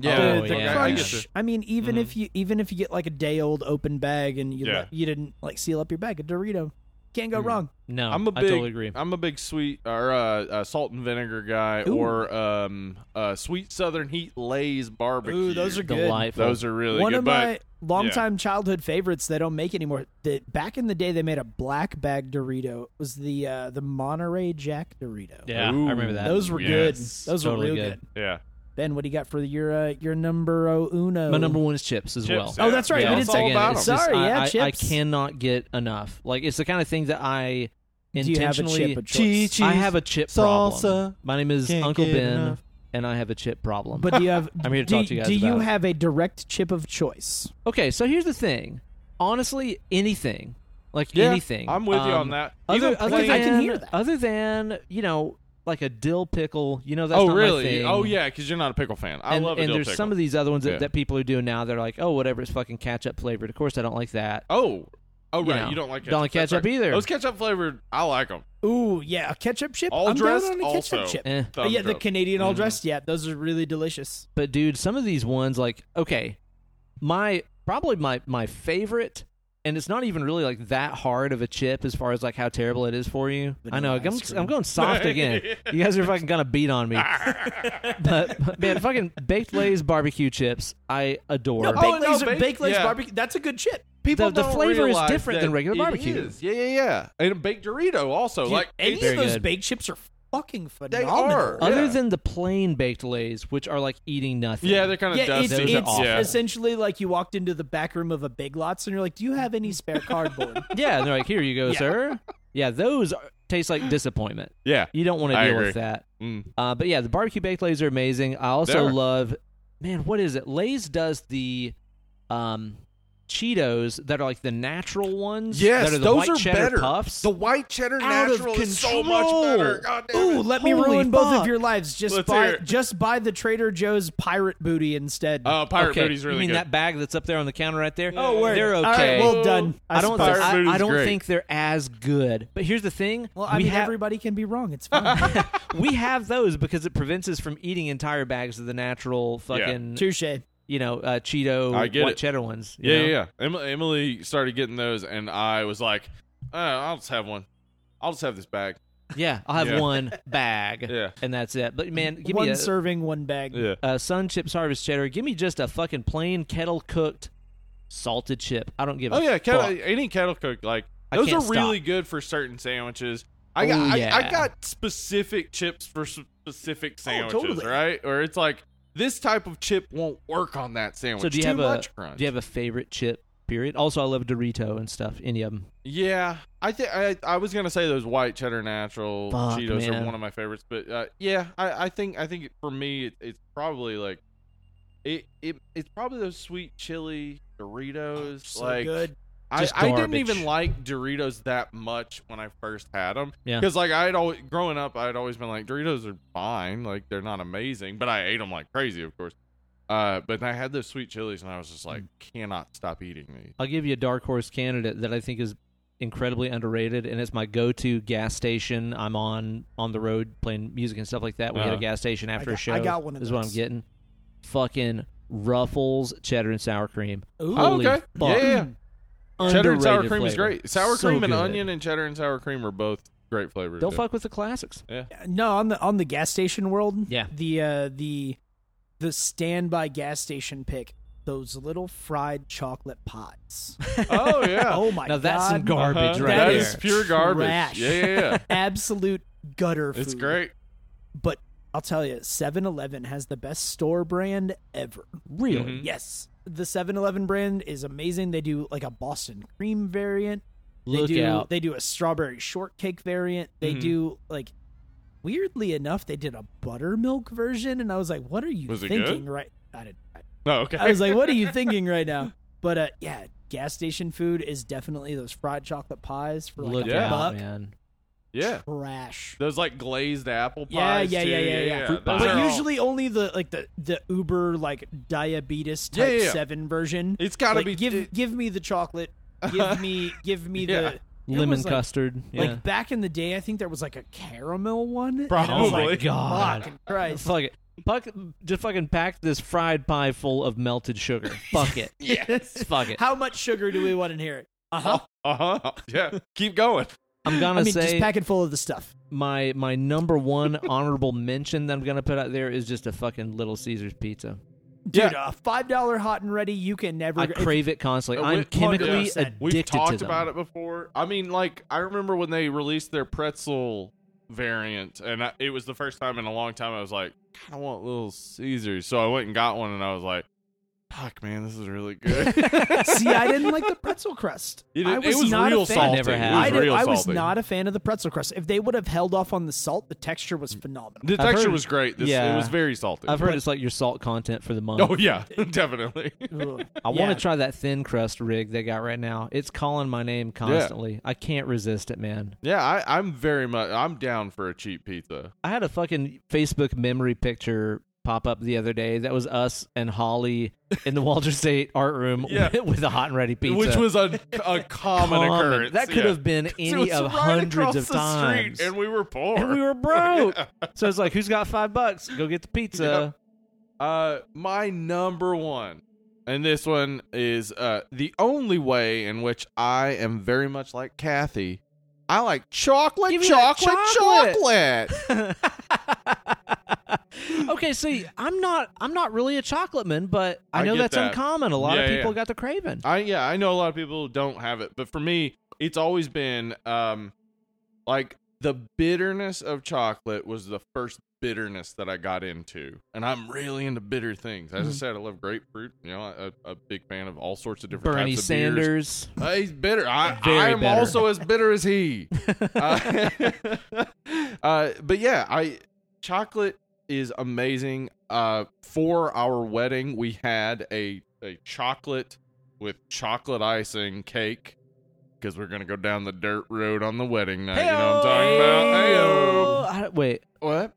[SPEAKER 2] Yeah.
[SPEAKER 1] Oh,
[SPEAKER 2] the-
[SPEAKER 1] yeah.
[SPEAKER 2] I- I get
[SPEAKER 1] Crunch.
[SPEAKER 2] you.
[SPEAKER 3] I mean, even
[SPEAKER 2] Mhm.
[SPEAKER 3] if you even if you get like a day old open bag and you
[SPEAKER 2] Yeah.
[SPEAKER 3] let- you didn't like seal up your bag, a Dorito can't go
[SPEAKER 2] Mhm.
[SPEAKER 3] wrong.
[SPEAKER 1] No,
[SPEAKER 2] I'm a
[SPEAKER 1] I
[SPEAKER 2] big,
[SPEAKER 1] totally agree.
[SPEAKER 2] am a big sweet or uh, uh, salt and vinegar guy,
[SPEAKER 3] Ooh.
[SPEAKER 2] or um, uh, sweet Southern Heat Lay's barbecue.
[SPEAKER 3] Ooh, those are good.
[SPEAKER 1] Delightful.
[SPEAKER 2] those are really
[SPEAKER 3] One
[SPEAKER 2] good.
[SPEAKER 3] of
[SPEAKER 2] but
[SPEAKER 3] my longtime childhood favorites they don't make anymore. That back in the day they made a black bag Dorito. It was the uh, the Monterey Jack Dorito.
[SPEAKER 1] yeah,
[SPEAKER 2] Ooh,
[SPEAKER 1] I remember that.
[SPEAKER 3] Those were
[SPEAKER 2] Yes.
[SPEAKER 3] good. Those
[SPEAKER 1] Totally
[SPEAKER 3] were real
[SPEAKER 1] good.
[SPEAKER 3] good.
[SPEAKER 2] yeah,
[SPEAKER 3] Ben, what do you got for your uh, your number oh, uno?
[SPEAKER 1] My number one is chips as
[SPEAKER 2] Chips,
[SPEAKER 1] well.
[SPEAKER 2] yeah.
[SPEAKER 3] Oh, that's right.
[SPEAKER 2] Yeah,
[SPEAKER 3] we
[SPEAKER 2] it's
[SPEAKER 3] did
[SPEAKER 2] all
[SPEAKER 3] say
[SPEAKER 2] again, about
[SPEAKER 1] it's
[SPEAKER 2] them.
[SPEAKER 1] just-
[SPEAKER 3] Sorry,
[SPEAKER 1] I,
[SPEAKER 3] yeah,
[SPEAKER 1] I- I
[SPEAKER 3] chips.
[SPEAKER 1] cannot get enough. Like it's the kind of thing that I
[SPEAKER 3] Do you have a
[SPEAKER 1] intentionally.
[SPEAKER 3] chip of choice?
[SPEAKER 1] I have a chip
[SPEAKER 4] salsa.
[SPEAKER 1] problem. My name is
[SPEAKER 4] Can't
[SPEAKER 1] Uncle
[SPEAKER 4] get
[SPEAKER 1] Ben,
[SPEAKER 4] enough.
[SPEAKER 1] and I have a chip problem.
[SPEAKER 3] But do you have?
[SPEAKER 1] I'm here to
[SPEAKER 3] do,
[SPEAKER 1] talk to you guys
[SPEAKER 3] Do you
[SPEAKER 1] about it.
[SPEAKER 3] have a direct chip of choice?
[SPEAKER 1] okay, so here's the thing. Honestly, anything, like
[SPEAKER 2] yeah,
[SPEAKER 1] anything,
[SPEAKER 2] I'm with you
[SPEAKER 1] Um,
[SPEAKER 2] on that.
[SPEAKER 1] Other,
[SPEAKER 2] Even
[SPEAKER 1] other
[SPEAKER 3] plain-
[SPEAKER 1] than,
[SPEAKER 3] I can hear that.
[SPEAKER 1] Other than you know, like a dill pickle. You know, that's
[SPEAKER 2] oh
[SPEAKER 1] not my
[SPEAKER 2] really?
[SPEAKER 1] thing.
[SPEAKER 2] Oh yeah, because you're not a pickle fan. I
[SPEAKER 1] and,
[SPEAKER 2] love it.
[SPEAKER 1] and there's some of these other ones that,
[SPEAKER 2] Yeah.
[SPEAKER 1] that people are doing now. They're like, oh, whatever, it's fucking ketchup flavored. Of course, I don't like that.
[SPEAKER 2] Oh, oh
[SPEAKER 1] you
[SPEAKER 2] right. You,
[SPEAKER 1] know,
[SPEAKER 2] don't like ketchup.
[SPEAKER 1] don't like
[SPEAKER 2] That's
[SPEAKER 1] ketchup
[SPEAKER 2] right.
[SPEAKER 1] either.
[SPEAKER 2] Those ketchup flavored, I like them.
[SPEAKER 3] Ooh, yeah, a ketchup chip.
[SPEAKER 2] All
[SPEAKER 3] I'm
[SPEAKER 2] dressed,
[SPEAKER 3] down on a ketchup
[SPEAKER 2] also.
[SPEAKER 3] chip.
[SPEAKER 1] Eh. Mm.
[SPEAKER 3] But yeah, the Canadian all dressed. Yeah, those are really delicious.
[SPEAKER 1] But dude, some of these ones, like, okay, my probably my my favorite, and it's not even really like that hard of a chip as far as like how terrible it is for you. I know
[SPEAKER 3] Vanilla
[SPEAKER 1] I'm,
[SPEAKER 3] ice cream. Ah.
[SPEAKER 1] I'm going soft again. You guys are fucking gonna beat on me. but, but, man, fucking baked Lay's barbecue chips, I adore.
[SPEAKER 3] No,
[SPEAKER 2] Oh,
[SPEAKER 3] baked
[SPEAKER 2] no,
[SPEAKER 3] lays,
[SPEAKER 2] baked-
[SPEAKER 3] baked lays
[SPEAKER 2] yeah.
[SPEAKER 3] barbecue. That's a good chip.
[SPEAKER 2] People
[SPEAKER 1] the
[SPEAKER 2] don't
[SPEAKER 1] flavor is
[SPEAKER 2] realize
[SPEAKER 1] different
[SPEAKER 2] that
[SPEAKER 1] than regular
[SPEAKER 2] it
[SPEAKER 1] barbecue.
[SPEAKER 2] is. Yeah, yeah, yeah. And a baked Dorito also.
[SPEAKER 3] Dude,
[SPEAKER 2] like
[SPEAKER 3] any
[SPEAKER 1] very
[SPEAKER 3] of those
[SPEAKER 1] good.
[SPEAKER 3] baked chips are fucking
[SPEAKER 2] They
[SPEAKER 3] phenomenal.
[SPEAKER 2] are.
[SPEAKER 1] Other
[SPEAKER 2] yeah.
[SPEAKER 1] than the plain baked Lay's, which are like eating nothing.
[SPEAKER 2] yeah, they're kind of
[SPEAKER 3] Yeah,
[SPEAKER 2] dusty.
[SPEAKER 3] it's,
[SPEAKER 1] Those are
[SPEAKER 3] it's
[SPEAKER 1] awful.
[SPEAKER 2] yeah.
[SPEAKER 3] essentially like you walked into the back room of a Big Lots and you're like, "Do you have any spare cardboard?"
[SPEAKER 1] yeah, and they're like, here you go,
[SPEAKER 3] Yeah.
[SPEAKER 1] sir. Yeah, those are, taste like disappointment.
[SPEAKER 2] yeah.
[SPEAKER 1] You don't want to
[SPEAKER 2] I
[SPEAKER 1] deal
[SPEAKER 2] agree.
[SPEAKER 1] with that.
[SPEAKER 2] Mm.
[SPEAKER 1] Uh, but yeah, the barbecue baked lays are amazing. I also
[SPEAKER 2] They are.
[SPEAKER 1] love, man, what is it? Lay's does the um, Cheetos that are like the natural ones.
[SPEAKER 2] Yes,
[SPEAKER 1] that are the
[SPEAKER 2] those
[SPEAKER 1] white
[SPEAKER 2] are
[SPEAKER 1] cheddar
[SPEAKER 2] better.
[SPEAKER 1] puffs.
[SPEAKER 2] The white cheddar
[SPEAKER 1] Out of
[SPEAKER 2] natural is so much
[SPEAKER 1] control.
[SPEAKER 2] better. God damn
[SPEAKER 3] Ooh,
[SPEAKER 2] it.
[SPEAKER 3] let me
[SPEAKER 1] Holy
[SPEAKER 3] ruin both
[SPEAKER 1] fuck.
[SPEAKER 3] of your lives. Just
[SPEAKER 2] Let's hear
[SPEAKER 3] buy
[SPEAKER 2] it.
[SPEAKER 3] just buy the Trader Joe's pirate booty instead.
[SPEAKER 2] Oh, Pirate
[SPEAKER 1] okay,
[SPEAKER 2] Booty's really
[SPEAKER 1] you mean
[SPEAKER 2] good.
[SPEAKER 1] that bag that's up there on the counter right there?
[SPEAKER 3] Oh, word.
[SPEAKER 1] They're
[SPEAKER 3] All
[SPEAKER 1] okay.
[SPEAKER 3] right, well done.
[SPEAKER 1] I don't.
[SPEAKER 3] suppose.
[SPEAKER 2] Pirate
[SPEAKER 1] I,
[SPEAKER 2] Booty's
[SPEAKER 1] I don't
[SPEAKER 2] great.
[SPEAKER 1] think they're as good. But here's the thing.
[SPEAKER 3] Well, I
[SPEAKER 1] we
[SPEAKER 3] mean,
[SPEAKER 1] have
[SPEAKER 3] everybody can be wrong. It's fine.
[SPEAKER 1] we have those because it prevents us from eating entire bags of the natural fucking
[SPEAKER 3] Touche.
[SPEAKER 1] you know uh, Cheeto
[SPEAKER 2] I get
[SPEAKER 1] white
[SPEAKER 2] it.
[SPEAKER 1] cheddar ones. you
[SPEAKER 2] yeah,
[SPEAKER 1] know?
[SPEAKER 2] yeah, yeah. Em- Emily started getting those, and I was like, uh, I'll just have one. I'll just have this bag.
[SPEAKER 1] Yeah, I'll have
[SPEAKER 2] Yeah.
[SPEAKER 1] one bag.
[SPEAKER 2] Yeah.
[SPEAKER 1] And that's it. But man, give
[SPEAKER 3] One
[SPEAKER 1] me a,
[SPEAKER 3] serving, one bag.
[SPEAKER 2] Yeah.
[SPEAKER 1] a Sun Chips Harvest Cheddar. Give me just a fucking plain kettle cooked salted chip. I don't give a
[SPEAKER 2] Oh yeah, kettle,
[SPEAKER 1] fuck.
[SPEAKER 2] any kettle cooked like
[SPEAKER 1] I
[SPEAKER 2] those are
[SPEAKER 1] can't
[SPEAKER 2] really good for certain sandwiches. I got
[SPEAKER 1] Oh,
[SPEAKER 2] I,
[SPEAKER 1] yeah. Oh,
[SPEAKER 2] I got specific chips for s- specific sandwiches,
[SPEAKER 3] totally.
[SPEAKER 2] right? Or it's like this type of chip won't work on that sandwich.
[SPEAKER 1] So do you
[SPEAKER 2] Too
[SPEAKER 1] have a
[SPEAKER 2] much crunch.
[SPEAKER 1] do you have a favorite chip? Period. Also, I love Dorito and stuff. Any of them?
[SPEAKER 2] yeah, I think I I was gonna say those white cheddar natural
[SPEAKER 1] Fuck,
[SPEAKER 2] Cheetos
[SPEAKER 1] man.
[SPEAKER 2] are one of my favorites, but uh, yeah, I, I think I think it, for me it, it's probably like it, it it's probably those sweet chili Doritos
[SPEAKER 3] So
[SPEAKER 2] like
[SPEAKER 3] good.
[SPEAKER 2] I,
[SPEAKER 1] Oh, Just
[SPEAKER 2] I didn't
[SPEAKER 1] garbage.
[SPEAKER 2] even like Doritos that much when I first had them.
[SPEAKER 1] Yeah.
[SPEAKER 2] Because like I'd always growing up, I'd always been like Doritos are fine, like they're not amazing, but I ate them like crazy, of course. Uh, but I had those sweet chilies, and I was just like,
[SPEAKER 1] Mm.
[SPEAKER 2] cannot stop eating these.
[SPEAKER 1] I'll give you a dark horse candidate that I think is incredibly underrated, and it's my go-to gas station. I'm on on the road playing music and stuff like that. We hit
[SPEAKER 2] Uh-huh.
[SPEAKER 1] a gas station after a
[SPEAKER 3] got-
[SPEAKER 1] show.
[SPEAKER 3] I got one of
[SPEAKER 1] is what I'm
[SPEAKER 3] those.
[SPEAKER 1] getting. Fucking Ruffles cheddar and sour cream.
[SPEAKER 3] Ooh.
[SPEAKER 2] Oh,
[SPEAKER 1] Holy
[SPEAKER 2] okay.
[SPEAKER 1] fuck.
[SPEAKER 2] Yeah, yeah, yeah. Cheddar and sour
[SPEAKER 1] Underrated
[SPEAKER 2] cream is
[SPEAKER 1] flavor.
[SPEAKER 2] great. Sour
[SPEAKER 1] So
[SPEAKER 2] cream and
[SPEAKER 1] good.
[SPEAKER 2] onion and cheddar and sour cream are both great flavors.
[SPEAKER 1] Don't
[SPEAKER 2] Yeah.
[SPEAKER 1] fuck with the classics.
[SPEAKER 3] No, on the on the gas station world.
[SPEAKER 1] Yeah.
[SPEAKER 3] The uh, the the standby gas station pick. Those little fried chocolate pots.
[SPEAKER 2] Oh yeah.
[SPEAKER 3] oh my
[SPEAKER 1] now
[SPEAKER 3] god.
[SPEAKER 1] that's some garbage
[SPEAKER 2] Uh-huh.
[SPEAKER 1] right
[SPEAKER 2] That
[SPEAKER 1] there.
[SPEAKER 2] is pure garbage.
[SPEAKER 3] Trash.
[SPEAKER 2] Yeah, yeah, yeah.
[SPEAKER 3] Absolute gutter food.
[SPEAKER 2] it's great.
[SPEAKER 3] But I'll tell you, 7-Eleven has the best store brand ever.
[SPEAKER 1] Really?
[SPEAKER 2] Mhm.
[SPEAKER 3] Yes. The 7-Eleven brand is amazing. They do like a Boston cream variant. They
[SPEAKER 1] Look
[SPEAKER 3] do
[SPEAKER 1] out.
[SPEAKER 3] they do a strawberry shortcake variant. They
[SPEAKER 2] Mhm.
[SPEAKER 3] do like weirdly enough, they did a buttermilk version and I was like, what are you
[SPEAKER 2] Was it
[SPEAKER 3] thinking
[SPEAKER 2] good?
[SPEAKER 3] right I didn't I,
[SPEAKER 2] No, okay.
[SPEAKER 3] I was like, what are you thinking right now? But uh yeah, gas station food is definitely those fried chocolate pies for like
[SPEAKER 1] Look
[SPEAKER 3] a
[SPEAKER 2] Yeah.
[SPEAKER 1] out,
[SPEAKER 3] buck.
[SPEAKER 1] man.
[SPEAKER 2] yeah.
[SPEAKER 3] Trash.
[SPEAKER 2] Those like glazed apple
[SPEAKER 3] Yeah,
[SPEAKER 2] pies.
[SPEAKER 3] yeah,
[SPEAKER 2] too.
[SPEAKER 3] yeah, yeah, yeah.
[SPEAKER 1] Fruit
[SPEAKER 2] Those
[SPEAKER 1] pie.
[SPEAKER 2] are
[SPEAKER 3] But
[SPEAKER 2] all-
[SPEAKER 3] usually only the like the the Uber like diabetes type
[SPEAKER 2] Yeah, yeah, yeah.
[SPEAKER 3] seven version.
[SPEAKER 2] it's got to
[SPEAKER 3] Like,
[SPEAKER 2] be
[SPEAKER 3] give give me the chocolate. Give me give me
[SPEAKER 2] Yeah.
[SPEAKER 3] the
[SPEAKER 1] lemon
[SPEAKER 3] was, like-
[SPEAKER 1] custard. Yeah.
[SPEAKER 3] Like back in the day, I think there was like a caramel one. and I
[SPEAKER 1] oh
[SPEAKER 2] Probably.
[SPEAKER 3] was
[SPEAKER 1] my
[SPEAKER 3] like,
[SPEAKER 1] god!
[SPEAKER 3] fucking Christ.
[SPEAKER 1] Fuck it. Puck, just fucking pack this fried pie full of melted sugar. Fuck it.
[SPEAKER 3] Yes.
[SPEAKER 1] Fuck it.
[SPEAKER 3] How much sugar do we want in here? Uh huh.
[SPEAKER 2] Uh huh. Yeah. Keep going.
[SPEAKER 1] I'm gonna
[SPEAKER 3] I mean, just
[SPEAKER 1] say
[SPEAKER 3] pack it full of the stuff.
[SPEAKER 1] my my number one honorable mention that I'm gonna put out there is just a fucking Little Caesars pizza.
[SPEAKER 3] Dude,
[SPEAKER 2] Yeah.
[SPEAKER 3] a five dollar hot and ready, you can never.
[SPEAKER 1] I
[SPEAKER 3] if-
[SPEAKER 1] crave it constantly.
[SPEAKER 2] Uh,
[SPEAKER 1] I'm
[SPEAKER 2] we-
[SPEAKER 1] chemically
[SPEAKER 3] 100%.
[SPEAKER 1] addicted
[SPEAKER 2] We've
[SPEAKER 1] to
[SPEAKER 2] talked
[SPEAKER 1] them.
[SPEAKER 2] about it before. I mean, like I remember when they released their pretzel variant, and I, it was the first time in a long time I was like, I want Little Caesars, so I went and got one, and I was like, Fuck, man, this is really good.
[SPEAKER 3] See, I didn't like the pretzel crust.
[SPEAKER 2] It,
[SPEAKER 3] I was,
[SPEAKER 2] it was
[SPEAKER 3] not
[SPEAKER 2] real
[SPEAKER 3] a fan.
[SPEAKER 2] salty.
[SPEAKER 1] Never
[SPEAKER 2] It
[SPEAKER 1] had.
[SPEAKER 2] was
[SPEAKER 3] I, did-
[SPEAKER 2] real
[SPEAKER 3] I was
[SPEAKER 2] salty.
[SPEAKER 3] not a fan of the pretzel crust. If they would have held off on the salt, the texture was phenomenal.
[SPEAKER 2] The texture
[SPEAKER 1] heard-
[SPEAKER 2] was great. This,
[SPEAKER 1] yeah.
[SPEAKER 2] It was very salty.
[SPEAKER 1] I've heard it's like your salt content for the month.
[SPEAKER 2] Oh yeah, definitely.
[SPEAKER 3] Ugh.
[SPEAKER 1] I
[SPEAKER 3] Yeah.
[SPEAKER 1] want to try that thin crust rig they got right now. It's calling my name constantly. I can't resist it, man.
[SPEAKER 2] Yeah, I, I'm very much. I'm down for a cheap pizza.
[SPEAKER 1] I had a fucking Facebook memory picture pop up the other day that was us and Holly in the Walter State art room
[SPEAKER 2] Yeah.
[SPEAKER 1] with a hot and ready pizza.
[SPEAKER 2] Which was a, a common
[SPEAKER 1] Common.
[SPEAKER 2] occurrence.
[SPEAKER 1] That could
[SPEAKER 2] yeah.
[SPEAKER 1] have been
[SPEAKER 2] It
[SPEAKER 1] any
[SPEAKER 2] was
[SPEAKER 1] of
[SPEAKER 2] right
[SPEAKER 1] hundreds
[SPEAKER 2] across
[SPEAKER 1] of
[SPEAKER 2] the
[SPEAKER 1] times.
[SPEAKER 2] Street and we were poor.
[SPEAKER 1] And we were broke. So it's like, who's got five bucks? Go get the pizza.
[SPEAKER 2] Uh, my number one, and this one is uh the only way in which I am very much like Kathy. I like chocolate,
[SPEAKER 1] Give me that
[SPEAKER 2] chocolate,
[SPEAKER 1] chocolate.
[SPEAKER 2] chocolate.
[SPEAKER 1] okay, see, I'm not I'm not really a chocolate man, but I,
[SPEAKER 2] I
[SPEAKER 1] know
[SPEAKER 2] get
[SPEAKER 1] that's
[SPEAKER 2] that.
[SPEAKER 1] uncommon. A lot of
[SPEAKER 2] Yeah, yeah.
[SPEAKER 1] people got the craving.
[SPEAKER 2] I yeah, I know a lot of people don't have it, but for me, it's always been um like the bitterness of chocolate was the first bitterness that I got into, and I'm really into bitter things.
[SPEAKER 1] Mm-hmm.
[SPEAKER 2] As I said, I love grapefruit. You know, I- a, a big fan of all sorts of different
[SPEAKER 1] Bernie
[SPEAKER 2] types of beers.
[SPEAKER 1] Sanders.
[SPEAKER 2] Uh, he's bitter. I,
[SPEAKER 1] Very
[SPEAKER 2] I am
[SPEAKER 1] bitter.
[SPEAKER 2] also as bitter as he. Uh, uh, but yeah, I chocolate is amazing. Uh, for our wedding, we had a a chocolate with chocolate icing cake because we're gonna go down the dirt road on the wedding night. Uh, You know what I'm talking about? Heyo.
[SPEAKER 1] I- wait,
[SPEAKER 2] What?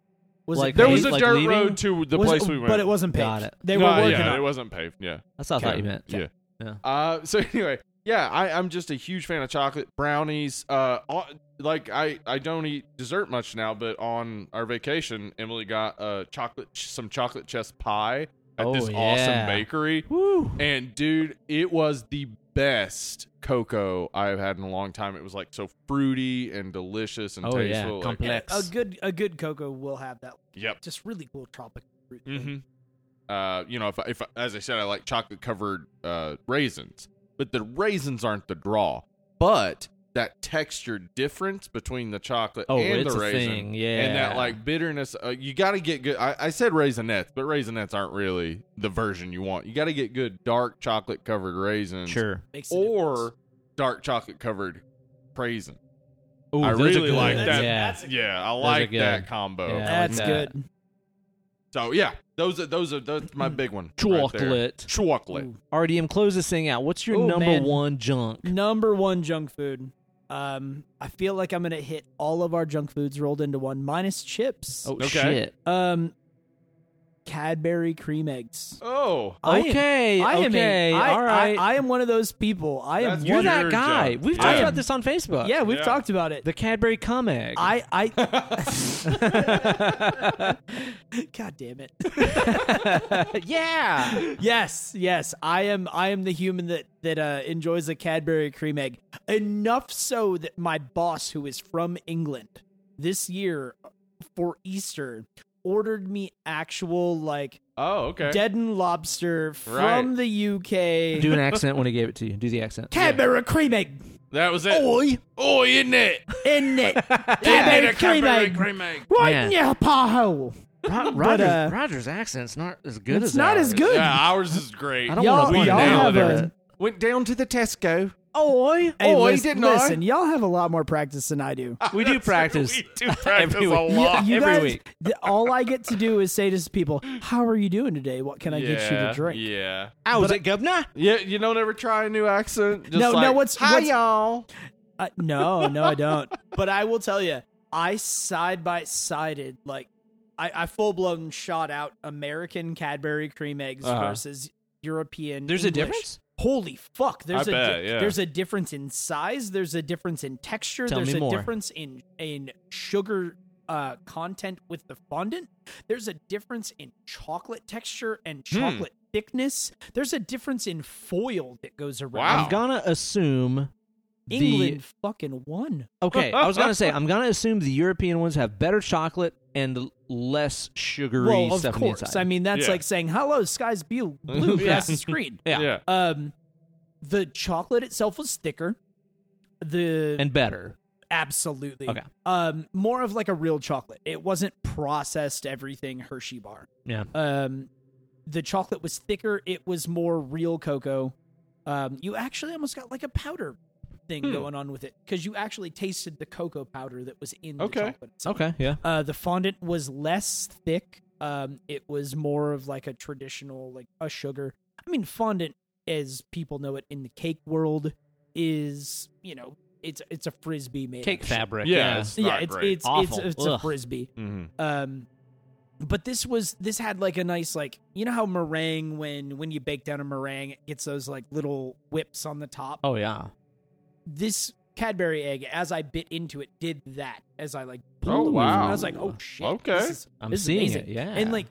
[SPEAKER 3] Was
[SPEAKER 1] Like,
[SPEAKER 3] it
[SPEAKER 2] There
[SPEAKER 1] Hey,
[SPEAKER 2] was a
[SPEAKER 1] like
[SPEAKER 2] dirt
[SPEAKER 1] leaving?
[SPEAKER 2] road to the
[SPEAKER 3] was it-
[SPEAKER 2] place we went,
[SPEAKER 3] but it wasn't paid.
[SPEAKER 1] Got it.
[SPEAKER 3] They
[SPEAKER 2] No,
[SPEAKER 3] were working
[SPEAKER 2] yeah,
[SPEAKER 3] on
[SPEAKER 2] it
[SPEAKER 3] it.
[SPEAKER 2] wasn't paved. Yeah.
[SPEAKER 1] that's what I thought you meant.
[SPEAKER 2] Yeah.
[SPEAKER 1] Yeah.
[SPEAKER 2] Uh, so anyway, yeah, I, I'm just a huge fan of chocolate brownies. Uh, all, like I, I don't eat dessert much now, but on our vacation, Emily got uh chocolate, some chocolate chest pie at
[SPEAKER 1] Oh,
[SPEAKER 2] this
[SPEAKER 1] yeah.
[SPEAKER 2] awesome bakery,
[SPEAKER 1] Woo.
[SPEAKER 2] and dude, it was the best cocoa I've had in a long time. It was like so fruity and delicious and
[SPEAKER 1] Oh, yeah.
[SPEAKER 2] tasteful. like-
[SPEAKER 1] Complex.
[SPEAKER 3] A good a good cocoa will have that.
[SPEAKER 2] yep.
[SPEAKER 3] Just really cool tropic fruit.
[SPEAKER 2] Mm-hmm. Uh, you know, if, I- if I- as I said, I like chocolate covered uh, raisins, but the raisins aren't the draw. But that texture difference between the chocolate
[SPEAKER 1] Oh,
[SPEAKER 2] and
[SPEAKER 1] it's
[SPEAKER 2] the
[SPEAKER 1] a
[SPEAKER 2] raisin,
[SPEAKER 1] thing, yeah.
[SPEAKER 2] and that like bitterness, uh, you got to get good. I, I said raisinettes, but raisinettes aren't really the version you want. You got to get good dark chocolate covered raisins,
[SPEAKER 1] Sure.
[SPEAKER 3] Makes a difference.
[SPEAKER 2] or dark chocolate covered raisin.
[SPEAKER 1] Ooh,
[SPEAKER 2] I
[SPEAKER 1] those are
[SPEAKER 2] really
[SPEAKER 1] good.
[SPEAKER 2] like that.
[SPEAKER 1] Yeah.
[SPEAKER 2] Yeah, I
[SPEAKER 1] Those are
[SPEAKER 2] like
[SPEAKER 1] good.
[SPEAKER 2] that combo.
[SPEAKER 1] Yeah. I like
[SPEAKER 3] that's
[SPEAKER 1] that.
[SPEAKER 3] good.
[SPEAKER 2] So yeah, those are those are that's my big one. right there.
[SPEAKER 1] Chocolate.
[SPEAKER 2] Chocolate.
[SPEAKER 3] Ooh.
[SPEAKER 1] RDM, close this thing out. What's your
[SPEAKER 3] Oh,
[SPEAKER 1] number
[SPEAKER 3] man.
[SPEAKER 1] one junk?
[SPEAKER 3] Number one junk food. Um, I feel like I'm gonna hit all of our junk foods rolled into one, minus chips.
[SPEAKER 1] Oh
[SPEAKER 2] Okay.
[SPEAKER 1] shit.
[SPEAKER 3] Um, Cadbury cream eggs.
[SPEAKER 2] Oh,
[SPEAKER 3] I am-
[SPEAKER 1] Okay.
[SPEAKER 3] I am
[SPEAKER 1] okay.
[SPEAKER 3] a, I,
[SPEAKER 1] all right.
[SPEAKER 3] I, I am one of those people. I am.
[SPEAKER 2] That's
[SPEAKER 1] You're
[SPEAKER 3] one,
[SPEAKER 2] your
[SPEAKER 1] that guy.
[SPEAKER 2] junk.
[SPEAKER 1] We've
[SPEAKER 2] Yeah.
[SPEAKER 1] talked
[SPEAKER 2] I
[SPEAKER 1] about
[SPEAKER 2] am-
[SPEAKER 1] this on Facebook.
[SPEAKER 3] yeah, we've
[SPEAKER 2] Yeah.
[SPEAKER 3] talked about it.
[SPEAKER 1] The Cadbury cum egg.
[SPEAKER 3] I, I. God damn it.
[SPEAKER 1] yeah.
[SPEAKER 3] yes, yes, I am. I am the human that that uh, enjoys a Cadbury cream egg enough so that my boss, who is from England, this year for Easter ordered me actual like
[SPEAKER 2] oh, okay.
[SPEAKER 3] dead and lobster from
[SPEAKER 2] Right.
[SPEAKER 3] the UK.
[SPEAKER 1] Do an accent when he gave it to you. Do the accent.
[SPEAKER 3] Cadbury cream egg,
[SPEAKER 2] that was it.
[SPEAKER 3] oi,
[SPEAKER 2] Oh, isn't it?
[SPEAKER 3] in it.
[SPEAKER 2] Isn't it
[SPEAKER 3] Cadbury
[SPEAKER 2] a
[SPEAKER 3] cream
[SPEAKER 2] Cadbury
[SPEAKER 3] egg,
[SPEAKER 2] cream egg?
[SPEAKER 3] right
[SPEAKER 1] Man.
[SPEAKER 3] in your pie
[SPEAKER 1] Ro- Roger's,
[SPEAKER 3] uh,
[SPEAKER 1] Roger's accent's not as good
[SPEAKER 3] It's
[SPEAKER 1] as
[SPEAKER 3] not
[SPEAKER 1] ours.
[SPEAKER 3] as good.
[SPEAKER 2] Yeah, ours is great.
[SPEAKER 1] I don't
[SPEAKER 3] Y'all-
[SPEAKER 1] want to
[SPEAKER 2] y'all
[SPEAKER 1] nailed
[SPEAKER 2] have
[SPEAKER 1] it.
[SPEAKER 3] a-
[SPEAKER 2] Went down to the Tesco.
[SPEAKER 1] Oi.
[SPEAKER 3] Hey,
[SPEAKER 2] Oh, he
[SPEAKER 3] listen,
[SPEAKER 2] didn't know.
[SPEAKER 3] listen, y'all have a lot more practice than I do.
[SPEAKER 1] We do practice.
[SPEAKER 2] we do practice
[SPEAKER 1] Every
[SPEAKER 2] a
[SPEAKER 1] week.
[SPEAKER 2] lot.
[SPEAKER 3] You
[SPEAKER 1] every
[SPEAKER 3] guys,
[SPEAKER 1] week.
[SPEAKER 3] th- all I get to do is say to people, "How are you doing today? What can I get you to drink?"
[SPEAKER 2] Yeah.
[SPEAKER 3] Oh,
[SPEAKER 1] How's it, Governor?
[SPEAKER 2] Yeah, you don't ever try a new accent. Just
[SPEAKER 3] No, no,
[SPEAKER 2] like,
[SPEAKER 3] what's-
[SPEAKER 2] hi
[SPEAKER 3] what's-
[SPEAKER 2] y'all?
[SPEAKER 3] Uh, no, no, I don't. but I will tell you, I side by sided like I, I full blown shot out American Cadbury cream eggs
[SPEAKER 2] Uh-huh.
[SPEAKER 3] versus European.
[SPEAKER 1] There's a
[SPEAKER 3] English.
[SPEAKER 1] difference?
[SPEAKER 3] holy fuck there's a
[SPEAKER 2] bet, yeah.
[SPEAKER 3] there's a difference in size there's a difference in texture
[SPEAKER 1] Tell
[SPEAKER 3] there's
[SPEAKER 1] me
[SPEAKER 3] a
[SPEAKER 1] more.
[SPEAKER 3] difference in in sugar uh, content with the fondant there's a difference in chocolate texture and
[SPEAKER 2] Hmm.
[SPEAKER 3] chocolate thickness there's a difference in foil that goes around
[SPEAKER 2] Wow.
[SPEAKER 1] I'm gonna assume the
[SPEAKER 3] england fucking won
[SPEAKER 1] okay. I was gonna say I'm gonna assume the European ones have better chocolate and less sugary
[SPEAKER 3] well of
[SPEAKER 1] stuff on the
[SPEAKER 3] course
[SPEAKER 1] inside.
[SPEAKER 3] i mean that's
[SPEAKER 2] Yeah.
[SPEAKER 3] like saying hello sky's blue blue
[SPEAKER 2] Yeah.
[SPEAKER 3] grass is green
[SPEAKER 1] yeah.
[SPEAKER 2] yeah.
[SPEAKER 3] um the chocolate itself was thicker the
[SPEAKER 1] and better.
[SPEAKER 3] Absolutely.
[SPEAKER 1] Okay.
[SPEAKER 3] Um, more of like a real chocolate. It wasn't processed everything Hershey bar.
[SPEAKER 1] Yeah.
[SPEAKER 3] Um, the chocolate was thicker. It was more real cocoa. Um, you actually almost got like a powder thing
[SPEAKER 1] Hmm.
[SPEAKER 3] going on with it because you actually tasted the cocoa powder that was in
[SPEAKER 2] Okay.
[SPEAKER 3] the chocolate. itself.
[SPEAKER 1] Okay. Yeah.
[SPEAKER 3] Uh, the fondant was less thick. Um, it was more of like a traditional, like a sugar. I mean, fondant, as people know it in the cake world, is you know it's it's a frisbee made
[SPEAKER 1] Cake
[SPEAKER 3] of sugar.
[SPEAKER 1] fabric.
[SPEAKER 2] Yeah,
[SPEAKER 1] Yeah.
[SPEAKER 2] it's
[SPEAKER 3] Yeah,
[SPEAKER 2] not
[SPEAKER 3] it's
[SPEAKER 2] great.
[SPEAKER 3] it's it's,
[SPEAKER 1] Awful.
[SPEAKER 3] it's, a
[SPEAKER 1] Ugh.
[SPEAKER 3] frisbee.
[SPEAKER 2] Mhm.
[SPEAKER 3] Um, but this was this had like a nice like you know how meringue when when you bake down a meringue it gets those like little whips on the top.
[SPEAKER 1] Oh yeah.
[SPEAKER 3] This Cadbury egg, as I bit into it, did that as I like
[SPEAKER 2] Oh,
[SPEAKER 3] pulled away from it.
[SPEAKER 2] wow.
[SPEAKER 3] I was like, oh shit,
[SPEAKER 2] Okay.
[SPEAKER 3] this is-
[SPEAKER 1] I'm
[SPEAKER 3] this is
[SPEAKER 1] seeing
[SPEAKER 3] amazing.
[SPEAKER 1] it. Yeah.
[SPEAKER 3] and like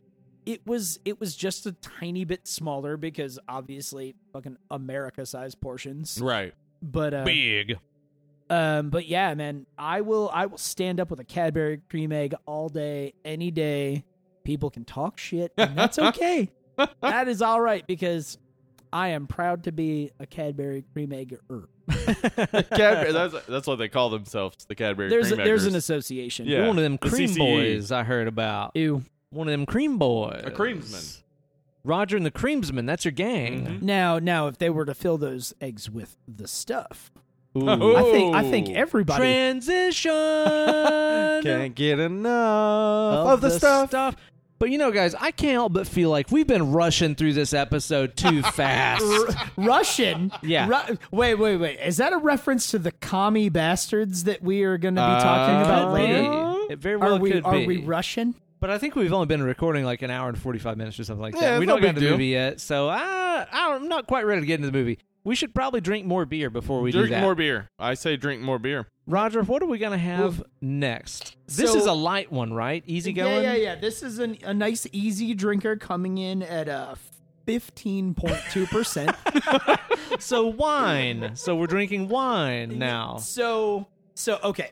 [SPEAKER 3] it was it was just a tiny bit smaller because obviously fucking America size portions.
[SPEAKER 2] Right.
[SPEAKER 3] But uh,
[SPEAKER 1] big.
[SPEAKER 3] um, but yeah, man, I will I will stand up with a Cadbury cream egg all day, any day. People can talk shit, and that's okay. that is all right because I am proud to be a Cadbury cream egg.
[SPEAKER 2] Cadbury, that's that's what they call themselves, the Cadbury
[SPEAKER 3] There's a,
[SPEAKER 2] cream
[SPEAKER 3] there's an
[SPEAKER 2] eggers.
[SPEAKER 3] association.
[SPEAKER 2] Yeah,
[SPEAKER 1] One of them
[SPEAKER 2] the
[SPEAKER 3] E.
[SPEAKER 1] cream
[SPEAKER 2] CCE.
[SPEAKER 1] boys I heard about.
[SPEAKER 3] Ew.
[SPEAKER 1] One of them cream boys.
[SPEAKER 2] A creamsman.
[SPEAKER 1] Roger and the Creamsman. That's your gang.
[SPEAKER 3] Now now if they were to fill those eggs with the stuff,
[SPEAKER 1] Ooh.
[SPEAKER 3] I think I think
[SPEAKER 2] Ooh.
[SPEAKER 3] everybody
[SPEAKER 1] Transition.
[SPEAKER 2] Can't get enough of, the, stuff.
[SPEAKER 1] But you know, guys, I can't help but feel like we've been rushing through this episode too fast.
[SPEAKER 3] Russian.
[SPEAKER 1] Yeah.
[SPEAKER 3] Ru- wait, wait, wait. Is that a reference to the commie bastards that we are going to be talking about
[SPEAKER 1] Uh, Could
[SPEAKER 3] later?
[SPEAKER 1] be. It very well
[SPEAKER 3] Are we
[SPEAKER 1] could
[SPEAKER 3] are
[SPEAKER 1] be.
[SPEAKER 3] we Russian?
[SPEAKER 1] but I think we've only been recording like an hour and forty-five minutes or something like that.
[SPEAKER 2] Yeah,
[SPEAKER 1] we
[SPEAKER 2] no
[SPEAKER 1] don't got
[SPEAKER 2] big
[SPEAKER 1] the
[SPEAKER 2] deal.
[SPEAKER 1] movie yet, so uh, I, I don't- I'm not quite ready to get into the movie. We should probably drink more beer before we do
[SPEAKER 2] Drink
[SPEAKER 1] that.
[SPEAKER 2] more beer. I say drink more beer.
[SPEAKER 1] Roger, what are we gonna have next? This
[SPEAKER 3] so-
[SPEAKER 1] is a light one, right? Easy going.
[SPEAKER 3] Yeah, yeah, yeah. This is an, a nice easy drinker coming in at a 15.2%.
[SPEAKER 1] So wine. So we're drinking wine now.
[SPEAKER 3] so so okay.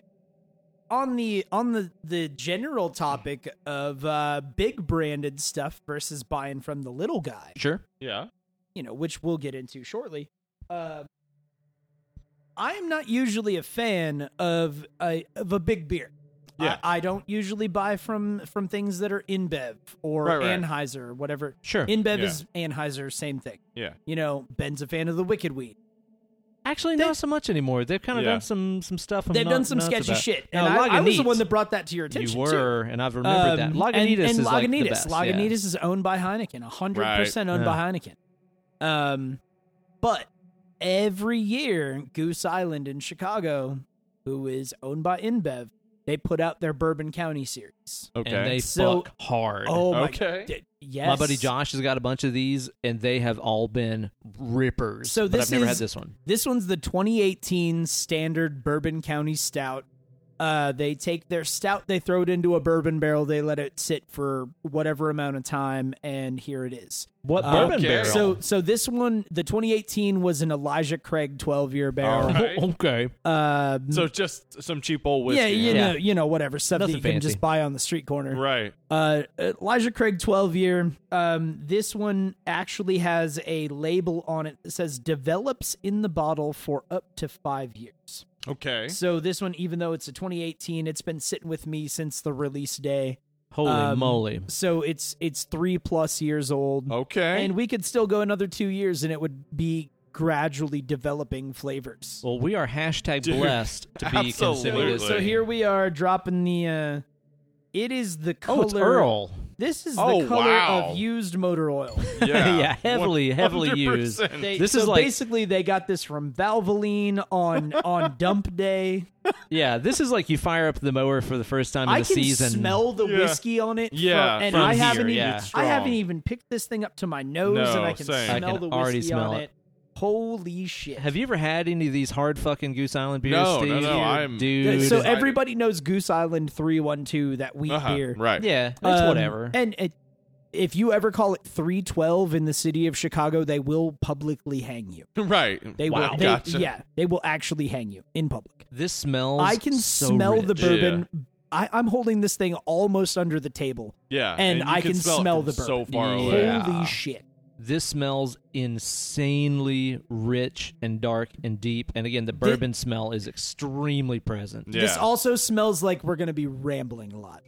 [SPEAKER 3] On the on the the general topic of uh big branded stuff versus buying from the little guy.
[SPEAKER 1] Sure.
[SPEAKER 2] Yeah.
[SPEAKER 3] you know, which we'll get into shortly. Uh, I am not usually a fan of a of a big beer.
[SPEAKER 2] Yeah.
[SPEAKER 3] I, I don't usually buy from from things that are InBev or
[SPEAKER 2] Right, right.
[SPEAKER 3] Anheuser or whatever.
[SPEAKER 1] Sure.
[SPEAKER 3] InBev
[SPEAKER 2] Yeah.
[SPEAKER 3] is Anheuser, same thing.
[SPEAKER 2] Yeah.
[SPEAKER 3] You know, Ben's a fan of the Wicked Weed.
[SPEAKER 1] Actually, not so much anymore. They've kind of
[SPEAKER 2] Yeah.
[SPEAKER 1] done some some stuff. I'm
[SPEAKER 3] They've
[SPEAKER 1] not
[SPEAKER 3] done some
[SPEAKER 1] nuts
[SPEAKER 3] sketchy
[SPEAKER 1] about.
[SPEAKER 3] shit,
[SPEAKER 1] Now,
[SPEAKER 3] and I, I was the
[SPEAKER 1] Lagunitas-
[SPEAKER 3] one that brought that to
[SPEAKER 1] you
[SPEAKER 3] your attention.
[SPEAKER 1] were, and I've remembered that.
[SPEAKER 3] Um,
[SPEAKER 1] Lagunitas
[SPEAKER 3] and, and
[SPEAKER 1] is like the
[SPEAKER 3] Lagunitas.
[SPEAKER 1] best. yeah.
[SPEAKER 3] Lagunitas is owned by Heineken, hundred percent owned by Heineken. Um, but every year, Goose Island in Chicago, who is owned by InBev, they put out their Bourbon County series.
[SPEAKER 2] Okay.
[SPEAKER 1] and they
[SPEAKER 3] So-
[SPEAKER 1] fuck hard.
[SPEAKER 3] Oh my
[SPEAKER 2] Okay.
[SPEAKER 3] god! Yes,
[SPEAKER 1] My buddy Josh has got a bunch of these, and they have all been rippers.
[SPEAKER 3] So
[SPEAKER 1] but
[SPEAKER 3] this
[SPEAKER 1] I've never
[SPEAKER 3] is-
[SPEAKER 1] had this one.
[SPEAKER 3] This one's the 2018 standard Bourbon County Stout. Uh, they take their stout, they throw it into a bourbon barrel, they let it sit for whatever amount of time, and here it is.
[SPEAKER 1] What
[SPEAKER 3] Uh,
[SPEAKER 1] bourbon
[SPEAKER 2] okay.
[SPEAKER 1] barrel?
[SPEAKER 3] So so this one, the 2018 was an Elijah Craig 12
[SPEAKER 2] Oh,
[SPEAKER 3] year barrel.
[SPEAKER 2] All right.
[SPEAKER 1] okay,
[SPEAKER 3] Um,
[SPEAKER 2] So just some cheap old whiskey.
[SPEAKER 3] yeah, you
[SPEAKER 1] Yeah.
[SPEAKER 3] know, you know, whatever stuff that
[SPEAKER 1] Nothing
[SPEAKER 3] you can
[SPEAKER 1] fancy.
[SPEAKER 3] just buy on the street corner.
[SPEAKER 2] Right.
[SPEAKER 3] Uh, Elijah Craig 12 year. Um, this one actually has a label on it that says develops in the bottle for up to five years.
[SPEAKER 2] Okay.
[SPEAKER 3] So this one, even though it's a 2018, it's been sitting with me since the release day.
[SPEAKER 1] holy
[SPEAKER 3] um,
[SPEAKER 1] moly!
[SPEAKER 3] So it's it's three plus years old.
[SPEAKER 2] Okay.
[SPEAKER 3] and we could still go another two years and it would be gradually developing flavors
[SPEAKER 1] Well, we are hashtag
[SPEAKER 2] Dude,
[SPEAKER 1] blessed to be considered.
[SPEAKER 2] absolutely.
[SPEAKER 1] this-
[SPEAKER 3] so here we are dropping the uh it is the color
[SPEAKER 1] Oh, it's Earl.
[SPEAKER 3] this is
[SPEAKER 2] Oh,
[SPEAKER 3] the color
[SPEAKER 2] wow.
[SPEAKER 3] of used motor oil
[SPEAKER 2] yeah.
[SPEAKER 1] yeah, heavily, heavily used.
[SPEAKER 2] 100%.
[SPEAKER 3] They-
[SPEAKER 1] This
[SPEAKER 3] so
[SPEAKER 1] is like-
[SPEAKER 3] basically they got this from Valvoline on on dump day.
[SPEAKER 1] Yeah, this is like you fire up the mower for the first time
[SPEAKER 3] I
[SPEAKER 1] in
[SPEAKER 3] can
[SPEAKER 1] the season.
[SPEAKER 3] smell the
[SPEAKER 2] Yeah.
[SPEAKER 3] whiskey on it.
[SPEAKER 2] Yeah,
[SPEAKER 3] from, and
[SPEAKER 1] from
[SPEAKER 3] I haven't
[SPEAKER 1] here,
[SPEAKER 3] even
[SPEAKER 1] yeah.
[SPEAKER 3] I haven't
[SPEAKER 2] Strong.
[SPEAKER 3] even picked this thing up to my nose,
[SPEAKER 2] No,
[SPEAKER 3] and I can
[SPEAKER 2] same.
[SPEAKER 3] smell
[SPEAKER 1] I can
[SPEAKER 3] the whiskey
[SPEAKER 1] already smell
[SPEAKER 3] on
[SPEAKER 1] it.
[SPEAKER 3] it. Holy shit!
[SPEAKER 1] Have you ever had any of these hard fucking Goose Island beers?
[SPEAKER 2] No, no,
[SPEAKER 1] Steve?
[SPEAKER 2] no,
[SPEAKER 1] Dude,
[SPEAKER 2] I'm-
[SPEAKER 1] dude.
[SPEAKER 3] so
[SPEAKER 2] decided.
[SPEAKER 3] everybody knows Goose Island three one two that wheat
[SPEAKER 2] Uh-huh,
[SPEAKER 3] beer.
[SPEAKER 2] Right.
[SPEAKER 1] yeah, it's
[SPEAKER 3] Um,
[SPEAKER 1] whatever.
[SPEAKER 3] And it, if you ever call it 312 in the city of Chicago, they will publicly hang you.
[SPEAKER 2] Right.
[SPEAKER 3] They
[SPEAKER 2] wow.
[SPEAKER 3] will. They,
[SPEAKER 2] gotcha.
[SPEAKER 3] Yeah, they will actually hang you in public.
[SPEAKER 1] This smells.
[SPEAKER 3] I can
[SPEAKER 1] so
[SPEAKER 3] smell
[SPEAKER 1] rich.
[SPEAKER 3] the bourbon. I, I'm holding this thing almost under the table,
[SPEAKER 2] Yeah,
[SPEAKER 3] and,
[SPEAKER 2] you
[SPEAKER 3] I can, smell,
[SPEAKER 2] it
[SPEAKER 3] the
[SPEAKER 2] from
[SPEAKER 3] bourbon.
[SPEAKER 2] so far
[SPEAKER 1] Yeah.
[SPEAKER 2] away.
[SPEAKER 1] Yeah.
[SPEAKER 3] Holy shit!
[SPEAKER 1] This smells insanely rich and dark and deep. And again, the bourbon smell is extremely present.
[SPEAKER 2] Yeah.
[SPEAKER 3] This also smells like we're gonna be rambling a lot.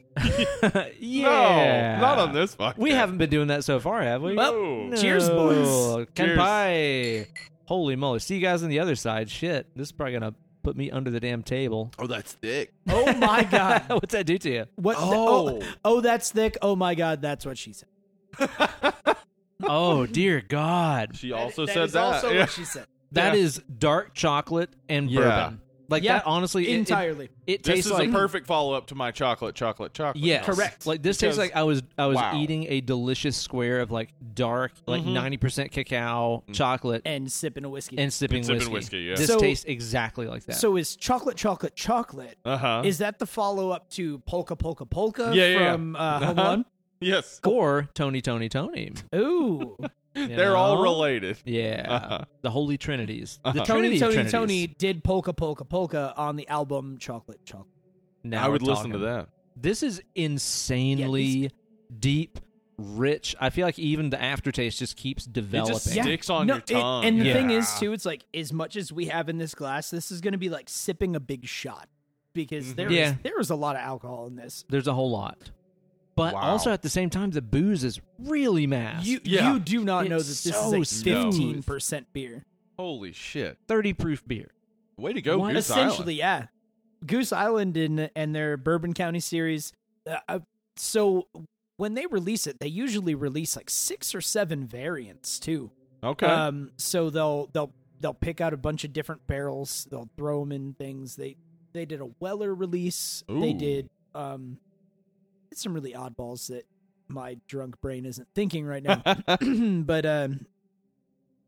[SPEAKER 1] yeah,
[SPEAKER 2] No, not on this podcast.
[SPEAKER 1] We haven't been doing that so far, have we?
[SPEAKER 2] Well,
[SPEAKER 1] No.
[SPEAKER 3] cheers, boys.
[SPEAKER 1] Kenpai. Holy moly! See you guys on the other side. Shit, this is probably gonna put me under the damn table.
[SPEAKER 2] Oh, that's thick.
[SPEAKER 3] Oh my god!
[SPEAKER 1] What's that do to you?
[SPEAKER 3] What? the-
[SPEAKER 2] Oh.
[SPEAKER 3] oh, oh, that's thick. Oh my god, that's what she said.
[SPEAKER 1] Oh dear God,
[SPEAKER 2] She also
[SPEAKER 3] that
[SPEAKER 2] said
[SPEAKER 3] is
[SPEAKER 2] that.
[SPEAKER 3] Also,
[SPEAKER 2] yeah.
[SPEAKER 3] what she said
[SPEAKER 1] that
[SPEAKER 2] Yeah.
[SPEAKER 1] is dark chocolate and
[SPEAKER 2] Yeah.
[SPEAKER 1] bourbon. Like
[SPEAKER 3] Yeah.
[SPEAKER 1] that, honestly, it- it-
[SPEAKER 3] entirely.
[SPEAKER 1] It,
[SPEAKER 2] This
[SPEAKER 1] tastes
[SPEAKER 2] is
[SPEAKER 1] like
[SPEAKER 2] a perfect follow up to my chocolate, chocolate, chocolate.
[SPEAKER 1] Yes.
[SPEAKER 3] Correct.
[SPEAKER 1] Like this
[SPEAKER 2] Because-
[SPEAKER 1] tastes like I was I was
[SPEAKER 2] Wow.
[SPEAKER 1] eating a delicious square of like dark, like
[SPEAKER 2] Mhm.
[SPEAKER 1] 90 percent cacao chocolate
[SPEAKER 3] and sipping a whiskey.
[SPEAKER 1] and sipping
[SPEAKER 2] And
[SPEAKER 1] whiskey.
[SPEAKER 2] Mm. sipping whiskey, yeah.
[SPEAKER 1] This
[SPEAKER 3] So-
[SPEAKER 1] tastes exactly like that.
[SPEAKER 3] So is chocolate, chocolate, chocolate?
[SPEAKER 2] Uh huh.
[SPEAKER 3] Is that the follow up to polka, polka, polka
[SPEAKER 2] Yeah, yeah, yeah.
[SPEAKER 3] from Uh, Home
[SPEAKER 2] Uh-huh.
[SPEAKER 3] Alone?
[SPEAKER 2] Yes.
[SPEAKER 1] or Tony Tony Tony.
[SPEAKER 3] Ooh,
[SPEAKER 1] you
[SPEAKER 2] They're all
[SPEAKER 1] know?
[SPEAKER 2] related.
[SPEAKER 1] Yeah.
[SPEAKER 2] Uh-huh.
[SPEAKER 1] The holy trinities. The
[SPEAKER 3] Tony,
[SPEAKER 1] trinity of
[SPEAKER 3] Tony,
[SPEAKER 1] trinities.
[SPEAKER 3] Tony did polka, polka, polka on the album Chocolate, Chocolate.
[SPEAKER 1] Now
[SPEAKER 2] I would
[SPEAKER 1] we're
[SPEAKER 2] listen to
[SPEAKER 1] talking.
[SPEAKER 2] that.
[SPEAKER 1] This is insanely deep, rich. I feel like even the aftertaste just keeps developing.
[SPEAKER 2] Yeah. Sticks on
[SPEAKER 3] No,
[SPEAKER 2] your tongue.
[SPEAKER 3] It, and the
[SPEAKER 1] Yeah.
[SPEAKER 3] thing is, too, it's like as much as we have in this glass, this is going to be like sipping a big shot
[SPEAKER 2] Mm-hmm.
[SPEAKER 3] because there is
[SPEAKER 1] Yeah.
[SPEAKER 3] there is a lot of alcohol in this.
[SPEAKER 1] There's a whole lot. But
[SPEAKER 2] Wow.
[SPEAKER 1] also at the same time, the booze is really mass.
[SPEAKER 3] You
[SPEAKER 2] Yeah.
[SPEAKER 3] you do not know that
[SPEAKER 1] It's
[SPEAKER 3] this
[SPEAKER 1] so
[SPEAKER 3] is a
[SPEAKER 1] smooth.
[SPEAKER 3] fifteen percent beer.
[SPEAKER 2] Holy shit!
[SPEAKER 1] 30 proof beer.
[SPEAKER 2] Way to go,
[SPEAKER 1] One-
[SPEAKER 2] Goose
[SPEAKER 3] essentially yeah goose island and and their bourbon county series uh, uh, so when they release it they usually release like six or seven variants too
[SPEAKER 2] Island. Okay.
[SPEAKER 1] uh,
[SPEAKER 3] um so they'll they'll they'll pick out a bunch of different barrels they'll throw them in things they they did a weller release they
[SPEAKER 2] Ooh.
[SPEAKER 3] did um it's some really oddballs that my drunk brain isn't thinking right now but um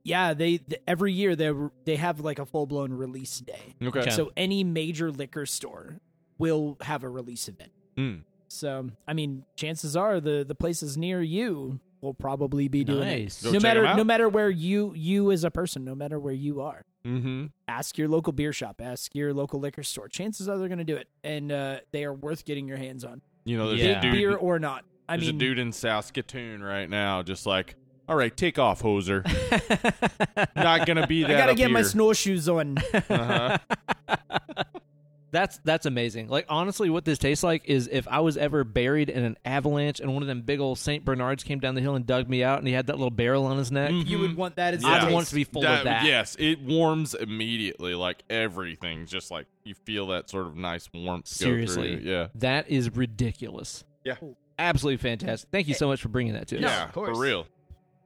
[SPEAKER 3] yeah they th- every year they they have like a full-blown release day
[SPEAKER 2] okay.
[SPEAKER 1] Yeah.
[SPEAKER 3] so any major liquor store will have a release event.
[SPEAKER 2] Mm.
[SPEAKER 3] So I mean, chances are the the places near you will probably be doing
[SPEAKER 1] Nice.
[SPEAKER 3] it.
[SPEAKER 2] Go
[SPEAKER 3] no
[SPEAKER 2] check 'em
[SPEAKER 3] matter
[SPEAKER 2] out.
[SPEAKER 3] no matter where you you as a person, no matter where you are,
[SPEAKER 2] Mm-hmm.
[SPEAKER 3] ask your local beer shop, ask your local liquor store. Chances are they're going to do it, and uh, they are worth getting your hands on,
[SPEAKER 2] You know, there's
[SPEAKER 1] Yeah. Big
[SPEAKER 2] a dude.
[SPEAKER 3] beer or not. I
[SPEAKER 2] there's
[SPEAKER 3] mean,
[SPEAKER 2] a dude in Saskatoon right now, just like, all right, take off, hoser. Not gonna be that.
[SPEAKER 3] I gotta
[SPEAKER 2] up
[SPEAKER 3] get my
[SPEAKER 2] here."
[SPEAKER 3] snowshoes on.
[SPEAKER 2] Uh-huh.
[SPEAKER 1] That's that's amazing. Like honestly, what this tastes like is if I was ever buried in an avalanche and one of them big old Saint Bernards came down the hill and dug me out, and he had that little barrel on his neck.
[SPEAKER 3] you would want that as
[SPEAKER 2] Mm. Yeah.
[SPEAKER 3] a
[SPEAKER 1] I'd
[SPEAKER 3] taste.
[SPEAKER 1] want it to be full of that.
[SPEAKER 2] Yes, it warms immediately. Like everything, just like you feel that sort of nice warmth. go through
[SPEAKER 1] Seriously,
[SPEAKER 2] you. yeah,
[SPEAKER 1] that is ridiculous.
[SPEAKER 2] Yeah.
[SPEAKER 1] absolutely fantastic. Thank you so much for bringing that to us.
[SPEAKER 2] yeah,
[SPEAKER 3] of course.
[SPEAKER 2] for real.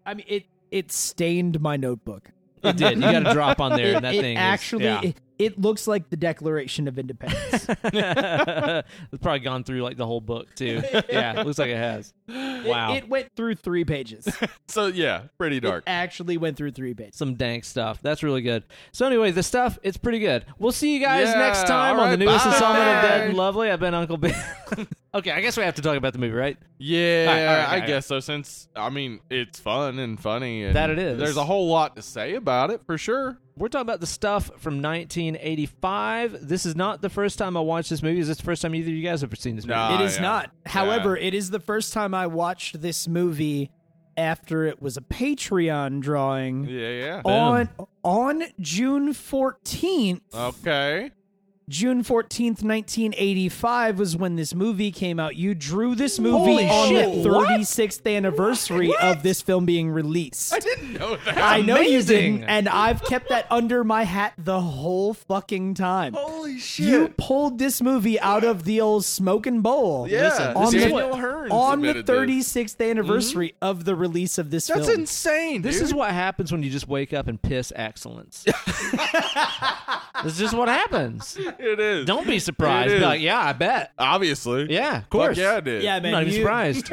[SPEAKER 3] I mean, it it stained my notebook.
[SPEAKER 1] It did. You got a drop on there,
[SPEAKER 3] it,
[SPEAKER 1] and that
[SPEAKER 3] it
[SPEAKER 1] thing is-
[SPEAKER 3] actually
[SPEAKER 1] yeah.
[SPEAKER 3] it, it looks like the Declaration of Independence.
[SPEAKER 1] it's probably gone through like the whole book too. yeah, looks like it has. Wow,
[SPEAKER 3] It, it went through three pages.
[SPEAKER 2] So yeah, pretty
[SPEAKER 3] it
[SPEAKER 2] dark.
[SPEAKER 3] actually went through three pages.
[SPEAKER 1] some dank stuff. That's really good. So anyway, the stuff it's pretty good. We'll see you guys
[SPEAKER 2] Yeah,
[SPEAKER 1] next time
[SPEAKER 2] all
[SPEAKER 1] on the
[SPEAKER 2] right,
[SPEAKER 1] newest
[SPEAKER 2] bye.
[SPEAKER 1] installment of Dead and Lovely. I've been Uncle Ben. okay, I guess we have to talk about the movie, right?
[SPEAKER 2] Yeah,
[SPEAKER 1] All right, all right, all
[SPEAKER 2] I
[SPEAKER 1] right.
[SPEAKER 2] guess so. Since I mean, it's fun and funny. And
[SPEAKER 1] That it is.
[SPEAKER 2] There's a whole lot to say about it for sure.
[SPEAKER 1] We're talking about the stuff from 1985. This is not the first time I watched this movie. Is this the first time either of you guys have seen this movie?
[SPEAKER 2] No.
[SPEAKER 3] It
[SPEAKER 2] Ah,
[SPEAKER 3] is
[SPEAKER 2] yeah.
[SPEAKER 3] not. However, it is the first time I watched this movie after it was a Patreon drawing
[SPEAKER 2] Yeah, yeah.
[SPEAKER 3] on on June fourteenth.
[SPEAKER 2] Okay.
[SPEAKER 3] June fourteenth, nineteen eighty five was when this movie came out. You drew this movie
[SPEAKER 1] Holy
[SPEAKER 3] on the
[SPEAKER 1] shit, what?
[SPEAKER 3] thirty sixth anniversary of this film being released.
[SPEAKER 2] didn't know that.
[SPEAKER 3] I know you
[SPEAKER 1] Amazing.
[SPEAKER 3] didn't, and I've kept that under my hat the whole fucking time.
[SPEAKER 2] Holy shit.
[SPEAKER 3] You pulled this movie out of the old smoking bowl.
[SPEAKER 2] Yeah, Listen,
[SPEAKER 3] on
[SPEAKER 2] Daniel
[SPEAKER 3] the,
[SPEAKER 2] Hearns
[SPEAKER 3] on the
[SPEAKER 2] admitted this.
[SPEAKER 3] 36th anniversary of the release of this
[SPEAKER 2] That's
[SPEAKER 3] film.
[SPEAKER 2] insane.
[SPEAKER 1] This
[SPEAKER 2] dude.
[SPEAKER 1] is what happens when you just wake up and piss excellence. this is just what happens.
[SPEAKER 2] it is.
[SPEAKER 1] Don't be surprised. Be
[SPEAKER 2] It is.
[SPEAKER 1] like, yeah, I bet.
[SPEAKER 2] Obviously.
[SPEAKER 1] Yeah, of
[SPEAKER 2] Fuck
[SPEAKER 1] course.
[SPEAKER 2] yeah, it is.
[SPEAKER 3] yeah,
[SPEAKER 1] I'm
[SPEAKER 3] man.
[SPEAKER 1] not even
[SPEAKER 3] you,
[SPEAKER 1] surprised.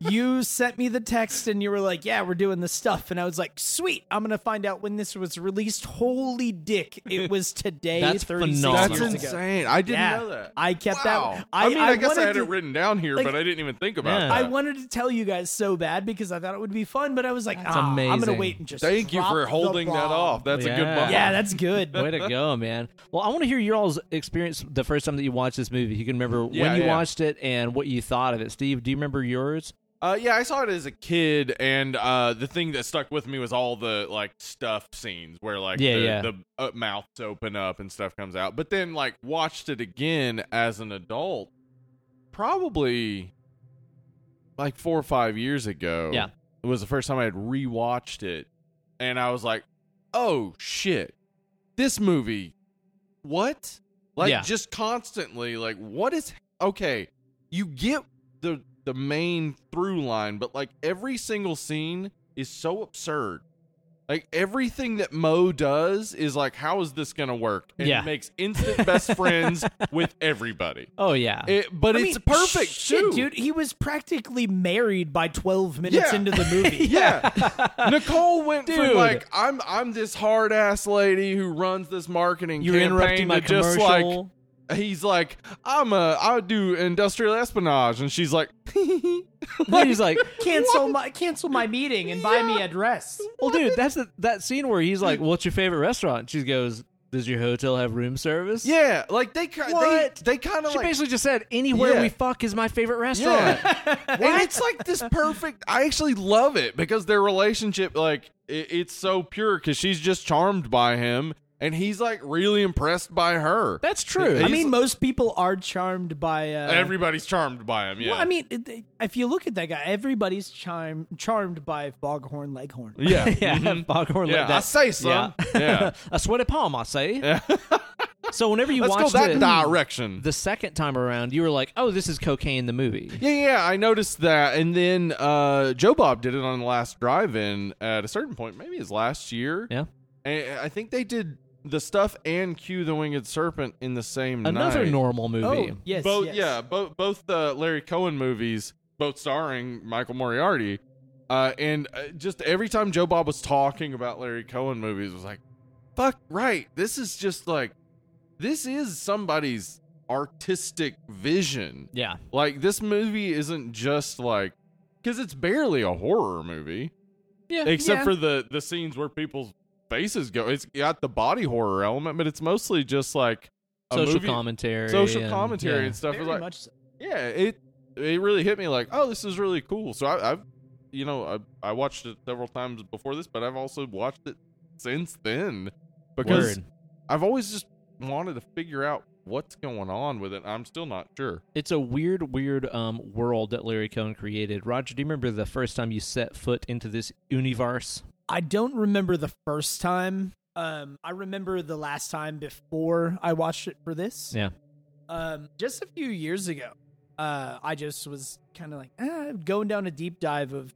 [SPEAKER 3] you sent me the text and you were like, "Yeah, we're doing this stuff," and I was like, "Sweet, I'm gonna find out when this was released." Holy dick, it was today.
[SPEAKER 1] That's
[SPEAKER 3] 36
[SPEAKER 1] phenomenal.
[SPEAKER 2] That's
[SPEAKER 3] years ago.
[SPEAKER 2] insane. I didn't
[SPEAKER 3] Yeah,
[SPEAKER 2] know that.
[SPEAKER 3] I kept
[SPEAKER 2] wow.
[SPEAKER 3] that.
[SPEAKER 2] I, mean, I, guess I
[SPEAKER 3] wanted
[SPEAKER 2] had
[SPEAKER 3] to-
[SPEAKER 2] it written down here,
[SPEAKER 3] like,
[SPEAKER 2] but I didn't even think about
[SPEAKER 1] Yeah.
[SPEAKER 2] that.
[SPEAKER 3] I wanted to tell you guys so bad because I thought it would be fun, but I was like, ah, I'm gonna
[SPEAKER 1] amazing.
[SPEAKER 3] wait and just.
[SPEAKER 2] Thank you
[SPEAKER 3] drop
[SPEAKER 2] for
[SPEAKER 3] the
[SPEAKER 2] holding that
[SPEAKER 3] bomb."
[SPEAKER 2] off. That's a good
[SPEAKER 1] Yeah.
[SPEAKER 2] bomb.
[SPEAKER 3] Yeah, that's good.
[SPEAKER 1] Way to go, man. Well, I want to hear your all's experience the first time that you watched this movie. If You can remember
[SPEAKER 2] Yeah,
[SPEAKER 1] when you
[SPEAKER 2] yeah.
[SPEAKER 1] watched it and what you thought of it. Steve, do you remember yours?
[SPEAKER 2] Uh, yeah, I saw it as a kid, and uh, the thing that stuck with me was all the like stuff scenes where like
[SPEAKER 1] Yeah,
[SPEAKER 2] the,
[SPEAKER 1] yeah.
[SPEAKER 2] the uh, mouths open up and stuff comes out. But then like watched it again as an adult, probably like four or five years ago.
[SPEAKER 1] Yeah.
[SPEAKER 2] it was the first time I had rewatched it, and I was like, oh shit, this movie, what? Like
[SPEAKER 1] Yeah.
[SPEAKER 2] just constantly like what is okay? You get the the main through line, but like every single scene is so absurd. Like everything that Mo does is like, how is this gonna work? And
[SPEAKER 1] Yeah.
[SPEAKER 2] he makes instant best friends with everybody.
[SPEAKER 1] Oh yeah.
[SPEAKER 2] It, but
[SPEAKER 3] I
[SPEAKER 2] it's
[SPEAKER 3] mean,
[SPEAKER 2] perfect
[SPEAKER 3] shit,
[SPEAKER 2] too,
[SPEAKER 3] dude. He was practically married by 12 minutes
[SPEAKER 2] Yeah.
[SPEAKER 3] into the movie.
[SPEAKER 2] Yeah. Nicole went
[SPEAKER 1] Dude.
[SPEAKER 2] from like I'm I'm this hard ass lady who runs this marketing
[SPEAKER 1] You're
[SPEAKER 2] campaign
[SPEAKER 1] interrupting my
[SPEAKER 2] to just
[SPEAKER 1] commercial.
[SPEAKER 2] like he's like I'm a I do industrial espionage and she's like
[SPEAKER 1] And he's like,
[SPEAKER 3] cancel my cancel my meeting and buy me a dress.
[SPEAKER 1] well, dude, that's the, that scene where he's like, "What's your favorite restaurant?" She goes, "Does your hotel have room service?"
[SPEAKER 2] yeah like they ki-
[SPEAKER 1] What?
[SPEAKER 2] they they kind of
[SPEAKER 1] She
[SPEAKER 2] like
[SPEAKER 1] basically just said, "Anywhere
[SPEAKER 2] Yeah.
[SPEAKER 1] we fuck is my favorite restaurant."
[SPEAKER 2] Yeah. and it's like this perfect. I actually love it because their relationship, like, it, it's so pure because she's just charmed by him and he's like really impressed by her.
[SPEAKER 1] That's true.
[SPEAKER 3] I
[SPEAKER 2] He's-
[SPEAKER 3] mean, most people are charmed by. Uh,
[SPEAKER 2] Everybody's charmed by him. Yeah.
[SPEAKER 3] Well, I mean, it- it- if you look at that guy, everybody's charm, charmed by Foghorn Leghorn.
[SPEAKER 2] yeah. Mm-hmm.
[SPEAKER 1] yeah, Foghorn
[SPEAKER 2] Yeah,
[SPEAKER 1] like that.
[SPEAKER 2] I say so. Yeah.
[SPEAKER 1] a sweaty palm, I say. so whenever you
[SPEAKER 2] Let's go
[SPEAKER 1] watched
[SPEAKER 2] that
[SPEAKER 1] it
[SPEAKER 2] direction.
[SPEAKER 1] the second time around, you were like, "Oh, this is cocaine the movie."
[SPEAKER 2] yeah, yeah, I noticed that, and then uh, Joe Bob did it on the last drive-in at a certain point, maybe his last year.
[SPEAKER 1] Yeah.
[SPEAKER 2] and I think they did the stuff and Q the Winged Serpent in the same
[SPEAKER 1] Another
[SPEAKER 2] night.
[SPEAKER 1] normal movie.
[SPEAKER 3] Oh, yes,
[SPEAKER 2] both
[SPEAKER 3] yes.
[SPEAKER 2] yeah both both the larry cohen movies both starring michael moriarty uh, and uh, just every time joe bob was talking about larry cohen movies it was like fuck right this is just like this is somebody's artistic vision
[SPEAKER 1] Yeah.
[SPEAKER 2] like this movie isn't just like because it's barely a horror movie
[SPEAKER 1] Yeah.
[SPEAKER 2] except for the the scenes where people's faces go it's got the body horror element but it's mostly just like a
[SPEAKER 1] social
[SPEAKER 2] movie,
[SPEAKER 1] commentary.
[SPEAKER 2] social
[SPEAKER 1] and-
[SPEAKER 2] commentary
[SPEAKER 1] yeah.
[SPEAKER 2] and stuff. It was
[SPEAKER 3] Very
[SPEAKER 2] like,
[SPEAKER 3] much so.
[SPEAKER 2] yeah, it it really hit me like, oh, this is really cool. So I, I've, you know, I I watched it several times before this, but I've also watched it since then because
[SPEAKER 1] Word.
[SPEAKER 2] I've always just wanted to figure out what's going on with it. I'm still not sure.
[SPEAKER 1] It's a weird, weird um, world that Larry Cohen created. Roger, do you remember the first time you set foot into this universe?
[SPEAKER 3] I don't remember the first time. Um, I remember the last time before I watched it for this.
[SPEAKER 1] Yeah.
[SPEAKER 3] Um, just a few years ago, uh, I just was kind of like eh, going down a deep dive of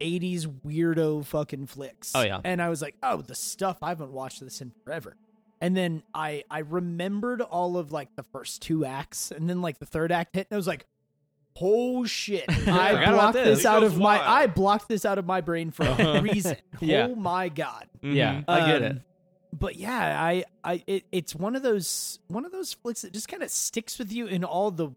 [SPEAKER 3] 80s weirdo fucking flicks.
[SPEAKER 1] Oh, yeah.
[SPEAKER 3] And I was like, oh, the stuff I haven't watched this in forever. And then I I remembered all of like the first two acts, and then like the third act hit, and I was like, "Oh shit!
[SPEAKER 1] Forgot
[SPEAKER 3] I
[SPEAKER 1] about
[SPEAKER 3] blocked
[SPEAKER 1] this.
[SPEAKER 3] this,
[SPEAKER 2] It
[SPEAKER 3] out
[SPEAKER 2] goes
[SPEAKER 3] of my
[SPEAKER 2] wild.
[SPEAKER 3] I blocked this out of my brain for a reason.
[SPEAKER 1] Uh-huh. Yeah.
[SPEAKER 3] Oh my god!
[SPEAKER 2] Mm-hmm.
[SPEAKER 1] Yeah, I get it.
[SPEAKER 3] Um, But yeah, I, I, it, it's one of those one of those flicks that just kind of sticks with you in all the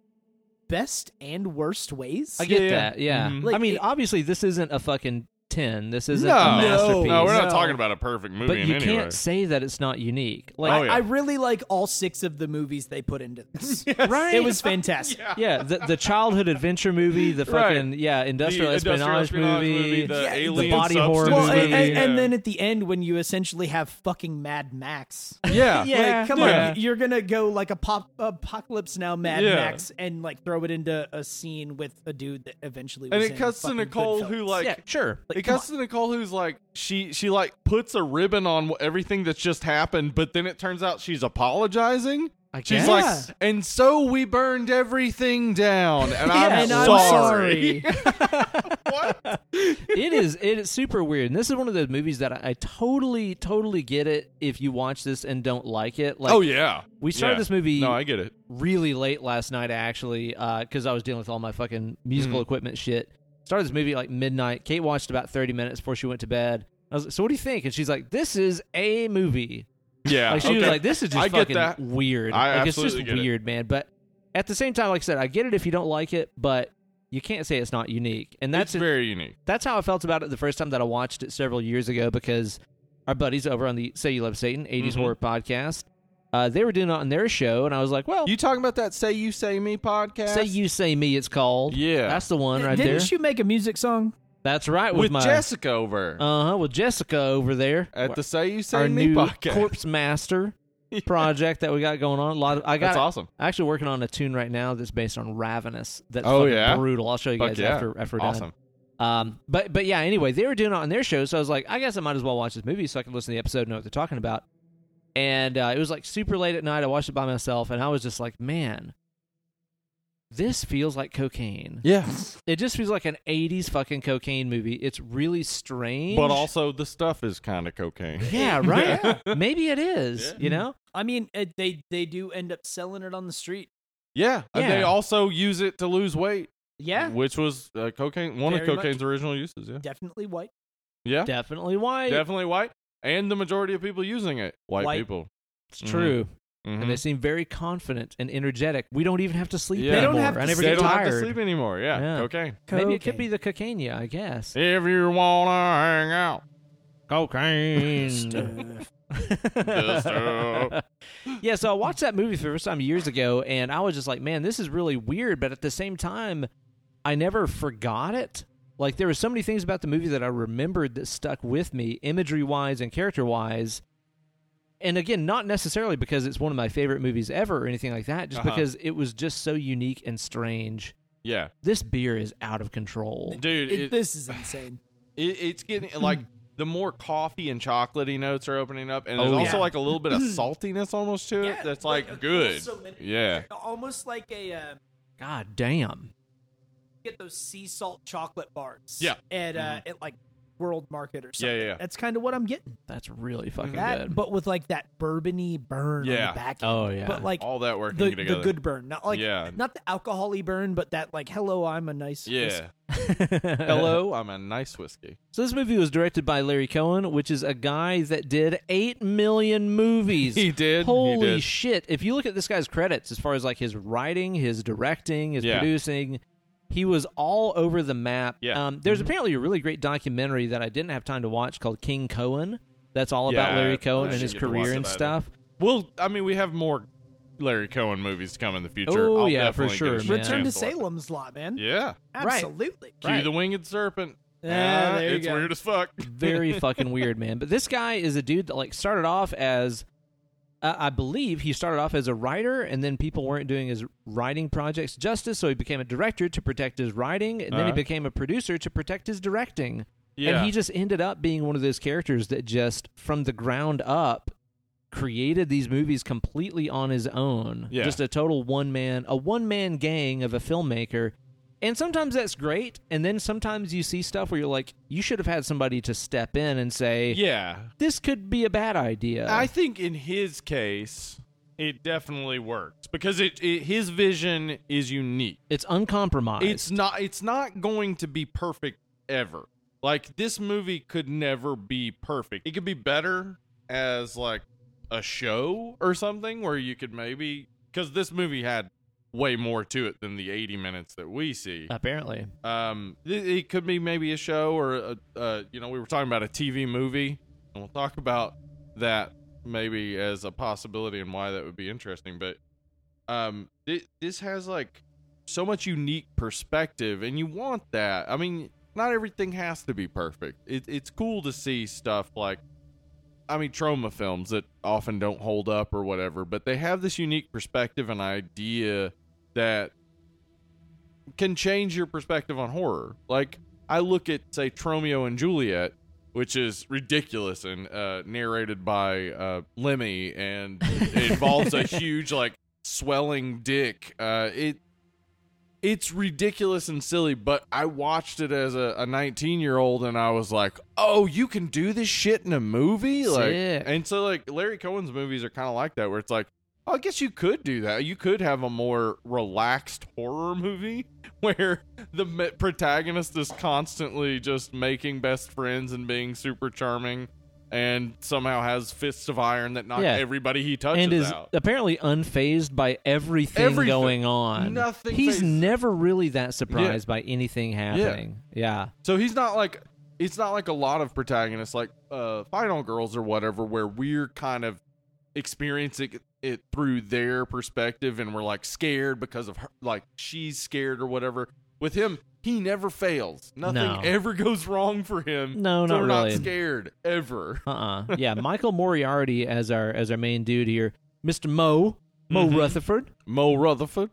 [SPEAKER 3] best and worst ways.
[SPEAKER 1] I get
[SPEAKER 2] yeah.
[SPEAKER 1] that. Yeah.
[SPEAKER 2] Mhm.
[SPEAKER 3] Like,
[SPEAKER 1] I mean,
[SPEAKER 3] it-
[SPEAKER 1] obviously, this isn't a fucking ten. This isn't a
[SPEAKER 2] No,
[SPEAKER 1] masterpiece.
[SPEAKER 2] no, we're not
[SPEAKER 3] No.
[SPEAKER 2] talking about a perfect movie
[SPEAKER 1] But
[SPEAKER 2] in
[SPEAKER 1] you
[SPEAKER 2] any way.
[SPEAKER 1] can't say that it's not unique. Like,
[SPEAKER 2] Oh, yeah.
[SPEAKER 3] I really like all six of the movies they put into this.
[SPEAKER 1] Right?
[SPEAKER 3] It was fantastic.
[SPEAKER 1] yeah, the, the childhood adventure movie, the
[SPEAKER 2] Right.
[SPEAKER 1] fucking yeah industrial,
[SPEAKER 2] The industrial
[SPEAKER 1] espionage,
[SPEAKER 2] espionage movie, the
[SPEAKER 3] Yeah, the
[SPEAKER 2] alien
[SPEAKER 1] body
[SPEAKER 2] substance
[SPEAKER 1] horror
[SPEAKER 3] Well,
[SPEAKER 1] movie.
[SPEAKER 3] and, and-
[SPEAKER 2] yeah.
[SPEAKER 3] and then at the end, when you essentially have fucking Mad Max,
[SPEAKER 2] yeah,
[SPEAKER 1] Yeah.
[SPEAKER 3] like, come
[SPEAKER 2] Yeah.
[SPEAKER 3] on, you're gonna go like a pop apocalypse now Mad
[SPEAKER 2] Yeah.
[SPEAKER 3] Max and like throw it into a scene with a dude that eventually
[SPEAKER 2] and
[SPEAKER 3] was
[SPEAKER 2] it
[SPEAKER 3] in
[SPEAKER 2] cuts to
[SPEAKER 3] fucking
[SPEAKER 2] Nicole who
[SPEAKER 3] Goodfellas.
[SPEAKER 2] like
[SPEAKER 1] yeah, sure.
[SPEAKER 3] Like,
[SPEAKER 2] it
[SPEAKER 3] come
[SPEAKER 2] cuts to Nicole, who's like she she like puts a ribbon on wh- everything that's just happened, but then it turns out she's apologizing.
[SPEAKER 1] I
[SPEAKER 2] She's
[SPEAKER 1] guess.
[SPEAKER 2] like, and so we burned everything down, and I'm
[SPEAKER 3] and I'm
[SPEAKER 2] sorry.
[SPEAKER 3] sorry.
[SPEAKER 2] what?
[SPEAKER 1] it is it is super weird and this is one of those movies that I, I totally totally get it if you watch this and don't like it like
[SPEAKER 2] oh yeah,
[SPEAKER 1] we started
[SPEAKER 2] Yeah.
[SPEAKER 1] this movie
[SPEAKER 2] No, I get it.
[SPEAKER 1] uh,
[SPEAKER 2] Mm-hmm.
[SPEAKER 1] really late last night actually because i was dealing with all my fucking musical equipment shit Started this movie at like midnight. Kate watched about 30 minutes before she went to bed. I was like, so what do you think? And she's like, this is a movie.
[SPEAKER 2] Yeah.
[SPEAKER 1] Like she was
[SPEAKER 2] okay.
[SPEAKER 1] like, this is just
[SPEAKER 2] I get
[SPEAKER 1] fucking
[SPEAKER 2] that.
[SPEAKER 1] weird.
[SPEAKER 2] I
[SPEAKER 1] like it's just
[SPEAKER 2] absolutely get it.
[SPEAKER 1] weird, man. But at the same time, like I said, I get it if you don't like it, but you can't say it's not unique. And that's
[SPEAKER 2] it's very unique.
[SPEAKER 1] that's how I felt about it the first time that I watched it several years ago because our buddies over on the Say You Love Satan 80s
[SPEAKER 2] Mhm.
[SPEAKER 1] horror podcast, uh, they were doing it on their show, and I was like, well,
[SPEAKER 2] You talking about that "Say You Say Me" podcast?
[SPEAKER 1] Oh. say you say me, it's called.
[SPEAKER 2] Yeah.
[SPEAKER 1] That's the one right
[SPEAKER 3] Didn't
[SPEAKER 1] there.
[SPEAKER 3] you make a music song?
[SPEAKER 1] that's right with,
[SPEAKER 2] with
[SPEAKER 1] my
[SPEAKER 2] Jessica over
[SPEAKER 1] uh huh with Jessica over there
[SPEAKER 2] at the "Say You Say
[SPEAKER 1] our
[SPEAKER 2] Me"
[SPEAKER 1] new
[SPEAKER 2] podcast.
[SPEAKER 1] Corpse Master project that we got going on. A lot of I got
[SPEAKER 2] That's awesome.
[SPEAKER 1] Actually, working on a tune right now that's based on Ravenous. That's
[SPEAKER 2] Oh,
[SPEAKER 1] fucking
[SPEAKER 2] yeah?
[SPEAKER 1] brutal. I'll show you
[SPEAKER 2] Fuck
[SPEAKER 1] guys
[SPEAKER 2] yeah.
[SPEAKER 1] after after we're done.
[SPEAKER 2] Awesome.
[SPEAKER 1] Um, but but yeah, anyway, they were doing it on their show, so I was like, I guess I might as well watch this movie so I can listen to the episode and know what they're talking about. And uh, it was like super late at night. I watched it by myself, and I was just like, man, this feels like cocaine.
[SPEAKER 2] Yeah.
[SPEAKER 1] It just feels like an '80s fucking cocaine movie. It's really strange,
[SPEAKER 2] But also, the stuff is kind of cocaine.
[SPEAKER 1] yeah, right? Maybe it is.
[SPEAKER 2] Yeah.
[SPEAKER 1] You know,
[SPEAKER 3] I mean, it, they they do end up selling it on the street.
[SPEAKER 2] Yeah. And they
[SPEAKER 1] Yeah.
[SPEAKER 2] also use it to lose weight.
[SPEAKER 3] Yeah,
[SPEAKER 2] Which was uh, cocaine, one
[SPEAKER 3] Very
[SPEAKER 2] of
[SPEAKER 3] much.
[SPEAKER 2] cocaine's original uses. Yeah.
[SPEAKER 3] definitely white.
[SPEAKER 2] Yeah.
[SPEAKER 1] definitely white.
[SPEAKER 2] Definitely white. And the majority of people using it, white,
[SPEAKER 3] White.
[SPEAKER 2] people.
[SPEAKER 1] it's
[SPEAKER 2] Mhm.
[SPEAKER 1] true.
[SPEAKER 2] Mhm.
[SPEAKER 1] and they seem very confident and energetic. We don't even have to sleep
[SPEAKER 2] Yeah. They don't
[SPEAKER 1] anymore.
[SPEAKER 3] have to
[SPEAKER 1] I never
[SPEAKER 2] they
[SPEAKER 1] get
[SPEAKER 2] don't
[SPEAKER 1] tired.
[SPEAKER 2] have to sleep anymore. Yeah.
[SPEAKER 1] Yeah.
[SPEAKER 2] Cocaine.
[SPEAKER 1] Maybe it could be the cocaine, yeah, I guess.
[SPEAKER 2] If you want to hang out.
[SPEAKER 1] Cocaine.
[SPEAKER 3] Stuff.
[SPEAKER 2] Stuff.
[SPEAKER 1] yeah, so I watched that movie for the first time years ago, and I was just like, man, this is really weird. But at the same time, I never forgot it. Like, there were so many things about the movie that I remembered that stuck with me, imagery wise and character wise. And again, not necessarily because it's one of my favorite movies ever or anything like that, just
[SPEAKER 2] Uh-huh.
[SPEAKER 1] because it was just so unique and strange.
[SPEAKER 2] Yeah.
[SPEAKER 1] This beer is out of control.
[SPEAKER 2] Dude,
[SPEAKER 3] It-
[SPEAKER 2] it,
[SPEAKER 3] this is insane.
[SPEAKER 2] It, it's getting like the more coffee and chocolatey notes are opening up, and there's
[SPEAKER 1] Oh,
[SPEAKER 2] also
[SPEAKER 1] yeah.
[SPEAKER 2] like a little bit of saltiness almost to it.
[SPEAKER 3] Yeah,
[SPEAKER 2] that's
[SPEAKER 3] like,
[SPEAKER 2] like,
[SPEAKER 3] uh,
[SPEAKER 2] good.
[SPEAKER 3] so many-
[SPEAKER 2] yeah,
[SPEAKER 3] Almost like a uh,
[SPEAKER 1] God damn.
[SPEAKER 3] get those sea salt chocolate bars.
[SPEAKER 2] Yeah. Mm-hmm.
[SPEAKER 3] at uh, at like World Market or
[SPEAKER 2] Yeah,
[SPEAKER 3] something.
[SPEAKER 2] yeah, yeah.
[SPEAKER 3] That's kind of what I'm getting.
[SPEAKER 1] That's really fucking
[SPEAKER 3] That,
[SPEAKER 1] good.
[SPEAKER 3] but with like that bourbony burn on
[SPEAKER 2] Yeah.
[SPEAKER 3] the back.
[SPEAKER 1] Oh, yeah.
[SPEAKER 3] But like
[SPEAKER 2] all that working
[SPEAKER 3] the,
[SPEAKER 2] together.
[SPEAKER 3] the good burn, not like
[SPEAKER 2] Yeah.
[SPEAKER 3] not the alcoholy burn, but that like hello, I'm a nice. whiskey.
[SPEAKER 2] yeah. Hello, I'm a nice whiskey.
[SPEAKER 1] So this movie was directed by Larry Cohen, which is a guy that did 8 million movies.
[SPEAKER 2] He did, he
[SPEAKER 1] Holy
[SPEAKER 2] did.
[SPEAKER 1] shit. If you look at this guy's credits as far as like his writing, his directing, his
[SPEAKER 2] Yeah.
[SPEAKER 1] producing, he was all over the map.
[SPEAKER 2] Yeah. Mm-hmm.
[SPEAKER 1] Um, there's apparently a really great documentary that I didn't have time to watch called King Cohen. That's all about
[SPEAKER 2] Yeah, Oh,
[SPEAKER 1] Larry
[SPEAKER 2] I
[SPEAKER 1] Cohen and
[SPEAKER 2] should
[SPEAKER 1] his
[SPEAKER 2] get to watch
[SPEAKER 1] career
[SPEAKER 2] it
[SPEAKER 1] and
[SPEAKER 2] either.
[SPEAKER 1] stuff.
[SPEAKER 2] Well, I mean, we have more Larry Cohen movies to come in the future.
[SPEAKER 1] Oh,
[SPEAKER 2] I'll
[SPEAKER 1] yeah, for
[SPEAKER 2] definitely
[SPEAKER 1] sure,
[SPEAKER 2] give it a
[SPEAKER 1] man.
[SPEAKER 3] Return to
[SPEAKER 2] chance watch.
[SPEAKER 3] Salem's Lot, man.
[SPEAKER 2] Yeah,
[SPEAKER 3] Absolutely.
[SPEAKER 2] cue the winged serpent.
[SPEAKER 3] Yeah,
[SPEAKER 2] Ah,
[SPEAKER 3] there you
[SPEAKER 2] it's
[SPEAKER 3] go.
[SPEAKER 2] weird as fuck.
[SPEAKER 1] very fucking weird, man. But this guy is a dude that like started off as, uh, I believe he started off as a writer, and then people weren't doing his writing projects justice, so he became a director to protect his writing, and then he
[SPEAKER 2] Uh-huh.
[SPEAKER 1] became a producer to protect his directing.
[SPEAKER 2] Yeah,
[SPEAKER 1] And he just ended up being one of those characters that just from the ground up created these movies completely on his own.
[SPEAKER 2] Yeah.
[SPEAKER 1] Just a total one man, a one man gang of a filmmaker. And sometimes that's great. And then sometimes you see stuff where you're like, you should have had somebody to step in and say,
[SPEAKER 2] yeah.
[SPEAKER 1] this could be a bad idea.
[SPEAKER 2] I think in his case, it definitely works because it, it his vision is unique.
[SPEAKER 1] it's uncompromised.
[SPEAKER 2] It's not it's not going to be perfect ever. Like this movie could never be perfect. It could be better as like a show or something where you could maybe cuz this movie had way more to it than the 80 minutes that we see.
[SPEAKER 1] apparently.
[SPEAKER 2] Um it, it could be maybe a show or a, uh you know we were talking about a TV movie and we'll talk about that maybe as a possibility and why that would be interesting but um thi- this has like so much unique perspective and you want that i mean not everything has to be perfect it, it's cool to see stuff like i mean trauma films that often don't hold up or whatever but they have this unique perspective and idea that can change your perspective on horror like i look at say tromeo and juliet which is ridiculous and uh, narrated by uh, lemmy and it involves a huge like swelling dick uh, it it's ridiculous and silly, but I watched it as a 19 year old and I was like, oh, you can do this shit in a movie? Like,
[SPEAKER 1] Sick.
[SPEAKER 2] and so, like, Larry Cohen's movies are kind of like that, where it's like, oh, I guess you could do that. You could have a more relaxed horror movie where the me- protagonist is constantly just making best friends and being super charming and somehow has fists of iron that knock
[SPEAKER 1] Yeah.
[SPEAKER 2] everybody he touches
[SPEAKER 1] and is
[SPEAKER 2] out.
[SPEAKER 1] apparently unfazed by everything,
[SPEAKER 2] Everything.
[SPEAKER 1] going on.
[SPEAKER 2] Nothing
[SPEAKER 1] He's
[SPEAKER 2] fazed.
[SPEAKER 1] never really that surprised by anything happening. Yeah.
[SPEAKER 2] So he's not like it's not like a lot of protagonists like uh Final Girls or whatever where we're kind of experiencing it through their perspective and we're like scared because of her like she's scared or whatever. With him, he never fails. Nothing
[SPEAKER 1] No.
[SPEAKER 2] ever goes wrong for him.
[SPEAKER 1] No,
[SPEAKER 2] so
[SPEAKER 1] not
[SPEAKER 2] we're
[SPEAKER 1] really.
[SPEAKER 2] not scared ever.
[SPEAKER 1] Uh uh Yeah. Michael Moriarty as our as our main dude here, Mr. Mo Mo
[SPEAKER 3] Mm-hmm.
[SPEAKER 2] Mhm.
[SPEAKER 1] Rutherford.
[SPEAKER 2] Mo Rutherford.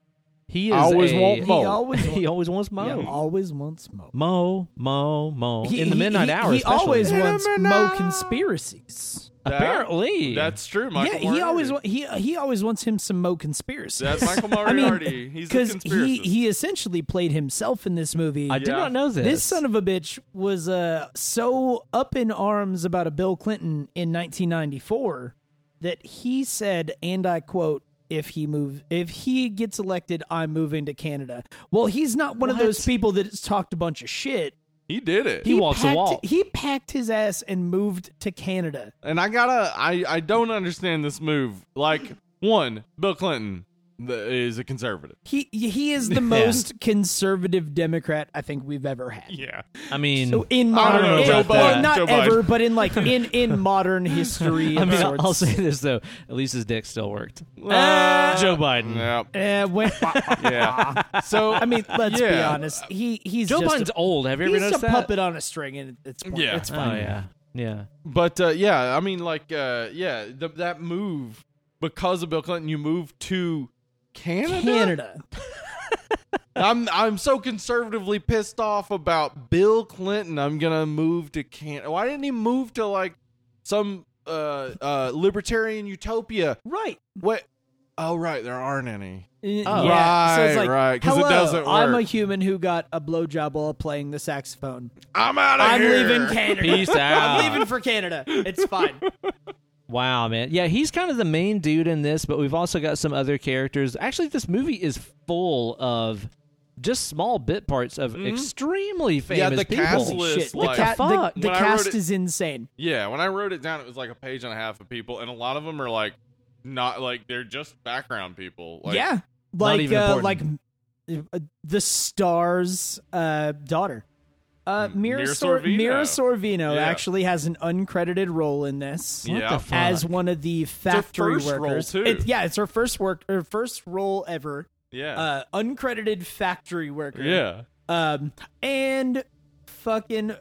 [SPEAKER 1] He is
[SPEAKER 2] I always
[SPEAKER 1] a,
[SPEAKER 2] want Mo.
[SPEAKER 3] He always
[SPEAKER 1] he always wants Mo.
[SPEAKER 3] Yeah, always wants Mo.
[SPEAKER 1] Mo, Mo, Mo. In the midnight
[SPEAKER 3] he,
[SPEAKER 1] hour,
[SPEAKER 3] He
[SPEAKER 1] especially.
[SPEAKER 3] always
[SPEAKER 2] In the
[SPEAKER 3] wants Mo
[SPEAKER 2] midnight-
[SPEAKER 3] conspiracies.
[SPEAKER 2] That-
[SPEAKER 1] apparently.
[SPEAKER 2] That's true, Michael.
[SPEAKER 3] yeah, he always wa-
[SPEAKER 2] Moriarty.
[SPEAKER 3] he he always wants him some Mo conspiracies.
[SPEAKER 2] That's Michael
[SPEAKER 3] I mean,
[SPEAKER 2] Moriarty. he's a
[SPEAKER 3] because he
[SPEAKER 2] conspiracist.
[SPEAKER 3] he essentially played himself in this movie.
[SPEAKER 1] I did
[SPEAKER 2] Yeah.
[SPEAKER 1] not know this.
[SPEAKER 3] This son of a bitch was uh, so up in arms about a Bill Clinton in 1994 that he said, and I quote, "If he move, if he gets elected, I'm moving to Canada." Well, he's not one of
[SPEAKER 1] What?
[SPEAKER 3] those people that's talked a bunch of shit.
[SPEAKER 2] he did it.
[SPEAKER 1] He walks the
[SPEAKER 3] packed,
[SPEAKER 1] walk.
[SPEAKER 3] He packed his ass and moved to Canada.
[SPEAKER 2] And I gotta, I, I don't understand this move. Like, one, Bill Clinton th- is a conservative.
[SPEAKER 3] He he is the most conservative Democrat I think we've ever had.
[SPEAKER 2] Yeah.
[SPEAKER 1] I mean,
[SPEAKER 3] So in
[SPEAKER 2] I don't
[SPEAKER 3] modern,
[SPEAKER 2] know
[SPEAKER 3] in-
[SPEAKER 2] about
[SPEAKER 3] well,
[SPEAKER 2] that.
[SPEAKER 3] not
[SPEAKER 2] Joe Biden.
[SPEAKER 3] ever, but in like in in modern history.
[SPEAKER 1] I
[SPEAKER 3] of
[SPEAKER 1] mean, I'll,
[SPEAKER 3] sorts.
[SPEAKER 1] I'll say this though: at least his dick still worked.
[SPEAKER 3] Ah.
[SPEAKER 2] Uh,
[SPEAKER 1] Joe Biden.
[SPEAKER 2] Yeah.
[SPEAKER 3] Eh, when-
[SPEAKER 2] Yeah. So
[SPEAKER 3] I mean, let's be
[SPEAKER 2] Yeah.
[SPEAKER 3] honest. He he's
[SPEAKER 1] Joe
[SPEAKER 3] just
[SPEAKER 1] Biden's
[SPEAKER 3] a,
[SPEAKER 1] old. Have you ever
[SPEAKER 3] he's a
[SPEAKER 1] noticed that?
[SPEAKER 3] puppet on a string, and it's point.
[SPEAKER 2] Yeah.
[SPEAKER 3] it's
[SPEAKER 1] Oh
[SPEAKER 3] fine.
[SPEAKER 1] yeah, yeah.
[SPEAKER 2] But uh, yeah, I mean, like, uh, yeah, th- that move because of Bill Clinton, you move to Canada.
[SPEAKER 3] Canada.
[SPEAKER 2] I'm I'm so conservatively pissed off about Bill Clinton. I'm gonna move to Canada. Why didn't he move to like some uh, uh, libertarian utopia?
[SPEAKER 3] right.
[SPEAKER 2] What? Oh, right, there aren't any.
[SPEAKER 3] Yeah. so
[SPEAKER 2] Eh, Right,
[SPEAKER 3] it's like,
[SPEAKER 2] right, 'cause it
[SPEAKER 3] hello,
[SPEAKER 2] doesn't
[SPEAKER 3] I'm a
[SPEAKER 2] work.
[SPEAKER 3] human who got a blowjob while playing the saxophone.
[SPEAKER 2] I'm out of
[SPEAKER 3] I'm
[SPEAKER 2] here.
[SPEAKER 3] leaving Canada.
[SPEAKER 1] Peace
[SPEAKER 3] I'm
[SPEAKER 1] out.
[SPEAKER 3] leaving for Canada. It's fine.
[SPEAKER 1] Wow, man. Yeah, he's kind of the main dude in this, but we've also got some other characters. Actually, this movie is full of just small bit parts of extremely famous
[SPEAKER 2] Mm-hmm. Yeah, the
[SPEAKER 1] people.
[SPEAKER 2] castle is
[SPEAKER 3] Shit, the,
[SPEAKER 2] like-
[SPEAKER 3] ca-
[SPEAKER 1] What the fuck?
[SPEAKER 3] the, the
[SPEAKER 2] When I wrote
[SPEAKER 3] cast
[SPEAKER 2] it-
[SPEAKER 3] is insane.
[SPEAKER 2] Yeah, when I wrote it down, it was like a page and a half of people, and a lot of them are like not like they're just background people. Like,
[SPEAKER 3] yeah, like
[SPEAKER 1] even
[SPEAKER 3] uh, like
[SPEAKER 1] important.
[SPEAKER 3] uh, the star's uh, daughter, uh, Mira,
[SPEAKER 2] Mira
[SPEAKER 3] Sor-
[SPEAKER 2] Sorvino.
[SPEAKER 3] Mira Sorvino
[SPEAKER 2] Yeah.
[SPEAKER 3] actually has an uncredited role in this.
[SPEAKER 1] What
[SPEAKER 2] Yeah.
[SPEAKER 1] the fuck?
[SPEAKER 3] As one of the factory
[SPEAKER 2] first role,
[SPEAKER 3] workers,
[SPEAKER 2] too.
[SPEAKER 3] It- yeah, it's her first work, her first role ever,
[SPEAKER 2] yeah,
[SPEAKER 3] uh, uncredited factory worker.
[SPEAKER 2] yeah.
[SPEAKER 3] um, and fucking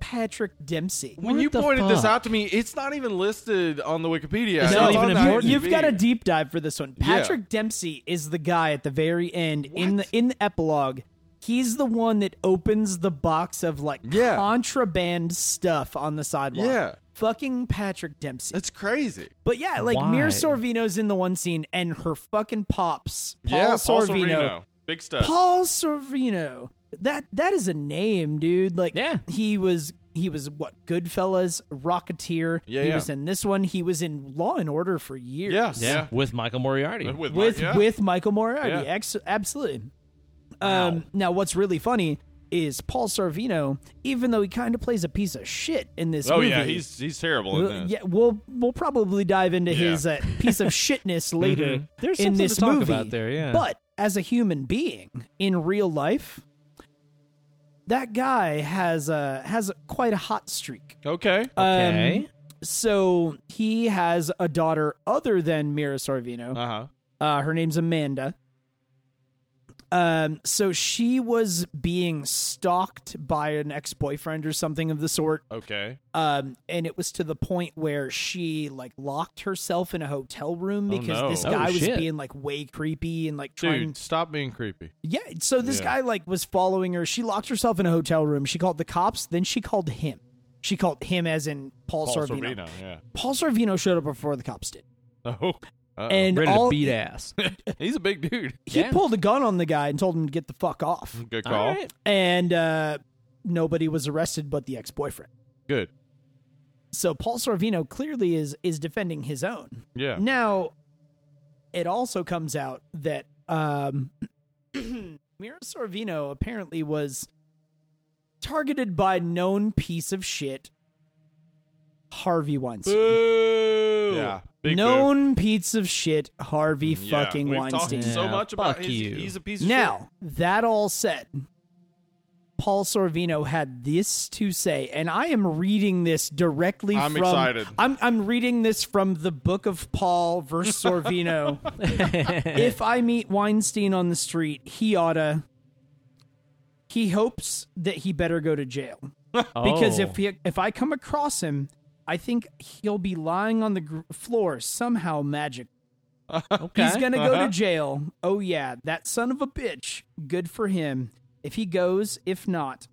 [SPEAKER 3] Patrick Dempsey.
[SPEAKER 2] When you
[SPEAKER 1] the
[SPEAKER 2] pointed this
[SPEAKER 1] fuck?
[SPEAKER 2] out to me, it's not even listed on the Wikipedia.
[SPEAKER 1] It's
[SPEAKER 2] It's
[SPEAKER 1] not
[SPEAKER 2] on
[SPEAKER 1] even
[SPEAKER 2] the
[SPEAKER 1] important.
[SPEAKER 3] You've
[SPEAKER 2] IMDb.
[SPEAKER 3] got a deep dive for this one.
[SPEAKER 2] Yeah.
[SPEAKER 3] Patrick Dempsey is the guy at the very end in the in the epilogue. He's the one that opens the box of like
[SPEAKER 2] Yeah.
[SPEAKER 3] contraband stuff on the sidewalk.
[SPEAKER 2] Yeah.
[SPEAKER 3] Fucking Patrick Dempsey.
[SPEAKER 2] It's crazy.
[SPEAKER 3] but yeah, like Mir
[SPEAKER 1] Why?
[SPEAKER 3] Sorvino's in the one scene and her fucking pops. Paul
[SPEAKER 2] yeah, Paul
[SPEAKER 3] Sorvino.
[SPEAKER 2] Sorvino. Big stuff.
[SPEAKER 3] Paul Sorvino. That that is a name, dude. Like
[SPEAKER 1] Yeah.
[SPEAKER 3] he was he was what Goodfellas, Rocketeer.
[SPEAKER 2] Yeah,
[SPEAKER 3] he
[SPEAKER 2] yeah.
[SPEAKER 3] was in this one. He was in Law and Order for years.
[SPEAKER 2] yeah,
[SPEAKER 1] yeah, with Michael Moriarty.
[SPEAKER 2] yeah. With, my-
[SPEAKER 3] with
[SPEAKER 2] yeah.
[SPEAKER 3] with Michael Moriarty.
[SPEAKER 2] Yeah.
[SPEAKER 3] Ex- absolutely. Um, now, what's really funny is Paul Sorvino, even though he kind of plays a piece of shit in this
[SPEAKER 2] oh
[SPEAKER 3] movie.
[SPEAKER 2] yeah, he's he's terrible
[SPEAKER 3] We'll,
[SPEAKER 2] in this.
[SPEAKER 3] Uh, yeah, we'll we'll probably dive into
[SPEAKER 2] Yeah.
[SPEAKER 3] his uh, piece of shitness later
[SPEAKER 1] There's
[SPEAKER 3] Mm-hmm. in
[SPEAKER 1] something
[SPEAKER 3] this
[SPEAKER 1] to talk
[SPEAKER 3] movie.
[SPEAKER 1] about there, yeah.
[SPEAKER 3] But as a human being in real life, that guy has a has a, quite a hot streak.
[SPEAKER 2] Okay.
[SPEAKER 3] Um,
[SPEAKER 1] Okay.
[SPEAKER 3] so he has a daughter other than Mira Sorvino.
[SPEAKER 2] Uh huh.
[SPEAKER 3] Uh, her name's Amanda. Um, so she was being stalked by an ex boyfriend or something of the sort.
[SPEAKER 2] Okay.
[SPEAKER 3] Um, and it was to the point where she like locked herself in a hotel room
[SPEAKER 2] Oh,
[SPEAKER 3] because
[SPEAKER 2] no.
[SPEAKER 3] this
[SPEAKER 2] Oh,
[SPEAKER 3] guy was
[SPEAKER 1] shit.
[SPEAKER 3] being like way creepy and like trying.
[SPEAKER 2] Dude, stop being creepy.
[SPEAKER 3] Yeah. So this
[SPEAKER 2] Yeah.
[SPEAKER 3] guy like was following her. She locked herself in a hotel room. She called the cops. Then she called him. She called him as in Paul,
[SPEAKER 2] Paul
[SPEAKER 3] Sorvino.
[SPEAKER 2] Sorvino. Yeah.
[SPEAKER 3] Paul Sorvino showed up before the cops did.
[SPEAKER 2] Oh. Uh-oh.
[SPEAKER 3] And
[SPEAKER 1] Ready
[SPEAKER 3] all,
[SPEAKER 1] to beat ass.
[SPEAKER 2] he's a big dude.
[SPEAKER 3] he
[SPEAKER 1] Yeah.
[SPEAKER 3] pulled a gun on the guy and told him to get the fuck off.
[SPEAKER 2] Good
[SPEAKER 1] All
[SPEAKER 2] call.
[SPEAKER 1] right.
[SPEAKER 3] and uh, nobody was arrested but the ex-boyfriend.
[SPEAKER 2] Good.
[SPEAKER 3] So Paul Sorvino clearly is is defending his own.
[SPEAKER 2] Yeah.
[SPEAKER 3] Now, it also comes out that um, Mira Sorvino apparently was targeted by known piece of shit Harvey Weinstein.
[SPEAKER 2] Boo! Yeah. Big boo. Mm,
[SPEAKER 3] known piece of shit Harvey
[SPEAKER 2] Yeah,
[SPEAKER 3] fucking
[SPEAKER 2] we've talked
[SPEAKER 3] Weinstein.
[SPEAKER 2] so
[SPEAKER 1] Yeah,
[SPEAKER 2] much about
[SPEAKER 1] fuck
[SPEAKER 2] his-
[SPEAKER 1] you.
[SPEAKER 2] He's a piece of shit.
[SPEAKER 3] Now, that all said, Paul Sorvino had this to say, and I am reading this directly
[SPEAKER 2] I'm
[SPEAKER 3] from
[SPEAKER 2] excited.
[SPEAKER 3] I'm I'm reading this from the book of Paul verse Sorvino. if I meet Weinstein on the street, he oughta he hopes that he better go to jail. Because
[SPEAKER 1] Oh.
[SPEAKER 3] if he, if I come across him, I think he'll be lying on the gr- floor somehow magic.
[SPEAKER 1] okay. Uh-huh.
[SPEAKER 3] He's going to go to jail. Oh, yeah. That son of a bitch. Good for him. If he goes, if not,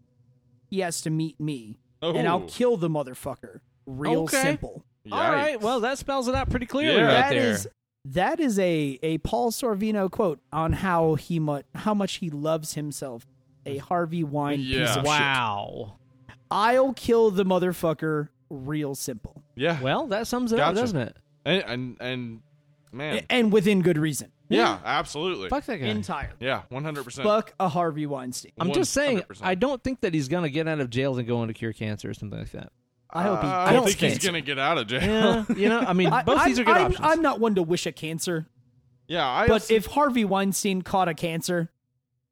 [SPEAKER 3] he has to meet me. And I'll
[SPEAKER 2] Oh.
[SPEAKER 3] kill the motherfucker. Real
[SPEAKER 1] Okay.
[SPEAKER 3] simple.
[SPEAKER 1] All right.
[SPEAKER 2] Yikes.
[SPEAKER 1] Well, that spells it out pretty clearly
[SPEAKER 2] Yeah.
[SPEAKER 1] right
[SPEAKER 3] That
[SPEAKER 1] there.
[SPEAKER 3] is- that is a, a Paul Sorvino quote on how he mu- how much he loves himself. A Harvey Wine piece
[SPEAKER 2] Yeah. Oh,
[SPEAKER 3] of shit.
[SPEAKER 1] wow.
[SPEAKER 3] I'll kill the motherfucker. Real simple.
[SPEAKER 2] yeah.
[SPEAKER 1] Well, that sums it up,
[SPEAKER 2] Gotcha.
[SPEAKER 1] doesn't it?
[SPEAKER 2] and, and and man,
[SPEAKER 3] A- And within good reason.
[SPEAKER 2] yeah, absolutely.
[SPEAKER 1] Fuck that guy.
[SPEAKER 3] Entirely.
[SPEAKER 2] Yeah, one hundred percent.
[SPEAKER 3] Fuck a Harvey Weinstein.
[SPEAKER 1] I'm just saying,
[SPEAKER 2] 100%.
[SPEAKER 1] I don't think that he's going to get out of jail and go on to cure cancer or something like that.
[SPEAKER 3] I hope he.
[SPEAKER 2] Uh, I
[SPEAKER 3] gets
[SPEAKER 2] don't think he's
[SPEAKER 3] cancer.
[SPEAKER 2] gonna get out of jail.
[SPEAKER 1] Yeah, you know, I mean,
[SPEAKER 3] I-
[SPEAKER 1] both
[SPEAKER 3] I'm-
[SPEAKER 1] these are good
[SPEAKER 3] I'm,
[SPEAKER 1] options.
[SPEAKER 3] I'm not one to wish a cancer,
[SPEAKER 2] Yeah, I
[SPEAKER 3] but if Harvey Weinstein caught a cancer,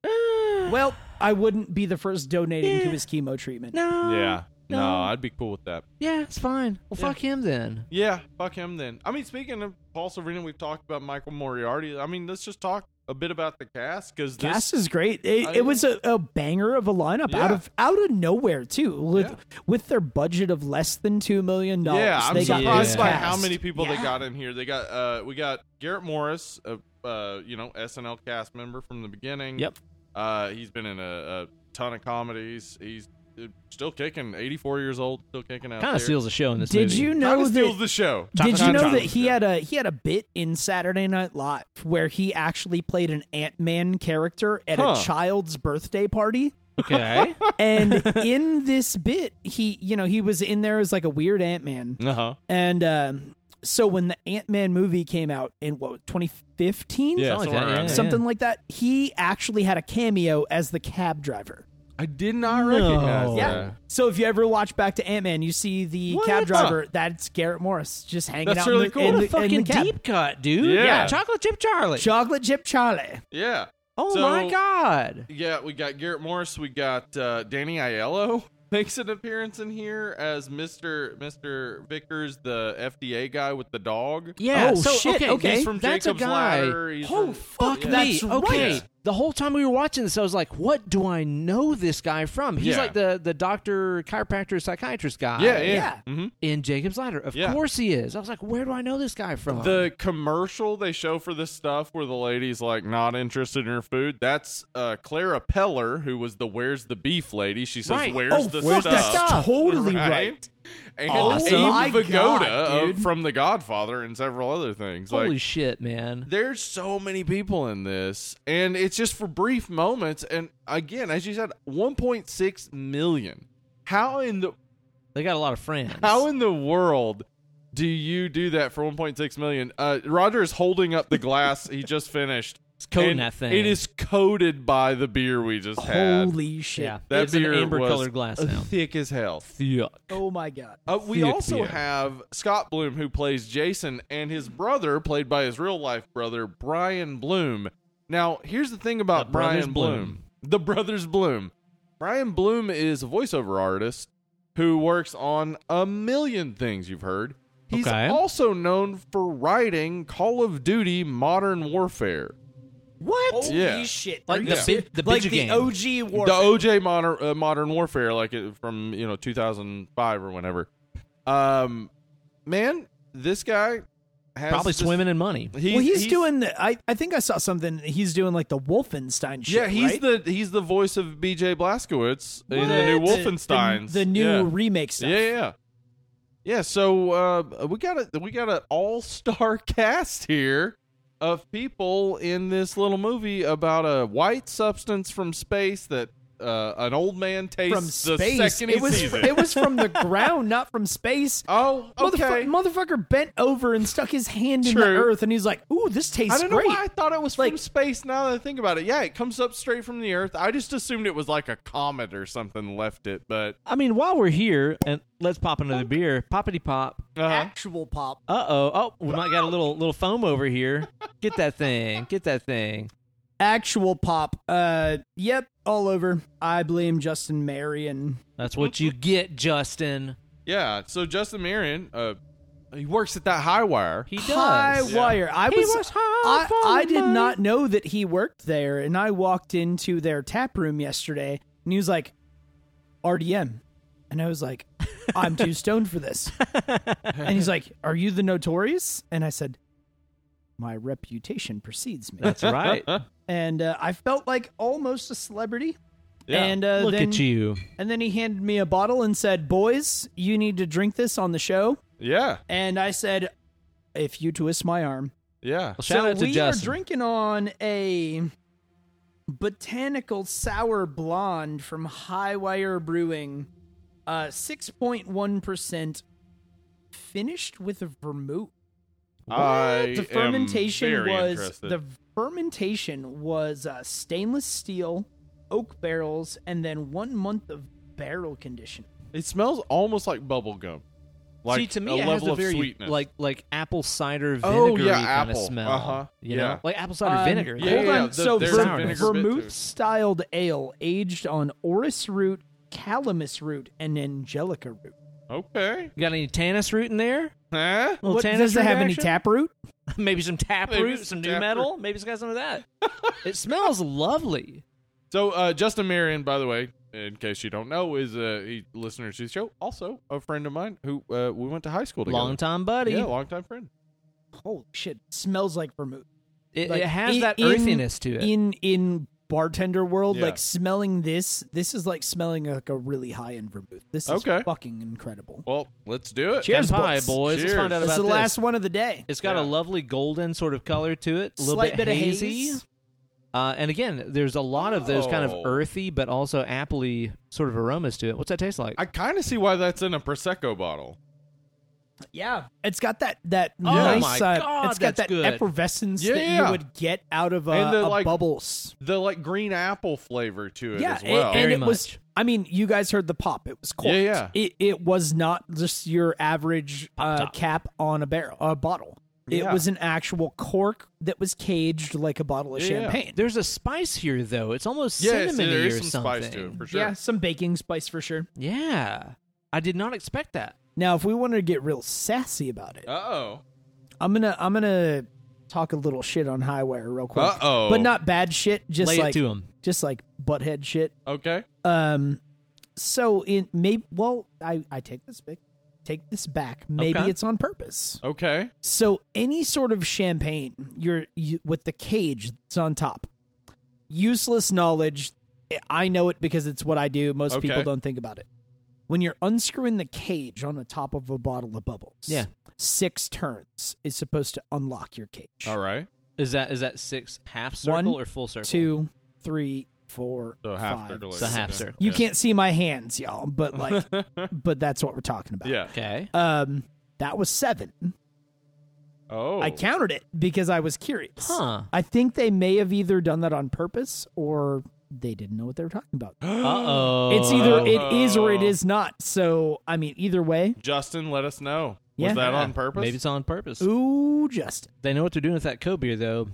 [SPEAKER 1] Uh,
[SPEAKER 3] well, I wouldn't be the first donating to his chemo treatment.
[SPEAKER 1] no.
[SPEAKER 2] yeah, no.
[SPEAKER 1] No.
[SPEAKER 2] I'd be cool with that.
[SPEAKER 1] Yeah, it's fine. Well, fuck him then.
[SPEAKER 2] Yeah, fuck him then. I mean, speaking of Paul Sorvino, we've talked about Michael Moriarty. I mean, let's just talk a bit about the cast because this
[SPEAKER 3] Cast is great. It,
[SPEAKER 2] I-
[SPEAKER 3] it was a, a banger of a lineup
[SPEAKER 2] Yeah.
[SPEAKER 3] out of out of nowhere too. With
[SPEAKER 2] Yeah.
[SPEAKER 3] with their budget of less than two million dollars,
[SPEAKER 2] Yeah, I'm
[SPEAKER 3] they got
[SPEAKER 2] surprised
[SPEAKER 3] this
[SPEAKER 2] by
[SPEAKER 3] cast.
[SPEAKER 2] how many people they
[SPEAKER 3] Yeah.
[SPEAKER 2] got in here. They got uh we got Garrett Morris, a uh, you know, SNL cast member from the beginning.
[SPEAKER 1] Yep.
[SPEAKER 2] Uh he's been in a, a ton of comedies. He's uh, still kicking, 84 years old, still kicking out.
[SPEAKER 1] Kind of steals the show in this
[SPEAKER 3] Did
[SPEAKER 1] movie.
[SPEAKER 3] you
[SPEAKER 2] Kind
[SPEAKER 3] know
[SPEAKER 2] of steals
[SPEAKER 3] that?
[SPEAKER 2] the show.
[SPEAKER 3] Did you
[SPEAKER 1] Chocolate
[SPEAKER 3] know
[SPEAKER 1] Chocolate.
[SPEAKER 3] that he had a he had a bit in Saturday Night Live where he actually played an Ant Man character at
[SPEAKER 2] Huh.
[SPEAKER 3] a child's birthday party?
[SPEAKER 1] Okay.
[SPEAKER 3] And in this bit, he you know he was in there as like a weird Ant Man,
[SPEAKER 2] Uh-huh.
[SPEAKER 3] and um, so when the Ant Man movie came out in what 2015,
[SPEAKER 2] Yeah,
[SPEAKER 1] Something like
[SPEAKER 2] somewhere
[SPEAKER 1] that,
[SPEAKER 2] around
[SPEAKER 1] yeah.
[SPEAKER 2] there.
[SPEAKER 3] something like that, he actually had a cameo as the cab driver.
[SPEAKER 2] I did not recognize
[SPEAKER 3] Yeah.
[SPEAKER 2] that.
[SPEAKER 3] So if you ever watch back to Ant Man, you see the
[SPEAKER 2] What?
[SPEAKER 3] cab driver. That's Garrett Morris just hanging
[SPEAKER 2] That's
[SPEAKER 3] out.
[SPEAKER 2] really
[SPEAKER 3] in the,
[SPEAKER 2] cool.
[SPEAKER 3] in
[SPEAKER 1] What
[SPEAKER 3] the-
[SPEAKER 1] a
[SPEAKER 3] in the
[SPEAKER 1] fucking
[SPEAKER 3] cab.
[SPEAKER 1] deep cut, dude.
[SPEAKER 2] Yeah.
[SPEAKER 1] Chocolate chip Charlie.
[SPEAKER 3] Chocolate Chip Charlie.
[SPEAKER 2] Yeah.
[SPEAKER 1] oh
[SPEAKER 2] So-
[SPEAKER 1] my god.
[SPEAKER 2] Yeah, we got Garrett Morris, we got uh Danny Aiello makes an appearance in here as Mr. Mr. Vickers, the FDA guy with the dog.
[SPEAKER 1] Yeah.
[SPEAKER 3] Oh,
[SPEAKER 1] so
[SPEAKER 3] shit,
[SPEAKER 1] okay,
[SPEAKER 3] okay.
[SPEAKER 2] He's from
[SPEAKER 1] that's
[SPEAKER 2] Jacob's
[SPEAKER 1] a guy.
[SPEAKER 2] Ladder. He's from-
[SPEAKER 3] Oh, fuck
[SPEAKER 2] yeah.
[SPEAKER 3] that.
[SPEAKER 1] Me,
[SPEAKER 3] That's
[SPEAKER 1] okay.
[SPEAKER 2] right.
[SPEAKER 1] The whole time we were watching this, I was like, "What do I know this guy from?" He's
[SPEAKER 2] Yeah.
[SPEAKER 1] like the the doctor, chiropractor, psychiatrist guy.
[SPEAKER 2] Yeah, yeah.
[SPEAKER 3] Yeah.
[SPEAKER 2] hmm
[SPEAKER 1] In Jacob's Ladder, of
[SPEAKER 2] Yeah.
[SPEAKER 1] course he is. I was like, "Where do I know this guy from?"
[SPEAKER 2] The commercial they show for this stuff where the lady's like not interested in her food, that's uh, Clara Peller, who was the Where's the Beef lady. She says,
[SPEAKER 1] Right.
[SPEAKER 2] Where's
[SPEAKER 3] Oh,
[SPEAKER 2] the
[SPEAKER 3] where's
[SPEAKER 2] stuff?
[SPEAKER 3] the stuff? Totally
[SPEAKER 2] Right?
[SPEAKER 3] right.
[SPEAKER 2] And
[SPEAKER 1] Awesome.
[SPEAKER 2] Abe
[SPEAKER 3] My God,
[SPEAKER 2] Vigoda of-
[SPEAKER 3] dude. Oh
[SPEAKER 2] from The Godfather and several other things.
[SPEAKER 1] Holy
[SPEAKER 2] like,
[SPEAKER 1] shit, man!
[SPEAKER 2] there's so many people in this, and it's just for brief moments. And again, as you said, 1.6 million. How in the
[SPEAKER 1] They got a lot of friends.
[SPEAKER 2] how in the world do you do that for 1.6 million? Uh, Roger is holding up the glass he just finished.
[SPEAKER 1] It's coating
[SPEAKER 2] and
[SPEAKER 1] that thing.
[SPEAKER 2] It is coated by the beer we just had.
[SPEAKER 3] Holy shit.
[SPEAKER 1] Yeah.
[SPEAKER 2] that
[SPEAKER 1] it's an
[SPEAKER 2] beer
[SPEAKER 1] amber
[SPEAKER 2] was
[SPEAKER 1] colored glass now.
[SPEAKER 2] thick as hell.
[SPEAKER 1] Yuck.
[SPEAKER 3] Oh my god.
[SPEAKER 2] Uh, we
[SPEAKER 1] Thick
[SPEAKER 2] also
[SPEAKER 1] beer.
[SPEAKER 2] have Scott Bloom, who plays Jason, and his brother, played by his real life brother, Brian Bloom. Now, here's the thing about
[SPEAKER 1] The brothers
[SPEAKER 2] Brian Bloom.
[SPEAKER 1] Bloom.
[SPEAKER 2] The brothers Bloom. Brian Bloom is a voiceover artist who works on a million things you've heard. He's
[SPEAKER 1] Okay.
[SPEAKER 2] also known for writing Call of Duty Modern Warfare.
[SPEAKER 3] What? Holy
[SPEAKER 2] Yeah.
[SPEAKER 3] shit.
[SPEAKER 1] Like
[SPEAKER 3] Are
[SPEAKER 1] the
[SPEAKER 3] you
[SPEAKER 1] big- the
[SPEAKER 3] ser- like
[SPEAKER 1] big
[SPEAKER 3] the
[SPEAKER 1] game.
[SPEAKER 3] OG war.
[SPEAKER 2] The OJ Modern uh, Modern Warfare, like it, from you know 2005 or whenever. Um, man, this guy has
[SPEAKER 1] Probably
[SPEAKER 2] this-
[SPEAKER 1] swimming in money.
[SPEAKER 2] He's,
[SPEAKER 3] well, he's, doing. The, I I think I saw something. He's doing like the Wolfenstein shit.
[SPEAKER 2] Yeah, he's
[SPEAKER 3] right?
[SPEAKER 2] the he's the voice of BJ Blazkowicz in the new
[SPEAKER 3] What?
[SPEAKER 2] Wolfensteins.
[SPEAKER 3] The, the new
[SPEAKER 2] yeah.
[SPEAKER 3] remake stuff.
[SPEAKER 2] Yeah, yeah, yeah. Yeah, so uh, we got a we got an all star cast here of people in this little movie about a white substance from space that uh, an old man tastes
[SPEAKER 3] from
[SPEAKER 2] the
[SPEAKER 3] space.
[SPEAKER 2] second he
[SPEAKER 3] it was
[SPEAKER 2] sees it.
[SPEAKER 3] it was from the ground, not from space.
[SPEAKER 2] oh, okay.
[SPEAKER 3] Motherfu- motherfucker bent over and stuck his hand in the
[SPEAKER 2] True.
[SPEAKER 3] earth, and he's like, "Ooh, this tastes
[SPEAKER 2] I don't know
[SPEAKER 3] great."
[SPEAKER 2] why I thought it was from
[SPEAKER 3] Like-
[SPEAKER 2] space. Now that I think about it, yeah, it comes up straight from the Earth. I just assumed it was like a comet or something left it, but
[SPEAKER 1] I mean, while we're here, and let's pop another beer. Poppity pop.
[SPEAKER 2] uh,
[SPEAKER 3] Actual pop.
[SPEAKER 1] Uh oh. Oh, we might got a little little foam over here. Get that thing. Get that thing.
[SPEAKER 3] Actual pop. Uh, yep, all over. I blame Justin Marion.
[SPEAKER 1] That's what you get, Justin.
[SPEAKER 2] yeah. So Justin Marion, uh, he works at that high wire.
[SPEAKER 1] He does.
[SPEAKER 3] High
[SPEAKER 2] Yeah.
[SPEAKER 3] wire. I
[SPEAKER 1] He
[SPEAKER 3] was.
[SPEAKER 1] was high
[SPEAKER 3] I,
[SPEAKER 1] for
[SPEAKER 3] I did
[SPEAKER 1] mine.
[SPEAKER 3] not know that he worked there, and I walked into their tap room yesterday, and he was like, "RDM," and I was like, "I'm too stoned for this." and he's like, "Are you the Notorious?" And I said, "My reputation precedes me,"
[SPEAKER 1] That's right.
[SPEAKER 3] and uh, I felt like almost a celebrity.
[SPEAKER 2] Yeah.
[SPEAKER 3] And uh,
[SPEAKER 1] Look
[SPEAKER 3] then,
[SPEAKER 1] at you.
[SPEAKER 3] And then he handed me a bottle and said, "Boys, you need to drink this on the show."
[SPEAKER 2] yeah,
[SPEAKER 3] And I said, "If you twist my arm."
[SPEAKER 2] yeah.
[SPEAKER 1] Shout
[SPEAKER 3] so
[SPEAKER 1] out to
[SPEAKER 3] we
[SPEAKER 1] Justin.
[SPEAKER 3] are drinking on a botanical sour blonde from Highwire Brewing, uh, six point one percent, finished with a vermouth.
[SPEAKER 2] I
[SPEAKER 3] The
[SPEAKER 2] am
[SPEAKER 3] fermentation
[SPEAKER 2] very
[SPEAKER 3] was
[SPEAKER 2] interested.
[SPEAKER 3] the fermentation was uh, stainless steel, oak barrels, and then one month of barrel condition.
[SPEAKER 2] It smells almost like bubble gum. Like
[SPEAKER 1] See, to me,
[SPEAKER 2] a
[SPEAKER 1] it
[SPEAKER 2] level
[SPEAKER 1] has a
[SPEAKER 2] of
[SPEAKER 1] very
[SPEAKER 2] sweetness.
[SPEAKER 1] like like apple cider vinegar
[SPEAKER 2] Oh, yeah,
[SPEAKER 1] kind of
[SPEAKER 2] apple.
[SPEAKER 1] smell.
[SPEAKER 2] Uh-huh.
[SPEAKER 1] You know,
[SPEAKER 2] Yeah.
[SPEAKER 1] like apple cider
[SPEAKER 3] Um,
[SPEAKER 1] vinegar.
[SPEAKER 2] yeah,
[SPEAKER 3] Hold
[SPEAKER 2] yeah,
[SPEAKER 3] on.
[SPEAKER 2] the-
[SPEAKER 3] so
[SPEAKER 2] there's
[SPEAKER 1] a
[SPEAKER 3] ver-
[SPEAKER 1] vinegar bit
[SPEAKER 2] to it.
[SPEAKER 3] vermouth-styled ale aged on orris root, calamus root, and angelica root.
[SPEAKER 2] okay,
[SPEAKER 1] You got any tannis root in there?
[SPEAKER 2] huh?
[SPEAKER 1] Little
[SPEAKER 3] What-
[SPEAKER 1] tannis
[SPEAKER 3] does it
[SPEAKER 1] root
[SPEAKER 3] have any
[SPEAKER 1] action?
[SPEAKER 3] tap root?
[SPEAKER 1] Maybe some tap
[SPEAKER 2] Maybe
[SPEAKER 1] root,
[SPEAKER 2] some
[SPEAKER 1] some
[SPEAKER 2] tap
[SPEAKER 1] new metal. Maybe it's got some of that. it smells lovely.
[SPEAKER 2] So uh, Justin Marion, by the way, in case you don't know, is a he, listener to the show, also a friend of mine who uh, we went to high school together.
[SPEAKER 1] Long time buddy.
[SPEAKER 2] yeah, long time friend.
[SPEAKER 3] Holy shit! Smells like vermouth.
[SPEAKER 1] it,
[SPEAKER 3] Like,
[SPEAKER 1] it has
[SPEAKER 3] in-
[SPEAKER 1] that
[SPEAKER 3] in-
[SPEAKER 1] earthiness to it.
[SPEAKER 3] In in bartender world,
[SPEAKER 2] Yeah.
[SPEAKER 3] like smelling this, this is like smelling like a really high end vermouth. This is
[SPEAKER 2] Okay.
[SPEAKER 3] fucking incredible.
[SPEAKER 2] Well, let's do it.
[SPEAKER 3] Cheers.
[SPEAKER 1] Pen pie,
[SPEAKER 3] boys.
[SPEAKER 1] boys. Let's find
[SPEAKER 2] Cheers.
[SPEAKER 1] out
[SPEAKER 3] This
[SPEAKER 1] about
[SPEAKER 3] is the
[SPEAKER 1] this.
[SPEAKER 3] last one of the day.
[SPEAKER 1] It's got a
[SPEAKER 2] Yeah.
[SPEAKER 1] lovely golden sort of color to it, a little
[SPEAKER 3] Slight
[SPEAKER 1] bit
[SPEAKER 3] bit of
[SPEAKER 1] hazy.
[SPEAKER 3] haze.
[SPEAKER 1] Uh, and again, there's a lot of those kind of
[SPEAKER 2] Oh.
[SPEAKER 1] earthy but also appley sort of aromas to it. What's that taste like?
[SPEAKER 2] I kind of see why that's in a prosecco bottle.
[SPEAKER 3] Yeah, it's got that that
[SPEAKER 1] Oh
[SPEAKER 3] nice.
[SPEAKER 1] my
[SPEAKER 3] uh,
[SPEAKER 1] God,
[SPEAKER 3] it's got
[SPEAKER 1] that's
[SPEAKER 3] that
[SPEAKER 1] good.
[SPEAKER 3] effervescence
[SPEAKER 2] Yeah,
[SPEAKER 3] that
[SPEAKER 2] yeah.
[SPEAKER 3] you would get out of a,
[SPEAKER 2] And the,
[SPEAKER 3] a
[SPEAKER 2] like,
[SPEAKER 3] bubbles.
[SPEAKER 2] The like green apple flavor to it
[SPEAKER 3] yeah,
[SPEAKER 2] as well.
[SPEAKER 3] and, and
[SPEAKER 1] Very
[SPEAKER 3] it was.
[SPEAKER 1] much.
[SPEAKER 3] I mean, you guys heard the pop. It was corked.
[SPEAKER 2] Yeah, yeah.
[SPEAKER 3] It, it was not just your average uh, cap on a barrel, a bottle. It
[SPEAKER 2] Yeah.
[SPEAKER 3] was an actual cork that was caged like a bottle of
[SPEAKER 2] Yeah, yeah.
[SPEAKER 3] champagne.
[SPEAKER 1] There's a spice here though. It's almost
[SPEAKER 2] yeah,
[SPEAKER 1] cinnamon
[SPEAKER 2] there
[SPEAKER 1] or
[SPEAKER 2] is some
[SPEAKER 1] something.
[SPEAKER 2] spice to it for sure.
[SPEAKER 3] Yeah, some baking spice for sure.
[SPEAKER 1] Yeah. I did not expect that.
[SPEAKER 3] Now, if we wanted to get real sassy about it,
[SPEAKER 2] Uh oh.
[SPEAKER 3] I'm gonna I'm gonna talk a little shit on Highwire real quick.
[SPEAKER 2] Uh-oh.
[SPEAKER 3] but not bad shit. Just
[SPEAKER 1] Lay
[SPEAKER 3] like
[SPEAKER 1] it to him.
[SPEAKER 3] just like butthead shit.
[SPEAKER 2] Okay.
[SPEAKER 3] Um, so in maybe well, I I take this back, take this back. Maybe
[SPEAKER 1] Okay.
[SPEAKER 3] it's on purpose.
[SPEAKER 2] Okay.
[SPEAKER 3] So any sort of champagne, you're you, with the cage that's on top. Useless knowledge. I know it because it's what I do. Most people
[SPEAKER 2] Okay.
[SPEAKER 3] don't think about it. When you're unscrewing the cage on the top of a bottle of bubbles,
[SPEAKER 1] Yeah.
[SPEAKER 3] six turns is supposed to unlock your cage.
[SPEAKER 2] All right.
[SPEAKER 1] Is that is that six half circle
[SPEAKER 3] One,
[SPEAKER 1] or full circle?
[SPEAKER 3] Two, three, four,
[SPEAKER 2] So half
[SPEAKER 3] five,
[SPEAKER 2] circle is-
[SPEAKER 1] It's a half
[SPEAKER 2] Yeah.
[SPEAKER 1] circle.
[SPEAKER 3] You can't see my hands, y'all, but like, but that's what we're talking about.
[SPEAKER 2] Yeah.
[SPEAKER 1] Okay.
[SPEAKER 3] Um, that was seven.
[SPEAKER 2] Oh.
[SPEAKER 3] I counted it because I was curious.
[SPEAKER 1] Huh.
[SPEAKER 3] I think they may have either done that on purpose or they didn't know what they were talking about.
[SPEAKER 1] Uh oh.
[SPEAKER 3] It's either it is or it is not. So I mean, either way.
[SPEAKER 2] Justin, let us know.
[SPEAKER 3] Yeah.
[SPEAKER 2] Was that on purpose?
[SPEAKER 1] Maybe it's on purpose.
[SPEAKER 3] Ooh, Justin,
[SPEAKER 1] They know what they're doing with that co beer though.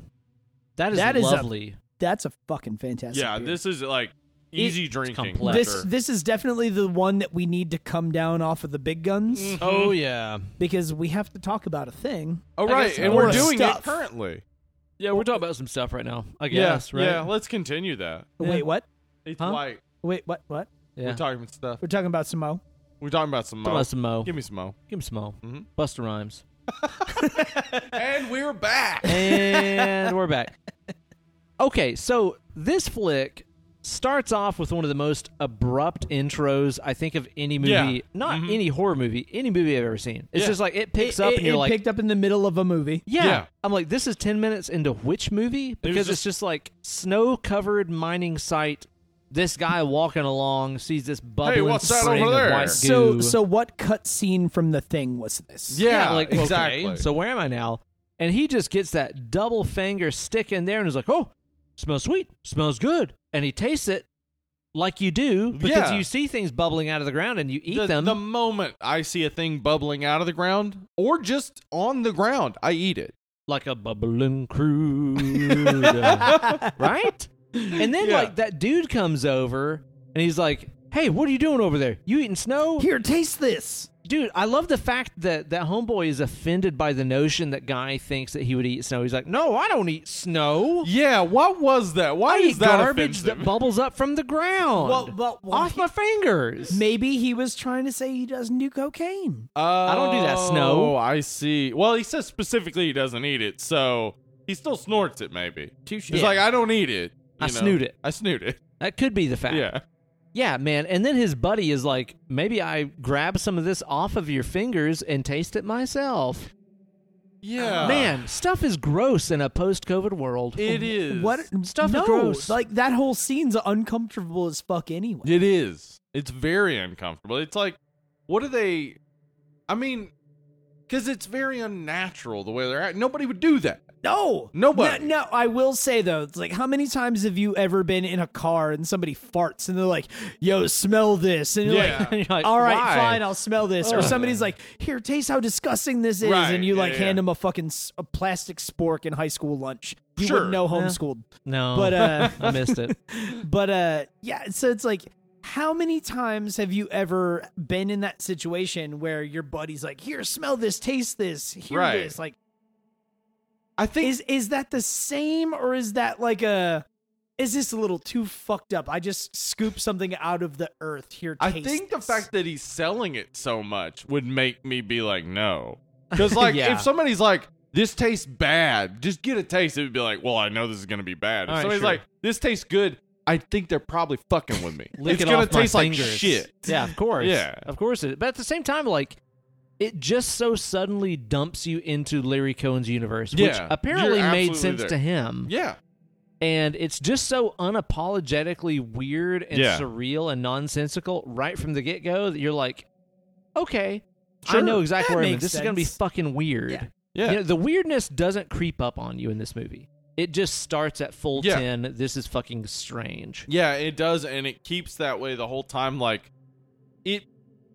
[SPEAKER 1] That is
[SPEAKER 3] That is a-
[SPEAKER 1] lovely.
[SPEAKER 3] that's a fucking fantastic.
[SPEAKER 2] yeah.
[SPEAKER 3] beer.
[SPEAKER 2] This is like easy drinking.
[SPEAKER 1] complex.
[SPEAKER 2] for
[SPEAKER 3] this
[SPEAKER 2] sure.
[SPEAKER 3] this is definitely the one that we need to come down off of the big guns
[SPEAKER 2] Mm.
[SPEAKER 1] oh yeah.
[SPEAKER 3] because we have to talk about a thing.
[SPEAKER 2] Oh
[SPEAKER 1] I
[SPEAKER 2] right,
[SPEAKER 1] guess
[SPEAKER 2] and
[SPEAKER 1] so.
[SPEAKER 2] we're
[SPEAKER 1] Or
[SPEAKER 2] doing
[SPEAKER 3] stuff.
[SPEAKER 2] it currently.
[SPEAKER 1] Yeah, we're talking about some stuff right now. I
[SPEAKER 2] Yeah,
[SPEAKER 1] guess, right?
[SPEAKER 2] Yeah, let's continue that.
[SPEAKER 1] Yeah.
[SPEAKER 3] Wait, what?
[SPEAKER 2] It's
[SPEAKER 1] Huh?
[SPEAKER 2] like
[SPEAKER 3] Wait, what? What?
[SPEAKER 1] Yeah.
[SPEAKER 2] we're talking about stuff.
[SPEAKER 3] We're talking about Samo.
[SPEAKER 2] We're talking about some
[SPEAKER 1] Talking
[SPEAKER 2] mo.
[SPEAKER 1] about some Mo.
[SPEAKER 2] Give me some mo.
[SPEAKER 1] Give him some Mo.
[SPEAKER 2] Mhm.
[SPEAKER 1] Buster Rhymes.
[SPEAKER 2] and we're back.
[SPEAKER 1] And we're back. Okay, so this flick starts off with one of the most abrupt intros I think of any movie,
[SPEAKER 2] Yeah.
[SPEAKER 1] not
[SPEAKER 2] Mhm.
[SPEAKER 1] any horror movie, any movie I've ever seen. It's
[SPEAKER 2] Yeah.
[SPEAKER 1] just like it picks up
[SPEAKER 3] it,
[SPEAKER 1] and you're
[SPEAKER 3] it
[SPEAKER 1] like,
[SPEAKER 3] picked up in the middle of a movie.
[SPEAKER 1] yeah.
[SPEAKER 2] Yeah.
[SPEAKER 1] I'm like, this is 10 minutes into which movie? Because it's
[SPEAKER 2] just-
[SPEAKER 1] just like snow covered mining site this guy walking along sees this bubbling
[SPEAKER 2] what's that
[SPEAKER 1] spring
[SPEAKER 2] over
[SPEAKER 1] of
[SPEAKER 2] there?
[SPEAKER 1] white goo.
[SPEAKER 3] So, so what cutscene from the thing was this?
[SPEAKER 2] Yeah,
[SPEAKER 1] like okay,
[SPEAKER 2] exactly.
[SPEAKER 1] so where am I now? And he just gets that double finger stick in there and is like, "Oh, smells sweet, smells good," and he tastes it like you do because
[SPEAKER 2] Yeah.
[SPEAKER 1] you see things bubbling out of the ground and you eat
[SPEAKER 2] the,
[SPEAKER 1] them.
[SPEAKER 2] the moment I see a thing bubbling out of the ground or just on the ground, I eat it.
[SPEAKER 1] like a bubbling crude, right? And then
[SPEAKER 2] Yeah.
[SPEAKER 1] like that dude comes over and he's like, "Hey, what are you doing over there? You eating snow,
[SPEAKER 3] Here, taste this.
[SPEAKER 1] dude?" I love the fact that that homeboy is offended by the notion that guy thinks that he would eat snow. He's like, "No, I don't eat snow.
[SPEAKER 2] Yeah, what was that? Why
[SPEAKER 1] I
[SPEAKER 2] is
[SPEAKER 1] eat
[SPEAKER 2] that
[SPEAKER 1] garbage
[SPEAKER 2] offensive?
[SPEAKER 1] that bubbles up from the ground
[SPEAKER 3] Well, well, well,
[SPEAKER 1] off my fingers."
[SPEAKER 3] Maybe he was trying to say he doesn't do cocaine.
[SPEAKER 2] oh,
[SPEAKER 1] don't do that, Snow.
[SPEAKER 2] I see. Well, he says specifically he doesn't eat it, so he still snorts it. Maybe
[SPEAKER 3] Touche.
[SPEAKER 2] he's like, I don't eat it.
[SPEAKER 1] I
[SPEAKER 2] you know.
[SPEAKER 1] snoot it.
[SPEAKER 2] I snoot it.
[SPEAKER 1] that could be the fact.
[SPEAKER 2] Yeah.
[SPEAKER 1] Yeah, man. And then his buddy is like, "Maybe I grab some of this off of your fingers and taste it myself."
[SPEAKER 2] Yeah.
[SPEAKER 1] Man, stuff is gross in a post-COVID world.
[SPEAKER 2] Uh.
[SPEAKER 1] Oh,
[SPEAKER 2] it is.
[SPEAKER 3] What
[SPEAKER 1] Stuff is
[SPEAKER 3] no,
[SPEAKER 1] gross.
[SPEAKER 3] Like that whole scene's uncomfortable as fuck anyway.
[SPEAKER 2] It is. It's very uncomfortable. It's like, what are they? I mean, because it's very unnatural the way they're at. Nobody would do that.
[SPEAKER 3] No,
[SPEAKER 2] Nobody.
[SPEAKER 3] No, no, I will say though, it's like how many times have you ever been in a car and somebody farts and they're like, "Yo, smell this," and you're
[SPEAKER 2] Yeah.
[SPEAKER 3] like.
[SPEAKER 1] You're like,
[SPEAKER 3] All right,
[SPEAKER 2] Why?
[SPEAKER 3] fine. I'll smell this. Or
[SPEAKER 2] Ugh.
[SPEAKER 3] somebody's like, "Here, taste how disgusting this is,"
[SPEAKER 2] Right,
[SPEAKER 3] and you
[SPEAKER 2] yeah,
[SPEAKER 3] like
[SPEAKER 2] yeah.
[SPEAKER 3] hand them a fucking s- a plastic spork in high school lunch. You
[SPEAKER 2] Sure.
[SPEAKER 3] wouldn't know homeschooled,
[SPEAKER 1] No,
[SPEAKER 3] but uh,
[SPEAKER 1] I missed it.
[SPEAKER 3] but uh, yeah. So it's like, how many times have you ever been in that situation where your buddy's like, "Here, smell this, taste this, hear
[SPEAKER 2] Right.
[SPEAKER 3] this," like.
[SPEAKER 2] I think
[SPEAKER 3] is is that the same or is that like a is this a little too fucked up i just scoop something out of the earth here
[SPEAKER 2] I
[SPEAKER 3] taste
[SPEAKER 2] think the
[SPEAKER 3] this.
[SPEAKER 2] fact that he's selling it so much would make me be like, no. Because, like,
[SPEAKER 1] Yeah.
[SPEAKER 2] if somebody's like, this tastes bad, just get a taste, it would be like, well, I know this is going to be bad. If
[SPEAKER 1] All right,
[SPEAKER 2] somebody's
[SPEAKER 1] sure.
[SPEAKER 2] like, this tastes good, I think they're probably fucking with me.
[SPEAKER 1] Lick
[SPEAKER 2] it's
[SPEAKER 1] it
[SPEAKER 2] gonna
[SPEAKER 1] off my
[SPEAKER 2] taste like
[SPEAKER 1] fingers.
[SPEAKER 2] shit.
[SPEAKER 1] Yeah, of course.
[SPEAKER 2] Yeah.
[SPEAKER 1] of course. It. But at the same time, like it just so suddenly dumps you into Larry Cohen's universe, which
[SPEAKER 2] Yeah,
[SPEAKER 1] apparently
[SPEAKER 2] you're
[SPEAKER 1] made
[SPEAKER 2] absolutely
[SPEAKER 1] sense
[SPEAKER 2] there.
[SPEAKER 1] to him.
[SPEAKER 2] Yeah.
[SPEAKER 1] And it's just so unapologetically weird and
[SPEAKER 2] Yeah.
[SPEAKER 1] surreal and nonsensical right from the get go that you're like, okay, I
[SPEAKER 2] Sure.
[SPEAKER 1] know exactly
[SPEAKER 3] That
[SPEAKER 1] where I'm. at.
[SPEAKER 3] makes
[SPEAKER 1] This is gonna be
[SPEAKER 3] sense.
[SPEAKER 1] fucking weird.
[SPEAKER 3] Yeah.
[SPEAKER 2] Yeah.
[SPEAKER 1] You know, the weirdness doesn't creep up on you in this movie. It just starts at full
[SPEAKER 2] Yeah.
[SPEAKER 1] 10. This is fucking strange.
[SPEAKER 2] Yeah, it does, and it keeps that way the whole time. Like it,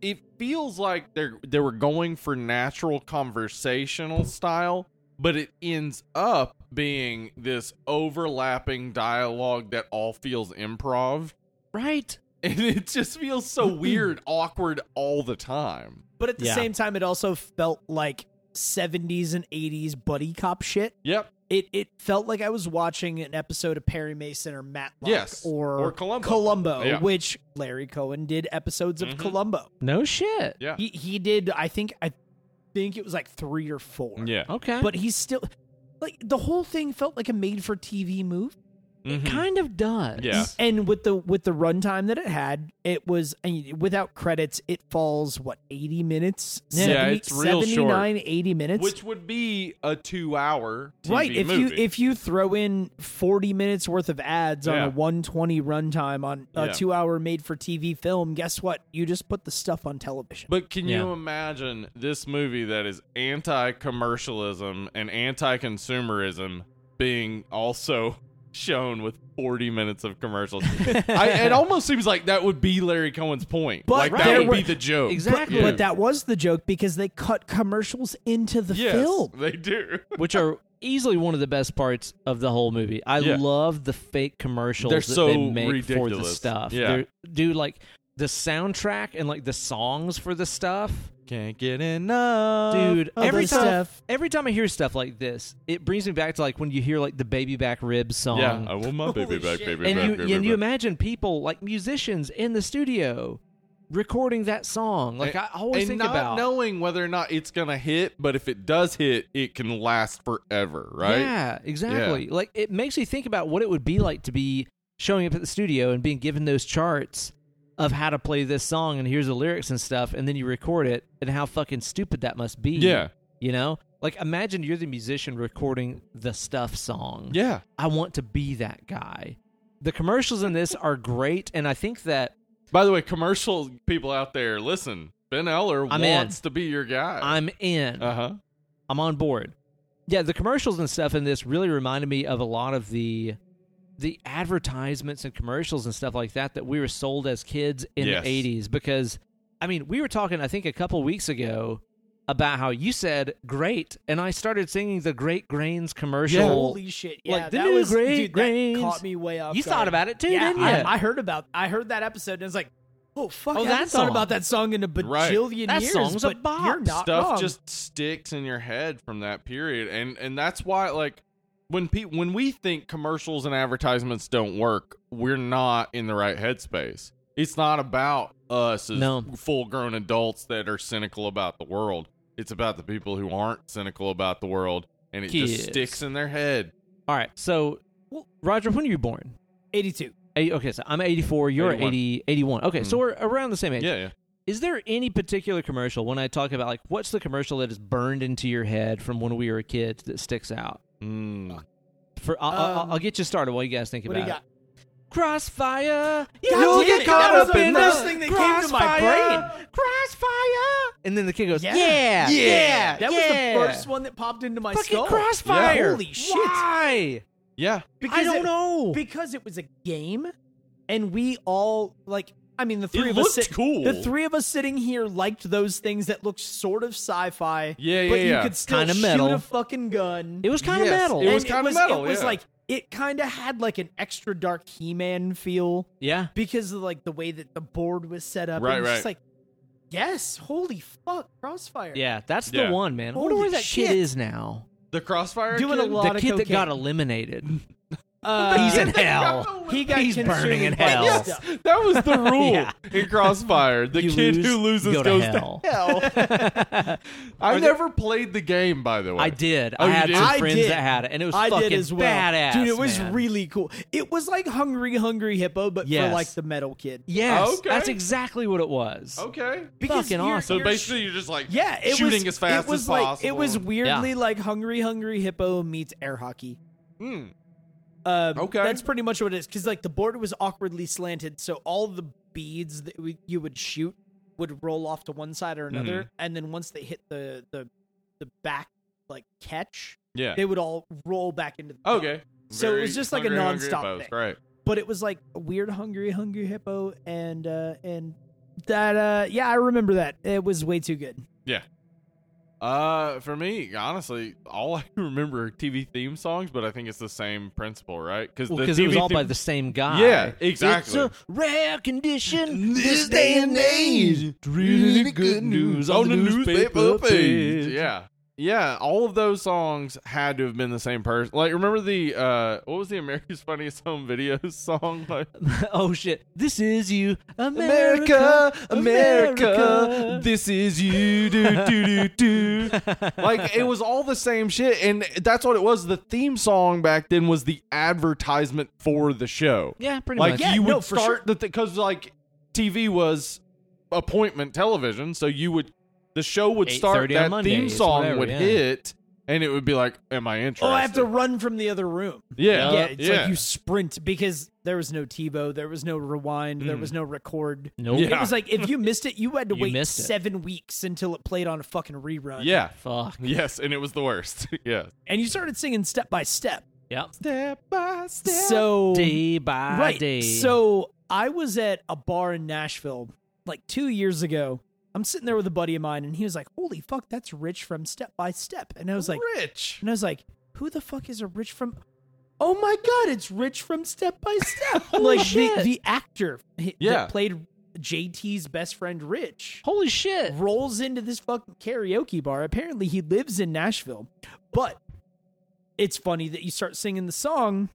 [SPEAKER 2] it feels like they're they were going for natural conversational style, but it ends up being this overlapping dialogue that all feels improv,
[SPEAKER 1] Right?
[SPEAKER 2] and it just feels so weird, awkward all the time.
[SPEAKER 3] but at the
[SPEAKER 1] Yeah.
[SPEAKER 3] same time it also felt like 70s and 80s buddy cop shit
[SPEAKER 2] Yep.
[SPEAKER 3] it it felt like i was watching an episode of perry mason or matlock
[SPEAKER 2] Yes,
[SPEAKER 3] or,
[SPEAKER 2] or Columbo.
[SPEAKER 3] columbo
[SPEAKER 2] Yeah.
[SPEAKER 3] which larry cohen did episodes of
[SPEAKER 2] Mhm.
[SPEAKER 3] columbo
[SPEAKER 1] No shit.
[SPEAKER 2] Yeah.
[SPEAKER 3] he he did i think i think it was like three or four
[SPEAKER 2] Yeah.
[SPEAKER 1] Okay.
[SPEAKER 3] but he's still like the whole thing felt like a made for tv movie
[SPEAKER 2] mm-hmm.
[SPEAKER 1] it kind of does.
[SPEAKER 2] Yeah.
[SPEAKER 3] and with the with the runtime that it had it was I mean, without credits it falls what 80 minutes
[SPEAKER 2] Yeah, it's real short.
[SPEAKER 3] 79 80 minutes
[SPEAKER 2] Which would be a two-hour TV
[SPEAKER 3] right if
[SPEAKER 2] movie.
[SPEAKER 3] you if you throw in 40 minutes worth of ads on
[SPEAKER 2] Yeah.
[SPEAKER 3] a 120 runtime on a
[SPEAKER 2] Yeah.
[SPEAKER 3] 2 hour made for TV film guess what you just put the stuff on television
[SPEAKER 2] But can
[SPEAKER 1] Yeah.
[SPEAKER 2] you imagine this movie that is anti commercialism and anti consumerism being also shown with 40 minutes of commercials? I, it almost seems like that would be Larry Cohen's point. like,
[SPEAKER 3] But
[SPEAKER 1] there
[SPEAKER 2] that would
[SPEAKER 1] were-
[SPEAKER 2] be the joke.
[SPEAKER 1] Exactly.
[SPEAKER 2] Yeah.
[SPEAKER 3] but that was the joke because they cut commercials into the
[SPEAKER 2] Yes,
[SPEAKER 3] film
[SPEAKER 2] they do.
[SPEAKER 1] Which are easily one of the best parts of the whole movie. I
[SPEAKER 2] Yeah.
[SPEAKER 1] love the fake commercials
[SPEAKER 2] They're
[SPEAKER 1] that
[SPEAKER 2] so
[SPEAKER 1] they make for the
[SPEAKER 2] ridiculous.
[SPEAKER 1] stuff.
[SPEAKER 2] Yeah.
[SPEAKER 1] They're- Dude, like the soundtrack and like the songs for the stuff.
[SPEAKER 2] Can't get enough.
[SPEAKER 1] Dude,
[SPEAKER 3] of
[SPEAKER 1] every
[SPEAKER 3] the
[SPEAKER 1] time
[SPEAKER 3] stuff.
[SPEAKER 1] every time I hear stuff like this, it brings me back to like when you hear like the baby back ribs song.
[SPEAKER 2] Yeah, I want my baby
[SPEAKER 3] Holy
[SPEAKER 2] back,
[SPEAKER 3] shit.
[SPEAKER 1] um,
[SPEAKER 2] baby
[SPEAKER 1] and
[SPEAKER 2] back.
[SPEAKER 1] you
[SPEAKER 2] baby
[SPEAKER 1] and you
[SPEAKER 2] back.
[SPEAKER 1] imagine people like musicians in the studio recording that song. Like I always think
[SPEAKER 2] and not
[SPEAKER 1] about
[SPEAKER 2] knowing whether or not it's gonna hit, but if it does hit, it can last forever, right?
[SPEAKER 1] Yeah, exactly. Like it makes me think about what it would be like to be showing up at the studio and being given those charts of how to play this song and here's the lyrics and stuff, and then you record it and how fucking stupid that must be.
[SPEAKER 2] Yeah.
[SPEAKER 1] You know? Like imagine you're the musician recording the stuff song.
[SPEAKER 2] Yeah.
[SPEAKER 1] I want to be that guy. the commercials in this are great, and I think that
[SPEAKER 2] By the way, commercial people out there, listen. Ben Eller
[SPEAKER 1] I'm in.
[SPEAKER 2] wants to be your guy.
[SPEAKER 1] I'm in.
[SPEAKER 2] Uh huh.
[SPEAKER 1] I'm on board. Yeah, the commercials and stuff in this really reminded me of a lot of the the advertisements and commercials and stuff like that that we were sold as kids in
[SPEAKER 2] Yes.
[SPEAKER 1] the 80s because I mean, we were talking I think a couple weeks ago about how you said great and I started singing the Great Grains commercial.
[SPEAKER 3] Holy shit! Yeah,
[SPEAKER 1] Like, the
[SPEAKER 3] that
[SPEAKER 1] new
[SPEAKER 3] was
[SPEAKER 1] great
[SPEAKER 3] dude,
[SPEAKER 1] grains.
[SPEAKER 3] that caught me way off.
[SPEAKER 1] You
[SPEAKER 3] guard.
[SPEAKER 1] thought about it too,
[SPEAKER 3] yeah,
[SPEAKER 1] didn't you?
[SPEAKER 3] I- I, heard about. I heard that episode and I was like, oh fuck!
[SPEAKER 1] Oh,
[SPEAKER 3] I
[SPEAKER 1] that
[SPEAKER 3] haven't
[SPEAKER 1] song.
[SPEAKER 3] thought about that song in a
[SPEAKER 2] Right.
[SPEAKER 3] bajillion
[SPEAKER 1] That
[SPEAKER 3] years.
[SPEAKER 1] song's a
[SPEAKER 3] but
[SPEAKER 1] bop.
[SPEAKER 3] You're not
[SPEAKER 2] stuff
[SPEAKER 3] wrong.
[SPEAKER 2] just sticks in your head from that period and and that's why like when pe- when we think commercials and advertisements don't work we're not in the right headspace it's not about us as
[SPEAKER 1] No.
[SPEAKER 2] full grown adults that are cynical about the world it's about the people who aren't cynical about the world and it
[SPEAKER 1] Kids.
[SPEAKER 2] just sticks in their head
[SPEAKER 1] All right. So, Roger, when were you born?
[SPEAKER 3] eighty-two.
[SPEAKER 1] Eight- okay, so I'm 84, you're
[SPEAKER 2] 81.
[SPEAKER 1] 80 81. Okay, so we're around the same age.
[SPEAKER 2] Mm. yeah yeah
[SPEAKER 1] Is there any particular commercial when I talk about like what's the commercial that is burned into your head from when we were kids that sticks out?
[SPEAKER 2] Mm.
[SPEAKER 1] For I'll, I'll-
[SPEAKER 3] Um,
[SPEAKER 1] I'll get you started while you guys think
[SPEAKER 3] What do
[SPEAKER 1] about
[SPEAKER 3] you got?
[SPEAKER 1] it. Crossfire,
[SPEAKER 3] God
[SPEAKER 1] you'll
[SPEAKER 3] damn
[SPEAKER 1] get
[SPEAKER 3] it,
[SPEAKER 1] caught
[SPEAKER 3] that was
[SPEAKER 1] up
[SPEAKER 3] the
[SPEAKER 1] in
[SPEAKER 3] first
[SPEAKER 1] the
[SPEAKER 3] thing that came to my
[SPEAKER 1] crossfire,
[SPEAKER 3] brain.
[SPEAKER 1] Crossfire, and then the kid goes,
[SPEAKER 3] Yeah.
[SPEAKER 1] yeah, yeah, yeah.
[SPEAKER 3] That was the first one that popped into my
[SPEAKER 1] Fucking
[SPEAKER 3] skull.
[SPEAKER 1] crossfire!
[SPEAKER 3] Holy shit!
[SPEAKER 1] Why?
[SPEAKER 2] yeah
[SPEAKER 3] Because
[SPEAKER 1] I don't
[SPEAKER 3] it-
[SPEAKER 1] know.
[SPEAKER 3] Because it was a game, and we all like. I mean, the three
[SPEAKER 2] It
[SPEAKER 3] of us
[SPEAKER 2] looked cool.
[SPEAKER 3] The three of us sitting here liked those things that looked sort of sci-fi.
[SPEAKER 2] Yeah, yeah,
[SPEAKER 3] but you
[SPEAKER 2] yeah.
[SPEAKER 3] could still
[SPEAKER 1] Kinda
[SPEAKER 3] shoot
[SPEAKER 1] metal.
[SPEAKER 3] a fucking gun.
[SPEAKER 1] it was kind of
[SPEAKER 2] Yes,
[SPEAKER 1] metal.
[SPEAKER 2] it was
[SPEAKER 3] And
[SPEAKER 2] kinda metal,
[SPEAKER 3] It was
[SPEAKER 2] yeah.
[SPEAKER 3] like it kind of had like an extra dark He-Man feel
[SPEAKER 1] yeah.
[SPEAKER 3] because of like the way that the board was set up.
[SPEAKER 2] Right,
[SPEAKER 3] and it's Just
[SPEAKER 2] right.
[SPEAKER 3] like, yes, holy fuck, Crossfire.
[SPEAKER 1] Yeah, that's
[SPEAKER 2] Yeah.
[SPEAKER 1] the one, man. I wonder
[SPEAKER 3] Holy
[SPEAKER 1] where that
[SPEAKER 3] shit.
[SPEAKER 1] kid is now.
[SPEAKER 2] the crossfire
[SPEAKER 3] Doing a
[SPEAKER 2] kid?
[SPEAKER 3] lot
[SPEAKER 1] The
[SPEAKER 3] of
[SPEAKER 1] kid that
[SPEAKER 3] cocaine.
[SPEAKER 1] got eliminated.
[SPEAKER 3] Uh,
[SPEAKER 1] He's in hell.
[SPEAKER 3] He got
[SPEAKER 1] He's
[SPEAKER 3] consumed
[SPEAKER 1] burning in
[SPEAKER 3] by
[SPEAKER 1] hell.
[SPEAKER 3] this
[SPEAKER 2] Yes,
[SPEAKER 3] stuff.
[SPEAKER 2] that was the rule
[SPEAKER 1] Yeah.
[SPEAKER 2] in Crossfire. The
[SPEAKER 1] You
[SPEAKER 2] kid
[SPEAKER 1] lose,
[SPEAKER 2] who loses
[SPEAKER 1] you go to
[SPEAKER 2] goes
[SPEAKER 1] hell.
[SPEAKER 2] to hell. I never played the game, by the way.
[SPEAKER 1] I did.
[SPEAKER 2] Oh,
[SPEAKER 1] I
[SPEAKER 2] you
[SPEAKER 1] had
[SPEAKER 2] did?
[SPEAKER 1] some
[SPEAKER 3] I
[SPEAKER 1] friends
[SPEAKER 3] did.
[SPEAKER 1] that had it, and it was
[SPEAKER 3] I
[SPEAKER 1] fucking
[SPEAKER 3] did as well.
[SPEAKER 1] badass.
[SPEAKER 3] Dude, it was
[SPEAKER 1] man.
[SPEAKER 3] really cool. It was like Hungry Hungry Hippo, but
[SPEAKER 1] Yes.
[SPEAKER 3] for like the metal kid.
[SPEAKER 1] Yes,
[SPEAKER 2] Okay. Oh,
[SPEAKER 1] that's exactly what it was.
[SPEAKER 2] Okay.
[SPEAKER 3] Because
[SPEAKER 1] Fucking
[SPEAKER 3] you're-
[SPEAKER 1] awesome.
[SPEAKER 2] So
[SPEAKER 3] you're
[SPEAKER 2] basically, you're just like
[SPEAKER 3] Yeah, it
[SPEAKER 2] shooting
[SPEAKER 3] was,
[SPEAKER 2] as fast
[SPEAKER 3] it was
[SPEAKER 2] as
[SPEAKER 3] like,
[SPEAKER 2] possible.
[SPEAKER 3] It was weirdly
[SPEAKER 1] Yeah.
[SPEAKER 3] like Hungry Hungry Hippo meets air hockey.
[SPEAKER 2] Hmm.
[SPEAKER 3] Um,
[SPEAKER 2] Okay.
[SPEAKER 3] that's pretty much what it is. Because like the board was awkwardly slanted, so all the beads that we, you would shoot would roll off to one side or another,
[SPEAKER 2] Mm-hmm.
[SPEAKER 3] and then once they hit the the the back like catch,
[SPEAKER 2] Yeah.
[SPEAKER 3] they would all roll back into the cup.
[SPEAKER 2] okay.
[SPEAKER 3] So it was just like a
[SPEAKER 2] hungry, hungry
[SPEAKER 3] nonstop
[SPEAKER 2] hippos.
[SPEAKER 3] thing.
[SPEAKER 2] Right.
[SPEAKER 3] But it was like a weird Hungry Hungry Hippo, and uh and that uh yeah, I remember that. It was way too good.
[SPEAKER 2] Uh, for me, honestly, all I remember are TV theme songs, but I think it's the same principle, right? Because the
[SPEAKER 1] Because
[SPEAKER 2] TV
[SPEAKER 1] it was all
[SPEAKER 2] theme-
[SPEAKER 1] by the same guy.
[SPEAKER 2] Yeah, exactly.
[SPEAKER 1] It's a rare condition
[SPEAKER 2] This day and age,
[SPEAKER 1] Really good news on the newspaper page.
[SPEAKER 2] Yeah. Yeah, all of those songs had to have been the same person. Like, remember the uh, what was the America's Funniest Home Videos song? Like,
[SPEAKER 1] oh shit! This is you, America,
[SPEAKER 2] America, America, this is you, do do do do. Like it was all the same shit, and that's what it was. The theme song back then was the advertisement for the show.
[SPEAKER 1] yeah, pretty
[SPEAKER 2] like
[SPEAKER 1] much.
[SPEAKER 3] Yeah,
[SPEAKER 2] you would
[SPEAKER 3] no, for sure.
[SPEAKER 2] start the because like TV was appointment television, so you would the show would start
[SPEAKER 1] 8:30 on
[SPEAKER 2] that theme
[SPEAKER 1] Mondays,
[SPEAKER 2] song
[SPEAKER 1] whatever,
[SPEAKER 2] would
[SPEAKER 1] yeah.
[SPEAKER 2] hit, and it would be like, "Am I interested?"
[SPEAKER 3] Oh, I have to run from the other room.
[SPEAKER 2] Yeah,
[SPEAKER 3] yeah, it's like you sprint because there was no TiVo, there was no rewind, there
[SPEAKER 2] Mm.
[SPEAKER 3] was no record.
[SPEAKER 1] nope.
[SPEAKER 2] Yeah.
[SPEAKER 3] It was like if you missed it, you had to
[SPEAKER 1] You
[SPEAKER 3] wait
[SPEAKER 1] missed it.
[SPEAKER 3] seven weeks until it played on a fucking rerun.
[SPEAKER 2] yeah.
[SPEAKER 1] Fuck.
[SPEAKER 2] Yes, and it was the worst. yeah.
[SPEAKER 3] and you started singing step by step.
[SPEAKER 1] Yep.
[SPEAKER 2] Step by step.
[SPEAKER 3] So
[SPEAKER 1] Day by
[SPEAKER 3] right,
[SPEAKER 1] day.
[SPEAKER 3] so I was at a bar in Nashville like two years ago. I'm sitting there with a buddy of mine, and he was like, "Holy fuck, that's Rich from Step by Step," and I was like,
[SPEAKER 2] rich.
[SPEAKER 3] and I was like, "Who the fuck is a Rich from?" Oh my god, it's Rich from Step by Step.
[SPEAKER 1] Holy
[SPEAKER 3] like
[SPEAKER 1] shit.
[SPEAKER 3] The, the actor h-
[SPEAKER 2] Yeah.
[SPEAKER 3] that played JT's best friend, Rich,
[SPEAKER 1] holy shit!
[SPEAKER 3] rolls into this fucking karaoke bar. Apparently, he lives in Nashville, but it's funny that you start singing the song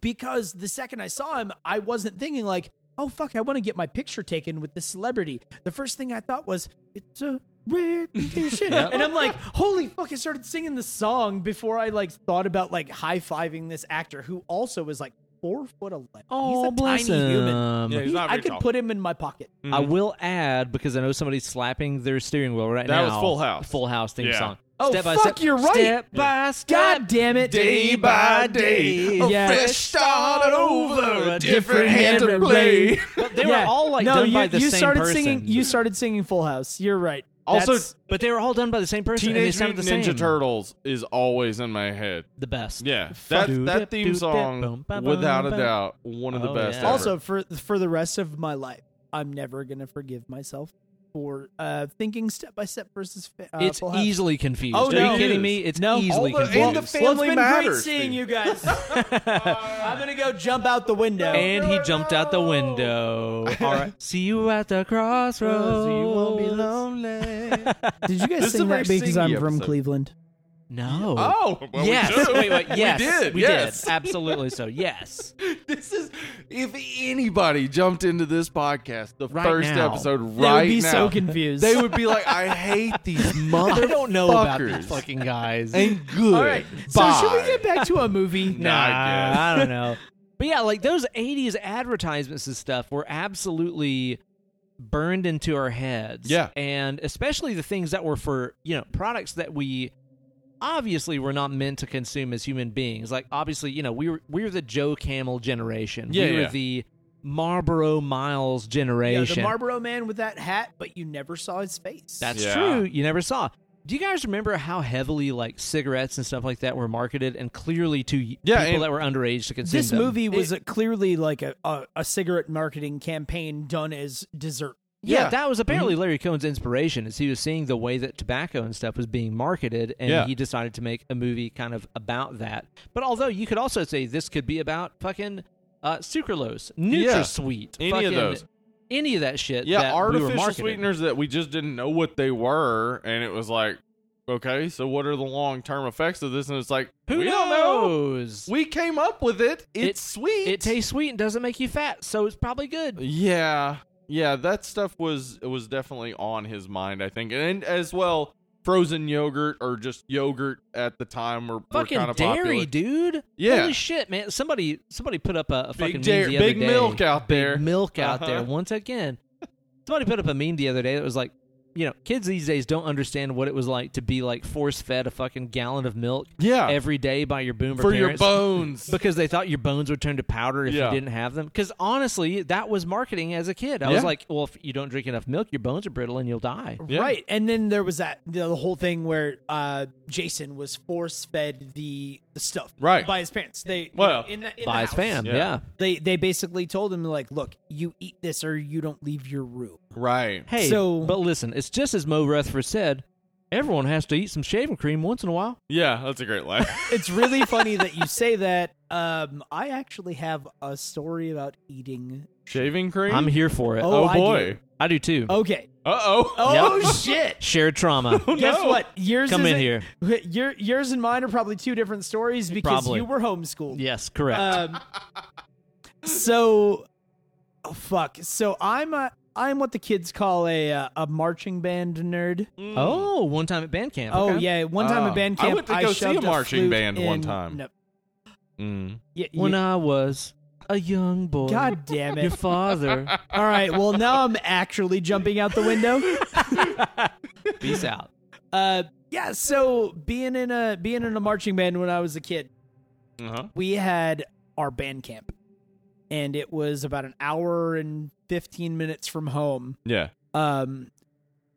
[SPEAKER 3] because the second I saw him, I wasn't thinking like, "Oh fuck, I want to get my picture taken with this celebrity." The first thing I thought was, "It's a rare condition," and I'm like, "Holy fuck!" I started singing the song before I like thought about like high fiving this actor who also is like four foot eleven.
[SPEAKER 1] Oh,
[SPEAKER 3] He's a
[SPEAKER 1] bless
[SPEAKER 3] tiny human.
[SPEAKER 1] him.
[SPEAKER 2] Yeah, he's mm-hmm. not
[SPEAKER 3] I
[SPEAKER 2] very
[SPEAKER 3] could
[SPEAKER 2] tall. Mm.
[SPEAKER 3] put him in my pocket.
[SPEAKER 1] I will add because I know somebody's slapping their steering wheel right
[SPEAKER 2] That
[SPEAKER 1] now.
[SPEAKER 2] was Full House.
[SPEAKER 1] Full House theme
[SPEAKER 2] Yeah.
[SPEAKER 1] song.
[SPEAKER 3] Oh,
[SPEAKER 1] step by
[SPEAKER 3] fuck,
[SPEAKER 1] step,
[SPEAKER 3] you're right.
[SPEAKER 1] Step by step.
[SPEAKER 3] God damn it.
[SPEAKER 2] Day by day, a
[SPEAKER 3] Yeah.
[SPEAKER 2] fresh start over, a different hand to
[SPEAKER 3] Different
[SPEAKER 2] play.
[SPEAKER 3] hand.
[SPEAKER 1] But they
[SPEAKER 3] Yeah.
[SPEAKER 1] were all like
[SPEAKER 3] no,
[SPEAKER 1] done
[SPEAKER 3] you,
[SPEAKER 1] by the
[SPEAKER 3] you
[SPEAKER 1] same
[SPEAKER 3] started
[SPEAKER 1] person.
[SPEAKER 3] Singing, you started singing Full House. You're right.
[SPEAKER 2] Also,
[SPEAKER 3] That's-
[SPEAKER 1] but they were all done by the same person.
[SPEAKER 2] Teenage
[SPEAKER 1] and
[SPEAKER 2] Mutant
[SPEAKER 1] they sounded the
[SPEAKER 2] Ninja
[SPEAKER 1] same.
[SPEAKER 2] Turtles is always in my head.
[SPEAKER 1] The best.
[SPEAKER 2] Yeah,
[SPEAKER 1] Fuck.
[SPEAKER 2] that that theme song, without a doubt, one of the
[SPEAKER 1] Oh,
[SPEAKER 2] best.
[SPEAKER 1] yeah.
[SPEAKER 2] ever.
[SPEAKER 3] also for for the rest of my life, I'm never gonna forgive myself for uh, thinking step by step versus fa- uh,
[SPEAKER 1] It's
[SPEAKER 3] Full House.
[SPEAKER 1] easily confused.
[SPEAKER 3] Oh,
[SPEAKER 1] Are
[SPEAKER 3] no.
[SPEAKER 1] you kidding me? It's
[SPEAKER 3] No.
[SPEAKER 1] easily
[SPEAKER 2] All the-
[SPEAKER 1] confused.
[SPEAKER 2] and the
[SPEAKER 3] well, it's
[SPEAKER 2] Family
[SPEAKER 3] been
[SPEAKER 2] matters,
[SPEAKER 3] great seeing
[SPEAKER 2] dude.
[SPEAKER 3] you guys. I'm gonna go jump out the window.
[SPEAKER 1] And he jumped out the window. All right. See you at the crossroads.
[SPEAKER 2] lonely.
[SPEAKER 3] Did
[SPEAKER 2] This
[SPEAKER 3] you guys
[SPEAKER 2] is a
[SPEAKER 3] sing
[SPEAKER 2] very
[SPEAKER 3] that because I'm
[SPEAKER 2] singy
[SPEAKER 3] from
[SPEAKER 2] episode.
[SPEAKER 3] Cleveland?
[SPEAKER 1] No.
[SPEAKER 2] oh, well,
[SPEAKER 1] yes.
[SPEAKER 2] we do.
[SPEAKER 1] Wait, wait. Yes.
[SPEAKER 2] we did.
[SPEAKER 1] We
[SPEAKER 2] yes.
[SPEAKER 1] did. Absolutely so. Yes.
[SPEAKER 2] This is if anybody jumped into this podcast the
[SPEAKER 1] Right
[SPEAKER 2] first
[SPEAKER 1] now.
[SPEAKER 2] episode
[SPEAKER 3] They
[SPEAKER 2] right
[SPEAKER 3] would be
[SPEAKER 2] now,
[SPEAKER 3] so confused.
[SPEAKER 2] they would be like, "I hate these motherfuckers."
[SPEAKER 1] I don't know about these fucking guys.
[SPEAKER 2] Ain't good.
[SPEAKER 3] All right.
[SPEAKER 2] Bye.
[SPEAKER 3] So should we get back to a movie?
[SPEAKER 2] No. I guess.
[SPEAKER 1] I don't know. But yeah, like those 80s advertisements and stuff were absolutely burned into our heads.
[SPEAKER 2] Yeah.
[SPEAKER 1] And especially the things that were for, you know, products that we obviously were not meant to consume as human beings. Like obviously, you know, we were we were the Joe Camel generation.
[SPEAKER 2] Yeah,
[SPEAKER 1] we
[SPEAKER 2] yeah.
[SPEAKER 1] were the Marlboro Miles
[SPEAKER 3] Yeah, the
[SPEAKER 1] generation.
[SPEAKER 3] Marlboro man with that hat, but you never saw his face.
[SPEAKER 1] That's
[SPEAKER 2] Yeah.
[SPEAKER 1] true. You never saw. Do you guys remember how heavily like cigarettes and stuff like that were marketed and clearly to y-
[SPEAKER 2] Yeah,
[SPEAKER 1] people
[SPEAKER 2] and-
[SPEAKER 1] that were underage to consume
[SPEAKER 3] this
[SPEAKER 1] them?
[SPEAKER 3] movie was a, clearly like a, a, a cigarette marketing campaign done as dessert.
[SPEAKER 1] Yeah,
[SPEAKER 2] Yeah. Mm-hmm.
[SPEAKER 1] that was apparently Larry Cohen's inspiration as he was seeing the way that tobacco and stuff was being marketed and
[SPEAKER 2] Yeah.
[SPEAKER 1] he decided to make a movie kind of about that. But although you could also say this could be about fucking uh, sucralose,
[SPEAKER 2] Yeah.
[SPEAKER 1] NutraSweet,
[SPEAKER 2] Any of
[SPEAKER 1] fucking
[SPEAKER 2] those.
[SPEAKER 1] any of that shit.
[SPEAKER 2] Yeah,
[SPEAKER 1] that we were
[SPEAKER 2] artificial
[SPEAKER 1] marketing.
[SPEAKER 2] sweeteners that we just didn't know what they were, and it was like, okay, so what are the long term effects of this? And it's like,
[SPEAKER 1] Who
[SPEAKER 2] we don't know.
[SPEAKER 1] knows?
[SPEAKER 2] We came up with it. It's sweet.
[SPEAKER 1] It tastes sweet and doesn't make you fat, so it's probably good.
[SPEAKER 2] Yeah, yeah, that stuff was was definitely on his mind. I think, and as well, frozen yogurt or just yogurt at the time were, were
[SPEAKER 1] Fucking
[SPEAKER 2] kind of
[SPEAKER 1] dairy,
[SPEAKER 2] popular.
[SPEAKER 1] dude.
[SPEAKER 2] Yeah.
[SPEAKER 1] Holy shit, man. Somebody somebody put up a, a fucking
[SPEAKER 2] Big, dairy,
[SPEAKER 1] meme the other
[SPEAKER 2] big
[SPEAKER 1] day.
[SPEAKER 2] milk out there.
[SPEAKER 1] milk out
[SPEAKER 2] Uh-huh.
[SPEAKER 1] there once again. Somebody put up a meme the other day that was like, you know, kids these days don't understand what it was like to be like force fed a fucking gallon of milk
[SPEAKER 2] yeah,
[SPEAKER 1] every day by your boomer
[SPEAKER 2] for your
[SPEAKER 1] parents
[SPEAKER 2] bones.
[SPEAKER 1] because they thought your bones would turn to powder if
[SPEAKER 2] Yeah.
[SPEAKER 1] you didn't have them. Because honestly, that was marketing as a kid. I was
[SPEAKER 2] Yeah.
[SPEAKER 1] like, well, if you don't drink enough milk, your bones are brittle and you'll die.
[SPEAKER 2] Yeah.
[SPEAKER 3] Right. And then there was that the, the whole thing where uh, Jason was force fed the, the stuff
[SPEAKER 2] Right.
[SPEAKER 3] by his parents. They
[SPEAKER 2] Well,
[SPEAKER 3] in the, in the
[SPEAKER 1] By his
[SPEAKER 3] house.
[SPEAKER 1] fam, yeah.
[SPEAKER 2] Yeah.
[SPEAKER 3] They they basically told him like, look, you eat this or you don't leave your room.
[SPEAKER 2] right.
[SPEAKER 1] Hey,
[SPEAKER 3] So-
[SPEAKER 1] but listen, it's just as Mo Rutherford said. Everyone has to eat some shaving cream once in a while.
[SPEAKER 2] Yeah, that's a great laugh.
[SPEAKER 3] It's really funny that you say that. Um, I actually have a story about eating.
[SPEAKER 2] Shaving cream.
[SPEAKER 1] I'm here for it.
[SPEAKER 2] oh
[SPEAKER 3] Oh. I do.
[SPEAKER 2] boy.
[SPEAKER 1] I do too.
[SPEAKER 3] Okay.
[SPEAKER 2] Uh oh.
[SPEAKER 3] Oh
[SPEAKER 1] Yep.
[SPEAKER 3] shit.
[SPEAKER 1] Shared trauma.
[SPEAKER 3] Guess
[SPEAKER 2] no.
[SPEAKER 3] what? Yours
[SPEAKER 1] Come in
[SPEAKER 3] isn't-
[SPEAKER 1] here.
[SPEAKER 3] Your yours and mine are probably two different stories because
[SPEAKER 1] Probably.
[SPEAKER 3] you were homeschooled.
[SPEAKER 1] Yes, correct.
[SPEAKER 3] Um, so, oh fuck. So I'm a I'm what the kids call a uh, a marching band nerd.
[SPEAKER 2] Mm.
[SPEAKER 1] oh, one time at band camp.
[SPEAKER 3] Oh
[SPEAKER 1] Okay.
[SPEAKER 3] yeah, one time
[SPEAKER 2] Ah.
[SPEAKER 3] at band
[SPEAKER 2] I
[SPEAKER 3] camp,
[SPEAKER 2] went to go see a
[SPEAKER 3] shoved
[SPEAKER 2] marching
[SPEAKER 3] flute
[SPEAKER 2] band one
[SPEAKER 3] in-
[SPEAKER 2] time.
[SPEAKER 3] No,
[SPEAKER 2] Mm.
[SPEAKER 3] yeah,
[SPEAKER 1] When
[SPEAKER 3] you-
[SPEAKER 1] I was a young boy.
[SPEAKER 3] God damn
[SPEAKER 1] Your
[SPEAKER 3] it!
[SPEAKER 1] father.
[SPEAKER 3] All right, well now I'm actually jumping out the window.
[SPEAKER 1] Peace out.
[SPEAKER 3] Uh, yeah. So being in a being in a marching band when I was a kid,
[SPEAKER 2] Uh-huh.
[SPEAKER 3] we had our band camp and it was about an hour and 15 minutes from home
[SPEAKER 2] Yeah.
[SPEAKER 3] um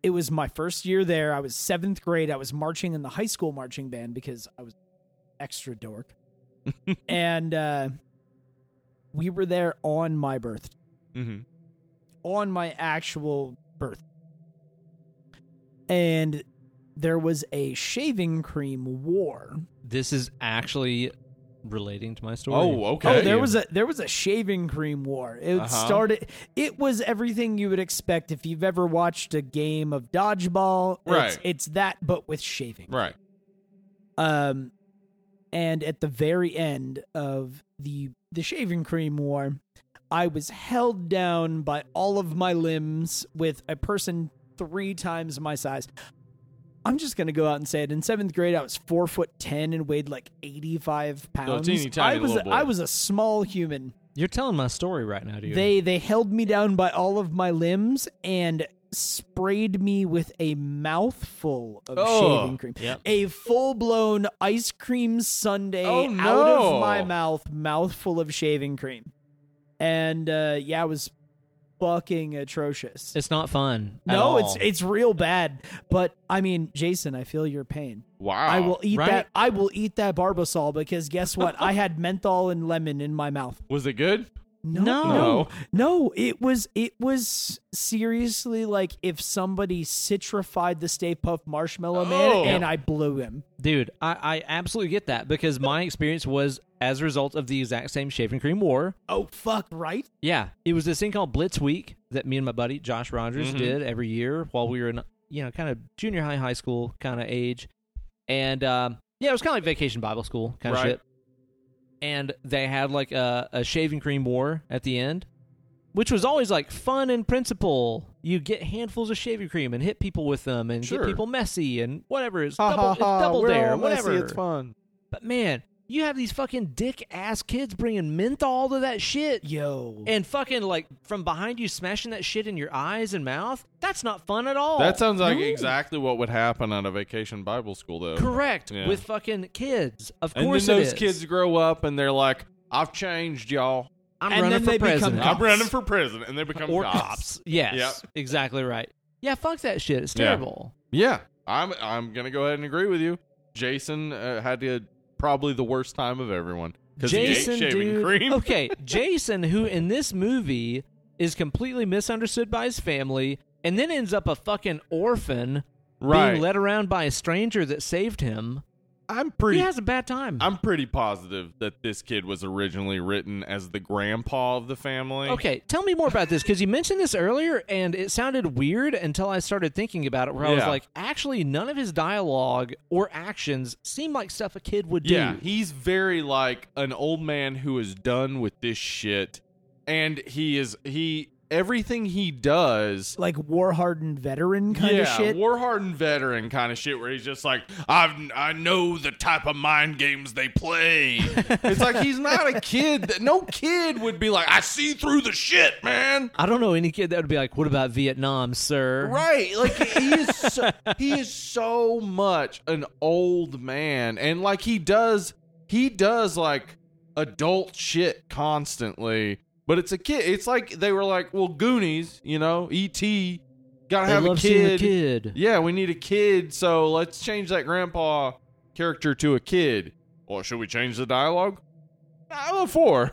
[SPEAKER 3] it was my first year there i was seventh grade i was marching in the high school marching band because i was extra dork and uh we were there on my birthday
[SPEAKER 2] Mm-hmm.
[SPEAKER 3] on my actual birth. And there was a shaving cream war.
[SPEAKER 1] This is actually relating to my story.
[SPEAKER 2] Oh, okay.
[SPEAKER 3] Oh, there was a there was a shaving cream war. It
[SPEAKER 2] Uh-huh.
[SPEAKER 3] started. It was everything you would expect if you've ever watched a game of dodgeball. It's,
[SPEAKER 2] Right.
[SPEAKER 3] it's that, but with shaving.
[SPEAKER 2] right.
[SPEAKER 3] Um, and at the very end of the the shaving cream war, I was held down by all of my limbs with a person three times my size. I'm just gonna go out and say it. In seventh grade, I was four foot ten and weighed like eighty five pounds.
[SPEAKER 2] Oh, teeny tiny
[SPEAKER 3] I was
[SPEAKER 2] little boy.
[SPEAKER 3] I was a small human.
[SPEAKER 1] You're telling my story right now, dude.
[SPEAKER 3] They they held me down by all of my limbs and sprayed me with a mouthful of
[SPEAKER 2] Oh,
[SPEAKER 3] shaving cream.
[SPEAKER 1] yep.
[SPEAKER 3] A full blown ice cream sundae
[SPEAKER 2] Oh,
[SPEAKER 3] out
[SPEAKER 2] no.
[SPEAKER 3] of my mouth, mouthful of shaving cream. And uh, yeah, it was fucking atrocious.
[SPEAKER 1] It's not fun. at
[SPEAKER 3] no,
[SPEAKER 1] all.
[SPEAKER 3] it's it's real bad. But I mean, Jason, I feel your pain.
[SPEAKER 2] Wow.
[SPEAKER 3] I will eat
[SPEAKER 1] right?
[SPEAKER 3] that. I will eat that Barbasol because guess what? I had menthol and lemon in my mouth.
[SPEAKER 2] Was it good?
[SPEAKER 3] No,
[SPEAKER 1] No.
[SPEAKER 3] no, no. It was it was seriously like if somebody citrified the Stay Puff Marshmallow
[SPEAKER 2] Oh.
[SPEAKER 3] Man and I blew him.
[SPEAKER 1] Dude, I, I absolutely get that because my experience was as a result of the exact same shaving cream war.
[SPEAKER 3] Oh fuck! Right?
[SPEAKER 1] Yeah, it was this thing called Blitz Week that me and my buddy Josh Rogers
[SPEAKER 2] Mhm.
[SPEAKER 1] did every year while we were in, you know, kind of junior high, high school kind of age. And um, yeah, it was kind of like vacation Bible school kind
[SPEAKER 2] Right.
[SPEAKER 1] of shit. And they had like a, a shaving cream war at the end, which was always like fun in principle. You get handfuls of shaving cream and hit people with them and
[SPEAKER 2] Sure.
[SPEAKER 1] get people messy and whatever. It's
[SPEAKER 2] Ha,
[SPEAKER 1] double,
[SPEAKER 2] ha,
[SPEAKER 1] it's
[SPEAKER 2] ha,
[SPEAKER 1] double
[SPEAKER 2] we're
[SPEAKER 1] dare,
[SPEAKER 2] all messy,
[SPEAKER 1] whatever.
[SPEAKER 2] It's fun.
[SPEAKER 1] But man, you have these fucking dick ass kids bringing menthol to that shit
[SPEAKER 3] Yo.
[SPEAKER 1] and fucking like from behind you smashing that shit in your eyes and mouth. That's not fun at all.
[SPEAKER 2] That sounds like
[SPEAKER 3] no.
[SPEAKER 2] exactly what would happen on a vacation Bible school, though.
[SPEAKER 1] correct
[SPEAKER 2] Yeah.
[SPEAKER 1] with fucking kids. Of
[SPEAKER 2] And then
[SPEAKER 1] course, it
[SPEAKER 2] those
[SPEAKER 1] is.
[SPEAKER 2] kids grow up and they're like, "I've changed, y'all.
[SPEAKER 1] I'm
[SPEAKER 3] And
[SPEAKER 1] running
[SPEAKER 3] then
[SPEAKER 1] for
[SPEAKER 3] they become
[SPEAKER 1] president.
[SPEAKER 3] cops.
[SPEAKER 2] I'm running for president," and they become
[SPEAKER 1] or cops. Yes,
[SPEAKER 2] Yep.
[SPEAKER 1] exactly right. Yeah, fuck that shit. It's
[SPEAKER 2] Yeah.
[SPEAKER 1] terrible.
[SPEAKER 2] Yeah, I'm. I'm gonna go ahead and agree with you. Jason uh, had to, probably the worst time of everyone because he ate
[SPEAKER 1] Jason,
[SPEAKER 2] shaving
[SPEAKER 1] dude.
[SPEAKER 2] cream.
[SPEAKER 1] okay, Jason, who in this movie is completely misunderstood by his family, and then ends up a fucking orphan,
[SPEAKER 2] Right.
[SPEAKER 1] being led around by a stranger that saved him.
[SPEAKER 2] I'm pretty.
[SPEAKER 1] He has a bad time.
[SPEAKER 2] I'm pretty positive that this kid was originally written as the grandpa of the family.
[SPEAKER 1] Okay, tell me more about this because you mentioned this earlier, and it sounded weird until I started thinking about it. Where I was
[SPEAKER 2] Yeah.
[SPEAKER 1] like, actually, none of his dialogue or actions seem like stuff a kid would do.
[SPEAKER 2] Yeah, he's very like an old man who is done with this shit, and he is he everything he does.
[SPEAKER 3] like war hardened veteran kind
[SPEAKER 2] yeah,
[SPEAKER 3] of shit.
[SPEAKER 2] war hardened veteran kind of shit, where he's just like, I I know the type of mind games they play. it's like he's not a kid. That, no kid would be like, I see through the shit, man.
[SPEAKER 1] I don't know any kid that would be like, "What about Vietnam, sir?"
[SPEAKER 2] Right. Like he is so, he is so much an old man and like he does he does like adult shit constantly. But it's a kid. It's like they were like, well, Goonies, you know, E.T. Gotta
[SPEAKER 1] I
[SPEAKER 2] have
[SPEAKER 1] love
[SPEAKER 2] a
[SPEAKER 1] seeing a
[SPEAKER 2] kid.
[SPEAKER 1] kid.
[SPEAKER 2] Yeah, we need a kid, so let's change that grandpa character to a kid. Or should we change the dialogue? I'm a four.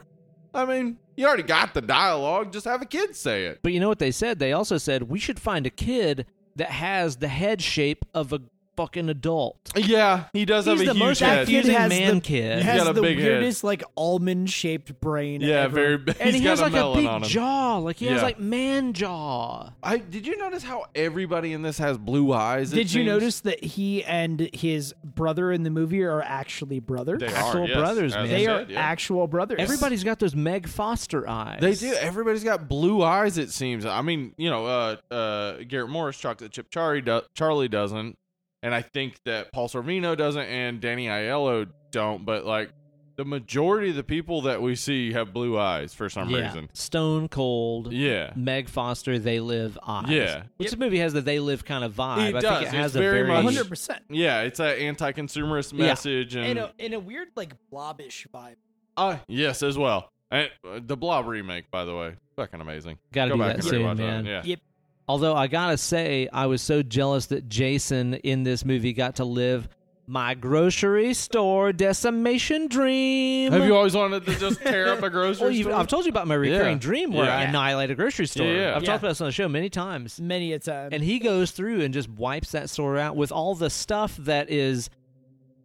[SPEAKER 2] I mean, you already got the dialogue. Just have a kid say it.
[SPEAKER 1] But you know what they said? They also said we should find a kid that has the head shape of a fucking adult.
[SPEAKER 2] Yeah, he does
[SPEAKER 1] He's
[SPEAKER 2] have a
[SPEAKER 1] the
[SPEAKER 2] huge
[SPEAKER 1] most
[SPEAKER 2] head.
[SPEAKER 1] active Confusing man
[SPEAKER 3] the,
[SPEAKER 1] kid.
[SPEAKER 3] He
[SPEAKER 1] He's
[SPEAKER 3] has
[SPEAKER 2] got a
[SPEAKER 3] the
[SPEAKER 2] big head.
[SPEAKER 3] weirdest like almond shaped brain.
[SPEAKER 2] Yeah,
[SPEAKER 3] ever.
[SPEAKER 2] very big.
[SPEAKER 1] and he
[SPEAKER 2] got
[SPEAKER 1] has
[SPEAKER 2] a
[SPEAKER 1] like
[SPEAKER 2] melon
[SPEAKER 1] a big
[SPEAKER 2] on him.
[SPEAKER 1] jaw, like he has
[SPEAKER 2] Yeah.
[SPEAKER 1] like man jaw.
[SPEAKER 2] I did you notice how everybody in this has blue eyes? it
[SPEAKER 3] Did you
[SPEAKER 2] seems?
[SPEAKER 3] notice that he and his brother in the movie are actually brothers?
[SPEAKER 2] They
[SPEAKER 1] Actual
[SPEAKER 2] are, yes,
[SPEAKER 1] brothers, man.
[SPEAKER 2] as I
[SPEAKER 3] They are
[SPEAKER 2] said, yeah.
[SPEAKER 3] actual brothers.
[SPEAKER 1] Everybody's got those Meg Foster eyes.
[SPEAKER 2] They do. Everybody's got blue eyes. It seems. I mean, you know, uh, uh, Garrett Morris, Chocolate Chip Charlie, do- Charlie doesn't, and I think that Paul Sorvino doesn't, and Danny Aiello don't. But like the majority of the people that we see have blue eyes for some
[SPEAKER 1] yeah. Mm.
[SPEAKER 2] reason.
[SPEAKER 1] Stone cold.
[SPEAKER 2] Yeah,
[SPEAKER 1] Meg Foster, They Live eyes.
[SPEAKER 2] Yeah.
[SPEAKER 1] which the movie has the They Live kind of vibe.
[SPEAKER 2] It
[SPEAKER 1] I
[SPEAKER 2] does.
[SPEAKER 1] think it
[SPEAKER 2] It's
[SPEAKER 1] has a
[SPEAKER 2] very
[SPEAKER 1] very,
[SPEAKER 2] much-
[SPEAKER 3] hundred percent.
[SPEAKER 2] yeah. It's an anti-consumerist
[SPEAKER 1] Yeah. uh,
[SPEAKER 2] message, and
[SPEAKER 3] In a in a weird like blobbish vibe.
[SPEAKER 2] Uh, yes, as well. And, uh, the Blob remake, by the way, fucking amazing.
[SPEAKER 1] Gotta
[SPEAKER 2] Go
[SPEAKER 1] do
[SPEAKER 2] back
[SPEAKER 1] that
[SPEAKER 2] and
[SPEAKER 1] soon,
[SPEAKER 2] rewatch
[SPEAKER 1] man.
[SPEAKER 2] Yeah.
[SPEAKER 3] Yep.
[SPEAKER 1] Although I gotta say, I was so jealous that Jason in this movie got to live my grocery store decimation dream.
[SPEAKER 2] Have you always wanted to just tear up a grocery
[SPEAKER 1] Well, you've-
[SPEAKER 2] store?
[SPEAKER 1] I've told you about my recurring
[SPEAKER 2] Yeah.
[SPEAKER 1] dream where I
[SPEAKER 2] Yeah.
[SPEAKER 1] annihilate a grocery store.
[SPEAKER 2] yeah.
[SPEAKER 1] I've
[SPEAKER 3] Yeah.
[SPEAKER 1] talked about this on the show many times.
[SPEAKER 3] Many a time.
[SPEAKER 1] And he goes through and just wipes that store out with all the stuff that is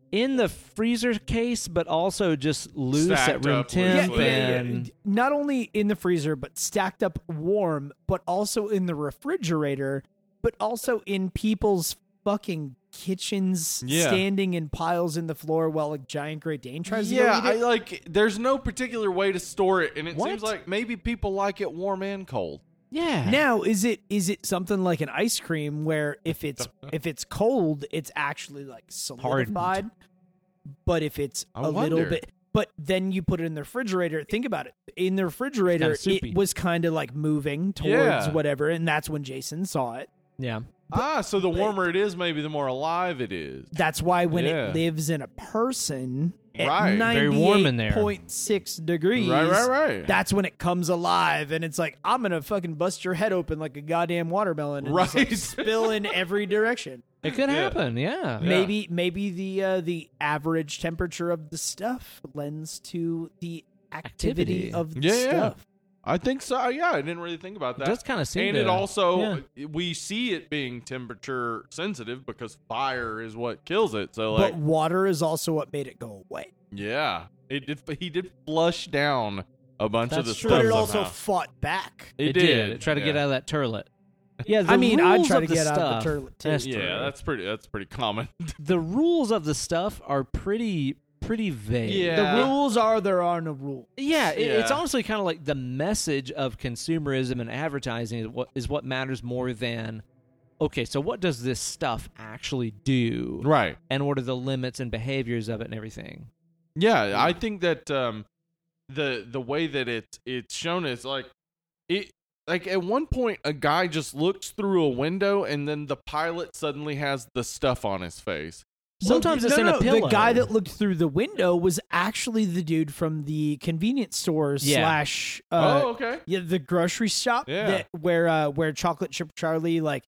[SPEAKER 1] in the freezer case, but also just loose
[SPEAKER 2] Stacked
[SPEAKER 1] at room
[SPEAKER 2] up
[SPEAKER 1] temp.
[SPEAKER 2] loosely. Yeah,
[SPEAKER 1] and
[SPEAKER 3] Not only in the freezer, but stacked up warm, but also in the refrigerator, but also in people's fucking kitchens
[SPEAKER 2] Yeah.
[SPEAKER 3] standing in piles in the floor while a giant Great Dane tries
[SPEAKER 2] yeah,
[SPEAKER 3] to go
[SPEAKER 2] I
[SPEAKER 3] eat it.
[SPEAKER 2] like. There's no particular way to store it, and it
[SPEAKER 1] What?
[SPEAKER 2] seems like maybe people like it warm and cold.
[SPEAKER 1] yeah.
[SPEAKER 3] now is it is it something like an ice cream where if it's if it's cold it's actually like solidified but if it's
[SPEAKER 2] I
[SPEAKER 3] a little
[SPEAKER 2] wonder.
[SPEAKER 3] bit But then you put it in the refrigerator. Think about it. In the refrigerator,
[SPEAKER 1] It's kinda soupy.
[SPEAKER 3] it was kind of like moving towards
[SPEAKER 2] Yeah.
[SPEAKER 3] whatever, and that's when Jason saw it.
[SPEAKER 1] Yeah.
[SPEAKER 2] ah, so the warmer it is, maybe the more alive it is.
[SPEAKER 3] That's why when
[SPEAKER 2] Yeah.
[SPEAKER 3] it lives in a person at
[SPEAKER 2] Right.
[SPEAKER 1] Very warm in there.
[SPEAKER 3] 98.6 degrees,
[SPEAKER 2] Right, right, right.
[SPEAKER 3] that's when it comes alive, and it's like I'm gonna fucking bust your head open like a goddamn watermelon, and just, like,
[SPEAKER 2] Right.
[SPEAKER 3] spill in every direction.
[SPEAKER 1] It could
[SPEAKER 2] Yeah.
[SPEAKER 1] happen. Yeah.
[SPEAKER 2] Yeah.
[SPEAKER 3] Maybe maybe the uh, the average temperature of the stuff lends to the activity,
[SPEAKER 1] Activity.
[SPEAKER 3] of the
[SPEAKER 2] Yeah, yeah.
[SPEAKER 3] stuff.
[SPEAKER 2] I think so. Yeah, I didn't really think about
[SPEAKER 1] It
[SPEAKER 2] that.
[SPEAKER 1] does kind of seem
[SPEAKER 2] and
[SPEAKER 1] to,
[SPEAKER 2] it also we see it being temperature sensitive because fire is what kills it. So like,
[SPEAKER 3] But water is also what made it go away.
[SPEAKER 2] yeah, it did. He did flush down a bunch of
[SPEAKER 1] That's
[SPEAKER 2] the
[SPEAKER 1] true.
[SPEAKER 2] stuff.
[SPEAKER 3] But it also
[SPEAKER 2] somehow.
[SPEAKER 3] fought back.
[SPEAKER 1] It, did. It tried to get
[SPEAKER 2] yeah.
[SPEAKER 1] out of that turlet. Yeah, the
[SPEAKER 3] I mean, I'd
[SPEAKER 1] rules
[SPEAKER 3] try
[SPEAKER 1] of
[SPEAKER 3] to
[SPEAKER 1] the
[SPEAKER 3] get out of the
[SPEAKER 1] stuff-
[SPEAKER 3] turlet, too.
[SPEAKER 1] That's
[SPEAKER 2] Yeah,
[SPEAKER 1] true.
[SPEAKER 2] that's pretty. That's pretty common.
[SPEAKER 1] the rules of the stuff are pretty pretty vague.
[SPEAKER 2] Yeah.
[SPEAKER 3] The rules are there are no rules.
[SPEAKER 1] Yeah, it, it's
[SPEAKER 2] Yeah.
[SPEAKER 1] honestly kind of like the message of consumerism and advertising is what is what matters more than okay, so what does this stuff actually do?
[SPEAKER 2] right.
[SPEAKER 1] And what are the limits and behaviors of it and everything?
[SPEAKER 2] Yeah, I think that um, the the way that it it's shown is like it like at one point a guy just looks through a window and then the pilot suddenly has the stuff on his face.
[SPEAKER 1] Sometimes
[SPEAKER 3] no,
[SPEAKER 1] it's in
[SPEAKER 3] no,
[SPEAKER 1] a pillow.
[SPEAKER 3] The guy that looked through the window was actually the dude from the convenience store
[SPEAKER 1] Yeah.
[SPEAKER 3] slash uh,
[SPEAKER 2] oh, okay.
[SPEAKER 3] yeah, the grocery shop
[SPEAKER 2] Yeah.
[SPEAKER 3] that where uh, where Chocolate Chip Charlie like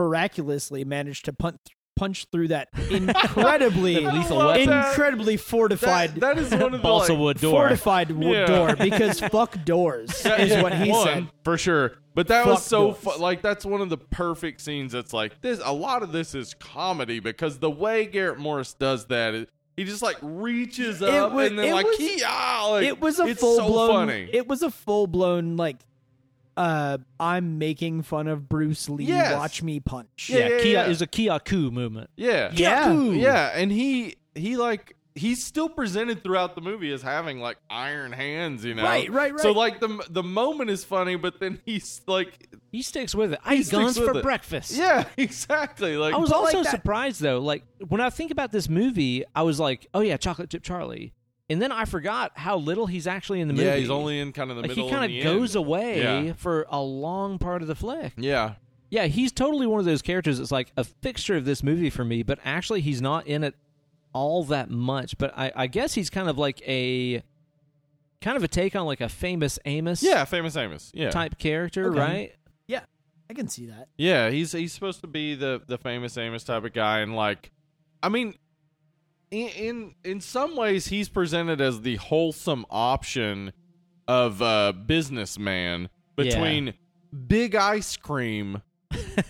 [SPEAKER 3] miraculously managed to punch punch through that incredibly
[SPEAKER 1] The lethal
[SPEAKER 2] I love
[SPEAKER 1] weapon.
[SPEAKER 2] that.
[SPEAKER 3] incredibly
[SPEAKER 2] That,
[SPEAKER 3] fortified
[SPEAKER 2] that is one of the
[SPEAKER 1] balsa
[SPEAKER 2] like,
[SPEAKER 1] wood door.
[SPEAKER 3] fortified w-
[SPEAKER 2] Yeah.
[SPEAKER 3] door because fuck doors
[SPEAKER 2] That
[SPEAKER 3] is what he
[SPEAKER 2] one,
[SPEAKER 3] said.
[SPEAKER 2] for sure. But that was
[SPEAKER 3] Fuck
[SPEAKER 2] so
[SPEAKER 3] doors.
[SPEAKER 2] fu- like that's one of the perfect scenes. That's like this. A lot of this is comedy because the way Garrett Morris does that, it- he just like reaches up
[SPEAKER 3] was-
[SPEAKER 2] and then
[SPEAKER 3] it
[SPEAKER 2] like
[SPEAKER 3] was-
[SPEAKER 2] he ah, like,
[SPEAKER 3] it was a
[SPEAKER 2] it's
[SPEAKER 3] full
[SPEAKER 2] so
[SPEAKER 3] blown
[SPEAKER 2] funny.
[SPEAKER 3] it was a full blown like uh I'm making fun of Bruce Lee
[SPEAKER 2] Yes.
[SPEAKER 3] watch me punch.
[SPEAKER 1] yeah,
[SPEAKER 2] Yeah, yeah,
[SPEAKER 1] kia
[SPEAKER 2] yeah.
[SPEAKER 1] is a kiaku movement.
[SPEAKER 2] yeah,
[SPEAKER 3] Yeah.
[SPEAKER 2] yeah. And he he like he's still presented throughout the movie as having like iron hands, you know.
[SPEAKER 3] Right, right, right.
[SPEAKER 2] So like the the moment is funny, but then he's like,
[SPEAKER 1] He sticks with it. I eat
[SPEAKER 2] sticks
[SPEAKER 1] guns
[SPEAKER 2] with
[SPEAKER 1] for
[SPEAKER 2] it.
[SPEAKER 1] breakfast.
[SPEAKER 2] yeah, exactly. Like
[SPEAKER 1] I was
[SPEAKER 3] But
[SPEAKER 1] also
[SPEAKER 3] like that-
[SPEAKER 1] surprised though. Like when I think about this movie, I was like, "Oh yeah, Chocolate Chip Charlie," and then I forgot how little he's actually in the movie.
[SPEAKER 2] yeah, he's only in kind of the
[SPEAKER 1] like
[SPEAKER 2] middle.
[SPEAKER 1] he kind
[SPEAKER 2] and
[SPEAKER 1] of
[SPEAKER 2] the end.
[SPEAKER 1] goes away
[SPEAKER 2] Yeah.
[SPEAKER 1] for a long part of the flick.
[SPEAKER 2] Yeah,
[SPEAKER 1] Yeah, he's totally one of those characters that's like a fixture of this movie for me, but actually he's not in it all that much. But I, I guess he's kind of like a kind of a take on like a famous Amos
[SPEAKER 2] Yeah, famous Amos. Yeah,
[SPEAKER 1] type character,
[SPEAKER 3] Okay.
[SPEAKER 1] right?
[SPEAKER 3] Yeah, I can see that.
[SPEAKER 2] yeah. He's he's supposed to be the the famous Amos type of guy, and like, I mean, in in, in some ways, he's presented as the wholesome option of a businessman between big ice cream,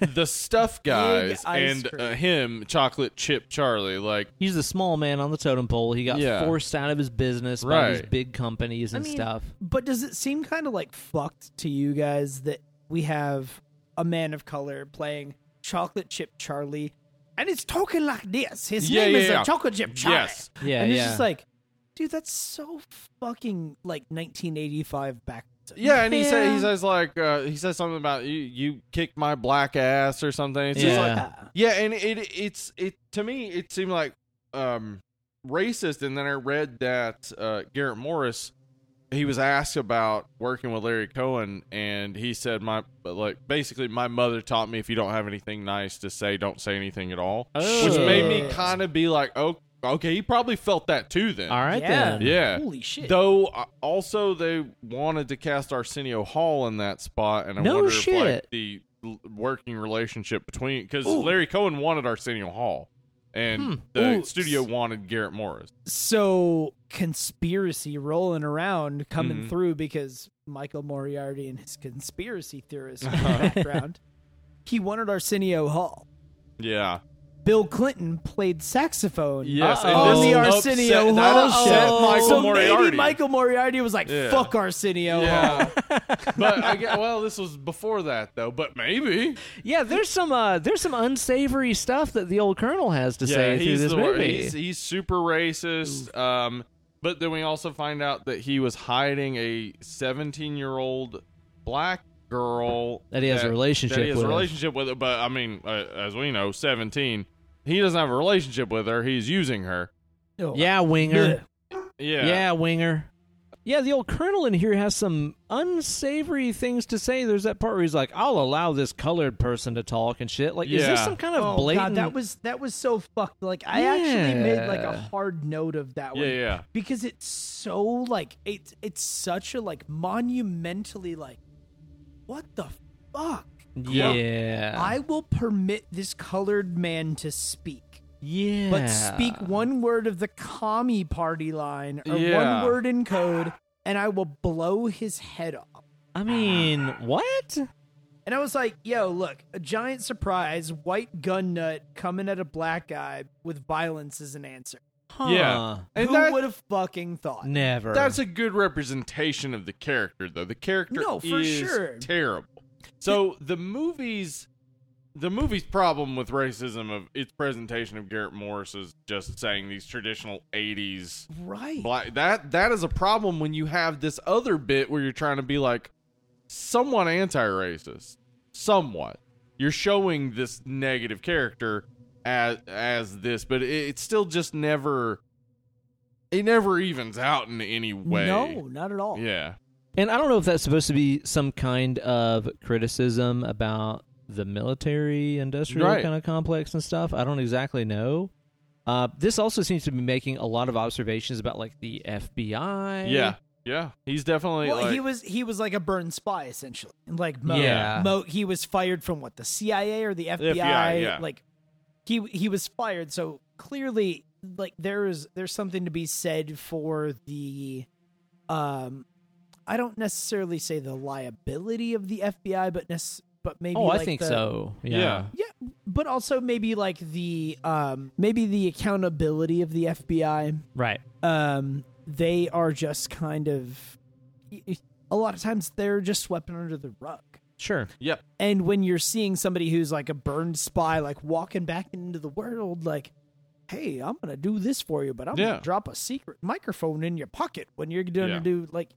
[SPEAKER 2] the stuff guys,
[SPEAKER 3] ice
[SPEAKER 2] and
[SPEAKER 3] cream.
[SPEAKER 2] uh, him, chocolate chip Charlie. Like,
[SPEAKER 1] He's the small man on the totem pole. He got
[SPEAKER 2] Yeah.
[SPEAKER 1] forced out of his business by these
[SPEAKER 2] Right.
[SPEAKER 1] big companies and
[SPEAKER 3] I mean,
[SPEAKER 1] stuff.
[SPEAKER 3] But does it seem kind of like fucked to you guys that we have a man of color playing chocolate chip Charlie and it's talking like this? His
[SPEAKER 2] Yeah,
[SPEAKER 3] name
[SPEAKER 2] yeah,
[SPEAKER 3] is
[SPEAKER 2] yeah.
[SPEAKER 3] a chocolate chip Charlie.
[SPEAKER 2] Yes.
[SPEAKER 1] Yeah,
[SPEAKER 3] and it's
[SPEAKER 1] yeah.
[SPEAKER 3] just like, dude, that's so fucking like 1985 back.
[SPEAKER 2] Yeah, and he says
[SPEAKER 1] Yeah.
[SPEAKER 2] he says like uh, he says something about you you kicked my black ass or something. It's just like
[SPEAKER 1] Yeah.
[SPEAKER 2] yeah, and it it's it to me it seemed like um racist, and then I read that uh, Garrett Morris he was asked about working with Larry Cohen, and he said my like basically my mother taught me if you don't have anything nice to say, don't say anything at all, which
[SPEAKER 1] Oh.
[SPEAKER 2] made me kind of be like oh okay, he probably felt that too then.
[SPEAKER 1] All right
[SPEAKER 3] Yeah.
[SPEAKER 1] then.
[SPEAKER 2] Yeah.
[SPEAKER 3] Holy shit.
[SPEAKER 2] Though uh, also they wanted to cast Arsenio Hall in that spot, and I
[SPEAKER 1] No
[SPEAKER 2] wonder if
[SPEAKER 1] shit.
[SPEAKER 2] like the l- working relationship between because
[SPEAKER 3] Ooh.
[SPEAKER 2] Larry Cohen wanted Arsenio Hall, and
[SPEAKER 1] Hmm.
[SPEAKER 2] the studio wanted Garrett Morris.
[SPEAKER 3] so conspiracy rolling around coming
[SPEAKER 2] Mhm.
[SPEAKER 3] through because Michael Moriarty and his conspiracy theorist background. He wanted Arsenio Hall.
[SPEAKER 2] Yeah.
[SPEAKER 3] Bill Clinton played saxophone
[SPEAKER 2] Yes.
[SPEAKER 1] Uh-oh.
[SPEAKER 3] on
[SPEAKER 2] And
[SPEAKER 3] the
[SPEAKER 2] this
[SPEAKER 3] Arsenio
[SPEAKER 2] upset, that
[SPEAKER 3] Hall
[SPEAKER 2] upset
[SPEAKER 3] show.
[SPEAKER 2] Michael
[SPEAKER 3] so
[SPEAKER 2] Moriarty.
[SPEAKER 3] maybe Michael Moriarty was like,
[SPEAKER 2] Yeah.
[SPEAKER 3] "Fuck Arsenio Hall."
[SPEAKER 2] Yeah. but I get, well, this was before that though. But maybe.
[SPEAKER 1] Yeah, there's some uh, there's some unsavory stuff that the old colonel has to say through this
[SPEAKER 2] the wor-
[SPEAKER 1] movie.
[SPEAKER 2] He's, he's super racist. Um, but then we also find out that he was hiding a 17 year old black girl
[SPEAKER 1] That he has a relationship
[SPEAKER 2] that he has
[SPEAKER 1] with.
[SPEAKER 2] A relationship with, but I mean, uh, as we know, 17. He doesn't have a relationship with her. He's using her.
[SPEAKER 3] Oh,
[SPEAKER 1] yeah, winger.
[SPEAKER 3] Ugh.
[SPEAKER 2] Yeah.
[SPEAKER 1] Yeah, winger. Yeah, the old colonel in here has some unsavory things to say. There's that part where he's like, "I'll allow this colored person to talk and shit." Like, is this
[SPEAKER 2] Yeah.
[SPEAKER 1] some kind of
[SPEAKER 3] Oh
[SPEAKER 1] blatant?
[SPEAKER 3] god, that was that was so fucked. Like I actually made like a
[SPEAKER 1] Yeah.
[SPEAKER 3] hard note of that
[SPEAKER 2] Yeah,
[SPEAKER 3] one.
[SPEAKER 2] yeah.
[SPEAKER 3] Because it's so like it's it's such a like monumentally like what the fuck?
[SPEAKER 1] yeah,
[SPEAKER 3] I will permit this colored man to speak.
[SPEAKER 1] yeah.
[SPEAKER 3] But speak one word of the commie party line or
[SPEAKER 2] Yeah.
[SPEAKER 3] one word in code and I will blow his head off.
[SPEAKER 1] I mean,
[SPEAKER 3] Ah.
[SPEAKER 1] what?
[SPEAKER 3] And I was like, yo, look, a giant surprise, white gun nut coming at a black guy with violence as an answer.
[SPEAKER 1] Huh.
[SPEAKER 2] Yeah. And
[SPEAKER 3] Who
[SPEAKER 2] that-
[SPEAKER 3] would have fucking thought?
[SPEAKER 1] Never.
[SPEAKER 2] That's a good representation of the character, though. The character
[SPEAKER 3] No, for
[SPEAKER 2] is
[SPEAKER 3] sure.
[SPEAKER 2] terrible. So the movie's the movie's problem with racism of its presentation of Garrett Morris is just saying these traditional '80s
[SPEAKER 3] Right.
[SPEAKER 2] black. That that is a problem when you have this other bit where you're trying to be like somewhat anti-racist, somewhat. You're showing this negative character as as this, but it, it's still just never. It never evens out in any way.
[SPEAKER 3] No, not at all.
[SPEAKER 2] Yeah.
[SPEAKER 1] And I don't know if that's supposed to be some kind of criticism about the military industrial
[SPEAKER 2] Right.
[SPEAKER 1] kind of complex and stuff. I don't exactly know. Uh, this also seems to be making a lot of observations about like the FBI.
[SPEAKER 2] Yeah. Yeah. He's definitely
[SPEAKER 3] Well,
[SPEAKER 2] like,
[SPEAKER 3] he was he was like a burned spy essentially, like Mo.
[SPEAKER 1] Yeah.
[SPEAKER 3] Mo, he was fired from what the CIA or the FBI.
[SPEAKER 2] FBI, yeah.
[SPEAKER 3] Like he he was fired, so clearly, like there is there's something to be said for the, um, I don't necessarily say the liability of the FBI, but nec- but maybe
[SPEAKER 1] Oh, I
[SPEAKER 3] like
[SPEAKER 1] think
[SPEAKER 3] the-
[SPEAKER 1] so. Yeah.
[SPEAKER 2] Yeah.
[SPEAKER 3] Yeah, but also maybe like the um maybe the accountability of the FBI
[SPEAKER 1] Right.
[SPEAKER 3] um, they are just kind of a lot of times they're just swept under the rug.
[SPEAKER 1] Sure.
[SPEAKER 2] yep.
[SPEAKER 3] And when you're seeing somebody who's like a burned spy, like walking back into the world, like, hey, I'm gonna do this for you, but I'm
[SPEAKER 2] Yeah.
[SPEAKER 3] gonna drop a secret microphone in your pocket when you're gonna
[SPEAKER 2] Yeah.
[SPEAKER 3] do like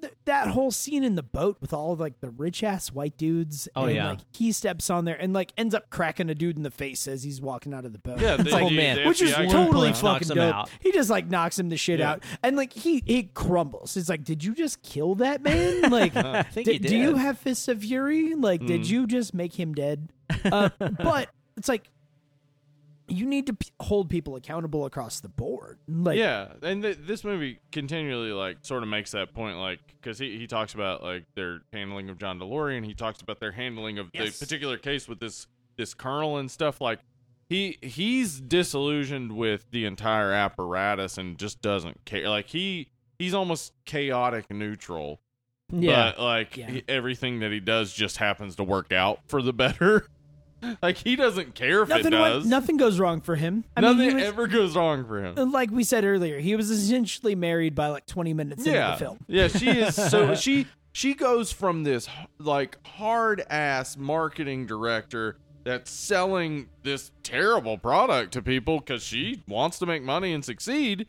[SPEAKER 3] th- that whole scene in the boat with all of like the rich ass white dudes.
[SPEAKER 1] Oh,
[SPEAKER 3] and,
[SPEAKER 1] yeah.
[SPEAKER 3] like he steps on there and like ends up cracking a dude in the face as he's walking out of the boat.
[SPEAKER 2] Yeah.
[SPEAKER 3] It's
[SPEAKER 2] they-
[SPEAKER 3] like,
[SPEAKER 1] Oh,
[SPEAKER 2] the-
[SPEAKER 1] man.
[SPEAKER 2] the
[SPEAKER 3] which is
[SPEAKER 2] FBI
[SPEAKER 3] totally
[SPEAKER 1] Knocks
[SPEAKER 3] fucking
[SPEAKER 1] him
[SPEAKER 3] dope.
[SPEAKER 1] out.
[SPEAKER 3] He just like knocks him the shit
[SPEAKER 2] Yeah.
[SPEAKER 3] out, and like he he crumbles. It's like, did you just kill that man? Like,
[SPEAKER 1] think
[SPEAKER 3] di-
[SPEAKER 1] he
[SPEAKER 3] do you
[SPEAKER 1] did.
[SPEAKER 3] have fists of fury? Like,
[SPEAKER 2] Mm.
[SPEAKER 3] did you just make him dead? Uh, but it's like you need to p- hold people accountable across the board. Like,
[SPEAKER 2] yeah. And th- this movie continually like sort of makes that point, like because he he talks about like their handling of John DeLorean. He talks about their handling of
[SPEAKER 3] Yes.
[SPEAKER 2] the particular case with this this colonel and stuff like. He he's disillusioned with the entire apparatus and just doesn't care. Like he he's almost chaotic neutral.
[SPEAKER 1] Yeah.
[SPEAKER 2] But like
[SPEAKER 3] Yeah.
[SPEAKER 2] he- everything that he does just happens to work out for the better. like he doesn't care if
[SPEAKER 3] nothing
[SPEAKER 2] it
[SPEAKER 3] went-
[SPEAKER 2] does.
[SPEAKER 3] nothing goes wrong for him. I mean, he
[SPEAKER 2] Nothing
[SPEAKER 3] was,
[SPEAKER 2] ever goes wrong for him.
[SPEAKER 3] like we said earlier, he was essentially married by like 20 minutes into
[SPEAKER 2] yeah.
[SPEAKER 3] the film.
[SPEAKER 2] Yeah, she is so she she goes from this h- like hard ass marketing director that's selling this terrible product to people cuz she wants to make money and succeed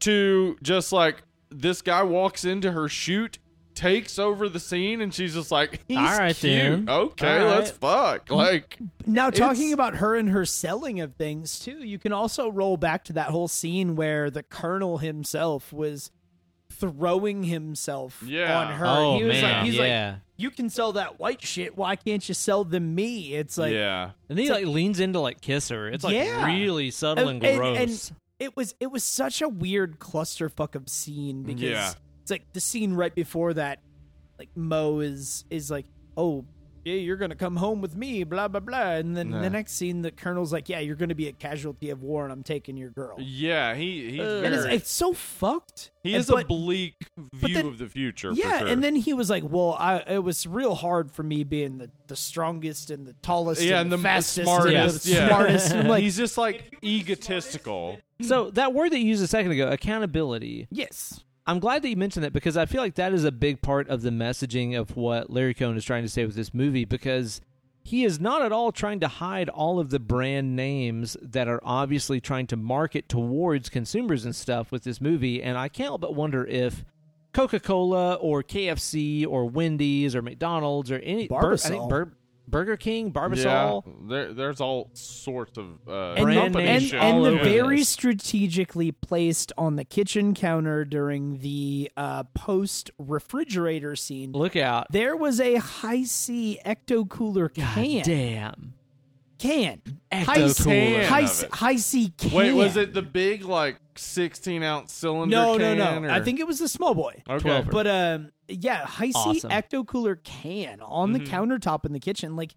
[SPEAKER 2] to just like this guy walks into her shoot takes over the scene and she's just like he's
[SPEAKER 1] All right,
[SPEAKER 2] cute.
[SPEAKER 1] dude.
[SPEAKER 2] okay
[SPEAKER 1] All
[SPEAKER 2] let's fuck like
[SPEAKER 3] Now, talking
[SPEAKER 2] It's-
[SPEAKER 3] about her and her selling of things too, you can also roll back to that whole scene where the colonel himself was throwing himself
[SPEAKER 2] Yeah.
[SPEAKER 3] on her.
[SPEAKER 1] Oh
[SPEAKER 3] he was
[SPEAKER 1] man.
[SPEAKER 3] like, he's like,
[SPEAKER 1] yeah.
[SPEAKER 3] "You can sell that white shit. Why can't you sell them me?" It's like,
[SPEAKER 2] yeah
[SPEAKER 1] and then he like, leans in to like kiss her. It's like
[SPEAKER 3] Yeah.
[SPEAKER 1] really subtle and, gross.
[SPEAKER 3] it was it was such a weird clusterfuck of scene because
[SPEAKER 2] Yeah.
[SPEAKER 3] it's like the scene right before that, like Mo is is like, oh yeah, you're gonna come home with me, blah blah blah, and then
[SPEAKER 2] Yeah.
[SPEAKER 3] the next scene, the colonel's like, yeah, you're gonna be a casualty of war, and I'm taking your girl.
[SPEAKER 2] Yeah, he he's
[SPEAKER 3] And it's,
[SPEAKER 2] very,
[SPEAKER 3] it's so fucked.
[SPEAKER 2] he
[SPEAKER 3] And-
[SPEAKER 2] is a
[SPEAKER 3] but-
[SPEAKER 2] bleak view
[SPEAKER 3] then-
[SPEAKER 2] of the future.
[SPEAKER 3] yeah,
[SPEAKER 2] for sure.
[SPEAKER 3] and then he was like, "Well, I it was real hard for me being the, the strongest and the tallest,
[SPEAKER 2] yeah,
[SPEAKER 3] and,
[SPEAKER 2] and the
[SPEAKER 3] fastest, and
[SPEAKER 2] smartest,
[SPEAKER 3] the
[SPEAKER 2] yeah.
[SPEAKER 3] smartest." And I'm like,
[SPEAKER 2] he's just like egotistical.
[SPEAKER 1] so that word that you used a second ago, accountability.
[SPEAKER 3] yes,
[SPEAKER 1] I'm glad that you mentioned that because I feel like that is a big part of the messaging of what Larry Cohen is trying to say with this movie because he is not at all trying to hide all of the brand names that are obviously trying to market towards consumers and stuff with this movie. And I can't help but wonder if Coca Cola or KFC or Wendy's or McDonald's or any Bur- I think
[SPEAKER 3] Barbasol.
[SPEAKER 1] Bur- Burger King,
[SPEAKER 2] Yeah,
[SPEAKER 1] Barbasol.
[SPEAKER 2] there, there's all sorts of uh,
[SPEAKER 3] and,
[SPEAKER 1] Brand
[SPEAKER 3] the,
[SPEAKER 2] company
[SPEAKER 1] names
[SPEAKER 3] and,
[SPEAKER 2] shit
[SPEAKER 1] all
[SPEAKER 3] and the
[SPEAKER 1] over
[SPEAKER 3] very
[SPEAKER 1] this.
[SPEAKER 3] strategically placed on the kitchen counter during the uh, post refrigerator scene.
[SPEAKER 1] Look out.
[SPEAKER 3] There was a high C ecto cooler can.
[SPEAKER 1] Damn.
[SPEAKER 3] Can. High
[SPEAKER 1] Ecto
[SPEAKER 3] C
[SPEAKER 1] cooler.
[SPEAKER 3] high,
[SPEAKER 2] of
[SPEAKER 3] C-
[SPEAKER 2] it.
[SPEAKER 3] high C can.
[SPEAKER 2] Wait, was it the big like 16 ounce cylinder?
[SPEAKER 3] No, no,
[SPEAKER 2] can,
[SPEAKER 3] no.
[SPEAKER 2] or-
[SPEAKER 3] I think it was the small boy.
[SPEAKER 2] okay.
[SPEAKER 1] 12
[SPEAKER 3] But um, yeah, high C
[SPEAKER 1] Awesome. Mm-hmm.
[SPEAKER 3] ecto cooler can on the countertop in the kitchen. Like,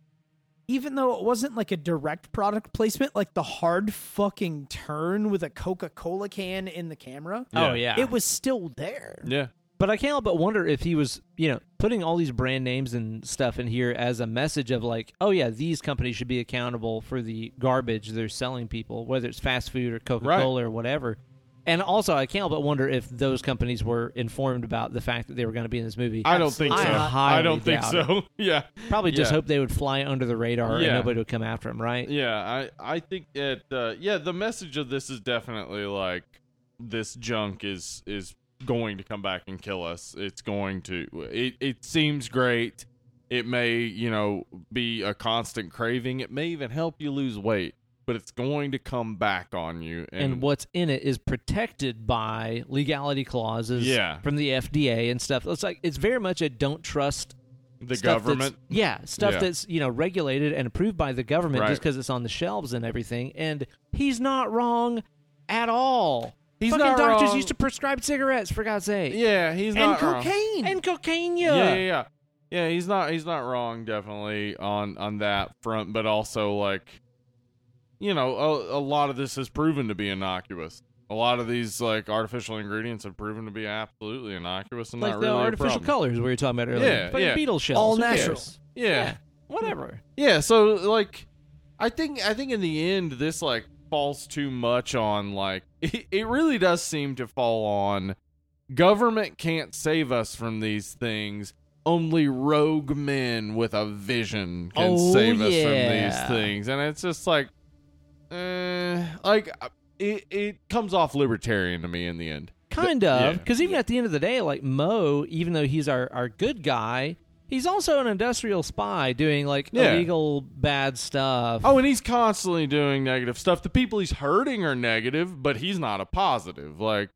[SPEAKER 3] even though it wasn't like a direct product placement, like the hard fucking turn with a Coca Cola can in the camera,
[SPEAKER 1] Oh, yeah.
[SPEAKER 3] it was still there.
[SPEAKER 2] Yeah.
[SPEAKER 1] But I can't help but wonder if he was, you know, putting all these brand names and stuff in here as a message of like, oh yeah, these companies should be accountable for the garbage they're selling people, whether it's fast food or Coca Cola or whatever. And also, I can't help but wonder if those companies were informed about the fact that they were going to be in this movie.
[SPEAKER 2] I don't think
[SPEAKER 1] I
[SPEAKER 2] so.
[SPEAKER 1] highly
[SPEAKER 2] I don't think
[SPEAKER 1] doubt
[SPEAKER 2] so. yeah.
[SPEAKER 1] Probably just
[SPEAKER 2] Yeah.
[SPEAKER 1] hope they would fly under the radar and
[SPEAKER 2] Yeah.
[SPEAKER 1] nobody would come after him, right?
[SPEAKER 2] Yeah, I I think that uh, yeah, the message of this is definitely like this junk is is going to come back and kill us. It's going to it it seems great. It may, you know, be a constant craving. It may even help you lose weight, but it's going to come back on you. And,
[SPEAKER 1] And, what's in it is protected by legality clauses
[SPEAKER 2] Yeah.
[SPEAKER 1] from the FDA and stuff. It's like it's very much a don't trust
[SPEAKER 2] the
[SPEAKER 1] stuff that's-
[SPEAKER 2] government
[SPEAKER 1] yeah, stuff
[SPEAKER 2] Yeah.
[SPEAKER 1] that's you know regulated and approved by the government
[SPEAKER 2] Right.
[SPEAKER 1] just because it's on the shelves and everything. And he's not wrong at all.
[SPEAKER 2] He's
[SPEAKER 1] Fucking
[SPEAKER 2] not
[SPEAKER 1] doctors
[SPEAKER 2] wrong.
[SPEAKER 1] used to prescribe cigarettes for God's sake.
[SPEAKER 2] Yeah, he's
[SPEAKER 3] and
[SPEAKER 2] not wrong.
[SPEAKER 3] cocaine.
[SPEAKER 1] Uh-uh. And cocaine.
[SPEAKER 2] yeah, yeah, yeah. Yeah, he's not he's not wrong definitely on on that front, but also like you know, a, a lot of this has proven to be innocuous. A lot of these like artificial ingredients have proven to be absolutely innocuous and
[SPEAKER 1] Like
[SPEAKER 2] not
[SPEAKER 1] the
[SPEAKER 2] really a
[SPEAKER 1] artificial
[SPEAKER 2] problem.
[SPEAKER 1] colors we were talking about earlier.
[SPEAKER 2] Yeah,
[SPEAKER 1] Fucking
[SPEAKER 2] yeah.
[SPEAKER 1] beetle shells.
[SPEAKER 3] All
[SPEAKER 1] who cares?
[SPEAKER 3] natural.
[SPEAKER 2] Yeah.
[SPEAKER 1] Whatever.
[SPEAKER 2] Yeah, so like I think I think in the end this like falls too much on like it, it really does seem to fall on government can't save us from these things. Only rogue men with a vision can
[SPEAKER 1] Oh,
[SPEAKER 2] save us
[SPEAKER 1] yeah.
[SPEAKER 2] from these things. And it's just like eh, like it it comes off libertarian to me in the end.
[SPEAKER 1] Kind
[SPEAKER 2] yeah.
[SPEAKER 1] of. Because even at the end of the day, like Mo, even though he's our, our good guy, he's also an industrial spy doing like
[SPEAKER 2] Yeah.
[SPEAKER 1] illegal bad stuff.
[SPEAKER 2] Oh, and he's constantly doing negative stuff. The people he's hurting are negative, but he's not a positive. Like,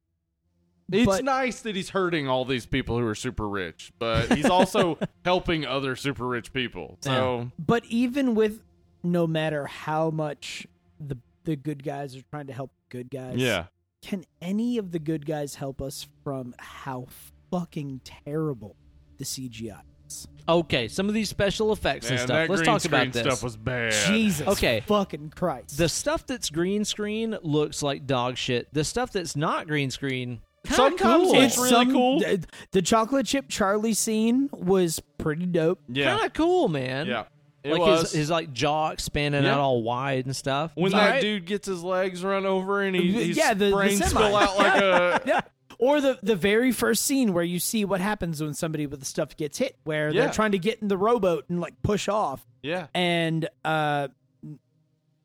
[SPEAKER 2] it's
[SPEAKER 3] But-
[SPEAKER 2] nice that he's hurting all these people who are super rich, but he's also helping other super rich people. So,
[SPEAKER 3] But even with no matter how much the the good guys are trying to help good guys,
[SPEAKER 2] yeah.
[SPEAKER 3] can any of the good guys help us from how fucking terrible the CGI is?
[SPEAKER 1] Okay, some of these special effects
[SPEAKER 2] Man,
[SPEAKER 1] and
[SPEAKER 2] that
[SPEAKER 1] stuff. Let's
[SPEAKER 2] green
[SPEAKER 1] talk
[SPEAKER 2] screen
[SPEAKER 1] about this.
[SPEAKER 2] stuff was bad.
[SPEAKER 3] Jesus
[SPEAKER 1] Okay.
[SPEAKER 3] fucking Christ.
[SPEAKER 1] The stuff that's green screen looks like dog shit. The stuff that's not green screen, kinda
[SPEAKER 2] Sometimes
[SPEAKER 1] cool.
[SPEAKER 2] it's- really cool.
[SPEAKER 3] th- The chocolate chip Charlie scene was pretty dope.
[SPEAKER 2] Yeah.
[SPEAKER 1] kind of cool, man.
[SPEAKER 2] yeah. It
[SPEAKER 1] like
[SPEAKER 2] was.
[SPEAKER 1] his his like jaw expanding
[SPEAKER 2] Yeah.
[SPEAKER 1] out all wide and stuff.
[SPEAKER 2] when
[SPEAKER 1] All
[SPEAKER 2] that
[SPEAKER 1] right.
[SPEAKER 2] dude gets his legs run over and
[SPEAKER 3] Yeah,
[SPEAKER 2] he, his
[SPEAKER 3] yeah, the- the
[SPEAKER 2] brains
[SPEAKER 3] semi.
[SPEAKER 2] spill out like a.
[SPEAKER 3] Yeah. Or the, the very first scene where you see what happens when somebody with the stuff gets hit, where
[SPEAKER 2] Yeah.
[SPEAKER 3] they're trying to get in the rowboat and like push off,
[SPEAKER 2] Yeah.
[SPEAKER 3] and uh,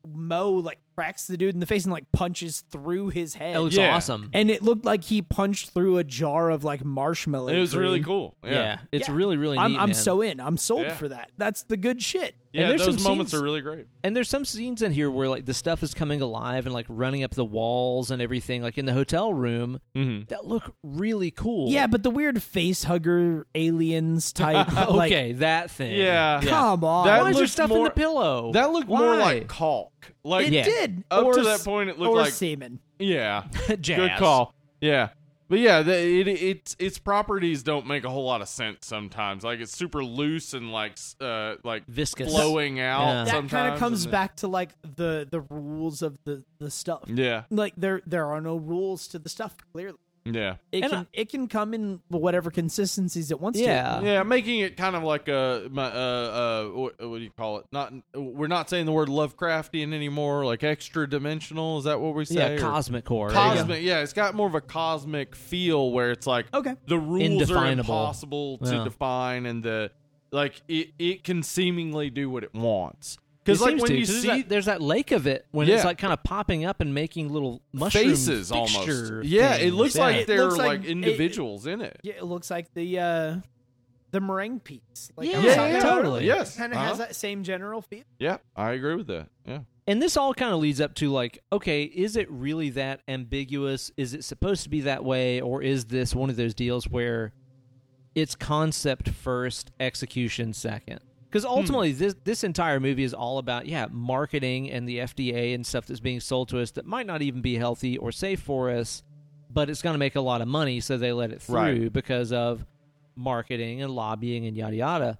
[SPEAKER 3] Mo like cracks the dude in the face and like punches through his head,
[SPEAKER 1] That looks
[SPEAKER 2] Yeah.
[SPEAKER 1] awesome.
[SPEAKER 3] and it looked like he punched through a jar of like marshmallow.
[SPEAKER 2] It was really
[SPEAKER 3] cream.
[SPEAKER 2] cool.
[SPEAKER 1] yeah.
[SPEAKER 2] Yeah.
[SPEAKER 1] it's
[SPEAKER 3] Yeah.
[SPEAKER 1] really really
[SPEAKER 3] I'm
[SPEAKER 1] neat.
[SPEAKER 3] I'm
[SPEAKER 1] man.
[SPEAKER 3] so in. I'm sold
[SPEAKER 2] Yeah.
[SPEAKER 3] for that. That's the good shit.
[SPEAKER 1] And there's
[SPEAKER 2] those
[SPEAKER 1] some
[SPEAKER 2] moments
[SPEAKER 1] scenes-
[SPEAKER 2] are really great.
[SPEAKER 1] And there's some scenes in here where like the stuff is coming alive and like running up the walls and everything, like in the hotel room,
[SPEAKER 2] Mm-hmm.
[SPEAKER 1] that look really cool.
[SPEAKER 3] Yeah, but the weird face hugger aliens type. like,
[SPEAKER 1] Uh, okay, that thing.
[SPEAKER 2] Yeah.
[SPEAKER 3] Come on.
[SPEAKER 2] That
[SPEAKER 1] Why is there
[SPEAKER 2] looked
[SPEAKER 1] stuff in
[SPEAKER 2] more-
[SPEAKER 1] the pillow?
[SPEAKER 2] That looked
[SPEAKER 1] Why?
[SPEAKER 2] more like caulk. Like
[SPEAKER 3] it
[SPEAKER 1] Yeah.
[SPEAKER 3] did.
[SPEAKER 2] Up
[SPEAKER 3] or,
[SPEAKER 2] to that
[SPEAKER 3] s-
[SPEAKER 2] point, it looked
[SPEAKER 3] or
[SPEAKER 2] like-
[SPEAKER 3] semen.
[SPEAKER 2] yeah,
[SPEAKER 1] Jazz.
[SPEAKER 2] good call. Yeah, but yeah, the, it, its its properties don't make a whole lot of sense sometimes. Like it's super loose and like s- uh like
[SPEAKER 1] Viscous.
[SPEAKER 2] flowing out.
[SPEAKER 1] Yeah.
[SPEAKER 3] That kind
[SPEAKER 2] sometimes,
[SPEAKER 3] of comes
[SPEAKER 2] and
[SPEAKER 3] back to like the the rules of the the stuff.
[SPEAKER 2] then- Yeah,
[SPEAKER 3] Like there there are no rules to the stuff. Clearly,
[SPEAKER 2] yeah,
[SPEAKER 3] it
[SPEAKER 1] And
[SPEAKER 3] can it can come in whatever consistencies it wants to.
[SPEAKER 1] Yeah.
[SPEAKER 2] yeah. Making it kind of like a my- uh uh what, what do you call it? Not we're not saying the word Lovecraftian anymore. Like extra dimensional. Is that what we say?
[SPEAKER 1] Yeah,
[SPEAKER 2] Or-
[SPEAKER 1] cosmic core. There you go.
[SPEAKER 2] Cosmic, yeah, it's got more of a cosmic feel where it's like
[SPEAKER 3] Okay.
[SPEAKER 2] the rules are
[SPEAKER 1] Indefinable.
[SPEAKER 2] impossible to
[SPEAKER 1] Yeah.
[SPEAKER 2] define and the like it, it can seemingly do what it wants because
[SPEAKER 1] It
[SPEAKER 2] like
[SPEAKER 1] seems
[SPEAKER 2] when
[SPEAKER 1] to,
[SPEAKER 2] you
[SPEAKER 1] 'cause there's
[SPEAKER 2] see
[SPEAKER 1] that, there's that lake of it when
[SPEAKER 2] Yeah.
[SPEAKER 1] it's like kind of popping up and making little mushroom
[SPEAKER 2] faces almost
[SPEAKER 1] fixture
[SPEAKER 2] yeah it
[SPEAKER 1] things.
[SPEAKER 2] looks
[SPEAKER 1] Yeah.
[SPEAKER 2] like
[SPEAKER 3] It
[SPEAKER 2] they're
[SPEAKER 3] looks like
[SPEAKER 2] like,
[SPEAKER 3] it-
[SPEAKER 2] individuals in it
[SPEAKER 3] Yeah, it looks like the uh the meringue piece. Like I
[SPEAKER 1] Yeah,
[SPEAKER 3] was
[SPEAKER 1] yeah,
[SPEAKER 3] talking
[SPEAKER 1] yeah.
[SPEAKER 3] about
[SPEAKER 1] totally.
[SPEAKER 2] Yes.
[SPEAKER 3] Kind of
[SPEAKER 2] Uh-huh.
[SPEAKER 3] has that same general feel.
[SPEAKER 2] Yeah, I agree with that. Yeah.
[SPEAKER 1] And this all kind of leads up to like, okay, is it really that ambiguous? Is it supposed to be that way? Or is this one of those deals where it's concept first, execution second? Because ultimately, this, this entire movie is all about, yeah, marketing and the FDA and stuff that's being sold to us that might not even be healthy or safe for us, but it's going to make a lot of money. So they let it through
[SPEAKER 2] Right.
[SPEAKER 1] because of marketing and lobbying and yada yada.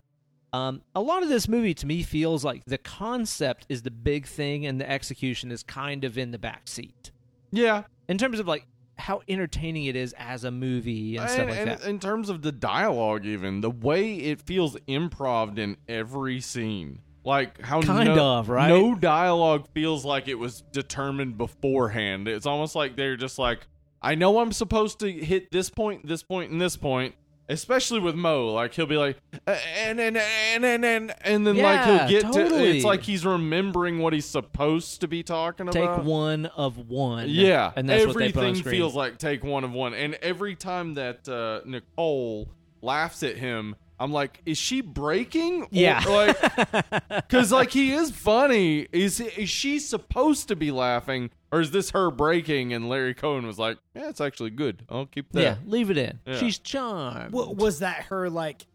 [SPEAKER 1] Um, a lot of this movie to me feels like the concept is the big thing and the execution is kind of in the back seat
[SPEAKER 2] Yeah.
[SPEAKER 1] in terms of like how entertaining it is as a movie and stuff like
[SPEAKER 2] and
[SPEAKER 1] that.
[SPEAKER 2] in terms of the dialogue, even the way it feels improv in every scene, like how
[SPEAKER 1] Kind
[SPEAKER 2] no-
[SPEAKER 1] of, right?
[SPEAKER 2] No dialogue feels like it was determined beforehand. It's almost like they're just like, I know I'm supposed to hit this point, this point, and this point. Especially with Mo, like he'll be like, "Uh, and and and and and, and then
[SPEAKER 1] Yeah,
[SPEAKER 2] like he'll get to.
[SPEAKER 1] totally.
[SPEAKER 2] It's like he's remembering what he's supposed to be talking
[SPEAKER 1] Take
[SPEAKER 2] about.
[SPEAKER 1] one of one.
[SPEAKER 2] uh, Yeah,
[SPEAKER 1] and that's what they
[SPEAKER 2] everything
[SPEAKER 1] put on screen.
[SPEAKER 2] feels like take one of one. And every time that uh, Nicole laughs at him, I'm like, is she breaking? Or-
[SPEAKER 1] Yeah.
[SPEAKER 2] like, because like he is funny. Is is she supposed to be laughing, or is this her breaking? And Larry Cohen was like, yeah, it's actually good. I'll keep that.
[SPEAKER 1] yeah, leave it in.
[SPEAKER 2] Yeah.
[SPEAKER 1] She's charmed.
[SPEAKER 3] Wa- was that her like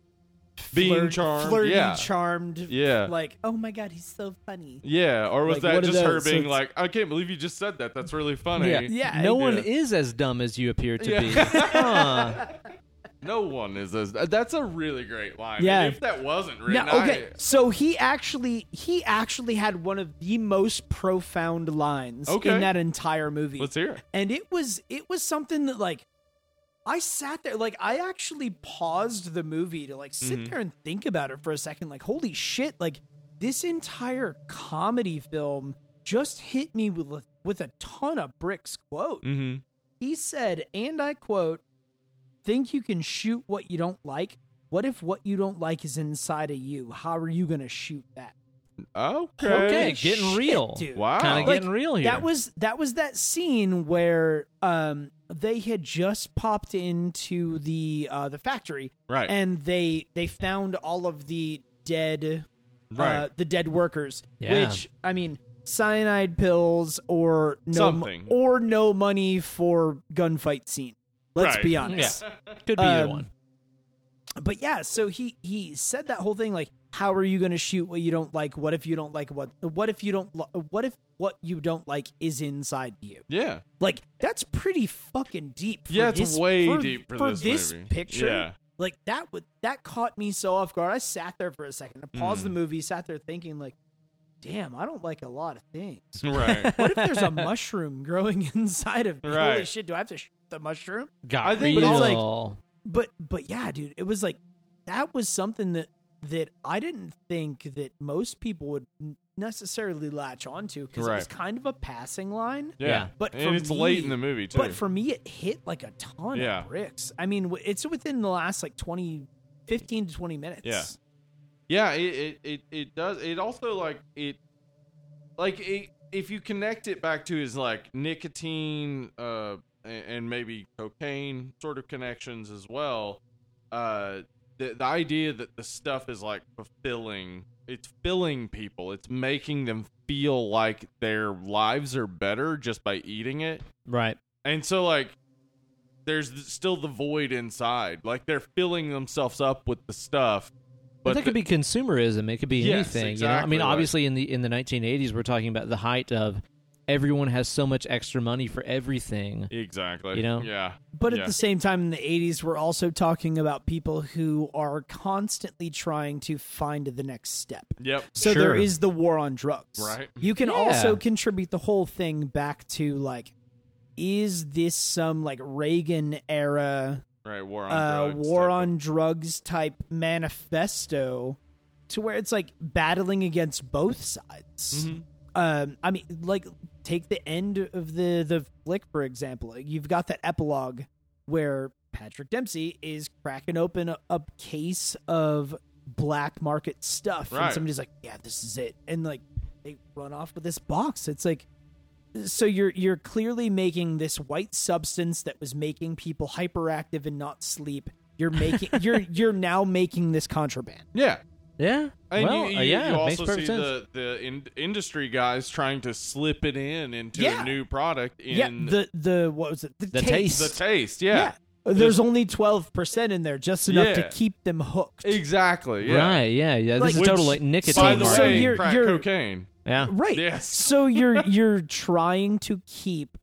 [SPEAKER 2] Being
[SPEAKER 3] flirt-
[SPEAKER 2] charmed,
[SPEAKER 3] flirty,
[SPEAKER 2] yeah.
[SPEAKER 3] charmed,
[SPEAKER 2] Yeah.
[SPEAKER 3] Like, oh my god, he's so funny.
[SPEAKER 2] Yeah, or was
[SPEAKER 3] Like,
[SPEAKER 2] that
[SPEAKER 3] what are
[SPEAKER 2] just her
[SPEAKER 3] those? So
[SPEAKER 2] being
[SPEAKER 3] it's-
[SPEAKER 2] like, I can't believe you just said that. That's really funny.
[SPEAKER 1] yeah.
[SPEAKER 3] Yeah,
[SPEAKER 1] no
[SPEAKER 2] yeah.
[SPEAKER 1] one is as dumb as you appear to
[SPEAKER 2] Yeah.
[SPEAKER 1] be. Huh.
[SPEAKER 2] No one is as. That's a really great line.
[SPEAKER 3] Yeah.
[SPEAKER 2] And if that wasn't
[SPEAKER 3] No,
[SPEAKER 2] written,
[SPEAKER 3] okay.
[SPEAKER 2] I-
[SPEAKER 3] So he actually he actually had one of the most profound lines
[SPEAKER 2] Okay.
[SPEAKER 3] in that entire movie.
[SPEAKER 2] let's hear it.
[SPEAKER 3] and it was it was something that like I sat there like I actually paused the movie to like
[SPEAKER 2] Mm-hmm.
[SPEAKER 3] sit there and think about it for a second like holy shit like this entire comedy film just hit me with a, with a ton of bricks quote
[SPEAKER 2] Mm-hmm.
[SPEAKER 3] he said and I quote think you can shoot what you don't like what if what you don't like is inside of you how are you going to shoot that Mm-hmm.
[SPEAKER 2] Okay.
[SPEAKER 1] Okay,
[SPEAKER 3] Holy
[SPEAKER 1] getting
[SPEAKER 3] shit,
[SPEAKER 1] real.
[SPEAKER 3] dude.
[SPEAKER 2] Wow.
[SPEAKER 1] Kind of
[SPEAKER 3] Like,
[SPEAKER 1] getting real here.
[SPEAKER 3] That was that was that scene where um they had just popped into the uh the factory
[SPEAKER 2] Right.
[SPEAKER 3] and they they found all of the dead uh,
[SPEAKER 2] Right.
[SPEAKER 3] the dead workers
[SPEAKER 1] Yeah.
[SPEAKER 3] which I mean cyanide pills or no m-
[SPEAKER 2] Something.
[SPEAKER 3] or no money for gunfight scene. Let's
[SPEAKER 2] Right.
[SPEAKER 3] be honest.
[SPEAKER 1] could be either
[SPEAKER 3] um,
[SPEAKER 1] one.
[SPEAKER 3] But yeah, so he he said that whole thing like how are you going to shoot what you don't like? What if you don't like what what if you don't li- what if what you don't like is inside you?
[SPEAKER 2] yeah.
[SPEAKER 3] Like that's pretty fucking deep. For
[SPEAKER 2] Yeah, it's
[SPEAKER 3] this-
[SPEAKER 2] way deep for
[SPEAKER 3] for
[SPEAKER 2] this movie.
[SPEAKER 3] picture.
[SPEAKER 2] Yeah.
[SPEAKER 3] Like that would that caught me so off guard. I sat there for a second. I paused the
[SPEAKER 2] Mm.
[SPEAKER 3] movie, sat there thinking like, "Damn, I don't like a lot of things."
[SPEAKER 2] Right.
[SPEAKER 3] What if there's a mushroom growing inside of me? Holy
[SPEAKER 2] Right.
[SPEAKER 3] shit, do I have to shoot the mushroom?
[SPEAKER 1] Got
[SPEAKER 2] I think
[SPEAKER 3] it's
[SPEAKER 1] real.
[SPEAKER 3] like- But but yeah, dude, it was like that was something that that I didn't think that most people would necessarily latch onto because it was
[SPEAKER 2] Right.
[SPEAKER 3] kind of a passing line.
[SPEAKER 2] yeah.
[SPEAKER 1] Yeah.
[SPEAKER 3] But for
[SPEAKER 2] and it's late
[SPEAKER 3] me-
[SPEAKER 2] in the movie too.
[SPEAKER 3] But for me, it hit like a ton
[SPEAKER 2] Yeah.
[SPEAKER 3] of bricks. I mean, w- it's within the last like 20, 15 to 20 minutes.
[SPEAKER 2] Yeah. yeah, it, it it it does. It also like it like it, if you connect it back to his like nicotine uh and, and maybe cocaine sort of connections as well. Uh the, the idea that the stuff is like fulfilling it's filling people it's making them feel like their lives are better just by eating it
[SPEAKER 1] Right.
[SPEAKER 2] And so like there's th- still the void inside. Like they're filling themselves up with the stuff.
[SPEAKER 1] But
[SPEAKER 2] But
[SPEAKER 1] that
[SPEAKER 2] the-
[SPEAKER 1] could be consumerism. It could be
[SPEAKER 2] Yes,
[SPEAKER 1] anything. you know, I
[SPEAKER 2] exactly
[SPEAKER 1] mean,
[SPEAKER 2] right.
[SPEAKER 1] obviously in the in the 1980s, we're talking about the height of everyone has so much extra money for everything.
[SPEAKER 2] Exactly.
[SPEAKER 1] You know?
[SPEAKER 2] Yeah.
[SPEAKER 3] But at
[SPEAKER 2] Yeah.
[SPEAKER 3] the same time, in the 80s, we're also talking about people who are constantly trying to find the next step.
[SPEAKER 2] Yep.
[SPEAKER 3] So
[SPEAKER 1] Sure.
[SPEAKER 3] there is the war on drugs.
[SPEAKER 2] Right.
[SPEAKER 3] You can
[SPEAKER 1] Yeah.
[SPEAKER 3] also contribute the whole thing back to like, is this some like Reagan era
[SPEAKER 2] Right. War on
[SPEAKER 3] uh,
[SPEAKER 2] drugs.
[SPEAKER 3] war
[SPEAKER 2] type
[SPEAKER 3] on drugs type manifesto to where it's like battling against both sides.
[SPEAKER 2] Mm-hmm.
[SPEAKER 3] Um, I mean, like take the end of the the flick for example. Like, You've got that epilogue where Patrick Dempsey is cracking open a, a case of black market stuff, and
[SPEAKER 2] Right.
[SPEAKER 3] somebody's like, "Yeah, this is it," and like they run off with this box. It's like so you're you're clearly making this white substance that was making people hyperactive and not sleep. You're making you're you're now making this contraband.
[SPEAKER 2] Yeah.
[SPEAKER 1] Yeah.
[SPEAKER 2] And
[SPEAKER 1] well,
[SPEAKER 2] you,
[SPEAKER 1] uh,
[SPEAKER 2] you-
[SPEAKER 1] yeah, it
[SPEAKER 2] you also
[SPEAKER 1] makes perfect
[SPEAKER 2] see
[SPEAKER 1] sense.
[SPEAKER 2] the the in- industry guys trying to slip it in into
[SPEAKER 3] Yeah.
[SPEAKER 2] a new product in
[SPEAKER 3] yeah, the the what was it? The,
[SPEAKER 1] The
[SPEAKER 3] taste.
[SPEAKER 2] the
[SPEAKER 1] taste.
[SPEAKER 2] taste.
[SPEAKER 3] Yeah.
[SPEAKER 2] Yeah,
[SPEAKER 3] There's only 12% in there, just enough to
[SPEAKER 2] Yeah.
[SPEAKER 3] keep them hooked.
[SPEAKER 2] exactly. Yeah.
[SPEAKER 1] Right. Yeah. Yeah. This
[SPEAKER 3] Like-
[SPEAKER 1] is
[SPEAKER 2] Which,
[SPEAKER 1] total like nicotine.
[SPEAKER 2] By the
[SPEAKER 1] market.
[SPEAKER 3] So
[SPEAKER 2] way,
[SPEAKER 3] you're-
[SPEAKER 2] crack
[SPEAKER 3] you're-
[SPEAKER 2] cocaine.
[SPEAKER 1] yeah.
[SPEAKER 3] Right.
[SPEAKER 2] Yes.
[SPEAKER 3] So you're you're trying to keep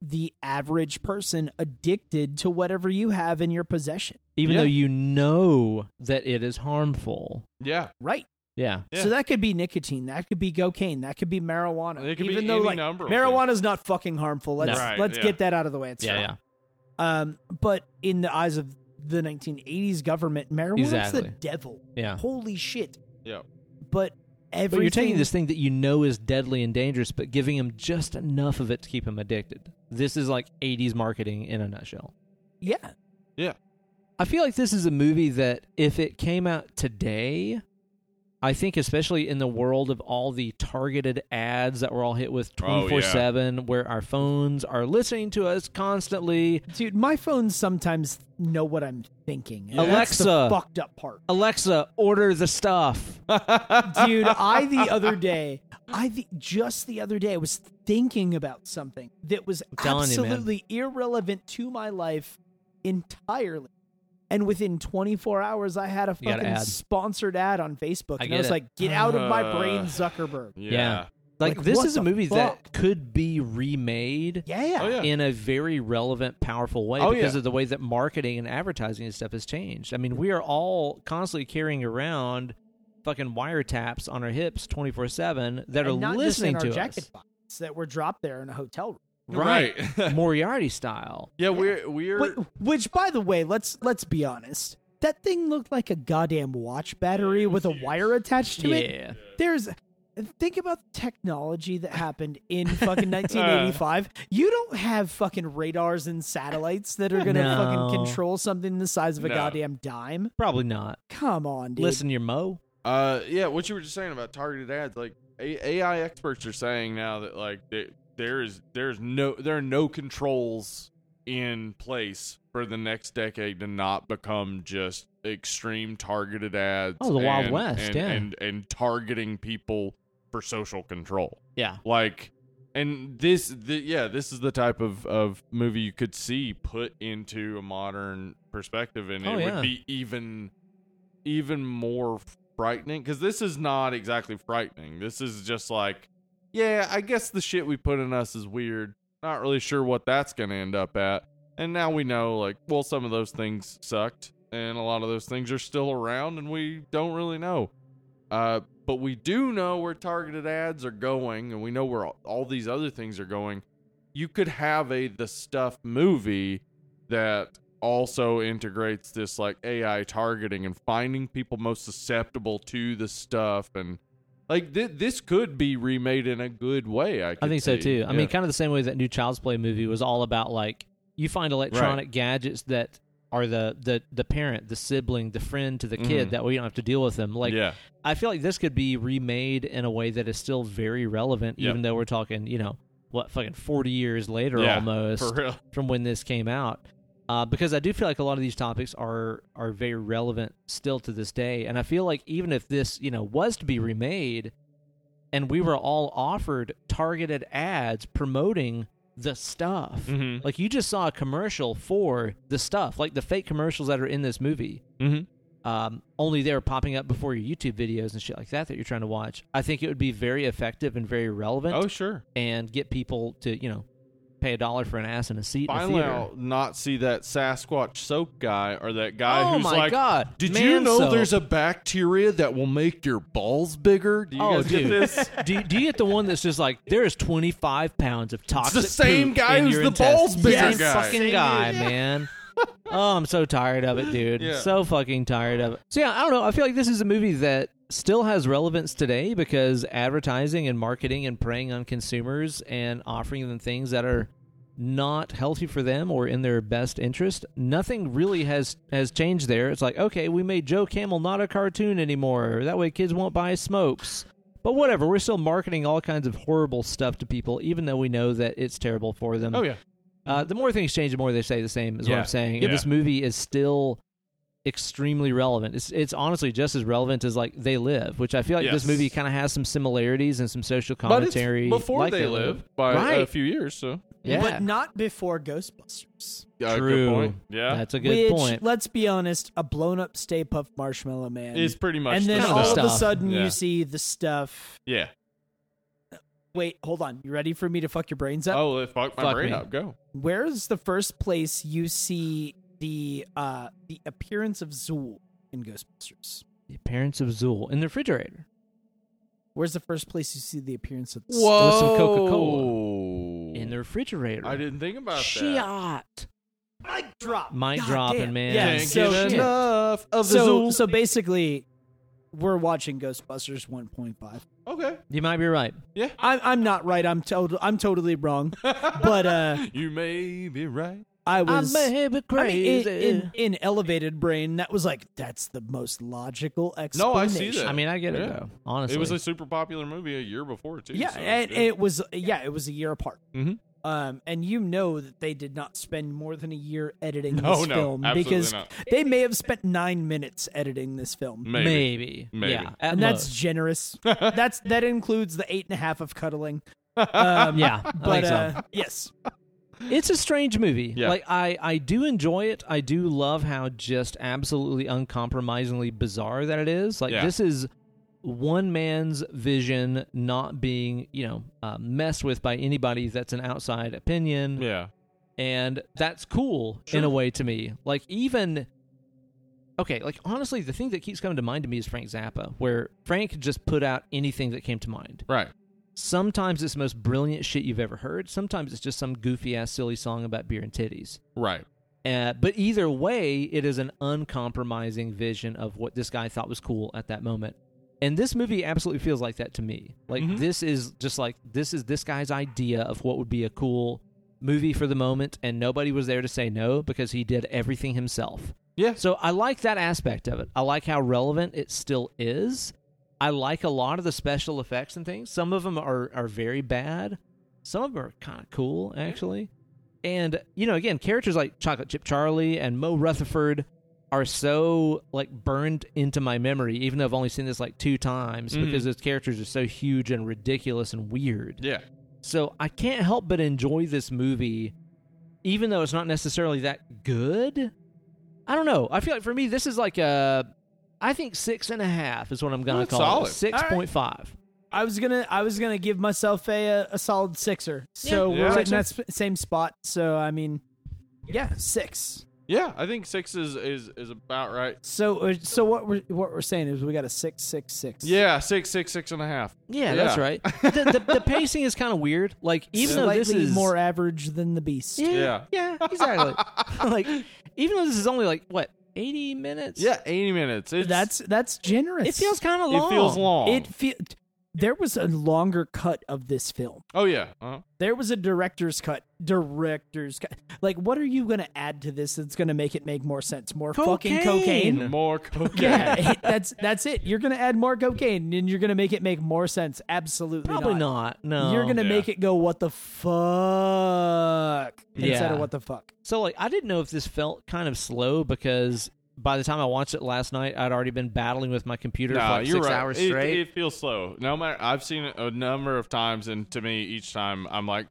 [SPEAKER 3] the average person addicted to whatever you have in your possession.
[SPEAKER 1] Even
[SPEAKER 2] Yeah.
[SPEAKER 1] though you know that it is harmful.
[SPEAKER 2] Yeah,
[SPEAKER 3] Right.
[SPEAKER 1] Yeah.
[SPEAKER 2] Yeah.
[SPEAKER 3] So that could be nicotine, that could be cocaine, that could be marijuana.
[SPEAKER 2] It could be
[SPEAKER 3] Even though
[SPEAKER 2] any
[SPEAKER 3] like
[SPEAKER 2] number of
[SPEAKER 3] marijuana's not fucking harmful. Let's
[SPEAKER 2] Right,
[SPEAKER 3] let's
[SPEAKER 2] yeah.
[SPEAKER 3] get that out of the way. It's
[SPEAKER 1] yeah.
[SPEAKER 3] fine.
[SPEAKER 1] Yeah.
[SPEAKER 3] Um, but in the eyes of the 1980s government, marijuana's the
[SPEAKER 1] Exactly.
[SPEAKER 3] devil.
[SPEAKER 1] Yeah.
[SPEAKER 3] Holy shit!
[SPEAKER 2] yeah.
[SPEAKER 3] But everything.
[SPEAKER 1] But you're taking this thing that you know is deadly and dangerous, but giving him just enough of it to keep him addicted. This is like 80s marketing in a nutshell.
[SPEAKER 3] Yeah.
[SPEAKER 1] I feel like this is a movie that if it came out today, I think especially in the world of all the targeted ads that we're all hit with
[SPEAKER 2] Oh, yeah.
[SPEAKER 1] 24/7 where our phones are listening to us constantly.
[SPEAKER 3] Dude, my phones sometimes know what I'm thinking. and that's the
[SPEAKER 1] Alexa.
[SPEAKER 3] fucked up part.
[SPEAKER 1] Alexa, order the stuff.
[SPEAKER 3] Dude, I the other day, I the, just the other day was thinking about something that was
[SPEAKER 1] telling you, man.
[SPEAKER 3] absolutely irrelevant to my life entirely. And within 24 hours, I had a
[SPEAKER 1] You got an
[SPEAKER 3] fucking
[SPEAKER 1] ad.
[SPEAKER 3] sponsored ad on Facebook,
[SPEAKER 1] I
[SPEAKER 3] and I
[SPEAKER 1] get
[SPEAKER 3] was
[SPEAKER 1] it.
[SPEAKER 3] like, "Get out of my
[SPEAKER 2] Uh,
[SPEAKER 3] brain, Zuckerberg."
[SPEAKER 2] Yeah.
[SPEAKER 1] Like,
[SPEAKER 3] Like,
[SPEAKER 1] this
[SPEAKER 3] what
[SPEAKER 1] is a
[SPEAKER 3] the
[SPEAKER 1] movie
[SPEAKER 3] fuck?
[SPEAKER 1] that could be remade
[SPEAKER 3] Yeah.
[SPEAKER 2] Oh, yeah.
[SPEAKER 1] in a very relevant, powerful way
[SPEAKER 2] Oh,
[SPEAKER 1] because
[SPEAKER 2] yeah.
[SPEAKER 1] of the way that marketing and advertising and stuff has changed. I mean, we are all constantly carrying around fucking wiretaps on our hips 24 7 that are
[SPEAKER 3] And not just in
[SPEAKER 1] listening
[SPEAKER 3] our
[SPEAKER 1] to
[SPEAKER 3] jacket
[SPEAKER 1] us.
[SPEAKER 3] pockets that were dropped there in a hotel room.
[SPEAKER 2] Right.
[SPEAKER 1] Moriarty style.
[SPEAKER 2] yeah, we're we're
[SPEAKER 3] Wait, which, by the way, let's let's be honest. That thing looked like a goddamn watch battery with a wire attached to it.
[SPEAKER 1] Yeah.
[SPEAKER 3] There's, think about the technology that happened in
[SPEAKER 1] Uh.
[SPEAKER 3] fucking 1985. you don't have fucking radars and satellites that are gonna
[SPEAKER 1] No.
[SPEAKER 3] fucking control something the size of a
[SPEAKER 2] No.
[SPEAKER 3] goddamn dime.
[SPEAKER 1] Probably not.
[SPEAKER 3] Come on, dude.
[SPEAKER 1] Listen, to your Mo.
[SPEAKER 2] Uh, yeah, what you were just saying about targeted ads, like A- AI experts are saying now that like th- there is there's no there are no controls in place for the next decade to not become just extreme targeted ads.
[SPEAKER 1] Oh, the Wild
[SPEAKER 2] and-
[SPEAKER 1] West,
[SPEAKER 2] and,
[SPEAKER 1] yeah.
[SPEAKER 2] and and targeting people for social control
[SPEAKER 1] Yeah.
[SPEAKER 2] like and this the, yeah this is the type of of movie you could see put into a modern perspective and
[SPEAKER 1] Oh,
[SPEAKER 2] it
[SPEAKER 1] yeah.
[SPEAKER 2] would be even even more frightening because this is not exactly frightening this is just like yeah i guess the shit we put in us is weird not really sure what that's gonna end up at and now we know like well some of those things sucked and a lot of those things are still around and we don't really know uh, but we do know where targeted ads are going, and we know where all, all these other things are going. You could have a the stuff movie that also integrates this like AI targeting and finding people most susceptible to the stuff, and like thi- this could be remade in a good way. I,
[SPEAKER 1] I
[SPEAKER 2] could
[SPEAKER 1] think so
[SPEAKER 2] see.
[SPEAKER 1] too. I
[SPEAKER 2] Yeah.
[SPEAKER 1] mean, kind of the same way that new Child's Play movie was all about like you find electronic gadgets that are the, the the parent, the sibling, the friend to the kid.
[SPEAKER 3] Mm-hmm.
[SPEAKER 2] Mhm.
[SPEAKER 1] That way you don't have to deal with them. Like
[SPEAKER 2] yeah,
[SPEAKER 1] I feel like this could be remade in a way that is still very relevant,
[SPEAKER 2] Yep.
[SPEAKER 1] even though we're talking, you know, what fucking forty years later
[SPEAKER 2] Yeah,
[SPEAKER 1] almost
[SPEAKER 2] for real.
[SPEAKER 1] from when this came out. Uh, because I do feel like a lot of these topics are are very relevant still to this day, and I feel like even if this you know was to be remade, and we were all offered targeted ads promoting the stuff,
[SPEAKER 2] Mhm.
[SPEAKER 1] like you just saw a commercial for the stuff, like the fake commercials that are in this movie,
[SPEAKER 2] Mhm.
[SPEAKER 1] um, only they're popping up before your YouTube videos and shit like that that you're trying to watch. I think it would be very effective and very relevant,
[SPEAKER 2] Oh sure.
[SPEAKER 1] and get people to you know pay a dollar for an ass and a seat. in a
[SPEAKER 2] Finally,
[SPEAKER 1] theater.
[SPEAKER 2] I'll not see that Sasquatch soap guy or that guy
[SPEAKER 1] Oh
[SPEAKER 2] who's
[SPEAKER 1] my
[SPEAKER 2] like,
[SPEAKER 1] God,
[SPEAKER 2] "Did
[SPEAKER 1] man
[SPEAKER 2] you know
[SPEAKER 1] soap."
[SPEAKER 2] there's a bacteria that will make your balls bigger?" Do you
[SPEAKER 1] Oh,
[SPEAKER 2] guys get
[SPEAKER 1] dude.
[SPEAKER 2] this?
[SPEAKER 1] do, do you get the one that's just like there is 25 pounds of
[SPEAKER 2] It's
[SPEAKER 1] toxic
[SPEAKER 2] the same
[SPEAKER 1] poop
[SPEAKER 2] guy
[SPEAKER 1] in
[SPEAKER 2] who's
[SPEAKER 1] your
[SPEAKER 2] the balls
[SPEAKER 1] intestines?
[SPEAKER 2] bigger
[SPEAKER 1] Same
[SPEAKER 2] guy.
[SPEAKER 1] fucking guy man oh i'm so tired of it dude
[SPEAKER 2] Yeah.
[SPEAKER 1] so fucking tired of it so yeah i don't know i feel like this is a movie that still has relevance today because advertising and marketing and preying on consumers and offering them things that are not healthy for them or in their best interest nothing really has has changed there it's like okay we made joe camel not a cartoon anymore that way kids won't buy smokes but whatever, we're still marketing all kinds of horrible stuff to people, even though we know that it's terrible for them.
[SPEAKER 2] Oh yeah,
[SPEAKER 1] Uh, the more things change, the more they stay the same, is what
[SPEAKER 2] Yeah,
[SPEAKER 1] I'm saying.
[SPEAKER 2] yeah.
[SPEAKER 1] And this movie is still extremely relevant. It's it's honestly just as relevant as like They Live, which I feel like this
[SPEAKER 2] Yes.
[SPEAKER 1] movie kind of has some similarities and some social
[SPEAKER 2] But it's
[SPEAKER 1] commentary.
[SPEAKER 2] before
[SPEAKER 1] like
[SPEAKER 2] they, live, by a
[SPEAKER 1] Right.
[SPEAKER 2] few years. So
[SPEAKER 1] yeah,
[SPEAKER 3] But not before Ghostbusters.
[SPEAKER 2] Yeah,
[SPEAKER 1] True.
[SPEAKER 2] Good point. Yeah,
[SPEAKER 1] that's a good
[SPEAKER 3] which,
[SPEAKER 1] point.
[SPEAKER 3] let's be honest, a blown up Stay Puff Marshmallow Man.
[SPEAKER 2] it's pretty much.
[SPEAKER 3] and then
[SPEAKER 2] the
[SPEAKER 1] Kinda
[SPEAKER 3] all
[SPEAKER 2] stuff.
[SPEAKER 3] of a
[SPEAKER 1] stuff.
[SPEAKER 3] sudden
[SPEAKER 2] Yeah.
[SPEAKER 3] you see the stuff.
[SPEAKER 2] yeah.
[SPEAKER 3] Wait, hold on. You ready for me to fuck your brains up?
[SPEAKER 2] Oh, it fucked my
[SPEAKER 1] Fuck
[SPEAKER 2] brain
[SPEAKER 1] me.
[SPEAKER 2] up. Go.
[SPEAKER 3] Where is the first place you see the uh the appearance of Zool in Ghostbusters?
[SPEAKER 1] the appearance of Zool in the refrigerator.
[SPEAKER 3] Where's the first place you see the appearance of the
[SPEAKER 1] With some Coca-Cola.
[SPEAKER 2] Whoa.
[SPEAKER 1] In the refrigerator.
[SPEAKER 2] I didn't think about that.
[SPEAKER 1] Shit.
[SPEAKER 3] mic drop?
[SPEAKER 1] Mic
[SPEAKER 3] God
[SPEAKER 1] dropping,
[SPEAKER 3] damn.
[SPEAKER 1] man.
[SPEAKER 3] Yeah,
[SPEAKER 2] Can't
[SPEAKER 3] so
[SPEAKER 2] get
[SPEAKER 3] shit.
[SPEAKER 2] enough of the
[SPEAKER 3] so,
[SPEAKER 2] Zool.
[SPEAKER 3] so basically, we're watching Ghostbusters 1.5.
[SPEAKER 2] okay.
[SPEAKER 1] You might be right.
[SPEAKER 2] Yeah.
[SPEAKER 3] I'm I'm not right. I'm total. I'm totally wrong. but uh,
[SPEAKER 2] You may be right.
[SPEAKER 3] I was.
[SPEAKER 1] be
[SPEAKER 3] I mean, in, in, in elevated brain, that was like that's the most logical
[SPEAKER 2] No,
[SPEAKER 3] explanation.
[SPEAKER 2] I see that.
[SPEAKER 1] I mean, I get it
[SPEAKER 2] Yeah.
[SPEAKER 1] though. Honestly,
[SPEAKER 2] It was a super popular movie a year before too.
[SPEAKER 3] Yeah,
[SPEAKER 2] so
[SPEAKER 3] and
[SPEAKER 2] good.
[SPEAKER 3] it was yeah, it was a year apart.
[SPEAKER 2] Mhm.
[SPEAKER 3] Um, and you know that they did not spend more than a year editing
[SPEAKER 2] No,
[SPEAKER 3] this
[SPEAKER 2] no,
[SPEAKER 3] film
[SPEAKER 2] absolutely
[SPEAKER 3] because
[SPEAKER 2] not. Mm,
[SPEAKER 3] they may have spent nine minutes editing this film.
[SPEAKER 2] maybe.
[SPEAKER 1] maybe.
[SPEAKER 2] Maybe.
[SPEAKER 1] Yeah, at
[SPEAKER 3] and that's
[SPEAKER 1] most.
[SPEAKER 3] generous. that's that includes the eight and a half of cuddling. Um,
[SPEAKER 1] yeah. I
[SPEAKER 3] but
[SPEAKER 1] think so.
[SPEAKER 3] uh, yes,
[SPEAKER 1] it's a strange movie.
[SPEAKER 2] Yeah.
[SPEAKER 1] Like I, I do enjoy it. I do love how just absolutely uncompromisingly bizarre that it is. Like
[SPEAKER 2] Yeah.
[SPEAKER 1] this is one man's vision not being, you know, uh, messed with by anybody that's an outside opinion,
[SPEAKER 2] Yeah.
[SPEAKER 1] and that's cool in a
[SPEAKER 2] Sure.
[SPEAKER 1] way to me. Like even. Okay, like honestly, the thing that keeps coming to mind to me is Frank Zappa, where Frank just put out anything that came to mind.
[SPEAKER 2] Right.
[SPEAKER 1] Sometimes it's the most brilliant shit you've ever heard. Sometimes it's just some goofy ass silly song about beer and titties.
[SPEAKER 2] Right.
[SPEAKER 1] Uh, but either way, it is an uncompromising vision of what this guy thought was cool at that moment. And this movie absolutely feels like that to me. Like
[SPEAKER 2] Mhm.
[SPEAKER 1] this is just like this is this guy's idea of what would be a cool movie for the moment, and nobody was there to say no because he did everything himself.
[SPEAKER 2] Yeah.
[SPEAKER 1] So I like that aspect of it. I like how relevant it still is. I like a lot of the special effects and things. Some of them are, are very bad. Some of them are kind of cool, actually. And, you know, again, characters like Chocolate Chip Charlie and Mo Rutherford are so, like, burned into my memory, even though I've only seen this, like, two times,
[SPEAKER 2] Mhm.
[SPEAKER 1] because those characters are so huge and ridiculous and weird.
[SPEAKER 2] Yeah.
[SPEAKER 1] So I can't help but enjoy this movie, even though it's not necessarily that good. I don't know. I feel like for me, this is like a. I think six and a half is what I'm gonna
[SPEAKER 2] That's
[SPEAKER 1] call
[SPEAKER 2] solid.
[SPEAKER 1] it. Six point five.
[SPEAKER 3] I was gonna I was gonna give myself a a, a solid sixer. So
[SPEAKER 2] Yeah.
[SPEAKER 3] we're
[SPEAKER 2] Yeah.
[SPEAKER 3] right in that sp- same spot. So I mean, yeah, six.
[SPEAKER 2] Yeah. I think six is is is about right.
[SPEAKER 3] So uh, so what we're what we're saying is we got a six six six.
[SPEAKER 2] Yeah. Six. Six. Six and a half.
[SPEAKER 1] Yeah,
[SPEAKER 2] Yeah.
[SPEAKER 1] that's right. the, the, the pacing is kind of weird. Like even though
[SPEAKER 3] Slightly
[SPEAKER 1] this is
[SPEAKER 3] more average than the beast.
[SPEAKER 1] yeah, yeah, exactly. like even though this is only like what eighty minutes.
[SPEAKER 2] Yeah. Eighty minutes. It's,
[SPEAKER 3] That's that's generous.
[SPEAKER 1] it feels kind of long.
[SPEAKER 2] it feels long.
[SPEAKER 3] It feel there was a longer cut of this film.
[SPEAKER 2] oh yeah. Uh-huh.
[SPEAKER 3] There was a director's cut. Director's cut. Like, what are you going to add to this that's going to make it make more sense? More fucking
[SPEAKER 1] Cocaine.
[SPEAKER 3] cocaine.
[SPEAKER 2] More cocaine.
[SPEAKER 3] Yeah, that's that's it. You're going to add more cocaine, and you're going to make it make more sense. Absolutely,
[SPEAKER 1] Probably not. No,
[SPEAKER 3] You're going to
[SPEAKER 2] Yeah.
[SPEAKER 3] make it go what the fuck instead
[SPEAKER 1] Yeah.
[SPEAKER 3] of what the fuck.
[SPEAKER 1] So like I didn't know if this felt kind of slow because by the time I watched it last night, I'd already been battling with my computer for
[SPEAKER 2] Nah,
[SPEAKER 1] like
[SPEAKER 2] you're
[SPEAKER 1] six
[SPEAKER 2] right.
[SPEAKER 1] hours
[SPEAKER 2] It-
[SPEAKER 1] straight.
[SPEAKER 2] It, feels slow. No matter, I've seen it a number of times, and to me, each time I'm like,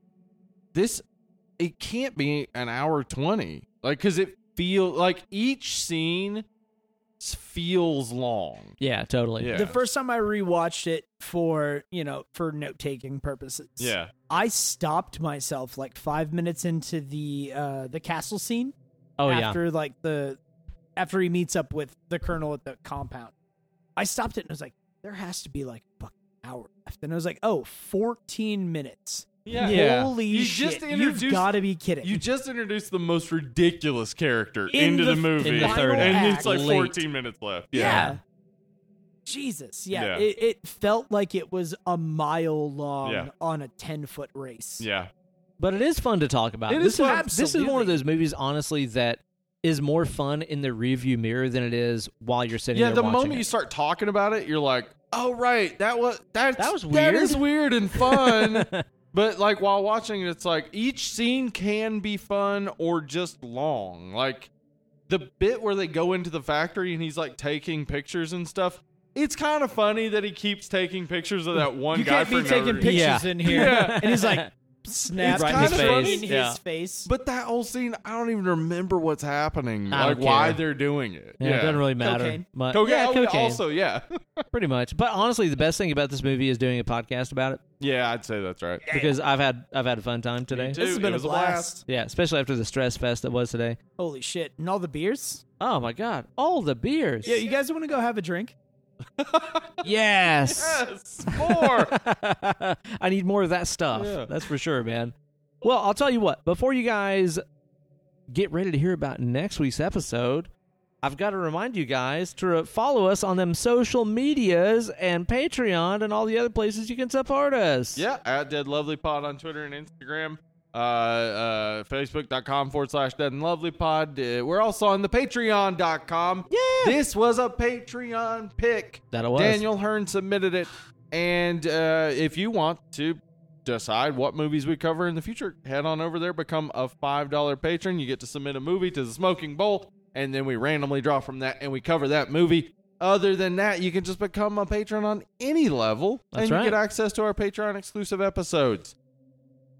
[SPEAKER 2] this, it can't be an hour twenty, like because it feel like each scene s- feels long.
[SPEAKER 1] yeah, totally.
[SPEAKER 2] Yeah.
[SPEAKER 3] The first time I rewatched it for you know for note taking purposes,
[SPEAKER 2] Yeah,
[SPEAKER 3] I stopped myself like five minutes into the uh the castle scene.
[SPEAKER 1] Oh yeah.
[SPEAKER 3] after like the after he meets up with the colonel at the compound. I stopped it and I was like, there has to be like a fucking hour left. And I was like, oh, 14 minutes.
[SPEAKER 2] yeah.
[SPEAKER 1] Yeah.
[SPEAKER 3] Holy
[SPEAKER 2] You
[SPEAKER 3] shit.
[SPEAKER 2] just
[SPEAKER 3] You've
[SPEAKER 2] introduced-
[SPEAKER 3] got to be kidding.
[SPEAKER 2] You just introduced the most ridiculous character
[SPEAKER 3] In
[SPEAKER 2] into
[SPEAKER 3] the
[SPEAKER 2] the, movie,
[SPEAKER 1] In the third
[SPEAKER 2] and
[SPEAKER 1] act.
[SPEAKER 2] it's like
[SPEAKER 1] Late.
[SPEAKER 2] 14 minutes left.
[SPEAKER 3] yeah. Jesus. Yeah.
[SPEAKER 2] Yeah.
[SPEAKER 3] It, it felt like it was a mile long
[SPEAKER 2] Yeah.
[SPEAKER 3] on a 10 foot race.
[SPEAKER 2] yeah,
[SPEAKER 1] But it is fun to talk about.
[SPEAKER 2] It
[SPEAKER 1] this
[SPEAKER 2] is fun.
[SPEAKER 1] this is one
[SPEAKER 3] Absolutely.
[SPEAKER 1] of those movies, honestly, that is more fun in the rearview mirror than it is while you're sitting
[SPEAKER 2] yeah.
[SPEAKER 1] there
[SPEAKER 2] The
[SPEAKER 1] watching
[SPEAKER 2] moment
[SPEAKER 1] it.
[SPEAKER 2] you start talking about it, you're like, oh right, that was that's,
[SPEAKER 1] That was
[SPEAKER 2] That
[SPEAKER 1] weird.
[SPEAKER 2] is weird and fun. But like while watching, it, it's like each scene can be fun or just long. Like the bit where they go into the factory and he's like taking pictures and stuff. It's kind of funny that he keeps taking pictures of that one
[SPEAKER 3] you
[SPEAKER 2] guy
[SPEAKER 3] can't
[SPEAKER 2] for
[SPEAKER 3] be
[SPEAKER 2] no
[SPEAKER 3] taking
[SPEAKER 2] reason.
[SPEAKER 3] pictures
[SPEAKER 1] Yeah.
[SPEAKER 3] in here.
[SPEAKER 2] Yeah.
[SPEAKER 3] And he's like, snap
[SPEAKER 2] Right
[SPEAKER 1] in his
[SPEAKER 3] kinda
[SPEAKER 1] face,
[SPEAKER 3] in his
[SPEAKER 1] yeah.
[SPEAKER 3] face.
[SPEAKER 2] But that whole scene, I don't even remember what's happening,
[SPEAKER 1] I
[SPEAKER 2] like
[SPEAKER 1] don't
[SPEAKER 2] why
[SPEAKER 1] care.
[SPEAKER 2] they're doing it.
[SPEAKER 1] Yeah, it doesn't really matter.
[SPEAKER 3] Cocaine.
[SPEAKER 1] much.
[SPEAKER 2] Cocaine,
[SPEAKER 1] Yeah,
[SPEAKER 2] oh,
[SPEAKER 1] cocaine.
[SPEAKER 2] Also, yeah,
[SPEAKER 1] pretty much. But honestly, the best thing about this movie is doing a podcast about it
[SPEAKER 2] yeah, I'd say that's right.
[SPEAKER 1] because I've had I've had a fun time today.
[SPEAKER 2] too.
[SPEAKER 3] this has
[SPEAKER 2] Dude, it
[SPEAKER 3] been a
[SPEAKER 2] was a
[SPEAKER 3] blast.
[SPEAKER 2] blast.
[SPEAKER 1] Yeah, especially after the stress fest that was today.
[SPEAKER 3] Holy shit. And all the beers?
[SPEAKER 1] Oh my god, all the beers.
[SPEAKER 3] Yeah, you guys want to go have a drink?
[SPEAKER 1] yes.
[SPEAKER 2] Yes, more.
[SPEAKER 1] I need more of that stuff.
[SPEAKER 2] Yeah.
[SPEAKER 1] That's for sure, man. Well, I'll tell you what. Before you guys get ready to hear about next week's episode, I've got to remind you guys to follow us on them social medias and Patreon and all the other places you can support us.
[SPEAKER 2] Yeah, at Dead Lovely Pod on Twitter and Instagram. Uh, uh, Facebook.com forward slash Dead and Lovely Pod. Uh, we're also on the Patreon.com. Yeah. This was a Patreon pick.
[SPEAKER 1] That it was.
[SPEAKER 2] Daniel Hearn submitted it. And uh, if you want to decide what movies we cover in the future, head on over there, become a $5 patron. You get to submit a movie to the Smoking Bowl, and then we randomly draw from that and we cover that movie. Other than that, you can just become a patron on any level,
[SPEAKER 1] That's
[SPEAKER 2] and you
[SPEAKER 1] right.
[SPEAKER 2] get access to our Patreon exclusive episodes.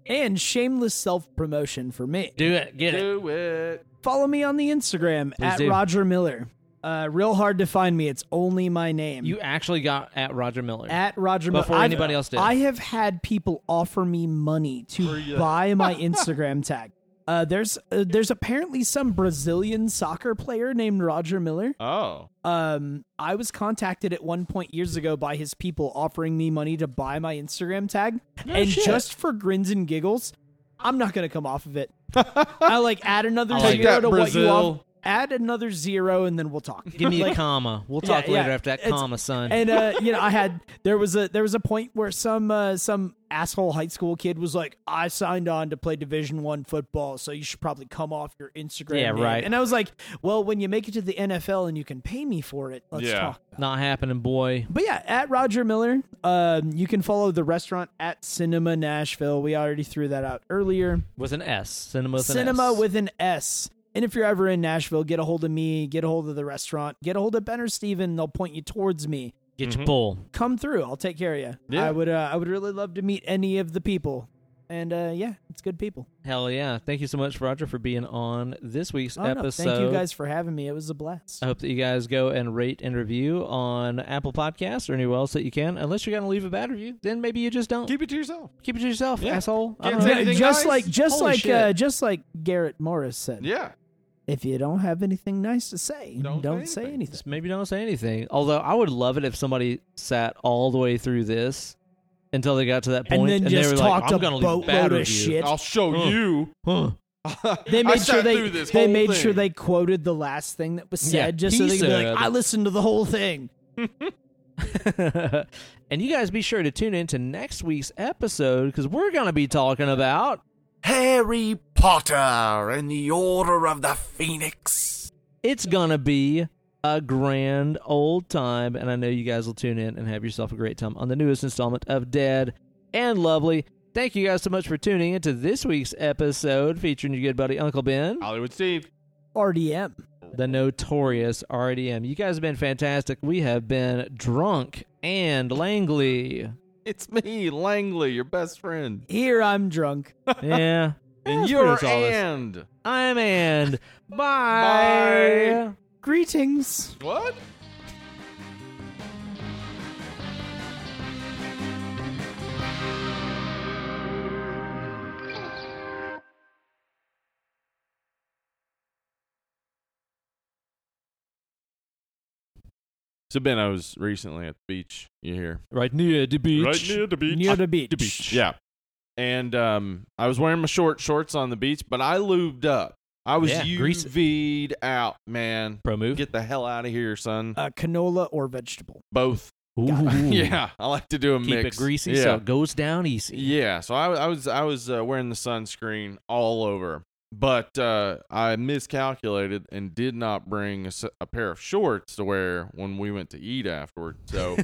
[SPEAKER 3] And shameless self promotion for me.
[SPEAKER 1] Do it. Get it.
[SPEAKER 2] Do it.
[SPEAKER 3] Follow me on the Instagram at
[SPEAKER 1] do.
[SPEAKER 3] Roger Miller. Uh, real hard to find me. It's only my name.
[SPEAKER 1] You actually got at Roger Miller.
[SPEAKER 3] at Roger
[SPEAKER 1] Before
[SPEAKER 3] Miller.
[SPEAKER 1] anybody
[SPEAKER 3] I've-
[SPEAKER 1] else did.
[SPEAKER 3] I have had people offer me money to buy my Instagram tag. Uh, there's uh, there's apparently some Brazilian soccer player named Roger Miller.
[SPEAKER 2] Oh.
[SPEAKER 3] Um, I was contacted at one point years ago by his people offering me money to buy my Instagram tag, and
[SPEAKER 1] shit.
[SPEAKER 3] just for grins and giggles, I'm not gonna come off of it. I like add another
[SPEAKER 1] I like
[SPEAKER 3] zero
[SPEAKER 2] that,
[SPEAKER 3] to
[SPEAKER 2] Brazil.
[SPEAKER 3] what you off. Add another zero, and then we'll talk.
[SPEAKER 1] Give me a
[SPEAKER 3] Like,
[SPEAKER 1] comma. We'll
[SPEAKER 3] yeah,
[SPEAKER 1] talk later
[SPEAKER 3] yeah.
[SPEAKER 1] after that
[SPEAKER 3] It's-
[SPEAKER 1] comma, son.
[SPEAKER 3] and uh, you know, I had there was a there was a point where some uh, some asshole high school kid was like, "I signed on to play Division One football, so you should probably come off your Instagram."
[SPEAKER 1] Yeah,
[SPEAKER 3] name."
[SPEAKER 1] right.
[SPEAKER 3] And I was like, "Well, when you make it to the NFL and you can pay me for it, let's
[SPEAKER 2] Yeah.
[SPEAKER 3] talk." About it.
[SPEAKER 1] Not happening, boy.
[SPEAKER 3] But yeah, at Roger Miller, um, you can follow the restaurant at Cinema Nashville. We already threw that out earlier.
[SPEAKER 1] With an S. Cinema with an
[SPEAKER 3] Cinema
[SPEAKER 1] S.
[SPEAKER 3] with an S. And if you're ever in Nashville, get a hold of me, get a hold of the restaurant, get a hold of Ben or Steven. They'll point you towards me
[SPEAKER 1] Get your bull.
[SPEAKER 3] come through. I'll take care of you.
[SPEAKER 2] Yeah.
[SPEAKER 3] I would. Uh, I would really love to meet any of the people. And uh, yeah, it's good people.
[SPEAKER 1] Hell yeah. Thank you so much, Roger, for being on this week's
[SPEAKER 3] Oh, no,
[SPEAKER 1] episode.
[SPEAKER 3] thank you guys for having me. It was a blast.
[SPEAKER 1] I hope that you guys go and rate and review on Apple Podcasts or anywhere else that you can. Unless you're going to leave a bad review, then maybe you just don't. Keep,
[SPEAKER 2] Keep it to yourself.
[SPEAKER 1] it to yourself,
[SPEAKER 2] Yeah.
[SPEAKER 1] asshole. I don't
[SPEAKER 2] Can't
[SPEAKER 1] know.
[SPEAKER 2] say
[SPEAKER 3] Yeah,
[SPEAKER 2] anything,
[SPEAKER 3] just
[SPEAKER 2] guys?
[SPEAKER 3] like just
[SPEAKER 1] Holy
[SPEAKER 3] like
[SPEAKER 1] shit.
[SPEAKER 3] uh, just like Garrett Morris said.
[SPEAKER 2] Yeah.
[SPEAKER 3] If you don't have anything nice to say, don't,
[SPEAKER 2] Don't
[SPEAKER 3] say
[SPEAKER 2] say
[SPEAKER 3] anything.
[SPEAKER 1] Just maybe don't say anything. Although I would love it if somebody sat all the way through this until they got to that
[SPEAKER 3] And
[SPEAKER 1] point
[SPEAKER 3] then
[SPEAKER 1] they
[SPEAKER 3] just
[SPEAKER 1] were
[SPEAKER 3] talked
[SPEAKER 1] like,
[SPEAKER 3] a
[SPEAKER 1] I'm gonna leave a bad
[SPEAKER 3] boatload of
[SPEAKER 1] review.
[SPEAKER 3] shit.
[SPEAKER 2] I'll show
[SPEAKER 1] Huh.
[SPEAKER 2] you.
[SPEAKER 1] Huh.
[SPEAKER 3] Oh. They
[SPEAKER 2] I
[SPEAKER 3] made sure
[SPEAKER 2] sat
[SPEAKER 3] they
[SPEAKER 2] through this
[SPEAKER 3] they
[SPEAKER 2] whole
[SPEAKER 3] made
[SPEAKER 2] thing.
[SPEAKER 3] sure they quoted the last thing that was said,
[SPEAKER 1] Yeah, he
[SPEAKER 3] just so they could be
[SPEAKER 1] said-
[SPEAKER 3] like, "I listened to the whole thing."
[SPEAKER 1] and you guys be sure to tune in to next week's episode because we're going to be talking about
[SPEAKER 4] Harry Potter and the Order of the Phoenix.
[SPEAKER 1] it's going to be a grand old time. And I know you guys will tune in and have yourself a great time on the newest installment of Dead and Lovely. Thank you guys so much for tuning into this week's episode featuring your good buddy Uncle Ben,
[SPEAKER 2] Hollywood Steve.
[SPEAKER 3] RDM.
[SPEAKER 1] the notorious RDM. You guys have been fantastic. We have been drunk and Langley.
[SPEAKER 2] It's me, Langley, your best friend.
[SPEAKER 3] Here I'm drunk.
[SPEAKER 1] Yeah.
[SPEAKER 2] And
[SPEAKER 1] That's
[SPEAKER 2] your
[SPEAKER 1] pretty much all this.
[SPEAKER 2] and.
[SPEAKER 1] I'm and bye.
[SPEAKER 2] Bye.
[SPEAKER 3] Greetings.
[SPEAKER 2] What? So Ben, I was recently at the beach. You hear?
[SPEAKER 1] Right near the beach.
[SPEAKER 2] the beach.
[SPEAKER 3] Near the beach.
[SPEAKER 2] Yeah. And um, I was wearing my short shorts on the beach, but I lubed up. I was
[SPEAKER 1] Yeah, grease it.
[SPEAKER 2] UV'd out, man.
[SPEAKER 1] Pro move.
[SPEAKER 2] Get the hell out of here, son.
[SPEAKER 3] Uh, canola or vegetable.
[SPEAKER 2] Both.
[SPEAKER 1] Ooh.
[SPEAKER 2] yeah, I like to do a
[SPEAKER 1] Keep
[SPEAKER 2] mix.
[SPEAKER 1] it greasy
[SPEAKER 2] yeah.
[SPEAKER 1] so it goes down easy.
[SPEAKER 2] yeah. So I, I was I was uh, wearing the sunscreen all over, but uh, I miscalculated and did not bring a, s- a pair of shorts to wear when we went to eat afterward. So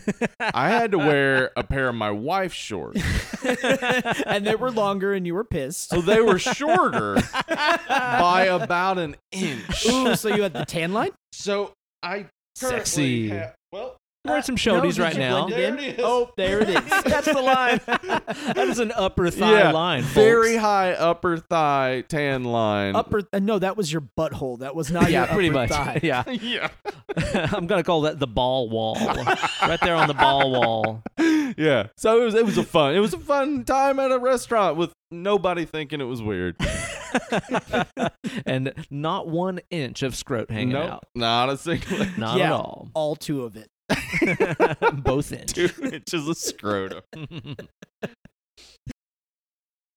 [SPEAKER 2] I had to wear a pair of my wife's shorts.
[SPEAKER 3] and they were longer, and you were pissed.
[SPEAKER 2] So they were shorter by about an inch.
[SPEAKER 3] Ooh, so you had the tan line?
[SPEAKER 2] So I currently
[SPEAKER 1] Sexy.
[SPEAKER 2] have- well,
[SPEAKER 1] Wearing some
[SPEAKER 3] No,
[SPEAKER 1] shorties
[SPEAKER 3] did
[SPEAKER 1] right
[SPEAKER 3] you
[SPEAKER 1] now.
[SPEAKER 3] blend it in?
[SPEAKER 2] There it is.
[SPEAKER 3] Oh, there it is.
[SPEAKER 1] That's the line. that is an upper thigh
[SPEAKER 2] yeah,
[SPEAKER 1] line. Folks.
[SPEAKER 2] very high upper thigh tan line.
[SPEAKER 3] upper. Uh, no, that was your butthole. That was not
[SPEAKER 1] Yeah,
[SPEAKER 3] your
[SPEAKER 1] pretty
[SPEAKER 3] upper
[SPEAKER 1] much.
[SPEAKER 3] thigh.
[SPEAKER 1] Yeah,
[SPEAKER 2] yeah,
[SPEAKER 1] I'm gonna call that the ball wall. right there on the ball wall.
[SPEAKER 2] yeah. So it was it was a fun it was a fun time at a restaurant with nobody thinking it was weird.
[SPEAKER 1] and not one inch of scrote hanging
[SPEAKER 2] nope,
[SPEAKER 1] out.
[SPEAKER 2] not a single
[SPEAKER 1] Not at
[SPEAKER 3] Yeah.
[SPEAKER 1] all.
[SPEAKER 3] All two of it.
[SPEAKER 1] Both inch.
[SPEAKER 2] two inches of scrotum.